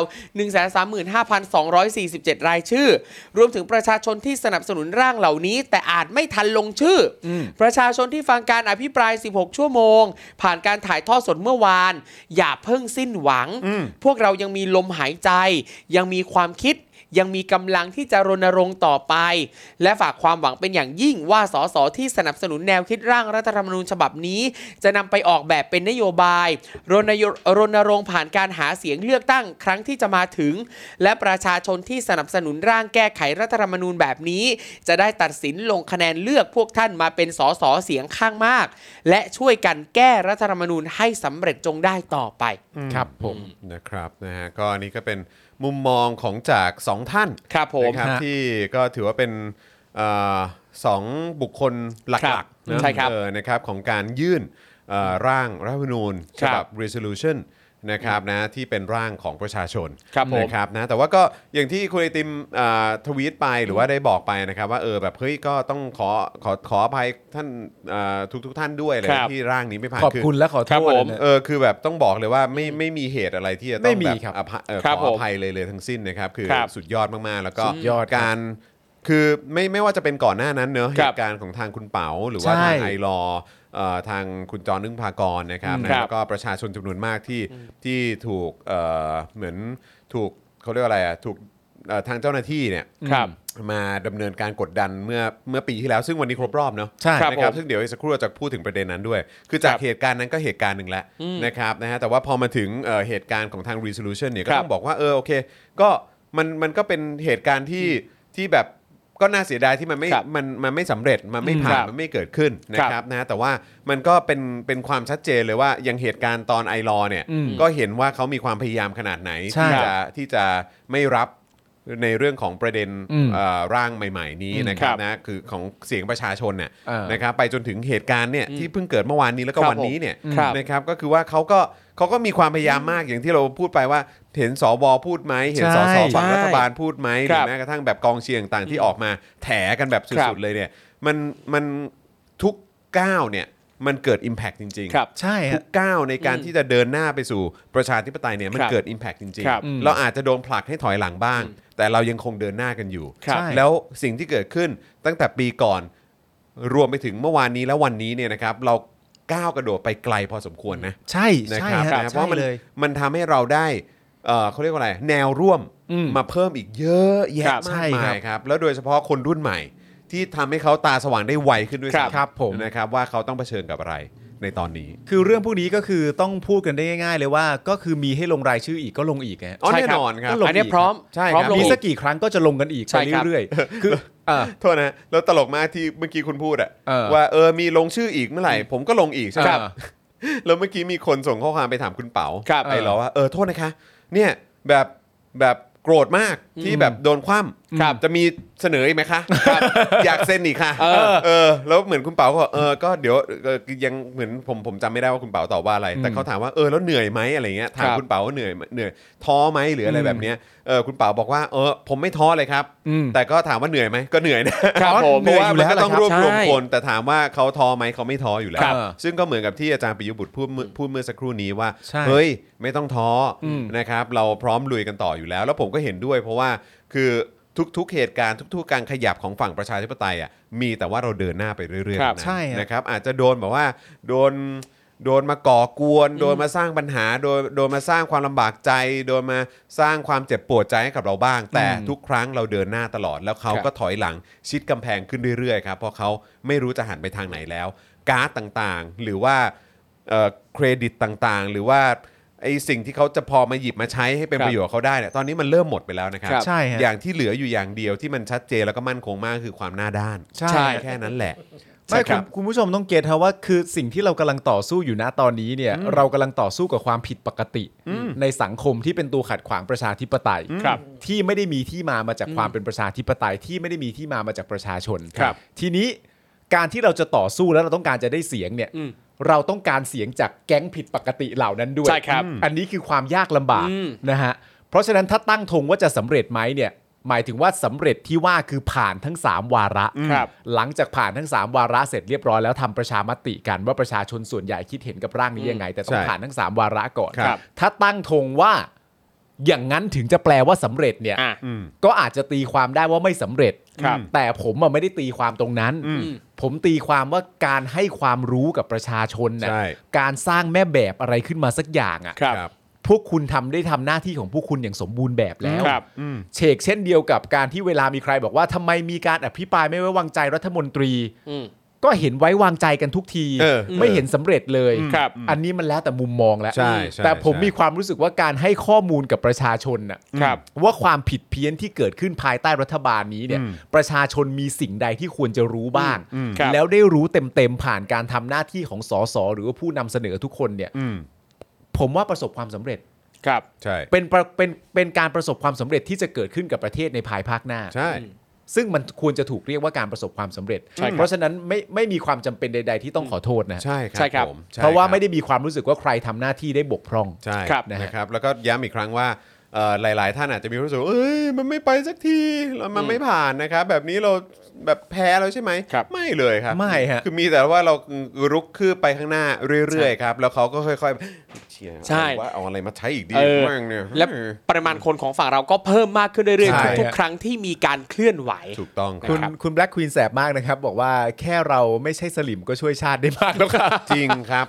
Speaker 2: 135,247 รายชื่อ รวมถึงประชาชนที่สนับสนุนร่างเหล่านี้ แต่อาจไม่ทันลงชื่ออประชาชนที่ฟังการอภิปราย 16 ชั่วโมง ผ่านการถ่ายทอดสดเมื่อวาน อย่าเพิ่งสิ้นหวัง พวกเรายังมีลมหายใจ ยังมีความคิด ยังมีกำลังที่จะรณรงค์ต่อไป และฝากความหวังเป็นอย่างยิ่งว่าสสที่สนับสนุนแนวคิดร่างรัฐธรรมนูญฉบับนี้ จะนำไปออกแบบเป็นนโยบาย รณยรณรงค์ผ่านการหาเสียงเลือกตั้งครั้งที่จะมาถึง และประชาชนที่สนับสนุนร่างแก้ไขรัฐธรรมนูญแบบนี้ จะได้ตัดสินลงคะแนนเลือกพวกท่านมาเป็นสสเสียงข้างมาก และช่วยกันแก้รัฐธรรมนูญให้สำเร็จจงได้ต่อไป
Speaker 3: ครับผม
Speaker 1: นะครับนะฮะก็อันนี้ก็เป็นมุมมองของจากสองท่าน
Speaker 2: ครับผม
Speaker 1: นะครับ
Speaker 3: ฮะ
Speaker 1: ที่ก็ถือว่าเป็นเอ่อสองบุคคลหลักๆ
Speaker 2: ครับ
Speaker 1: นะ
Speaker 2: ใช่ครับ
Speaker 1: เออนะครับของการยื่นเอ่อร่างรัฐธรรมนูญฉ
Speaker 2: ครับ
Speaker 1: บับ resolution นะครับนะที่เป็นร่างของประชาชน
Speaker 2: ครับผม
Speaker 1: นะครับนะแต่ว่าก็อย่างที่คุณไอติมเอ่อทวีตไปหรือว่าได้บอกไปนะครับว่าเออแบบเฮ้ยก็ต้องขอขอขออภัยท่านเอ่อทุกๆท่านด้วยเลย
Speaker 2: ครับ
Speaker 1: ที่ร่างนี้ไม่ผ่าน
Speaker 3: ขอบคุณและขอโท
Speaker 2: ครับ
Speaker 3: ษ
Speaker 2: ผม
Speaker 3: นะ
Speaker 1: เออคือแบบต้องบอกเลยว่าไม่ไม่มีเหตุอะไรที่จะต้
Speaker 3: ไม่
Speaker 1: อง
Speaker 3: มี
Speaker 1: แบบ
Speaker 3: ค
Speaker 1: อภัย
Speaker 3: รับ
Speaker 1: เอ่อ
Speaker 2: ครับ
Speaker 1: ขอ
Speaker 2: ผม
Speaker 1: อภัยเลยเลยทั้งสิ้นนะครับคือ
Speaker 2: ครับ
Speaker 1: สุดยอดมากๆ แล้วก็
Speaker 3: สุดยอดครับ
Speaker 1: การคือไม่ไม่ว่าจะเป็นก่อนหน้านั้นเนอะเห
Speaker 2: ครับ
Speaker 1: ตุการณ์ของทางคุณเป๋าหรือว่า
Speaker 3: ใช่
Speaker 1: ทางไอรอว์เอ่อทางคุณจอนึ่งพากรนะครับ
Speaker 3: อืม
Speaker 1: นะแล้วก็ประชาชนจำนวนมากที่ที่ถูกเอ่อเหมือนถูกเขาเรียกว่าอะไรอ่ะถูกเอ่อทางเจ้าหน้าที่เนี่ย
Speaker 2: ครับ
Speaker 1: มาดำเนินการกดดันเมื่อเมื่อปีที่แล้วซึ่งวันนี้ครบรอบเนอะ
Speaker 3: ใช่
Speaker 2: ครับ
Speaker 1: นะครับ
Speaker 2: ผม
Speaker 1: ซึ่งเดี๋ยวอีกสักครู่เราจะพูดถึงประเด็นนั้นด้วย คือจาก
Speaker 2: ครับ
Speaker 1: เหตุการณ์นั้นก็เหตุการณ์หนึ่งแล้วนะครับนะฮะแต่ว่าพอมาถึงเอ่อเหตุการณ์ของทาง resolution เนี่ยก็
Speaker 2: ครับ
Speaker 1: ต้องบอกว่าเออโอเคก็มันมันก็เป็นเหตุการณ์ที่ที่แบบก็น่าเสียดายที่มันไม่
Speaker 2: ครับ
Speaker 1: มันมันไม่สำเร็จมันไม่ผ่า
Speaker 2: คน รับ
Speaker 1: มันไม่เกิดขึ้นนะค
Speaker 2: ครั
Speaker 1: รับบ นะฮะแต่ว่ามันก็เป็นเป็นความชัดเจนเลยว่าอย่างเหตุการณ์ตอนไอรอเนี่ย
Speaker 3: อืม
Speaker 1: ก็เห็นว่าเขามีความพยายามขนาดไหน
Speaker 3: ใช่
Speaker 1: ที่
Speaker 3: ครับ
Speaker 1: จะที่จะไม่รับในเรื่องของประเด็น
Speaker 3: อืม
Speaker 1: เอ่อร่างใหม่ ๆ นี้
Speaker 3: อืม
Speaker 1: นะครับ
Speaker 2: ครับ
Speaker 1: นะคือของเสียงประชาชนเนี่ย
Speaker 3: เออ
Speaker 1: นะครับไปจนถึงเหตุการณ์เนี่ย
Speaker 2: อืม
Speaker 1: ที่เพิ่งเกิดเมื่อวานนี้แล้วก็
Speaker 2: ครับ
Speaker 1: วันนี้เนี่ย
Speaker 2: ครับ
Speaker 1: นะครับก็คือว่าเขาก็เขาก็มีความพยายามมากอย่างที่เราพูดไปว่า เห็นสวพูดไหมเห็นส
Speaker 3: ใช่
Speaker 1: สฝั่ง
Speaker 2: ใช่
Speaker 1: รัฐบาลพูดไหมห
Speaker 2: ค
Speaker 1: รื
Speaker 2: รั
Speaker 1: อบ แม้กระทั่งแบบกองเชียร์ต่างๆที่ออกมาแถกันแบบ
Speaker 2: ครั
Speaker 1: สุ
Speaker 2: บ
Speaker 1: ดๆเลยเนี่ยมันมันทุกก้าวเนี่ยมันเกิด Impact จริง ๆ
Speaker 2: ครับ
Speaker 3: ใช่
Speaker 1: ทุ
Speaker 3: ฮะ
Speaker 1: กก้าวในการ
Speaker 2: อืม
Speaker 1: ที่จะเดินหน้าไปสู่ประชาธิปไตยเนี่ยมัน
Speaker 2: ครับ
Speaker 1: เกิด Impact จริง
Speaker 2: ครับ
Speaker 3: อืม
Speaker 1: ๆ เราอาจจะโดนผลักให้ถอยหลังบ้าง แต่เรายังคงเดินหน้ากันอยู่
Speaker 2: ครับ
Speaker 3: ใช่
Speaker 1: แล้วสิ่งที่เกิดขึ้นตั้งแต่ปีก่อน รวมไปถึงเมื่อวานนี้และวันนี้เนี่ยนะครับเราก้าวกระโดดไปไกลพอสมควรนะ
Speaker 3: ใช่
Speaker 1: นะ
Speaker 3: ใช่
Speaker 1: ครับ
Speaker 3: ฮะ
Speaker 1: นะเพ
Speaker 3: ใช่
Speaker 1: ราะมัน
Speaker 3: เลย
Speaker 1: มันทำให้เราได้เอ่อเขาเรียกว่าอะไรแนวร่วม
Speaker 3: อืม
Speaker 1: มาเพิ่มอีกเยอะแยะ
Speaker 2: ครับ
Speaker 1: มาก
Speaker 3: ใช่
Speaker 1: มา
Speaker 3: ครั
Speaker 1: ย
Speaker 3: บ
Speaker 1: ครับแล้วโดยเฉพาะคนรุ่นใหม่ ที่ทำให้เขาตาสว่างได้ไวขึ้นด้วย
Speaker 2: ครับ
Speaker 1: ซ้ำ
Speaker 3: ครับผม
Speaker 1: นะครับว่าเขาต้องเผชิญกับอะไรในตอนนี้
Speaker 3: คือเรื่องพวกนี้ก็คือต้องพูดกันได้ง่ายๆเลยว่า ก็คือมีให้ลงรายชื่ออีกก็ลงอีกฮะ
Speaker 1: อ๋อ
Speaker 2: ใช่
Speaker 1: แน่
Speaker 2: ครับ
Speaker 1: นอนครับ
Speaker 3: ลง
Speaker 2: อันเนี้ย
Speaker 3: อีก
Speaker 2: พร้อม
Speaker 1: ใช่
Speaker 2: พร้อม
Speaker 1: ครับ
Speaker 2: ลง
Speaker 3: มี
Speaker 2: อี
Speaker 3: สัก
Speaker 2: ก
Speaker 3: กี่ครั้งก็จะลงกันอีก
Speaker 2: ใช่
Speaker 3: ไป
Speaker 2: ครับ
Speaker 3: เรื่อยๆคือเอ่อ
Speaker 1: โทษนะแล้วตลกมากที่เมื่อกี้คุณพูดอะ
Speaker 3: เออ
Speaker 1: ว่าเออมีลงชื่ออีกเมื่อไหร่ ผมก็ลงอีกใช่ไหม
Speaker 3: ครับ
Speaker 1: แล้วเมื่อกี้มีคนส่งข้อความไปถามคุณเป๋า
Speaker 2: ครับ
Speaker 1: ไอ้เหรอว่าเออโทษนะคะ เนี่ยแบบแบบโกรธมากที่แบบโดนคว่
Speaker 2: ครับ
Speaker 1: ำจะมีเสนออีกไหมคะอยากเซ็นอีกค่ะ
Speaker 2: เออ
Speaker 1: เออแล้วเหมือนคุณเป๋าก็บอกเออก็เดี๋ยวเออยังเหมือนผมผมจำไม่ได้ว่าคุณเป๋าตอบว่าอะไร แต่เขาถามว่าเออแล้วเหนื่อยไหมอะไรเงี้ยถาม
Speaker 2: ครับ
Speaker 1: คุณเป๋าว่าเหนื่อยไหมเหนื่อยท้อไหมหรืออะไร
Speaker 3: อืม
Speaker 1: แบบเนี้ยเออคุณเป๋าบอกว่าเออผมไม่ท้อเลยครับ
Speaker 3: อืม
Speaker 1: แต่ก็ถามว่าเหนื่อยไหมก็เหนื่อยนะครับ
Speaker 2: ผม
Speaker 1: เพราะว่า
Speaker 3: เหนื่
Speaker 1: มั
Speaker 3: อน ยอยู่
Speaker 1: ก็
Speaker 3: แล้ว
Speaker 1: ต้องรวบรวม
Speaker 2: ใช่
Speaker 1: คนแต่ถามว่าเขาท้อไหมเขาไม่ท้ออยู่แล้ว
Speaker 3: ครับ
Speaker 1: ซึ่งก็เหมือนกับที่อาจารย์ปิยบุตรพูดเมื่อพูดเมื่อสักครู่นี้ว่า
Speaker 3: ใช่
Speaker 1: เฮ้ย ไม่ต้องท้ออ
Speaker 3: ม
Speaker 1: นะครับ เราพร้อมลุยกันต่ออยู่แล้ว แล้วผมก็เห็นด้วย เพราะว่าคือทุกๆเหตุการณ์ทุก ๆ การขยับของฝั่งประชาธิปไตยอ่ะมีแต่ว่าเราเดินหน้าไปเรื่อยๆ
Speaker 2: ครับ
Speaker 1: นะ
Speaker 3: ใช่ฮะ
Speaker 1: นะครับอาจจะโดนแบบว่าโดนโดนมาก่อกวน โดนมาสร้างปัญหาโดนโดนมาสร้างความลำบากใจ โดนมาสร้างความเจ็บปวดใจให้กับเราบ้าง แต่
Speaker 3: อืม
Speaker 1: ทุกครั้งเราเดินหน้าตลอดแล้วเขา
Speaker 2: ครับ
Speaker 1: ก็ถอยหลังชิดกำแพงขึ้นเรื่อยๆครับเพราะเขาไม่รู้จะหันไปทางไหนแล้ว การ์ดต่างๆ หรือว่าเอ่อเครดิตต่างๆ หรือว่าไอสิ่งที่เขาจะพอมาหยิบมาใช้ให้เป็น
Speaker 2: ครับ
Speaker 1: ประโยชน์กับเขาได้เนี่ยตอนนี้มันเริ่มหมดไปแล้วนะครั
Speaker 2: ครับ
Speaker 3: ใช่ฮะ
Speaker 1: อย่างที่เหลืออยู่อย่างเดียวที่มันชัดเจนแล้วก็มั่นคงมากคือความหน้าด้าน
Speaker 3: ใช่
Speaker 2: ใช่
Speaker 1: แค่นั้นแหละ
Speaker 3: ไม่
Speaker 1: ค
Speaker 3: คุ
Speaker 1: รั
Speaker 3: ณ
Speaker 1: บ
Speaker 3: คุณผู้ชมต้องเก็ตฮะว่าคือสิ่งที่เรากำลังต่อสู้อยู่นะตอนนี้เนี่ย เรากำลังต่อสู้กับความผิดปกติ ในสังคมที่เป็นตัวขัดขวางประชาธิปไตย
Speaker 2: ครับ
Speaker 3: ที่ไม่ได้มีที่มามาจากความเป็นประชาธิปไตยที่ไม่ได้มีที่มามาจากประชาชน
Speaker 2: ครับ
Speaker 3: ทีนี้การที่เราจะต่อสู้แล้วเราต้องการจะได้เสียงเนี่ย
Speaker 2: อืม
Speaker 3: เราต้องการเสียงจากแก๊งผิดปกติเหล่านั้นด้วย
Speaker 2: ใช่ครับ
Speaker 3: อืมอันนี้คือความยากลำบาก
Speaker 2: อืม
Speaker 3: นะฮะเพราะฉะนั้นถ้าตั้งธงว่าจะสำเร็จไหมเนี่ยหมายถึงว่าสำเร็จที่ว่าคือผ่านทั้ง 3 วาระ
Speaker 2: ครับ
Speaker 3: หลังจากผ่านทั้ง 3 วาระเสร็จเรียบร้อยแล้วทำประชามติกันว่าประชาชนส่วนใหญ่คิดเห็นกับร่างนี้ยังไง แต่ต้อง
Speaker 1: ใช่
Speaker 3: ผ่านทั้ง 3 วาระก่อน
Speaker 1: ครับ
Speaker 3: ถ้าตั้งธงว่าอย่างนั้นถึงจะแปลว่าสำเร็จเนี่ย
Speaker 2: อ่ะ
Speaker 1: อืม
Speaker 3: ก็อาจจะตีความได้ว่าไม่สำเร็จ
Speaker 2: ครับ
Speaker 3: แต่ผมอะไม่ได้ตีความตรงนั้น
Speaker 1: อืม
Speaker 3: ผมตีความว่าการให้ความรู้กับประชาชนนะ
Speaker 1: ใช่
Speaker 3: การสร้างแม่แบบอะไรขึ้นมาสักอย่างอะ
Speaker 2: ครับ
Speaker 1: ครับ
Speaker 3: พวกคุณทำได้ทำหน้าที่ของพวกคุณอย่างสมบูรณ์แบบแล้ว
Speaker 2: ครับ
Speaker 1: อืม
Speaker 3: เฉกเช่นเดียวกับการที่เวลามีใครบอกว่าทำไมมีการอภิปรายไม่ไว้วางใจรัฐมนตรี
Speaker 2: อืม
Speaker 3: ก็เห็นไว้วางใจกันทุกที
Speaker 1: เออ
Speaker 3: ไม่เห็นสำเร็จเลย
Speaker 2: ครับ
Speaker 3: อันนี้มันแล้วแต่มุมมองแล้ว
Speaker 1: ใช่ใช่
Speaker 3: แต่ผม
Speaker 1: ใช่
Speaker 3: มีความรู้สึกว่าการให้ข้อมูลกับประชาชนน่ะ
Speaker 2: ครับ
Speaker 3: ว่าความผิดเพี้ยนที่เกิดขึ้นภายใต้รัฐบาลนี้เนี่ย ประชาชนมีสิ่งใดที่ควรจะรู้บ้าง
Speaker 2: ครับ
Speaker 3: แล้วได้รู้เต็มๆผ่านการทำหน้าที่ของสสหรือว่าผู้นำเสนอทุกคนเนี่ย
Speaker 1: อืม
Speaker 3: ผมว่าประสบความสำเร็จ
Speaker 2: ครับ
Speaker 1: ใช่
Speaker 3: เป็นประเป็นเป็นการประสบความสำเร็จที่จะเกิดขึ้นกับประเทศในภายภาคหน้า
Speaker 1: ใช่
Speaker 3: ซึ่งมันควรจะถูกเรียกว่าการประสบความสำเร็จ
Speaker 2: ใช่ครับ
Speaker 3: เพราะฉะนั้นไม่ไม่มีความจำเป็นใด ๆ ที่ต้องขอโทษนะ
Speaker 1: ใช่
Speaker 2: ใช่
Speaker 1: ค
Speaker 2: ครั
Speaker 1: รับบ ผมใช่
Speaker 3: เพราะว่า
Speaker 1: คบ
Speaker 3: ไม่ได้มีความรู้สึกว่าใครทำหน้าที่ได้บกพร่อง
Speaker 1: ใช่
Speaker 2: ครับ
Speaker 1: นะ
Speaker 3: นะ
Speaker 1: ค
Speaker 3: ฮะ
Speaker 1: รับแล้วก็ย้ำอีกครั้งว่าเอ่อหลาย ๆ ท่านอาจจะมีความรู้สึกว่าเอ้ยมันไม่ไปสักทีแล้วมัน
Speaker 2: อืม
Speaker 1: ไม่ผ่านนะครับ แบบนี้เราแบบแพ้แล้วใช่ไหม
Speaker 2: ครับ
Speaker 1: ไม่เลยครับ
Speaker 3: ไม่ฮะ
Speaker 1: คือมีแต่ว่าเรารุกคืบไปข้างหน้าเรื่อย ๆ ครับ แล้วเขาก็ค่อย ๆเชีย
Speaker 2: ใช่
Speaker 1: เอาว่าเอาอะไรมาใช้อีกดี
Speaker 2: เออ
Speaker 1: มากเนี่ย
Speaker 2: และปริมาณคนของฝั่งเราก็เพิ่มมากขึ้นเรื่อย
Speaker 1: ใช่
Speaker 2: ๆทุก
Speaker 3: ฮะ
Speaker 2: ๆครั้งที่มีการเคลื่อนไหว
Speaker 1: ถูกต้องค
Speaker 3: คุ
Speaker 1: รับ
Speaker 3: ณคุณแบล็กควีนแสบมากนะครับ บอกว่าแค่เราไม่ใช่สลิมก็ช่วยชาติได้มากแล้วค่ะ
Speaker 1: จริงครับ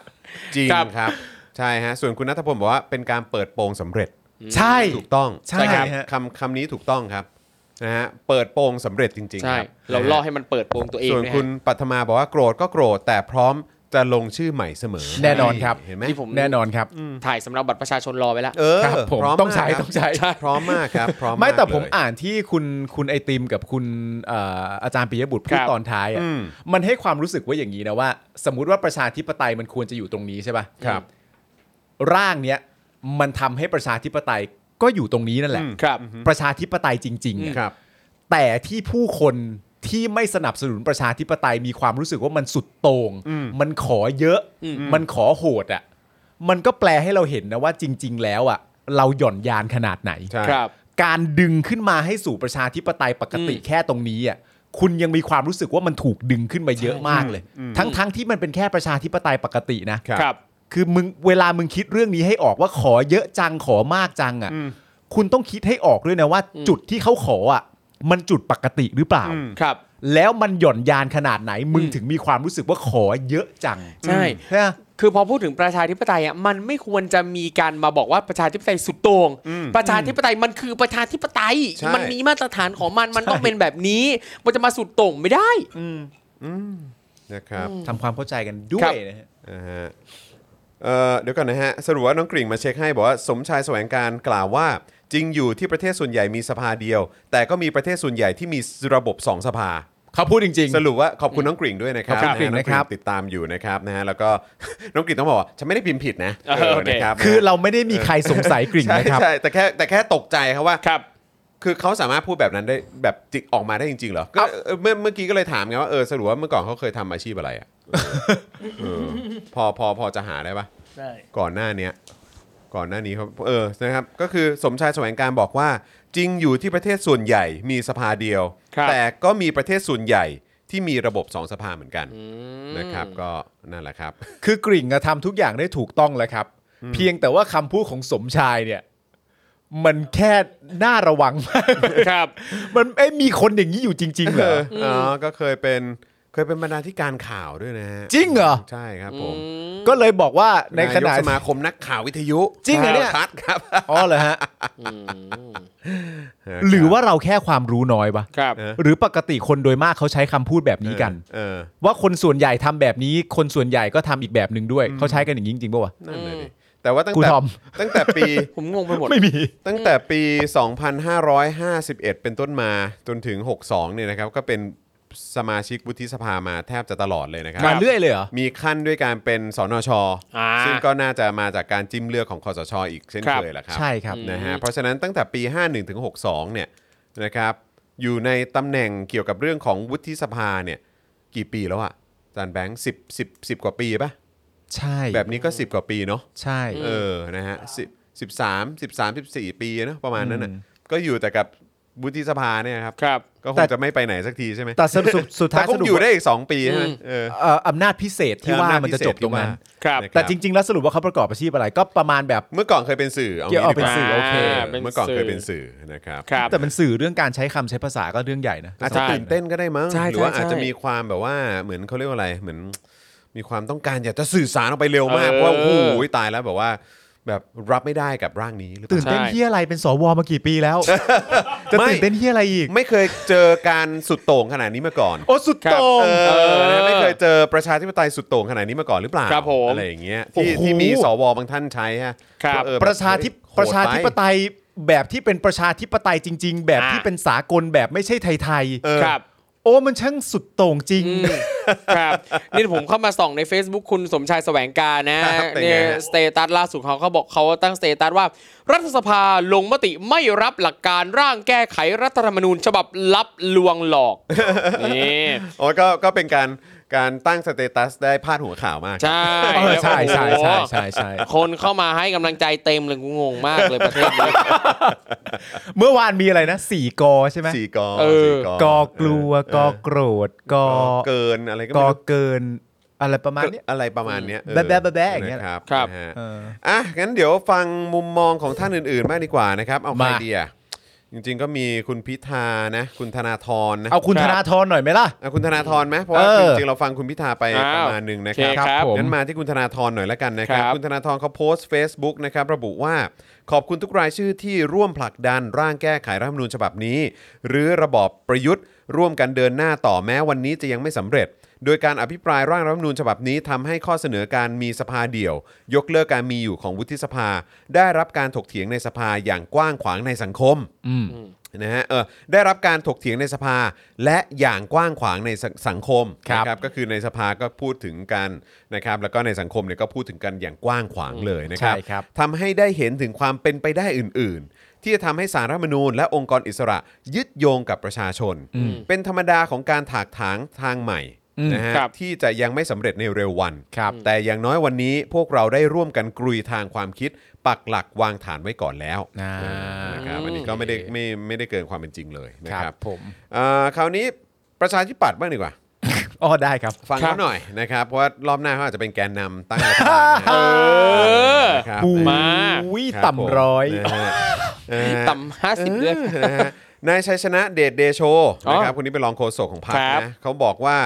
Speaker 1: จริง
Speaker 2: ครับ
Speaker 1: ครับ ใช่ฮะส่วนคุณนัทพลบอกว่าเป็นการเปิดโปงสำเร็จ
Speaker 3: ใช่
Speaker 1: ถูกต้อง
Speaker 3: ใช่ครับ
Speaker 1: คำคำนี้ถูกต้องครับนะฮะเปิดโปงสำเร็จจริงๆค
Speaker 2: ใช่
Speaker 1: รับ
Speaker 2: เราล่อให้มันเปิดโปงตัวเอง
Speaker 1: ส่วน
Speaker 2: นะ
Speaker 1: คุณ
Speaker 2: ฮะ
Speaker 1: ปัทมาบอกว่าโกรธก็โกรธแต่พร้อมจะลงชื่อใหม่เสมอ
Speaker 3: แน่นอนครับ
Speaker 1: เห็นไหม
Speaker 2: ที่ผม
Speaker 3: แน่นอนครับ
Speaker 2: ถ่ายสำเนาบัตรประชาชนรอไว้แล้ว
Speaker 1: เออ
Speaker 3: ครับผม
Speaker 1: พร้อม
Speaker 3: ต้องใช้
Speaker 1: มากครับ
Speaker 3: ต้องใช้
Speaker 1: พร้อมมากครับพร้อม
Speaker 3: ไม่แต่ผม
Speaker 1: ากเลย
Speaker 3: อ่านที่คุณคุณไอติมกับคุณเอ่ออาจารย์ปิยบุตรพูด
Speaker 2: ครับ
Speaker 3: ตอนท้ายอะ
Speaker 1: อืม
Speaker 3: มันให้ความรู้สึกว่าอย่างนี้นะว่า สมมติว่าประชาธิปไตยมันควรจะอยู่ตรงนี้ใช่ปะ
Speaker 1: ครับ
Speaker 3: ร่างเนี้ยมันทำให้ประชาธิปไตยก็อยู่ตรงนี้นั่นแหละ
Speaker 2: ครับ
Speaker 3: ประชาธิปไตยจริงๆอะ
Speaker 1: ครับ
Speaker 3: แต่ที่ผู้คนที่ไม่สนับสนุนประชาธิปไตยมีความรู้สึกว่ามันสุดโต่ง
Speaker 1: อืม
Speaker 3: มันขอเยอะ
Speaker 2: อืม
Speaker 3: มันขอโหดอ่ะมันก็แปลให้เราเห็นนะว่าจริง ๆ แล้วอ่ะเราหย่อนยานขนาดไหน
Speaker 1: ใช่
Speaker 2: ครับ
Speaker 3: การดึงขึ้นมาให้สู่ประชาธิปไตยปกติ
Speaker 2: อืม
Speaker 3: แค่ตรงนี้อ่ะคุณยังมีความรู้สึกว่ามันถูกดึงขึ้นมาเยอะมากเลย ทั้งทั้งที่มันเป็นแค่ประชาธิปไตยปกตินะ
Speaker 1: ครับ
Speaker 2: ครับ
Speaker 3: คือมึงเวลามึงคิดเรื่องนี้ให้ออกว่าขอเยอะจังขอมากจังอ่ะคุณต้องคิดให้ออกด้วยนะว่า จุดที่เขาขออ่ะมันจุดปกติหรือเปล่า
Speaker 1: อืม
Speaker 2: ครับ
Speaker 3: แล้วมันหย่อนยานขนาดไหน มึง
Speaker 2: อืม
Speaker 3: ถึงมีความรู้สึกว่าขอเยอะจัง
Speaker 2: ใช่
Speaker 3: ใช่ปะ
Speaker 2: คือพอพูดถึงประชาธิปไตยอ่ะมันไม่ควรจะมีการมาบอกว่าประชาธิปไตยสุดโต่งประชาธิปไตยมันคือประชาธิปไตย
Speaker 1: ใช่
Speaker 2: มันมีมาตรฐานของมันมันต้องเป็นแบบนี้ มันจะมาสุดโต่งไม่ได้
Speaker 1: นะครับ
Speaker 3: ทำความเข้าใจกันด้
Speaker 2: ครั
Speaker 3: วย
Speaker 2: บ
Speaker 3: นะฮะ
Speaker 1: นะฮะเอ่อเดี๋ยวก่อนนะฮะ สรุปว่าน้องกริ่งมาเช็คให้บอกว่าสมชายแสวงการกล่าวว่า จริงอยู่ที่ประเทศส่วนใหญ่มีสภาเดียว แต่ก็มีประเทศส่วนใหญ่ที่มีระบบสองสภา
Speaker 3: เขาพูดจริง
Speaker 1: สรุปว่าขอบคุณน้องกริ่งด้วยนะครับ
Speaker 3: ขอบคุ
Speaker 1: ฮ
Speaker 3: ณน้องกริ่งนะครับ
Speaker 1: ติดตามอยู่นะครับนะฮะแล้วก็ น้องกริ่งต้องบอกว่าฉันไม่ได้พิมพ์ผิดนะ
Speaker 2: เออโอเค
Speaker 1: นะครับ
Speaker 3: ๆ คือเราไม่ได้มีใครสงสัยกริ่งนะครับ
Speaker 1: ใช่ใช่แต่แค่แต่แค่ตกใจครับว่า
Speaker 2: ครับ
Speaker 1: คือเขาสามารถพูดแบบนั้นได้แบบจิกออกมาได้จริงๆเหรอก็เออเมื่อเมื่อกี้ก็เลยถามไงว่าเออสรุปว่าเมื่อก่อนเขาเคยทำอาชีพอะไรอ่ะเออพอพอพอจะหาได้ปะ
Speaker 4: ใช่
Speaker 1: ก่อนหน้าเนี้ยก่อนหน้านี้เขาเออนะครับก็คือสมชายแสวงการบอกว่า จริงอยู่ที่ประเทศส่วนใหญ่มีสภาเดียว
Speaker 2: ครับ
Speaker 1: แต่ก็มีประเทศส่วนใหญ่ที่มีระบบสองสภาเหมือนกันนะครับ ก็นั่นแหละครับ
Speaker 3: คือกริ่งอะทำทุกอย่างได้ถูกต้องแล้วครับ เพียงแต่ว่าคำพูดของสมชายเนี่ย มันแค่น่าระวังมาก
Speaker 2: ครับ
Speaker 3: มันเอ้ยมีคนอย่างนี้อยู่จริง ๆ เหร
Speaker 1: เอ
Speaker 3: อ
Speaker 1: ออ๋อก็เคยเป็นเคยเป็นบรรณาธิการข่าวด้วยนะฮะ
Speaker 3: จริงเหรอ
Speaker 1: ใช่ครับผม
Speaker 3: ก็เลยบอกว่าในขณะ
Speaker 1: ยกสมาคมนักข่าววิทยุ
Speaker 3: จริงเหรอเนี่ย
Speaker 1: โททัศครับ
Speaker 3: อ๋อเหรอฮะ หรือว่าเราแค่ความรู้น้อยปะ
Speaker 2: ครับ
Speaker 1: เออ
Speaker 3: หรือปกติคนโดยมากเขาใช้คำพูดแบบนี้กัน
Speaker 1: เออ
Speaker 3: ว่าคนส่วนใหญ่ทำแบบนี้ คนส่วนใหญ่ก็ทำอีกแบบหนึ่งด้วยเขาใช้กันอย่างนี้จริงๆป่วะ
Speaker 1: นั่นเลยดิแต่ว่าตั้ง
Speaker 3: กู
Speaker 1: แต่
Speaker 3: ทอม
Speaker 1: ตั้งแต่ปี
Speaker 2: ผมงงไปหมด
Speaker 3: ไม่มี
Speaker 1: ตั้งแต่ปี 2551 เป็นต้นมาจนถึง 62 เนี่ยนะครับ ก็เป็นสมาชิกวุฒิสภามาแทบจะตลอดเลยนะครั
Speaker 3: มาเรื่อยเลยเหรอ
Speaker 1: มีขั้นด้วยการเป็นสนช
Speaker 2: อ่า
Speaker 1: ซึ่งก็น่าจะมาจากการจิ้มเลือกของคอสชอีกเช่น
Speaker 2: ครั
Speaker 1: เค
Speaker 2: บ
Speaker 1: ยแหละครั
Speaker 3: ใช่ครับ
Speaker 1: นะฮะเพราะฉะนั้นตั้งแต่ปี 51ถึง62 เนี่ยนะครับอยู่ในตำแหน่งเกี่ยวกับเรื่องของวุฒิสภาเนี่ยกี่ปีแล้วอะอาจานแบงค์สิบสิบสิบกว่าปีปะ
Speaker 3: ใช่
Speaker 1: แบบนี้ก็ 10 กว่าปีเนาะ
Speaker 3: ใช่
Speaker 1: เออนะฮะสิบสิบสามสิบสามสิบสี่ปีนะประมาณนั้นนะก็อยู่แต่กับวุฒิสภาเนี่ยครับ
Speaker 2: ครับ
Speaker 1: ก็ค
Speaker 3: แต่
Speaker 1: งจะไม่ไปไหนสักทีใช่ไหม
Speaker 3: แต่สรุปสุดสุด
Speaker 1: แต่
Speaker 3: ท้าย
Speaker 1: ค
Speaker 3: ส
Speaker 1: ง
Speaker 3: รุป
Speaker 1: อยู่ได้อีก 2 ปีใช่ไหม
Speaker 2: อืม
Speaker 1: เออ
Speaker 3: เอ่ออำนาจพิเศษที่ว่ามันจะจบตรงนั้น
Speaker 2: ครับ
Speaker 1: นะ
Speaker 3: แต่จริง ๆ แล้วสรุปว่าเขาประกอบอาชีพอะไรก็ประมาณแบบ
Speaker 1: เมื่อก่อนเคยเป็นสื่อเอา
Speaker 3: เกี่ยว
Speaker 1: งี้ดีก
Speaker 3: เอาเป็น
Speaker 1: ว่า
Speaker 3: สื่อโอเค
Speaker 2: เป็น
Speaker 1: เมื่อก่อน
Speaker 2: สื่อ
Speaker 1: เคยเป็นสื่อนะครับ
Speaker 2: ครับ
Speaker 3: แต่มันสื่อเรื่องการใช้คำใช้ภาษาก็เรื่องใหญ่นะ
Speaker 1: อาจจะ
Speaker 2: ใช่
Speaker 1: ตื่นเต้นก็ได้มั้ง
Speaker 2: ใช่
Speaker 1: หรือว่า
Speaker 2: ใช่
Speaker 1: อาจจะ
Speaker 2: ใช่
Speaker 1: มีความแบบว่าเหมือนเขาเรียกว่าอะไรเหมือน มีความต้องการอยากจะสื่อสารออกไปเร็วมาก
Speaker 2: เออ
Speaker 1: เพราะว่าโอ้โหตายแล้วแบบว่า แบบรับไม่ได้กับร่างนี้หรือเป
Speaker 3: ตื่น
Speaker 1: ล่า
Speaker 3: เต้น
Speaker 2: ใช่
Speaker 3: เฮียอะไรเป็นสวมากี่ปีแล้ว จะตื่นเต้นเฮียอะไรอีก
Speaker 1: ไม่เคยเจอการสุดโต่งขนาดนี้มาก่อน
Speaker 3: โอ้สุดโต่ง
Speaker 1: เออนะไม่เคยเจอประชาธิปไตยสุดโต่งขนาดนี้มาก่อนหรือเปล่า
Speaker 2: ครับผม
Speaker 1: อะไรอย่างเงี้ยที่
Speaker 3: โอ้โห
Speaker 1: ที่มีสวบางท่านใช้ฮะ
Speaker 2: ครับ
Speaker 1: เออแ
Speaker 3: ประชาธิป
Speaker 1: โหด
Speaker 3: ประชาธิป
Speaker 1: ไ
Speaker 3: ไตยแบบที่เป็นประชาธิปไตยจริง ๆ แบบ
Speaker 2: อ่า
Speaker 3: ที่เป็นสากลแบบไม่ใช่ไทย
Speaker 1: เออ
Speaker 2: ครับ
Speaker 3: ๆโอ้มันช่างสุดโต่งจริง
Speaker 2: อืมครับ นี่ผมเข้ามาส่องใน Facebook คุณสมชายแสวงการนะครับ
Speaker 1: เป็นไง
Speaker 2: เนี่ย
Speaker 1: ฮะ
Speaker 2: สเตตัสล่าสุดเขาเขาบอกเขาตั้งสเตตัสว่า รัฐสภาลงมติไม่รับหลักการร่างแก้ไขรัฐธรรมนูญ ฉบับลับลวงหลอก นี่
Speaker 1: โอ้ยก็ก็เป็นการการตั้งสเตตัสได้พาดหัวข่าวมาก
Speaker 2: ใช่
Speaker 3: เออใช่ใช่ใช่ใช่ใช่
Speaker 2: คนเข้ามาให้กำลังใจเต็มเลยกูงงมากเลยประเทศนี้
Speaker 3: เมื่อวานมีอะไรนะสี่กอใช่ไหม
Speaker 1: สี่กอ
Speaker 2: เออ
Speaker 1: สี่
Speaker 3: กอกลัว
Speaker 1: เออก
Speaker 3: อโกรธก
Speaker 1: เอ
Speaker 3: อ
Speaker 1: อเกินอะไรก็
Speaker 3: ก
Speaker 1: ไม่
Speaker 3: อ
Speaker 1: รู้
Speaker 3: เกิน อะไรประมาณเนี้ย
Speaker 1: อะไรประมาณเนี้ยเออ
Speaker 3: แบ๊ะแบ๊ะแบ๊ะแบ๊ะอย่างเงี้ย
Speaker 1: นะครับ
Speaker 2: ครับ
Speaker 1: นะฮะ
Speaker 3: เออ
Speaker 1: อ่ะงั้นเดี๋ยวฟังมุมมองของท่านอื่นๆมากดีกว่านะครับเอาใคร
Speaker 3: มา
Speaker 1: ดีอ่ะจริงๆก็มีคุณพิธานะ คุณธนาธรนะ
Speaker 3: เอาคุณธนาธรหน่อยไหมล่ะ
Speaker 1: อ่ะคุณธนาธรไหมเพราะว่า
Speaker 3: เออ
Speaker 1: จริงๆเราฟังคุณพิธาไป
Speaker 2: อ้าว
Speaker 1: ประมาณหนึ่งนะครั
Speaker 2: โอเคครับ บผม
Speaker 1: งั้นมาที่คุณธนาธรหน่อยละกันนะครับ
Speaker 2: ครับ
Speaker 1: คุณธนาธรเขาโพสต์ Facebook นะครับระบุว่าขอบคุณทุกรายชื่อที่ร่วมผลักดันร่างแก้ไขรัฐธรรมนูญฉบับนี้ หรือระบอบประยุทธ์ ร่วมกันเดินหน้าต่อแม้วันนี้จะยังไม่สำเร็จ โดยการอภิปรายร่างรัฐธรรมนูญฉบับนี้ทำให้ข้อเสนอการมีสภาเดี่ยว ยกเลิกการมีอยู่ของวุฒิสภา ได้รับการถกเถียงในสภาอย่างกว้างขวางในสังคม นะฮะเออได้รับการถกเถียงในสภาและอย่างกว้างขวางในสังสังคม
Speaker 3: ครับ
Speaker 1: นะก็คือในสภาก็พูดถึงกันนะครับแล้วก็ในสังคมเนี่ยก็พูดถึงกันอย่างกว้างขวางเลยนะครับ
Speaker 3: ใช่ครับ
Speaker 1: ทำให้ได้เห็นถึงความเป็นไปได้อื่น ๆ ที่จะทำให้สารรัฐธรรมนูญและองค์กรอิสระยึดโยงกับประชาชน เป็นธรรมดาของการถากถางทางใหม่นะฮะ
Speaker 2: ครับ
Speaker 1: ที่จะยังไม่สำเร็จในเร็ววัน
Speaker 3: ครับ
Speaker 1: แต่อย่างน้อยวันนี้พวกเราได้ร่วมกันกลุยทางความคิด ปักหลักวางฐานไว้ก่อนแล้ว
Speaker 3: อ่า
Speaker 1: เออนะครับอันนี้ก็ไม่ได้ไม่ไม่ได้เกินความเป็นจริงเลยนะ
Speaker 3: ค
Speaker 1: ค
Speaker 3: รั
Speaker 1: รับบ
Speaker 3: ผม
Speaker 1: เอ่อคราวนี้ประชาธิปัตย์บ้างดีกว่า
Speaker 3: อ๋อได้ครับ
Speaker 1: ฟัง
Speaker 2: ครั
Speaker 1: เขา
Speaker 2: บ
Speaker 1: หน่อยนะครับ เพราะว่ารอบหน้าเขาอาจจะเป็นแกนนำตั้งรัฐบาลนะ
Speaker 2: เออ
Speaker 1: นะครับ
Speaker 2: มา
Speaker 3: อุ้ย
Speaker 1: คบ
Speaker 3: ต่ำร้อย
Speaker 1: นะฮะเออ
Speaker 2: ต่ำห้าสิบเลย
Speaker 1: นะฮะนายชัยชนะเดชเดโช
Speaker 2: อ๋อ
Speaker 1: นะครับคนนี้เป็นรองโฆษกของพรรค
Speaker 2: ครับ
Speaker 1: นะเขาบอกว่า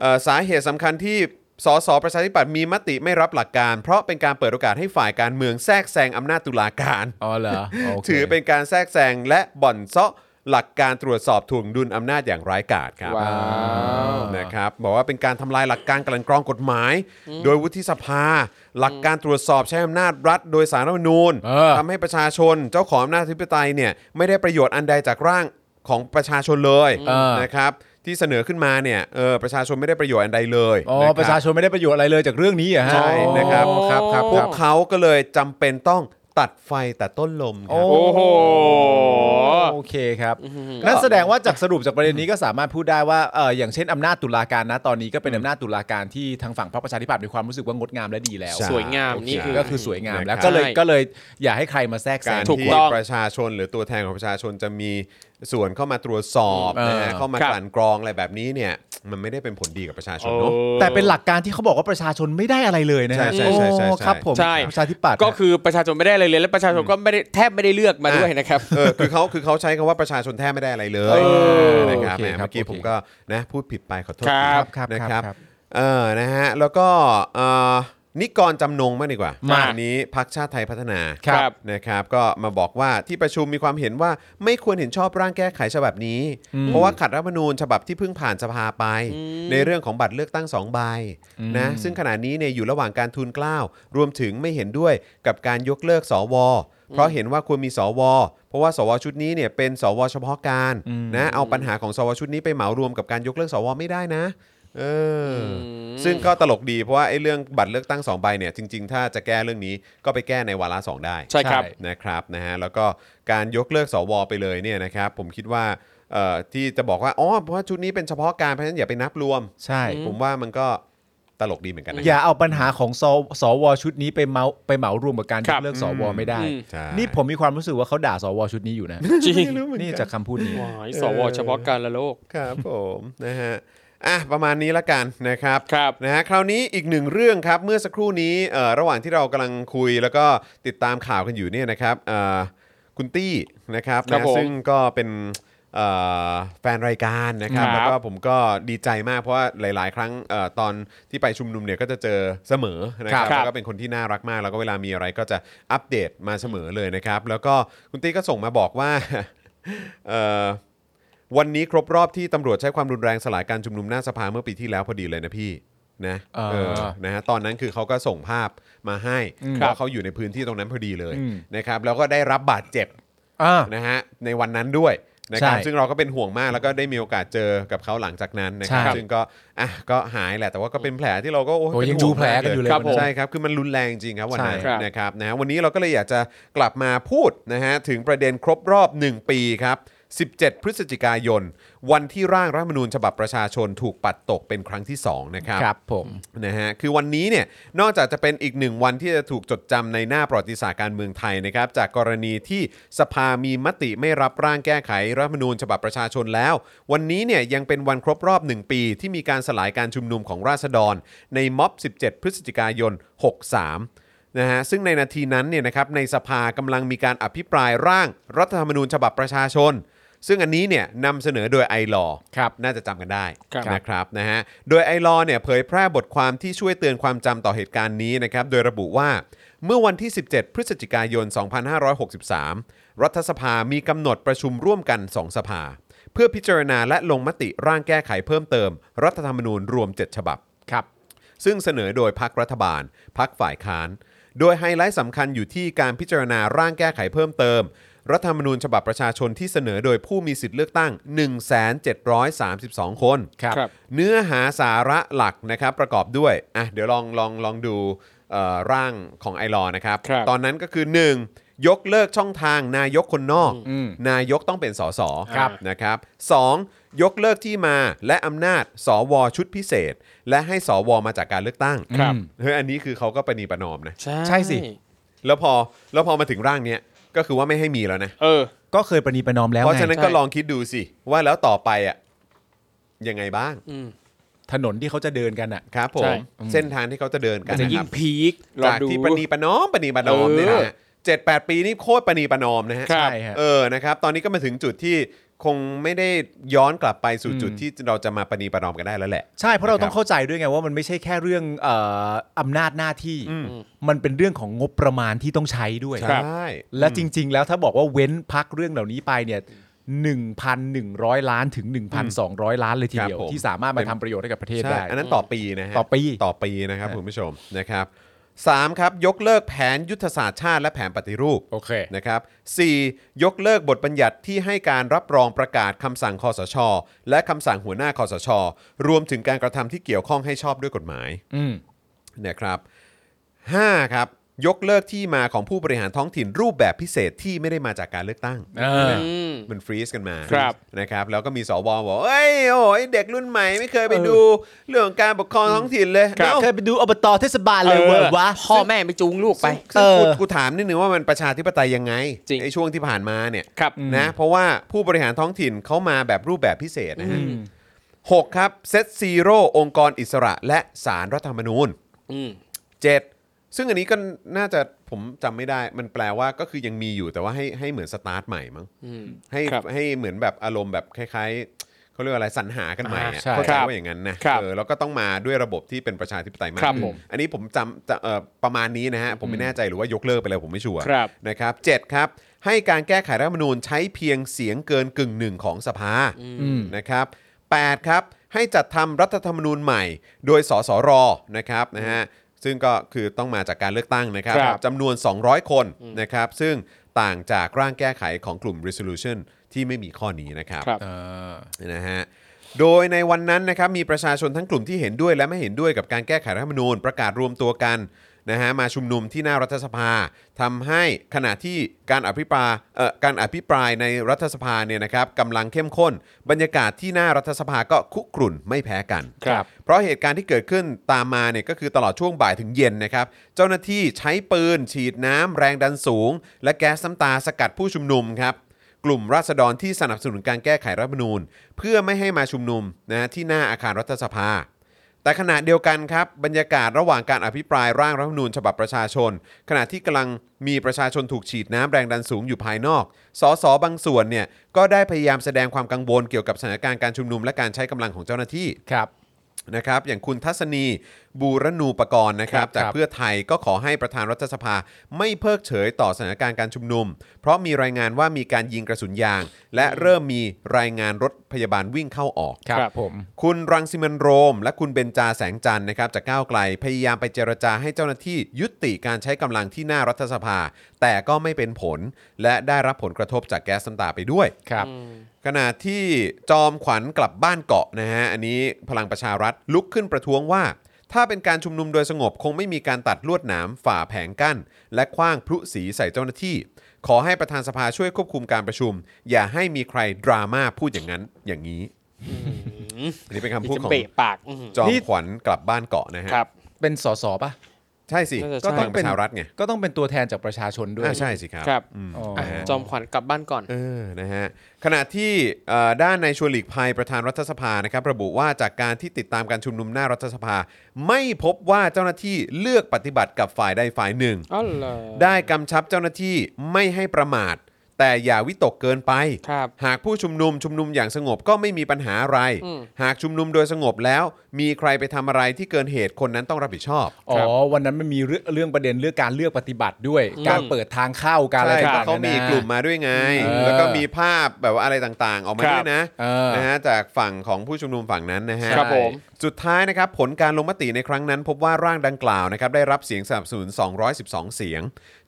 Speaker 1: เอ่อสาเหตุสำคัญที่สสประชาธิปัตย์มีมติไม่รับหลักการ เพราะเป็นการเปิดโอกาสให้ฝ่ายการเมืองแทรกแซงอำนาจตุลาการ
Speaker 3: อ๋อเหรอโค
Speaker 1: ถือเป็นการแทรกแซงและบ่อนเซาะหลักการตรวจสอบถ่วงดุลอำนาจอย่างร้ายกาจครับ
Speaker 2: ว้าว
Speaker 1: นะครับบอกว่าเป็นการทำลายหลักการกลั่นกรองกฎหมาย โดยวุฒิสภา หลักการตรวจสอบใช้อำนาจรัฐ โดยสารรัฐธรรมนูญ
Speaker 2: เออ
Speaker 1: ทำให้ประชาชนเจ้าของอำนาจอธิปไตยเนี่ยไม่ได้ประโยชน์อันใดจากร่างของประชาชนเลย
Speaker 3: เออ
Speaker 1: นะครับที่เสนอขึ้นมาเนี่ยเออประชาชนไม่ได้ประโยชน์อันใดเลย
Speaker 3: อ๋อ
Speaker 1: นคบ
Speaker 3: ประชาชนไม่ได้ประโยชน์อะไรเลยจากเรื่องนี้เหรอ่ะฮะ
Speaker 1: ใช่นะครับ
Speaker 3: อ๋อครับครับ
Speaker 1: พ
Speaker 3: คว รั
Speaker 1: ก
Speaker 3: บ
Speaker 1: เขาก็เลยจำเป็นต้องตัดไฟแต่ต้นลมครับ
Speaker 3: โอ้
Speaker 2: โอ้โห
Speaker 3: โอเคครับ นั่นแสดงว่าจากสรุปจากประเด็นนี้ก็สามารถพูดได้ว่าเอออย่างเช่นอำนาจตุลาการนะตอนนี้ก็เป็นอำนาจตุลาการที่ทางฝั่งพรรคประชาธิปัตย์มีความรู้สึกว่างดงามและดีแล้ว
Speaker 1: ใช่
Speaker 2: สวยงาม
Speaker 1: โอเค
Speaker 2: นี่คือ
Speaker 3: ก็คือสวยงามแล้ว
Speaker 1: ใช่
Speaker 3: ก็เลยก็เลยอย่าให้ใครมาแทรกแซ
Speaker 1: การ
Speaker 3: ง
Speaker 2: ถูก
Speaker 1: ที่
Speaker 2: ต้อง
Speaker 1: ประชาชนหรือตัวแทนของประชาชนจะมีส่วนเข้ามาตรวจสอบ
Speaker 3: เออ
Speaker 1: นะฮะเข้ามา
Speaker 2: ครับ
Speaker 1: กลั่นกรองอะไรแบบนี้เนี่ย มันไม่ได้เป็นผลดีกับประชาชนเนาะ
Speaker 3: แต่เป็นหลักการที่เขาบอกว่าประชาชนไม่ได้อะไรเลยนะฮะ
Speaker 1: ใช่ใช่ใช่ใช่
Speaker 3: โอ้ครับผม
Speaker 2: ใช่
Speaker 3: ประชาธิปัตย์
Speaker 2: ก็คือประชาชนไม่ได้อะไรเลยและประชาชนก็ไม่ได้แทบไม่ได้เลือกมาด้วยนะครับ
Speaker 1: เออคือเขาคือเขาใช้คำว่าประชาชนแทบไม่ได้อะไรเลย
Speaker 2: อ
Speaker 1: นะครับ
Speaker 3: โอ
Speaker 1: แห
Speaker 3: เค
Speaker 1: ม
Speaker 3: ครับ
Speaker 1: เมื่อกี้
Speaker 3: โอเค
Speaker 1: ผมก็นะพูดผิดไปขอโทษ
Speaker 2: คร
Speaker 1: ที
Speaker 2: ั
Speaker 3: ครับครับ
Speaker 1: นะ
Speaker 3: ค
Speaker 1: ค
Speaker 3: รั
Speaker 1: รั
Speaker 3: บบ ครับ
Speaker 1: เออ นะฮะ แล้วก็เอ่อนิกรจำนงมากดีกว่า
Speaker 2: มา
Speaker 1: อันนี้พักชาติไทยพัฒนา
Speaker 2: ครับ
Speaker 1: นะครับ ก็มาบอกว่าที่ประชุมมีความเห็นว่าไม่ควรเห็นชอบร่างแก้ไขฉบับนี้ เพราะว่าขัดรัฐธรรมนูญฉบับที่เพิ่งผ่านสภาไป ในเรื่องของบัตรเลือกตั้ง 2 ใบนะ ซึ่งขณะนี้เนี่ยอยู่ระหว่างการทูลเกล้า รวมถึงไม่เห็นด้วยกับการยกเลิกสว เพราะเห็นว่าควรมีสว เพราะว่าสวชุดนี้เนี่ยเป็นสวเฉพาะการนะ เอาปัญหาของสวชุดนี้ไปเหมารวมกับการยกเลิกสวไม่ได้นะ เอออซึ่งก็ตลกดีเพราะว่าไอ้เรื่องบัตรเลือกตั้ง 2 ใบเนี่ยจริง ๆ ถ้าจะแก้เรื่องนี้ก็ไปแก้ในวาระสองได้
Speaker 2: ใช่ครับ
Speaker 1: นะครับนะฮะแล้วก็การยกเลิกสวไปเลยเนี่ยนะครับผมคิดว่าเอ่อที่จะบอกว่าอ๋อเพราะว่าชุดนี้เป็นเฉพาะการเพราะฉะนั้นอย่าไปนับรวม
Speaker 3: ใช่
Speaker 1: ผมว่ามันก็ตลกดีเหมือนกันนะ
Speaker 3: อย่าเอาปัญหาของสสวชุดนี้ไปเมาไปเหมารวมกับการย
Speaker 2: ครั
Speaker 3: ก
Speaker 2: บ
Speaker 3: เลิกสวไม่ได้
Speaker 2: อืม
Speaker 1: ใช่
Speaker 3: นี่ผมมีความรู้สึกว่าเขาด่าสวชุดนี้อยู่นะ
Speaker 2: จริง
Speaker 3: นี่จากคำพูดนี้
Speaker 2: หวายสวเฉพาะการละโลก
Speaker 1: ครับผมนะฮะอ่ะประมาณนี้ละกันนะครับ
Speaker 2: ครับ
Speaker 1: นะฮะคราวนี้อีกหนึ่งเรื่องครับเมื่อสักครู่นี้เอ่อระหว่างที่เรากำลังคุยแล้วก็ติดตามข่าวกันอยู่เนี่ยนะครับเอ่อคุณตี้นะครับ
Speaker 2: ครับ
Speaker 1: นะ
Speaker 2: ผม
Speaker 1: ซึ่งก็เป็น เอ่อแฟนรายการนะครับ
Speaker 2: ครับ
Speaker 1: แล้วก็ผมก็ดีใจมากเพราะว่าหลาย ๆ ครั้งเอ่อตอนที่ไปชุมนุมเนี่ยก็จะเจอเสมอนะครับ
Speaker 2: ครับ
Speaker 1: แล้วก็เป็นคนที่น่ารักมาก แล้วก็เวลามีอะไรก็จะอัปเดตมาเสมอเลยนะครับ แล้วก็คุณตี้ก็ส่งมาบอกว่า เอ่อวันนี้ครบรอบที่ตำรวจใช้ความรุนแรงสลายการชุมนุมหน้าสภาเมื่อปีที่แล้วพอดีเลยนะพี่นะ
Speaker 3: อ่า
Speaker 1: เออนะฮะตอนนั้นคือเขาก็ส่งภาพมาให้
Speaker 3: ครับ
Speaker 1: ว่าเขาอยู่ในพื้นที่ตรงนั้นพอดีเลย
Speaker 3: อืม
Speaker 1: นะครับแล้วก็ได้รับบาดเจ็บ
Speaker 3: อ่า
Speaker 1: นะฮะในวันนั้นด้วยนะครับ
Speaker 3: ใช่
Speaker 1: ซึ่งเราก็เป็นห่วงมากแล้วก็ได้มีโอกาสเจอกับเขาหลังจากนั้นนะครับ
Speaker 3: ใช่
Speaker 1: ซึ่งก็อ่ะก็หายแหละแต่ว่าก็เป็นแผลที่เราก็
Speaker 3: โอ้ย
Speaker 1: เป็
Speaker 3: ยังดู
Speaker 1: ห่ว
Speaker 3: แผลกันอยู่เลย
Speaker 1: ครับ
Speaker 2: วันนั้น
Speaker 1: ใช่ครับคือมันรุนแรงจริงครับวันนั้น
Speaker 2: ค
Speaker 3: ใช่
Speaker 2: รับ
Speaker 1: นะครับนะฮะวันนี้เราก็เลยอยากจะกลับมาพูดนะฮะถึงประเด็นครบรอบ 1 ปีครับ 17 พฤศจิกายน วันที่ร่างรัฐธรรมนูญฉบับประชาชนถูกปัดตกเป็นครั้งที่สองนะครับ
Speaker 3: ครับผม
Speaker 1: นะฮะคือวันนี้เนี่ยนอกจากจะเป็นอีกหนึ่งวันที่จะถูกจดจำในหน้าประวัติศาสตร์การเมืองไทยนะครับจากกรณีที่สภามีมติไม่รับร่างแก้ไขรัฐธรรมนูญฉบับประชาชนแล้ว วันนี้เนี่ยยังเป็นวันครบรอบ 1 ปีที่มีการสลายการชุมนุมของราษฎร ในม็อบ 17 พฤศจิกายน 63 นะฮะซึ่งในนาทีนั้นเนี่ยนะครับในสภากำลังมีการอภิปรายร่างรัฐธรรมนูญฉบับประชาชน ซึ่งอันนี้เนี่ยนำเสนอโดยไอลอ
Speaker 3: ครับ
Speaker 1: น่าจะจำกันได้
Speaker 2: ครับ
Speaker 1: นะครับนะฮะโดยไอลอเนี่ยเผยแพร่บทความที่ช่วยเตือนความจำต่อเหตุการณ์นี้นะครับโดยระบุว่าเมื่อวันที่ 17 พฤศจิกายน 2563 รัฐสภามีกำหนดประชุมร่วมกัน 2 สภา เพื่อพิจารณาและลงมติร่างแก้ไขเพิ่มเติม รัฐธรรมนูญรวม 7 ฉบับ
Speaker 3: ครับ
Speaker 1: ซึ่งเสนอโดยพักรัฐบาล พักฝ่ายค้าน โดยไฮไลท์สำคัญอยู่ที่การพิจารณาร่างแก้ไขเพิ่มเติม รัฐธรรมนูญฉบับประชาชนที่เสนอโดยผู้มีสิทธิ์เลือกตั้ง 1,732 คน
Speaker 3: ครับ
Speaker 2: ครับ
Speaker 1: เนื้อหาสาระหลักนะครับประกอบด้วยอ่ะเดี๋ยวลองลองลองดูเอ่อร่างของไอรอนะครับ
Speaker 2: ครับ
Speaker 1: ตอนนั้นก็คือ 1. ยกเลิกช่องทางนายกคนนอก
Speaker 3: อืม
Speaker 1: นายกต้องเป็นสส
Speaker 3: ครับ
Speaker 1: นะครับ 2. ยกเลิกที่มาและอำนาจสวชุดพิเศษ และให้สวมาจากการเลือกตั้ง
Speaker 3: ครับ
Speaker 1: เฮ้ยอันนี้คือเขาก็ประนีประนอมนะ
Speaker 3: ใช่สิ
Speaker 1: แล้วพอแล้วพอมาถึงร่างเนี้ยก็คือว่าไม่ให้มีแล้วนะ
Speaker 2: เออ
Speaker 3: ก็เคยประนีประนอมแล้ว
Speaker 1: เพราะฉะ
Speaker 3: ไง
Speaker 1: นั้นก็ลองคิดดูสิ ว่าแล้วต่อไปอ่ะยังไงบ้าง
Speaker 3: ถนนที่เขาจะเดินกันอ่ะ
Speaker 1: ครับผ
Speaker 2: ใช่
Speaker 1: มเส้นทางที่เขาจะเดินกั
Speaker 2: มัน นจะ
Speaker 1: นะค
Speaker 2: ยิ่
Speaker 1: รั
Speaker 2: ง
Speaker 1: บ
Speaker 2: พีคลอง
Speaker 1: จาก
Speaker 2: ดู
Speaker 1: ที่ปณีประนอมปณีประนอม
Speaker 2: เออ
Speaker 1: เนี่ยนะฮะเจ็ดแปดปีนี่โคตรปณีประนอมนะฮะ
Speaker 2: ครับ
Speaker 3: ใช่ฮะ
Speaker 1: เออนะครับตอนนี้ก็มาถึงจุดที่คงไม่ได้ย้อนกลับไปสู่
Speaker 3: อืม
Speaker 1: จุดที่เราจะมาปณีประนอมกันได้แล้วแหละ
Speaker 3: ใช่เพราะเรา
Speaker 1: นะครับ
Speaker 3: ต้องเข้าใจด้วยไงว่ามันไม่ใช่แค่เรื่องเอ่ออำนาจหน้าที่
Speaker 1: อืม
Speaker 3: มันเป็นเรื่องของงบประมาณที่ต้องใช้ด้วย
Speaker 1: ใช
Speaker 2: ครับ
Speaker 1: ่
Speaker 3: และจริง ๆ แล้วถ้าบอกว่าเว้นพักเรื่องเหล่านี้ไปเนี่ย1,100 ล้านถึง 1,200 ล้านเลยทีเดียว ที่สามารถมาทำประโยชน์ให้กับประเทศ
Speaker 1: ใช่
Speaker 3: ได้
Speaker 1: อันนั้นต่อปีนะฮะ
Speaker 3: ต่อปี
Speaker 1: ต่อปีนะครับคุณผู้ชมนะครับสามครับยกเลิกแผนยุทธศาสตร์ชาติและแผนปฏิรูป
Speaker 3: โอเค
Speaker 1: นะครับ 4. ยกเลิกบทบัญญัติที่ให้การรับรองประกาศคำสั่งคอสช และคำสั่งหัวหน้าคอสช รวมถึงการกระทำที่เกี่ยวข้องให้ชอบด้วยกฎหมาย
Speaker 3: อืม
Speaker 1: นะครับ5ครับ ยกเลิกที่มาของผู้บริหารท้องถิ่นรูปแบบพิเศษที่ไม่ได้มาจากการเลือกตั้ง
Speaker 3: เออ
Speaker 2: อืม
Speaker 1: มันฟรีซกันมา
Speaker 2: ครับ
Speaker 1: นะครับ แล้วก็มีสวบอกเอ้ยโอ้ยเด็กรุ่นใหม่ไม่เคยไปดูเรื่องการปกครองท้องถิ่นเลย
Speaker 2: ครับ
Speaker 1: เอ้า
Speaker 3: เคยไปดูอบตเทศบาลเลยเวอร์วะ
Speaker 2: พ่อแม่ไปจูงลูกไป
Speaker 1: ซึ่งกู
Speaker 3: เออ
Speaker 1: กูถามนิดนึงว่ามันประชาธิปไตยยังไง
Speaker 2: จริง
Speaker 1: ไอ้ช่วงที่ผ่านมาเนี่ย
Speaker 2: ครับ
Speaker 1: นะเพราะว่าผู้บริหารท้องถิ่นเขามาแบบรูปแบบพิเศษนะฮะหกครับเซตซีโร่องค์กรอิสระและสารรัฐธรรมนูญ
Speaker 2: อืม
Speaker 1: เจ็ดซึ่งอันนี้ก็น่าจะผมจำไม่ได้ มันแปลว่าก็คือยังมีอยู่แต่ว่าให้ให้เหมือนสตาร์ทใหม่มั้ง
Speaker 2: อืม
Speaker 1: ให้
Speaker 2: ครับ
Speaker 1: ให้เหมือนแบบอารมณ์แบบคล้ายๆเขาเรียกว่าอะไรสรรหากันใหม่อะ
Speaker 3: อ่าใช่
Speaker 1: เข้าใจ
Speaker 2: ครับ
Speaker 1: ว่าอย่างนั้นนะครับ เออแล้วก็ต้องมาด้วยระบบที่เป็นประชาธิปไตยมาก
Speaker 2: ครับ
Speaker 1: ขึ้น
Speaker 2: ผม
Speaker 1: อันนี้ผมจำจะเอ่อประมาณนี้นะฮะผมไม่แน่ใจหรือว่ายกเลิกไปเลยผมไม่ชัวร์
Speaker 2: ครับ
Speaker 1: นะครับ7ครับ ให้การแก้ไขรัฐธรรมนูญใช้เพียงเสียงเกินกึ่งหนึ่งของสภา
Speaker 3: อืม
Speaker 1: นะครับ8ครับ ให้จัดทำรัฐธรรมนูญใหม่ โดยสสรนะครับนะฮะซึ่งก็คือต้องมาจากการเลือกตั้งนะครับ
Speaker 2: ครับ
Speaker 1: จำนวน 200 คนนะครับซึ่งต่างจากร่างแก้ไขของกลุ่ม resolution ที่ไม่มีข้อนี้นะครับ
Speaker 2: ครับ
Speaker 1: นะฮะ โดยในวันนั้นนะครับมีประชาชนทั้งกลุ่มที่เห็นด้วยและไม่เห็นด้วยกับการแก้ไขรัฐธรรมนูญประกาศรวมตัวกันนะฮะมาชุมนุมที่หน้ารัฐสภาทำให้ขณะที่การอภิปรายเอ่อการอภิปรายในรัฐสภาเนี่ยนะครับกำลังเข้มข้น บรรยากาศที่หน้ารัฐสภาก็คุกรุ่นไม่แพ้กัน
Speaker 2: ครับ
Speaker 1: เพราะเหตุการณ์ที่เกิดขึ้นตามมาเนี่ยก็คือตลอดช่วงบ่ายถึงเย็นนะครับ เจ้าหน้าที่ใช้ปืน ฉีดน้ำแรงดันสูง และแก๊สน้ำตาสกัดผู้ชุมนุมครับ กลุ่มราษฎรที่สนับสนุนการแก้ไขรัฐธรรมนูญ เพื่อไม่ให้มาชุมนุมนะที่หน้าอาคารรัฐสภา แต่ขณะเดียวกันครับ บรรยากาศระหว่างการอภิปรายร่างรัฐธรรมนูญฉบับประชาชน ขณะที่กำลังมีประชาชนถูกฉีดน้ำแรงดันสูงอยู่ภายนอก สสบางส่วนเนี่ยก็ได้พยายามแสดงความกังวลเกี่ยวกับสถานการณ์การชุมนุมและการใช้กำลังของเจ้าหน้าที่
Speaker 3: ครับ
Speaker 1: นะครับอย่างคุณทัศนีบูรณูปกรณ์นะครับ
Speaker 3: ครับ
Speaker 1: จาก
Speaker 3: ครับ
Speaker 1: เพื่อไทยก็ขอให้ประธานรัฐสภาไม่เพิกเฉยต่อสถานการณ์การชุมนุม เพราะมีรายงานว่ามีการยิงกระสุนยาง และเริ่มมีรายงานรถพยาบาลวิ่งเข้าออก
Speaker 3: ครับผม
Speaker 1: คุณรังสิมันต์โรม และคุณเบนจาแสงจันทร์นะครับจากก้าวไกลพยายามไปเจรจาให้เจ้าหน้าที่ยุติการใช้กำลังที่หน้ารัฐสภา แต่ก็ไม่เป็นผล และได้รับผลกระทบจากแก๊สน้ำตาไปด้วย
Speaker 3: ครับ
Speaker 1: ขณะที่จอมขวัญกลับบ้านเกาะนะฮะ อันนี้พลังประชารัฐลุกขึ้นประท้วงว่า ถ้าเป็นการชุมนุมโดยสงบคงไม่มีการตัดลวดหนามฝ่าแผงกั้น และคว้างพลุสีใส่เจ้าหน้าที่ ขอให้ประธานสภาช่วยควบคุมการประชุม อย่าให้มีใครดราม่าพูดอย่างนั้นอย่างนี้อันนี้เป็นคำพูด
Speaker 2: จะ
Speaker 1: ของ
Speaker 2: เปะปากอืม
Speaker 1: จอมขวัญกลับบ้านเกาะนะฮะ
Speaker 2: ครับ
Speaker 3: เป็นสสป่ะ
Speaker 1: ใช่สิ
Speaker 2: น่าจะใช่
Speaker 1: ก็ต้องประชารัฐไง
Speaker 3: ก็ต้องเป็นตัวแทนจากประชาชนด้วย
Speaker 1: อ่าใช่สิครับ
Speaker 2: ครับ
Speaker 3: อ๋ออ
Speaker 2: อ่ะจอมขวัญกลับบ้านก่อน
Speaker 1: เออ นะฮะ ขณะที่เอ่อด้านในายชวนหลีกภัยประธานรัฐสภานะครับ ระบุว่าจากการที่ติดตามการชุมนุมหน้ารัฐสภา ไม่พบว่าเจ้าหน้าที่เลือกปฏิบัติกับฝ่ายใดฝ่ายหนึ่ง
Speaker 2: อ๋อเหรอ
Speaker 1: ได้กำชับเจ้าหน้าที่ไม่ให้ประมาท แต่อย่าวิตกเกินไป
Speaker 2: ครับ
Speaker 1: หากผู้ชุมนุมชุมนุมอย่างสงบก็ไม่มีปัญหาอะไร
Speaker 2: อืม
Speaker 1: หากชุมนุมโดยสงบแล้ว มีใครไปทำอะไรที่เกินเหตุคนนั้นต้องรับผิดชอบ
Speaker 3: อ๋อ วันนั้นมันมีเรื่องเรื่องประเด็นเรื่องการเลือกปฏิบัติด้วย การเปิดทางเข้าการอะไร
Speaker 1: ใช่
Speaker 3: ต่างๆ
Speaker 1: เพราะเขามี
Speaker 3: นน
Speaker 1: กลุ่มมาด้วยไง
Speaker 3: เออ
Speaker 1: แล้วก็มีภาพแบบว่าอะไรต่างๆ ออกมา
Speaker 2: ครับ
Speaker 1: ด้วยนะ
Speaker 3: เออ
Speaker 1: นะฮะจากฝั่งของผู้ชุมนุมฝั่งนั้นนะฮะ
Speaker 2: ครับผม
Speaker 1: สุดท้ายนะครับ ผลการลงมติในครั้งนั้น พบว่าร่างดังกล่าวนะครับได้รับเสียงสนับสนุน 212 เสียง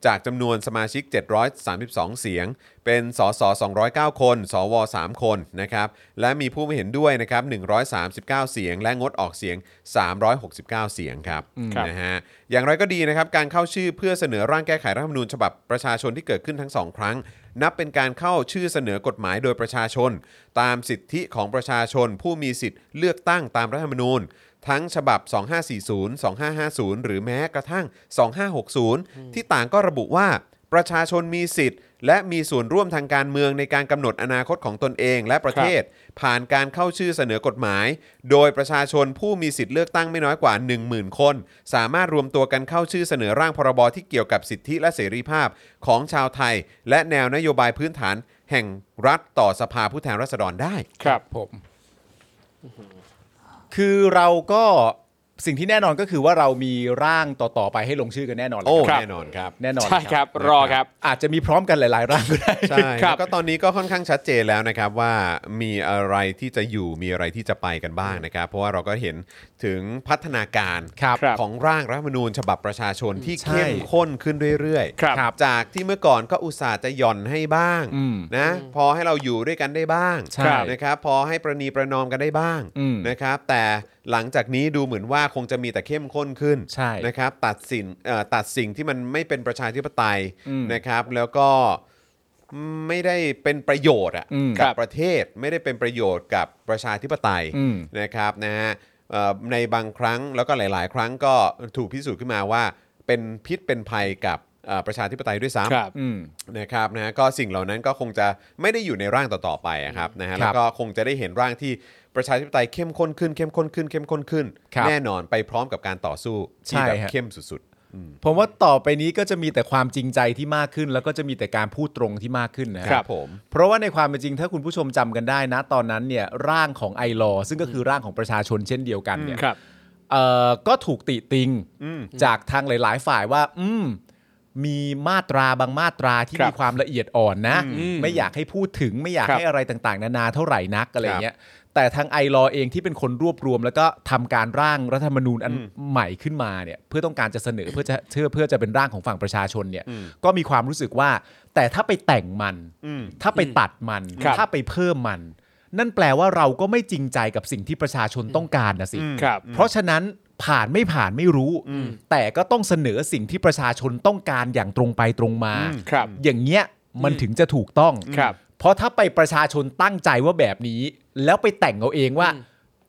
Speaker 1: จากจำนวนสมาชิก 732 เสียง เป็นสส209 คน สว 3 คนนะครับและมีผู้ไม่เห็นด้วยนะครับ139 เสียง และงดออกเสียง 369 เสียงครับ
Speaker 2: ครับ
Speaker 1: นะฮะอย่างไรก็ดีนะครับการเข้าชื่อเพื่อเสนอร่างแก้ไขรัฐธรรมนูญฉบับประชาชนที่เกิดขึ้นทั้งสองครั้ง นับเป็นการเข้าชื่อเสนอกฎหมายโดยประชาชน ตามสิทธิของประชาชน ผู้มีสิทธิ์เลือกตั้งตามรัฐธรรมนูญ ทั้งฉบับ 2540 2550 หรือแม้กระทั่ง 2560 ที่ต่างก็ระบุว่า ประชาชนมีสิทธิ์ และมีส่วนร่วมทางการเมืองในการกำหนดอนาคตของตนเองและประเทศ ผ่านการเข้าชื่อเสนอกฎหมาย โดยประชาชนผู้มีสิทธิ์เลือกตั้งไม่น้อยกว่า 10,000 คน สามารถรวมตัวกันเข้าชื่อเสนอร่างพรบที่เกี่ยวกับสิทธิและเสรีภาพของชาวไทย และแนวนโยบายพื้นฐาน แห่งรัฐต่อสภาผู้แทนราษฎรได้
Speaker 2: ครับ
Speaker 3: ผม คือเราก็สิ่งที่แน่นอนก็คือว่าเรามีร่างต่อ ๆ ไปให้ลงชื่อกันแน่นอน
Speaker 1: โอ้
Speaker 3: แหละครับ
Speaker 1: แน่นอนครับ
Speaker 3: แน่นอน
Speaker 2: ใช่ครับ รอครับ
Speaker 3: อาจจะมีพร้อมกันหลาย ๆ ร่างก็ได้
Speaker 1: ใช่แล้วก็ตอนนี้ก็ค่อนข้างชัดเจนแล้วนะครับว่ามีอะไรที่จะอยู่มีอะไรที่จะไปกันบ้างนะครับ เพราะว่าเราก็เห็นถึงพัฒนาการ
Speaker 3: ครับ
Speaker 2: ครับ
Speaker 1: ของร่างรัฐธรรมนูญ ฉบับประชาชนที่
Speaker 3: ใช่
Speaker 1: เข้มข้นขึ้นเรื่อยๆ
Speaker 2: ครับ
Speaker 1: ครับจากที่เมื่อก่อนก็อุตส่าห์จะหย่อนให้บ้าง
Speaker 3: อืม
Speaker 1: นะพอให้เราอยู่ด้วยกันได้บ้าง
Speaker 3: ใช่
Speaker 1: นะครับพอให้ประนีประนอมกันได้บ้าง
Speaker 3: อืม
Speaker 1: นะครับ แต่หลังจากนี้ดูเหมือนว่าคงจะมีแต่เข้มข้นขึ้น
Speaker 3: ใช่
Speaker 1: นะครับตัดสินเอ่อตัดสิ่งที่มันไม่เป็นประชาธิปไตย
Speaker 3: อืม
Speaker 1: นะครับแล้วก็ ไม่ได้เป็นประโยชน์อะ
Speaker 3: อืม
Speaker 1: กั
Speaker 2: ครับ บ
Speaker 1: ประเทศไม่ได้เป็นประโยชน์กับประชาธิปไตย
Speaker 3: อืม
Speaker 1: นะครับนะฮะเอ่อในบางครั้งแล้วก็หลาย ๆ ครั้งก็ถูกพิสูจน์ขึ้นมาว่า เป็นพิษเป็นภัยกับเอ่อประชาธิปไตยด้วยซ้
Speaker 2: ครับ
Speaker 3: อืม
Speaker 1: ำนะครับนะฮะก็สิ่งเหล่านั้นก็คงจะไม่ได้อยู่ในร่างต่อ ๆ ไปอะครับนะฮะแล้วก็คงจะได้เห็นร่างที่ประชาธิปไตยเข้มข้นขึ้นเข้มข้นขึ้นเข้มข้นขึ้น
Speaker 3: ครับ
Speaker 1: แน่นอนไปพร้อมกับการต่อสู้ที่
Speaker 3: ใช่
Speaker 1: แบบ
Speaker 3: ฮะ
Speaker 1: เข้มสุด
Speaker 3: ผมว่าต่อไปนี้ก็จะมีแต่ความจริงใจที่มากขึ้น แล้วก็จะมีแต่การพูดตรงที่มากขึ้นนะ
Speaker 1: ๆ
Speaker 3: ฮะ
Speaker 1: ครับผม
Speaker 3: เพราะว่าในความเป็นจริงถ้าคุณผู้ชมจำกันได้นะ ตอนนั้นเนี่ยร่างของไอรอซึ่งก็คือร่างของประชาชนเช่นเดียวกันเนี่ย
Speaker 2: ครับ
Speaker 3: เอ่อก็ถูกติติง
Speaker 1: อืม
Speaker 3: จากทางหลาย ๆ ฝ่ายว่า อืมมีมาตราบางมาตราที่
Speaker 2: ครับ
Speaker 3: มีความละเอียดอ่อนนะ
Speaker 2: อืม
Speaker 3: ไม่อยากให้พูดถึงไม่อยาก
Speaker 2: ครับ
Speaker 3: ให้อะไรต่างๆ นานาเท่าไหร่นักอะไรเงี้ยแต่ทางไอรอเองที่เป็นคนรวบรวม แล้วก็ทำการร่างรัฐธรรมนูญอันใหม่ขึ้นมาเนี่ยเพื่อต้องการจะเสนอเพื่อจะเพื่อเพื่อจะเป็นร่างของฝั่งประชาชนเนี่ยก็มีความรู้สึกว่า แต่ถ้าไปแต่งมัน
Speaker 1: อืม
Speaker 3: ถ้าไปตัดมัน
Speaker 2: ครับ
Speaker 3: ถ้าไปเพิ่มมัน นั่นแปลว่าเราก็ไม่จริงใจกับสิ่งที่ประชาชนต้องการนะสิ
Speaker 2: ครับ
Speaker 3: เพราะฉะนั้นผ่านไม่ผ่านไม่รู้ แต่ก็ต้องเสนอสิ่งที่ประชาชนต้องการอย่างตรงไปตรงมา
Speaker 2: อืมครับ
Speaker 3: อย่างเงี้ยมันถึงจะถูกต้อง
Speaker 2: ครับ
Speaker 3: เพราะถ้าไปประชาชนตั้งใจว่าแบบนี้ แล้วไปแต่งเอาเองว่า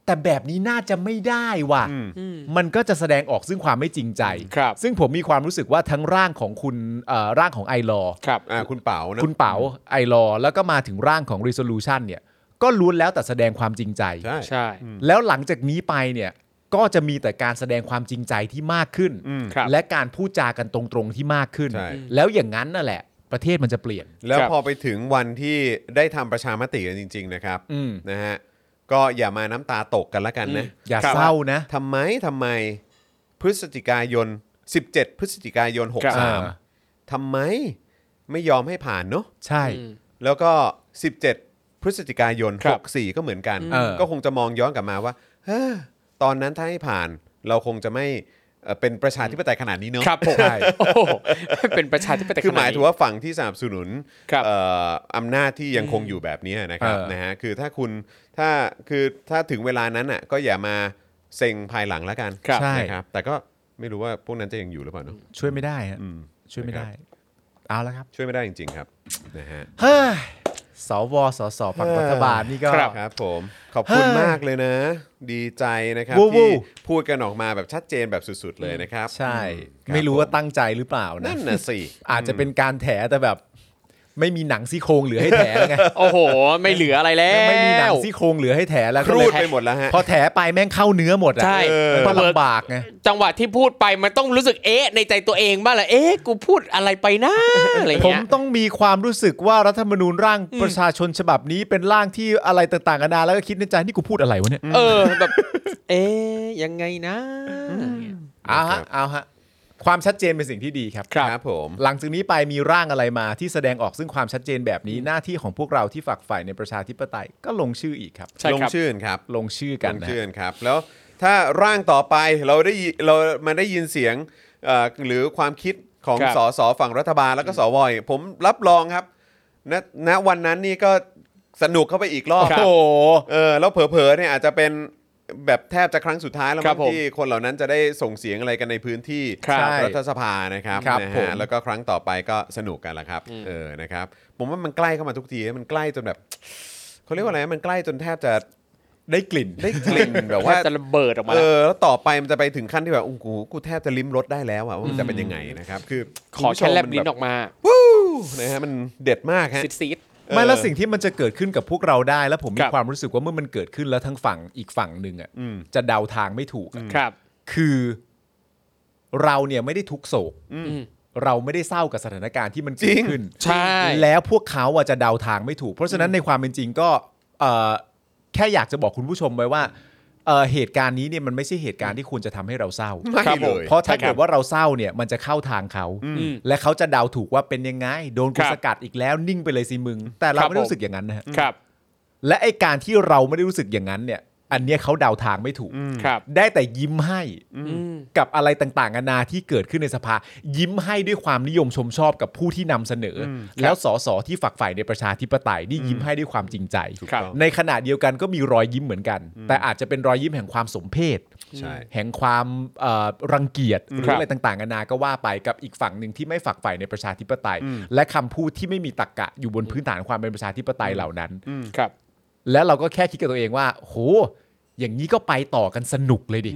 Speaker 3: แต่แบบนี้น่าจะไม่ได้ว่ะ
Speaker 1: อืม
Speaker 3: มันก็จะแสดงออกซึ่งความไม่จริงใจ
Speaker 2: ครับ
Speaker 3: ซึ่งผมมีความรู้สึกว่าทั้งร่างของคุณเอ่อร่างของไอรอ
Speaker 2: ครับ
Speaker 1: อ่าคุณเป๋านะ
Speaker 3: คุณเป๋าไอรอแล้วก็มาถึงร่างของ resolution เนี่ย ก็ล้วนแล้วแต่แสดงความจริงใจ
Speaker 1: ใช่
Speaker 2: ใช่
Speaker 3: แล้วหลังจากนี้ไปเนี่ย ก็จะมีแต่การแสดงความจริงใจที่มากขึ้น
Speaker 1: อืม
Speaker 2: ครับ
Speaker 3: และการพูดจากันตรงๆที่มากขึ้น
Speaker 1: ใช่
Speaker 3: แล้วอย่างนั้นนั่นแหละ ประเทศมันจะเปลี่ยน
Speaker 1: แล้ว
Speaker 2: ครับ
Speaker 1: พอไปถึงวันที่ได้ทำประชามติกันจริง ๆ นะครับ
Speaker 3: อืม
Speaker 1: นะฮะก็อย่ามาน้ำตาตกกันละกันนะ
Speaker 3: อย่า
Speaker 2: ครับ
Speaker 3: เศร้านะ
Speaker 1: ทำไมทำไมพฤศจิกายน 17 พฤศจิกายน
Speaker 2: ครับ
Speaker 3: อ่า
Speaker 1: 63ทำไมไม่ยอมให้ผ่านเนาะ
Speaker 3: ใช่
Speaker 2: อืม
Speaker 1: แล้วก็ 17 พฤศจิกายน
Speaker 2: ครับ
Speaker 1: 64 ก็เหมือนกัน
Speaker 3: เออ
Speaker 1: ก็คงจะมองย้อนกลับมาว่าเฮ้อตอนนั้นถ้าให้ผ่านเราคงจะไม่เอ่อเป็นประชาธิปไตยขนาดนี้เนาะ
Speaker 2: ครับผม
Speaker 3: ใช่
Speaker 2: โอ้โหเป็นประชาธิปไตย
Speaker 1: คือหมาย
Speaker 2: ขนดนี้
Speaker 1: ถึงว่าฝั่งที่สนับสนุน
Speaker 2: ครับ
Speaker 1: เอ่ออำนาจที่ยังคงอยู่แบบนี้นะครับ
Speaker 3: เออ
Speaker 1: นะฮะคือถ้าคุณถ้าคือถ้าถึงเวลานั้นอ่ะก็อย่ามาเซ็งภายหลังแล้วกัน
Speaker 2: ครับ
Speaker 1: นะครับแต่ก็ไม่รู้ว่าพวกนั้นจะยังอยู่หรือเปล่าเนอะ
Speaker 3: ช่วยไม่ได้ฮะ
Speaker 1: อืม
Speaker 3: ช่วยไม่ได้ เอาละครับ
Speaker 1: ช่วยไม่ได้จริง ๆ ครับนะฮะ
Speaker 3: เฮ้ยสวสสฝั่งรัฐบาลนี่ก็
Speaker 2: ครับ
Speaker 1: ครับผมขอบคุณ
Speaker 3: เฮ้ย
Speaker 1: มากเลยนะ ดีใจนะครับ
Speaker 3: วูวู
Speaker 1: ที่พูดกันออกมาแบบชัดเจนแบบสุด ๆ เลยนะครับ
Speaker 3: ใช่
Speaker 1: ครับ
Speaker 3: ไม่รู้ว่า
Speaker 1: ผ
Speaker 3: ตั้งใจหรือเปล่านะ
Speaker 1: นั่นน่ะสิ
Speaker 3: อาจจะเป็นการแถแต่แบบ ไม่มีหนังซี่โครงเหลือให้แถไง
Speaker 2: โอ้โห ไม่เหลืออะไรแล้ว
Speaker 3: ไม่มีหนังซี่โครงเหลือให้แถแล้วก็
Speaker 1: ครู
Speaker 3: เลย
Speaker 1: ดไปหมดแล้วฮะ
Speaker 3: พอแถไปแม่งเข้าเนื้อหมดอ่ะ
Speaker 2: ใช่
Speaker 3: มันก็ลำบากไง
Speaker 2: จังหวะที่พูดไปมันต้องรู้สึกเอ๊ะในใจตัวเองบ้างแหละเอ๊ะกูพูดอะไรไป นะอะไร
Speaker 3: ผม
Speaker 2: เงี้ย
Speaker 3: ต้องมีความรู้สึกว่ารัฐธรรมนูญร่างประชาชนฉบับนี้เป็นร่างที่อะไรต่างๆกันานาแล้วก็คิดในใจนี่กูพูดอะไรวะเนี่ย
Speaker 2: เออแบบ เอ๊ะยังไงนะอะไรเงี้ย
Speaker 3: เอา
Speaker 1: ครั
Speaker 3: ฮะ
Speaker 1: บ
Speaker 3: เอาฮะความชัดเจนเป็นสิ่งที่ดีครับ
Speaker 1: ครับผม
Speaker 3: หลังจากนี้ไปมีร่างอะไรมาที่แสดงออกซึ่งความชัดเจนแบบนี้หน้าที่ของพวกเราที่ฝักใฝ่ในประชาธิปไตยก็ลงชื่ออีกครับ
Speaker 2: ใช่
Speaker 1: ลง
Speaker 2: ครับ
Speaker 1: ชื่นครับ
Speaker 3: ลงชื่อกัน
Speaker 1: ลง
Speaker 3: นะ
Speaker 1: ชื่นครับแล้วถ้าร่างต่อไปเราได้ยิเรามาได้ยินเสียงเอ่อหรือความคิดของ
Speaker 2: ครับ
Speaker 1: สสฝั่งรัฐบาลแล้วก็สวอีกผมรับรองครับณณวันนั้นนี่ก็สนุกเข้าไปอีกรอบ
Speaker 3: โอ้โห
Speaker 1: เออแล้วเผลอๆเนี่ยอาจจะเป็นแบบแทบจะครั้งสุดท้ายแล้ว
Speaker 2: ครั
Speaker 1: มั้
Speaker 2: บ
Speaker 1: ง
Speaker 2: ผม
Speaker 1: ที่คนเหล่านั้นจะได้ส่งเสียงอะไรกันในพื้นที่
Speaker 2: ครับ
Speaker 1: ใช่รัฐสภานะครับ
Speaker 3: ครับ
Speaker 1: นะ
Speaker 3: ผ
Speaker 1: ฮะ
Speaker 3: ม
Speaker 1: แล้วก็ครั้งต่อไปก็สนุกกันละครับเออนะครับผมว่ามันใกล้เข้ามาทุกทีมันใกล้จนแบบเขาเรียกว่าอะไรมันใกล้จนแทบจะ
Speaker 3: ได้กลิ่น
Speaker 1: ได้กลิ่นแบบว่า
Speaker 2: แทบจะระเบิดออกมา
Speaker 1: เออ
Speaker 2: แล้ว
Speaker 1: แล้วต่อไปมันจะไปถึงขั้นที่แบบโอ้โหกูแทบจะลิ้มรสได้แล้วอะว่ามันจะเป็นยังไงนะครับ คือ
Speaker 2: ขอแค่แลบลิ้น
Speaker 1: คุณผู้ชม
Speaker 2: ออกมา
Speaker 1: มันแบบนะฮะมันเด็ดมากฮะ
Speaker 2: ซิดซิด
Speaker 3: ไม่
Speaker 1: เออ
Speaker 3: แล้วสิ่งที่มันจะเกิดขึ้นกับพวกเราได้ แล้วผม
Speaker 2: ค
Speaker 3: มี
Speaker 2: รับ
Speaker 3: ความรู้สึกว่าเมื่อมันเกิดขึ้นแล้วทั้งฝั่งอีกฝั่งหนึ่งอ่ะจะเดาทางไม่ถูกอะ
Speaker 2: ครับ
Speaker 3: คือเราเนี่ยไม่ได้ทุกข์โศก
Speaker 2: อืม
Speaker 3: เราไม่ได้เศร้ากับสถานการณ์ที่มันเกิดขึ้น
Speaker 2: ใช่
Speaker 3: แล้วพวกเขาอ่ะจะเดาทางไม่ถูก เพราะฉะนั้นในความเป็นจริงก็เอ่อแค่อยากจะบอกคุณผู้ชมไว้ว่าเอ่อเหตุการณ์นี้เนี่ยมันไม่ใช่เหตุการณ์ที่ควรจะทำให้เราเศร้า
Speaker 1: ไม่
Speaker 2: ครับ
Speaker 1: เล
Speaker 2: ผม
Speaker 1: ย
Speaker 3: เพราะถ้า
Speaker 2: ใช่ครับ
Speaker 3: เกิดว่าเราเศร้าเนี่ยมันจะเข้าทางเขา
Speaker 2: อืม
Speaker 3: และเขาจะเดาถูกว่าเป็นยังไง โดนกู
Speaker 2: ครับ
Speaker 3: สกัดอีกแล้วนิ่งไปเลยสิมึง แต่เรา
Speaker 2: ครับ
Speaker 3: ไม่
Speaker 2: ผ
Speaker 3: ได้
Speaker 2: ม
Speaker 3: รู้สึกอย่างนั้นนะฮะ
Speaker 2: ครับ
Speaker 3: และไอการที่เราไม่ได้รู้สึกอย่างนั้นเนี่ย อันเนี้ยเขาเดาทางไม่ถูก
Speaker 2: ครับ
Speaker 3: ได้แต่ยิ้มให้
Speaker 2: อืม
Speaker 3: กับอะไรต่างๆนานาที่เกิดขึ้นในสภา ยิ้มให้ด้วยความนิยมชมชอบกับผู้ที่นำเสนอ แล้วสสที่ฝักใฝ่ในประชาธิปไตยนี่ยิ้มให้ด้วยความจริงใจ
Speaker 1: ถูกต้อง
Speaker 3: ในขณะเดียวกันก็มีรอยยิ้มเหมือนกัน แต่อาจจะเป็นรอยยิ้มแห่งความสมเพศ
Speaker 1: ใช่
Speaker 3: แห่งความเอ่อรังเกียจหรื
Speaker 2: ครั
Speaker 3: อบ อะไรต่างๆนานาก็ว่าไปกับอีกฝั่งหนึ่งที่ไม่ฝักใฝ่ในประชาธิปไตย และคำพูดที่ไม่มีตรรกกะอยู่บนพื้นฐานความเป็นประชาธิปไตยเหล่านั้น
Speaker 2: ครับ
Speaker 3: แล้วเราก็แค่คิดกับตัวเองว่า โห อย่างนี้ก็ไปต่อกันสนุกเลยดิ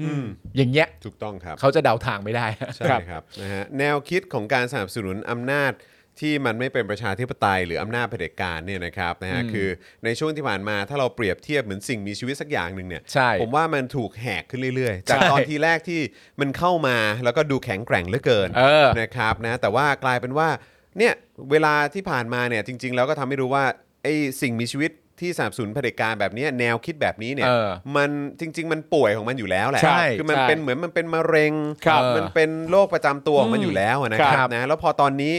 Speaker 3: อย่างเงี้ย
Speaker 1: ถูกต้องครับ
Speaker 3: เขาจะเดาทางไม่ได้
Speaker 1: ใช่
Speaker 2: ครับ
Speaker 1: ครับนะฮะแนวคิดของการสนับสนุนอำนาจที่มันไม่เป็นประชาธิปไตยหรืออำนาจเผด็จการเนี่ยนะครับนะฮะคือในช่วงที่ผ่านมาถ้าเราเปรียบเทียบเหมือนสิ่งมีชีวิตสักอย่างหนึ่งเนี่ย
Speaker 3: ใช่
Speaker 1: ผมว่ามันถูกแหกขึ้นเรื่อยๆ จาก
Speaker 3: ใช่
Speaker 1: ตอนทีแรกที่มันเข้ามาแล้วก็ดูแข็งแกร่งเหลือเกิน
Speaker 3: เออ
Speaker 1: นะครับนะแต่ว่ากลายเป็นว่าเนี่ยเวลาที่ผ่านมาเนี่ยจริง ๆ แล้วก็ทำให้รู้ว่าไอ้สิ่งมีชีวิตที่สนับสนุนเผด็จการแบบเนี้ยแนวคิดแบบนี้เนี่ย
Speaker 3: เออ
Speaker 1: มันจริง ๆ มันป่วยของมันอยู่แล้วแหละ
Speaker 3: ใช่
Speaker 1: คือมัน
Speaker 2: ใช่
Speaker 1: เป็นเหมือนมันเป็นมะเร็ง
Speaker 3: ครับ
Speaker 1: มันเป็นโรคประจำตัวของมันอยู่แล้วนะค
Speaker 3: ครั
Speaker 1: รับบ นะแล้วพอตอนนี้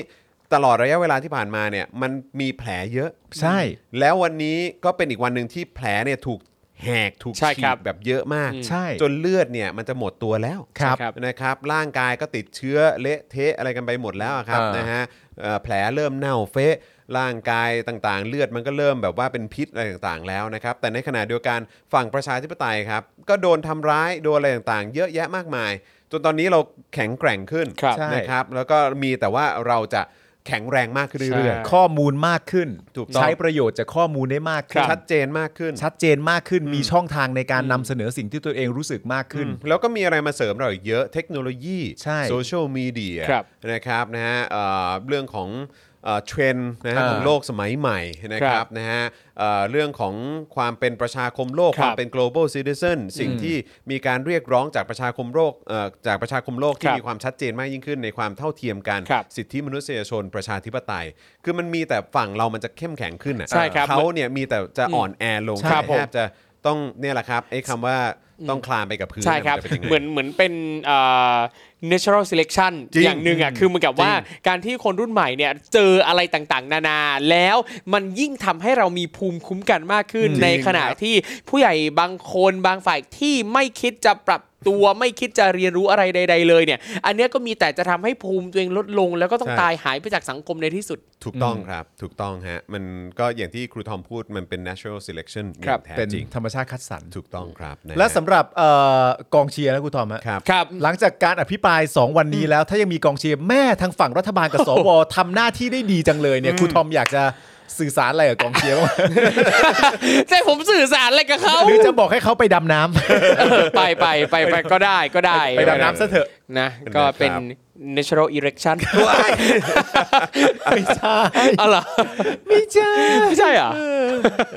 Speaker 1: ตลอดระยะเวลาที่ผ่านมาเนี่ยมันมีแผลเยอะ
Speaker 3: ใช่
Speaker 1: แล้ววันนี้ก็เป็นอีกวันหนึ่งที่แผลเนี่ยถูกแหกถูก
Speaker 2: ใช่
Speaker 1: ฉี
Speaker 2: ครั
Speaker 1: ด
Speaker 2: บ
Speaker 1: แบบเยอะมาก
Speaker 3: ใช่
Speaker 1: จนเลือดเนี่ยมันจะหมดตัวแล้ว
Speaker 3: ครับ
Speaker 1: นะครับ ร่างกายก็ติดเชื้อเละเทะอะไรกันไปหมดแล้วอะครับ
Speaker 3: เออ
Speaker 1: นะฮะเอ่อแผลเริ่มเน่าเฟะร่างกายต่างๆ เลือดมันก็เริ่มแบบว่าเป็นพิษอะไรต่างๆแล้วนะครับ แต่ในขณะเดียวกันฝั่งประชาธิปไตยครับ ก็โดนทำร้ายโดนอะไรต่างๆ เยอะแยะมากมาย จนตอนนี้เราแข็งแกร่งขึ้น
Speaker 2: ครับ
Speaker 3: ใช่
Speaker 1: นะครับ แล้วก็มีแต่ว่าเราจะแข็งแรงมากขึ้นเรื่อย
Speaker 2: ใช่
Speaker 3: ข้อมูลมากขึ้น
Speaker 1: ถูกต้อง
Speaker 3: ใช้ประโยชน์จากข้อมูลได้มาก
Speaker 1: ๆ
Speaker 3: ขึ้น
Speaker 1: ชัดเจนมากขึ้น
Speaker 3: ชัดเจนมากขึ้น มีช่องทางในการนำเสนอสิ่งที่ตัวเองรู้สึกมากขึ้น
Speaker 1: แล้วก็มีอะไรมาเสริมเราอีกเยอะเทคโนโลยี
Speaker 3: ใช่
Speaker 1: โซเชียลมีเดีย
Speaker 2: ครับ
Speaker 1: นะครับนะฮะเอ่อเรื่องของ เทรนด์นะฮะ
Speaker 3: อ่า
Speaker 1: ของโลกสมัยใหม่นะค
Speaker 2: ครั
Speaker 1: รับบ นะฮะเอ่อเรื่องของความเป็นประชาคมโลก
Speaker 2: ครับ
Speaker 1: ความเป็น global citizen สิ่ง
Speaker 3: อืม
Speaker 1: ที่มีการเรียกร้องจากประชาคมโลกเอ่อจากประชาคมโลก
Speaker 2: ค
Speaker 1: ที่
Speaker 2: รับ
Speaker 1: มีความชัดเจนมากยิ่งขึ้นในความเท่าเทียมกัน
Speaker 2: ครับ
Speaker 1: สิทธิมนุษยชนประชาธิปไตย คือมันมีแต่ฝั่งเรามันจะเข้มแข็งขึ้นน่ะ
Speaker 2: ใช่ครับ
Speaker 1: เขาเนี่ยมีแต่จะอ่อนแอลง
Speaker 2: ใช่ครับผม
Speaker 1: แทบจะต้องเนี่ยแหละครับไอ้คำว่าต้องคลานไปกับพื้น
Speaker 2: ใช่ครับ
Speaker 1: มันจะป็นยังไง
Speaker 2: เหมือนเหมือนเป็นเอ่อ natural selection
Speaker 1: จริง
Speaker 2: อย่างหนึ่งอ่ะคือเหมือนกับว่าการที่คนรุ่นใหม่เนี่ยเจออะไรต่างๆ นานาแล้วมันยิ่งทำให้เรามีภูมิคุ้มกันมากขึ้น
Speaker 1: จริง
Speaker 2: ในขณะ
Speaker 1: ครับ
Speaker 2: ที่ผู้ใหญ่บางคนบางฝ่ายที่ไม่คิดจะปรับตัวไม่คิดจะเรียนรู้อะไรใด ๆ เลยเนี่ย อันเนี้ยก็มีแต่จะทำให้ภูมิตัวเองลดลง แล้วก็ต้อง
Speaker 1: ใช่
Speaker 2: ตายหายไปจากสังคมในที่สุด
Speaker 1: ถูกต้องครับ ถูกต้องฮะ มันก็อย่างที่ครูทอมพูดมันเป็น natural selection อ
Speaker 2: ครั
Speaker 1: ย่า
Speaker 2: บ
Speaker 1: งแท้
Speaker 3: เป็น
Speaker 1: จริง
Speaker 3: ธรรมชาติคัดสรร
Speaker 1: ถูกต้องครับนฮ
Speaker 3: และสำหรับเอ่อกองเชียร์นะคุณทอมฮะ
Speaker 1: ครับ
Speaker 2: ครับ
Speaker 3: หลังจากการอภิปราย 2 วันนี้แล้ว ถ้ายังมีกองเชียร์แม่ทางฝั่งรัฐบาลกับสวทำหน้าที่ได้ดีจังเลยเนี่ยครูทอมอยากจะสื่อสารอะไรกับกองเชียร์บ้าง
Speaker 2: ใช่ผมสื่อสารอะไรกับเขา
Speaker 3: หรือจะบอกให้เขาไปดำน้
Speaker 2: เออไปไปไปไปก็ได้ก็ได้
Speaker 3: ำ ไปดำน้ำซะเถอะ
Speaker 2: นะก็เป็น
Speaker 1: นะครับ
Speaker 2: natural erection
Speaker 3: ไม่ใช่
Speaker 2: อะไรอ
Speaker 3: ไม่ใช่
Speaker 2: ไม่ใช่เหรอ่ะ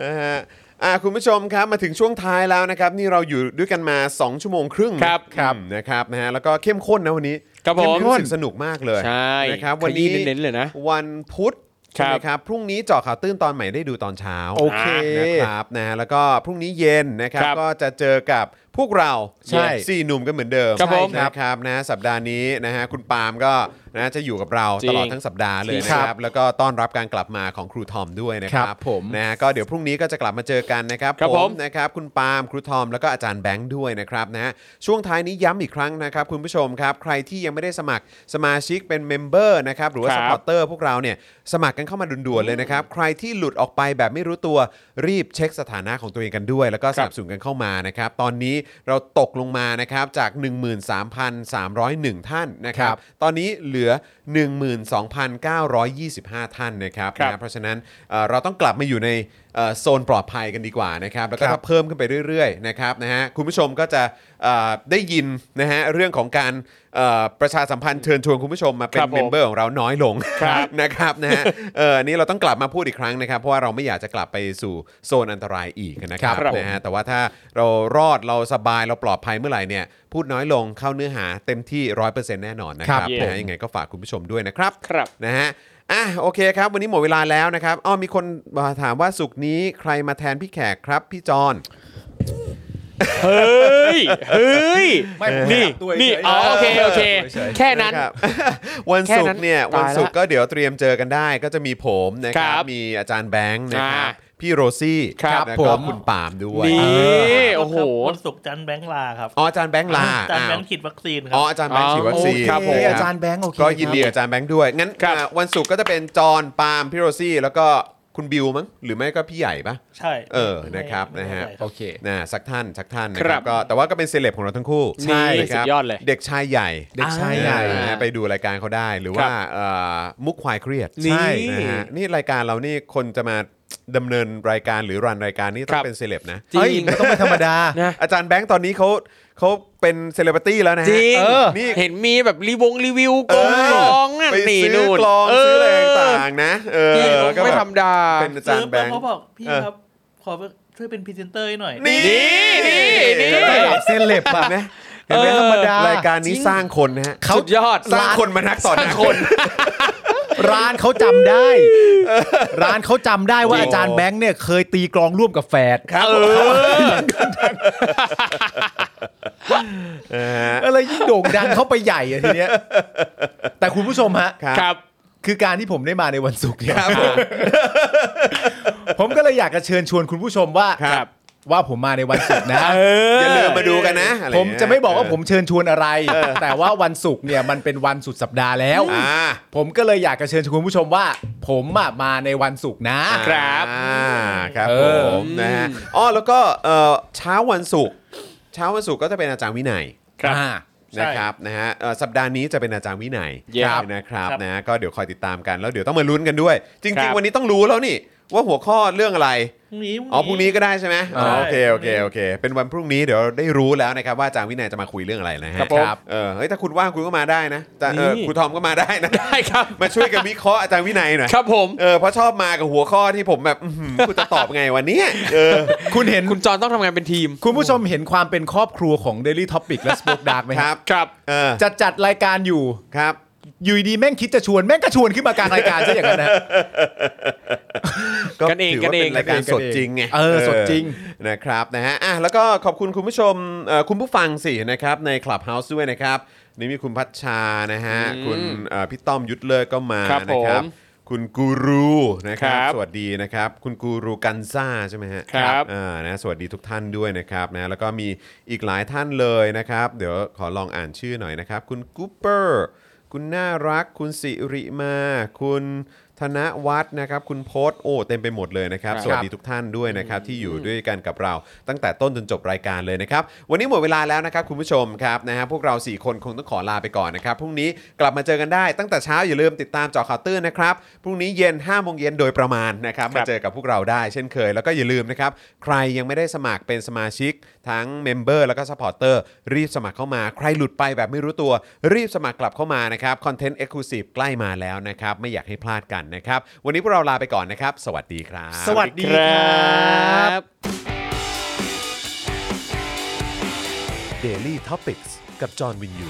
Speaker 1: นะฮะอ่ะคุณผู้ชมครับมาถึงช่วงท้ายแล้วนะครับ นี่เราอยู่ด้วยกันมา 2 ชั่วโมงครึ่ง
Speaker 2: ครับ
Speaker 1: ครับนะครับนะฮะแล้วก็เข้มข้นนะวันนี้
Speaker 2: ครับผม
Speaker 1: เข้มข้นสนุกมากเลย
Speaker 2: ใช่
Speaker 1: นะครับวันนี้
Speaker 2: ขยี้เน้นๆเลยนะ
Speaker 1: วันพุธ
Speaker 2: ครับ
Speaker 1: ใช่ไหมครับพรุ่งนี้เจาะข่าวตื้นตอนใหม่ได้ดูตอนเช้า
Speaker 3: โอเค
Speaker 1: นะครับนะฮะแล้วก็พรุ่งนี้เย็นนะครับ
Speaker 2: ครับ
Speaker 1: ก็จะเจอกับพวกเรา
Speaker 3: ใช่
Speaker 1: สี่หนุ่มกันเหมือนเดิม
Speaker 2: ครับผม
Speaker 1: นะครับนะสัปดาห์นี้นะฮะคุณปาล์มก็นะจะอยู่กับเรา
Speaker 2: จริง
Speaker 1: ตลอดทั้งสัปดาห์เลยนะค
Speaker 3: ครั
Speaker 1: รับบ แล้วก็ต้อนรับการกลับมาของครูทอมด้วยนะครั
Speaker 3: ครับ บผม
Speaker 1: นะฮะก็เดี๋ยวพรุ่งนี้ก็จะกลับมาเจอกันนะครับ
Speaker 2: ครับผม
Speaker 1: นะครับคุณปาล์มครูทอมแล้วก็อาจารย์แบงค์ด้วยนะครับนะฮะช่วงท้ายนี้ย้ำอีกครั้งนะครับคุณผู้ชมครับ ใครที่ยังไม่ได้สมัครสมาชิกเป็นเมมเบอร์นะครับหรือว่า
Speaker 2: ค
Speaker 1: ส
Speaker 2: รับ
Speaker 1: ปอร์เตอร์พวกเราเนี่ยสมัครกันเข้ามาด่วนๆเลยนะครับ ใครที่หลุดออกไปแบบไม่รู้ตัวรีบเช็คสถานะของตัวเองกันด้วย แล้วก็ส
Speaker 2: ครั
Speaker 1: นั
Speaker 2: บ
Speaker 1: บสนุนกันเข้ามานะครับตอนนี้เราตกลงมานะครับจาก 13,301 ท่านนะครับ
Speaker 3: ครับ
Speaker 1: ตอนนี้เหลือ 12,925 ท่านนะครับ
Speaker 2: ครับ
Speaker 1: นะ เพราะฉะนั้นเอ่อเราต้องกลับมาอยู่ในเอ่อโซนปลอดภัยกันดีกว่านะครับแล้วก็
Speaker 3: ครับ
Speaker 1: ถ้าเพิ่มขึ้นไปเรื่อยๆนะครับนะฮะคุณผู้ชมก็จะเอ่อได้ยินนะฮะเรื่องของการเอ่อประชาสัมพันธ์เชิญชวนคุณผู้ชมมาเป็
Speaker 2: คน รับผม
Speaker 1: เมมเบอร์ของเราน้อยลง
Speaker 2: ครับ
Speaker 1: นะครับนะฮะเอออันนี้เราต้องกลับมาพูดอีกครั้งนะครับเพราะว่าเราไม่อยากจะกลับไปสู่โซนอันตรายอีกนะครั
Speaker 2: ครับ
Speaker 1: นะฮะแต่ว่าถ้าเรารอดเราสบายเราปลอดภัยเมื่อไหร่เนี่ยพูดน้อยลงเข้าเนื้อหาเต็มที่ร้อยเปอร์เซ็นต์แน่นอนนะค
Speaker 3: ค
Speaker 1: รั
Speaker 3: รั
Speaker 1: บบ นะฮะยังไงก็ฝากคุณผู้ชมด้วยนะครับ
Speaker 2: ครับ
Speaker 1: นะฮะ อ่ะ โอเคครับ วันนี้หมดเวลาแล้วนะครับ อ้อมีคนมาถามว่าสุกร์นี้ใครมาแทนพี่แขกครับ พี่จอน
Speaker 2: เฮ้ย เฮ้ย
Speaker 3: ไม่ผม
Speaker 2: นี่
Speaker 3: ถามตัวเฉยๆ
Speaker 2: นี่ อ๋อ โอเค โอเค
Speaker 3: เฉยๆ
Speaker 2: แค่นั้น
Speaker 1: ครับ วันศุก
Speaker 2: แค่นั้
Speaker 1: ร์
Speaker 2: น
Speaker 1: เนี่ย
Speaker 2: ตายละ
Speaker 1: วันศุกร์ก็เดี๋ยวเตรียมเจอกันได้ ก็จะมีผมนะค
Speaker 2: ค
Speaker 1: รั
Speaker 2: รับ บ
Speaker 1: มีอาจารย์แบงค์นะครับ
Speaker 2: อ่า
Speaker 1: พี่โรซี่
Speaker 2: ครับ
Speaker 1: แล้ว
Speaker 3: ผ
Speaker 1: ก็
Speaker 3: ม
Speaker 1: คุณปาล์มด้วย
Speaker 2: นี่
Speaker 1: เออ
Speaker 2: เอ๊ะโอ้โห
Speaker 4: วันศุกร์จันทร์แบงค์ลาครับ
Speaker 1: อ๋ออาจารย์แบงค์ลา
Speaker 4: จันทร์แบง
Speaker 1: อ้าว
Speaker 4: ค์ฉีดวัคซีนครั
Speaker 1: อ๋ออาจารย์แบงค์ฉีดวัคซีน
Speaker 2: อ๋อครับผม
Speaker 3: เอ้ย
Speaker 1: นะ
Speaker 3: อาจารย์แบงค์โอเค
Speaker 1: ก็ยินดีกับอาจารย์แบงค์ด้วย งั้น
Speaker 2: ครับ
Speaker 1: อ่ะวันศุกร์ก็จะเป็นจอนปาล์มพี่โรซี่ แล้วก็คุณบิวมั้ง หรือไม่ก็พี่ใหญ่ปะ
Speaker 4: ใช่
Speaker 1: เออนะครับนะฮะ
Speaker 4: ไม่
Speaker 3: โอ
Speaker 4: เข้าใจ
Speaker 3: เค
Speaker 1: นะสักท่านสักท่านนะค
Speaker 2: ครั
Speaker 1: รับบ ก็แต่ว่าก็เป็นเซเลบของเราทั้งคู่
Speaker 2: ใช่
Speaker 1: นะครั
Speaker 2: สุดยอดเลย
Speaker 1: เด็กชายใหญ่
Speaker 3: เด็กชายใหญ่
Speaker 1: นะฮะไปดูรายการเขาได้หรือ
Speaker 2: ครั
Speaker 1: ว่า
Speaker 2: บ
Speaker 1: เอ่อมุกควายเครียด
Speaker 2: นี่
Speaker 1: นะฮะนี่รายการเรานี่คนจะมาดำเนินรายการหรือรันรายการนี่ต้อ
Speaker 2: ครั
Speaker 1: ง
Speaker 2: บ
Speaker 1: เป็นเซเลบนะ
Speaker 2: จริ
Speaker 3: เฮ้ย
Speaker 2: ง
Speaker 3: มันต้องไม่ธรรมดา
Speaker 2: นะ
Speaker 1: อาจารย์แบงค์ตอนนี้เขาเขาเป็นเซเลบริตี้แล้วนะ
Speaker 2: จ
Speaker 1: ฮะ
Speaker 2: ริง
Speaker 1: เออนี่
Speaker 2: เห็นมีแบบรีวงรีวิวก
Speaker 1: เอ
Speaker 2: ลอง
Speaker 1: อก
Speaker 2: ลองนั่น
Speaker 1: ไป
Speaker 2: นี่
Speaker 1: ซื้อ
Speaker 2: นู่น
Speaker 1: กลอง
Speaker 2: เ
Speaker 1: ซื้ออะไรต่างๆนะเออ
Speaker 2: จริง
Speaker 1: แล้วก็
Speaker 2: ไม่
Speaker 1: แบ
Speaker 2: ธร
Speaker 1: บ
Speaker 2: รมดา
Speaker 1: เป็นอาจา
Speaker 4: ซื้
Speaker 1: ร
Speaker 4: อ
Speaker 1: ย์
Speaker 4: ไป
Speaker 1: แบงค์
Speaker 4: เขาบอกพี่
Speaker 1: เออ
Speaker 4: ครับ ขอช่วยเป็นพรีเซนเตอร์ให้หน่อย
Speaker 1: นี่
Speaker 2: นี่นี่
Speaker 1: ระดับ
Speaker 3: เซเลบอะ
Speaker 1: เห็นไหมเห็นไหม
Speaker 2: เออ
Speaker 1: ธรรมดารายการนี้สร้างคนนะฮะ
Speaker 2: สุดยอด
Speaker 1: สร้างคนมานักต่อ
Speaker 2: สร้าง
Speaker 1: นัก
Speaker 2: คน
Speaker 3: ร้านเขาจำได้ ร้านเขาจำได้ว่า
Speaker 1: จริง
Speaker 3: อาจารย์แบงค์เนี่ยเคยตีกลองร่วมกับแฝด
Speaker 1: ครับเออ
Speaker 3: อะไรยิ่งโด่งดังเข้าไปใหญ่อะทีเนี้ย แต่คุณผู้ชมฮะ
Speaker 1: ครับ
Speaker 2: ครับ
Speaker 3: คือการที่ผมได้มาในวันศุกร์เนี่ย ผมก็เลยอยากจะเชิญชวนคุณผู้ชมว่า
Speaker 1: ครับ
Speaker 3: ว่าผมมาในวันศุกร์นะ
Speaker 1: อย่าลืมมาดูกันนะอไร
Speaker 3: ผมจะไม่บอกว่าผม
Speaker 1: เ
Speaker 3: เชิญชวนอะไร แต่ว่าวันศุกร์เนี่ยมันเป็นวันสุดสัปดาห์แล้ว
Speaker 1: อออ่า
Speaker 3: ผมก็เลยอยากจะเชิญชวนคุณผู้ชมว่า ผมอะมาในวันศุกร์นะ
Speaker 2: ครับ
Speaker 1: อ่าครับ
Speaker 3: เอ
Speaker 1: ผ
Speaker 3: อ
Speaker 1: มนะฮะอ๋อแล้วก็เอ่อเช้าวันศุกร์เช้าวันศุกร์ก็จะเป็นอาจารย์วินัย
Speaker 2: ครับ
Speaker 3: อ่า
Speaker 4: ใช่
Speaker 1: นะครับนะฮะเอ่อสัปดาห์นี้จะเป็นอาจารย์วินัย
Speaker 2: ครับ
Speaker 1: นะครับ
Speaker 4: ครับ
Speaker 1: นะก็เดี๋ยวคอยติดตามกันแล้วเดี๋ยวต้องมาลุ้นกันด้วย จ
Speaker 2: ครั
Speaker 1: ริง
Speaker 2: บ
Speaker 1: ๆ วันนี้ต้องรู้แล้วนี่ ว่าหัวข้อเรื่องอะไร
Speaker 4: พรุ่งนี้
Speaker 1: อ๋อพรุ่งนี้ก็ได้ใช่ไหมอ๋อ
Speaker 4: ได้
Speaker 1: โอเคโอเค
Speaker 4: พรุ่งนี้
Speaker 1: โอเค เป็นวันพรุ่งนี้เดี๋ยวได้รู้แล้วนะครับว่าอาจารย์วินัยจะมาคุยเรื่องอะไรนะฮะ
Speaker 2: ครับผม
Speaker 1: เออเฮ้ยถ้าคุณว่างคุณก็มาได้นะอาจารย์เออ
Speaker 2: นี่
Speaker 1: คุณทอมก็มาได้ นะ
Speaker 2: ได้ครับ
Speaker 1: มาช่วยกันวิเคราะห์อาจารย์วินัยหน่อย
Speaker 2: ครับผม
Speaker 1: เออเพราะชอบมากับหัวข้อที่ผมแบบอื้อหือกูจะตอบไงวันนี้เออ
Speaker 3: คุณเห็น
Speaker 2: คุณจอนต้องทำงานเป็นทีม
Speaker 3: คุณผู้ชมเห็นความเป็นครอบครัวของ Daily Topic และ Spoke Dark ไหม
Speaker 1: ครับ
Speaker 2: ครับ
Speaker 1: เออ
Speaker 3: จัดจัดรายการอยู่
Speaker 1: ครับ
Speaker 3: อยู่ดีๆแม่งคิดจะชวนแม่งก็ชวนขึ้นมากลางรายการซะอย่างนั้นนะ
Speaker 1: ก็
Speaker 2: กันเอง
Speaker 1: ถือว่า
Speaker 2: กันเอ
Speaker 1: เป็
Speaker 2: ง
Speaker 1: นรายการสดจริงไง
Speaker 3: เออสดจริง
Speaker 1: เออนะครับนะฮะอ่ะแล้วก็ขอบคุณคุณผู้ชมเอ่อคุณผู้ฟังสินะครับใน Clubhouse ด้วยนะครับนี่มีคุณพัชชานะฮะ
Speaker 2: อืม
Speaker 1: คุณเอ่อพี่ต้อมยุทธเลิศก็มา
Speaker 2: ครับผม
Speaker 1: นะครับ คุณกูรูนะครั
Speaker 2: ครับ บ
Speaker 1: สวัสดีนะครับ คุณกูรูกันซ่าใช่ไหมฮะ
Speaker 2: ครับ
Speaker 1: อ่านะสวัสดีทุกท่านด้วยนะครับนะแล้วก็มีอีกหลายท่านเลยนะครับ เดี๋ยวขอลองอ่านชื่อหน่อยนะครับ คุณกูเปอร์ คุณน่ารัก คุณสิริมา คุณธนวัฒน์นะครับ คุณโพสต์โอ้เต็มไปหมดเลยนะครับ
Speaker 2: ครับ
Speaker 1: สวัสดีทุกท่านด้วยนะครับ ที่อยู่ด้วยกันกับเรา ตั้งแต่ต้นจนจบรายการเลยนะครับ วันนี้หมดเวลาแล้วนะครับ คุณผู้ชมครับนะฮะพวกเรา 4 คนคงต้องขอลาไปก่อนนะครับพรุ่งนี้กลับมาเจอกันได้ ตั้งแต่เช้าอย่าลืมติดตามเจอข่าวตื้นนะครับพรุ่งนี้เย็น5โมงเย็นโดยประมาณนะครับ
Speaker 2: ครั
Speaker 1: มา
Speaker 2: บ
Speaker 1: เจอกับพวกเราได้เช่นเคย แล้วก็อย่าลืมนะครับใครยังไม่ได้สมัครเป็นสมาชิก ทั้งเมมเบอร์แล้วก็สปอร์เตอร์รีบสมัครเข้ามา ใครหลุดไปแบบไม่รู้ตัว รีบสมัครกลับเข้ามานะครับคอนเทนต์เอ็กซ์คลูซีฟใกล้มาแล้วนะครับ ไม่อยากให้พลาดกันนะครับ วันนี้พวกเราลาไปก่อนนะครับ สวัสดีครับ
Speaker 3: สวัสดีครับ
Speaker 2: บ
Speaker 1: Daily Topics กับจอห์นวินยู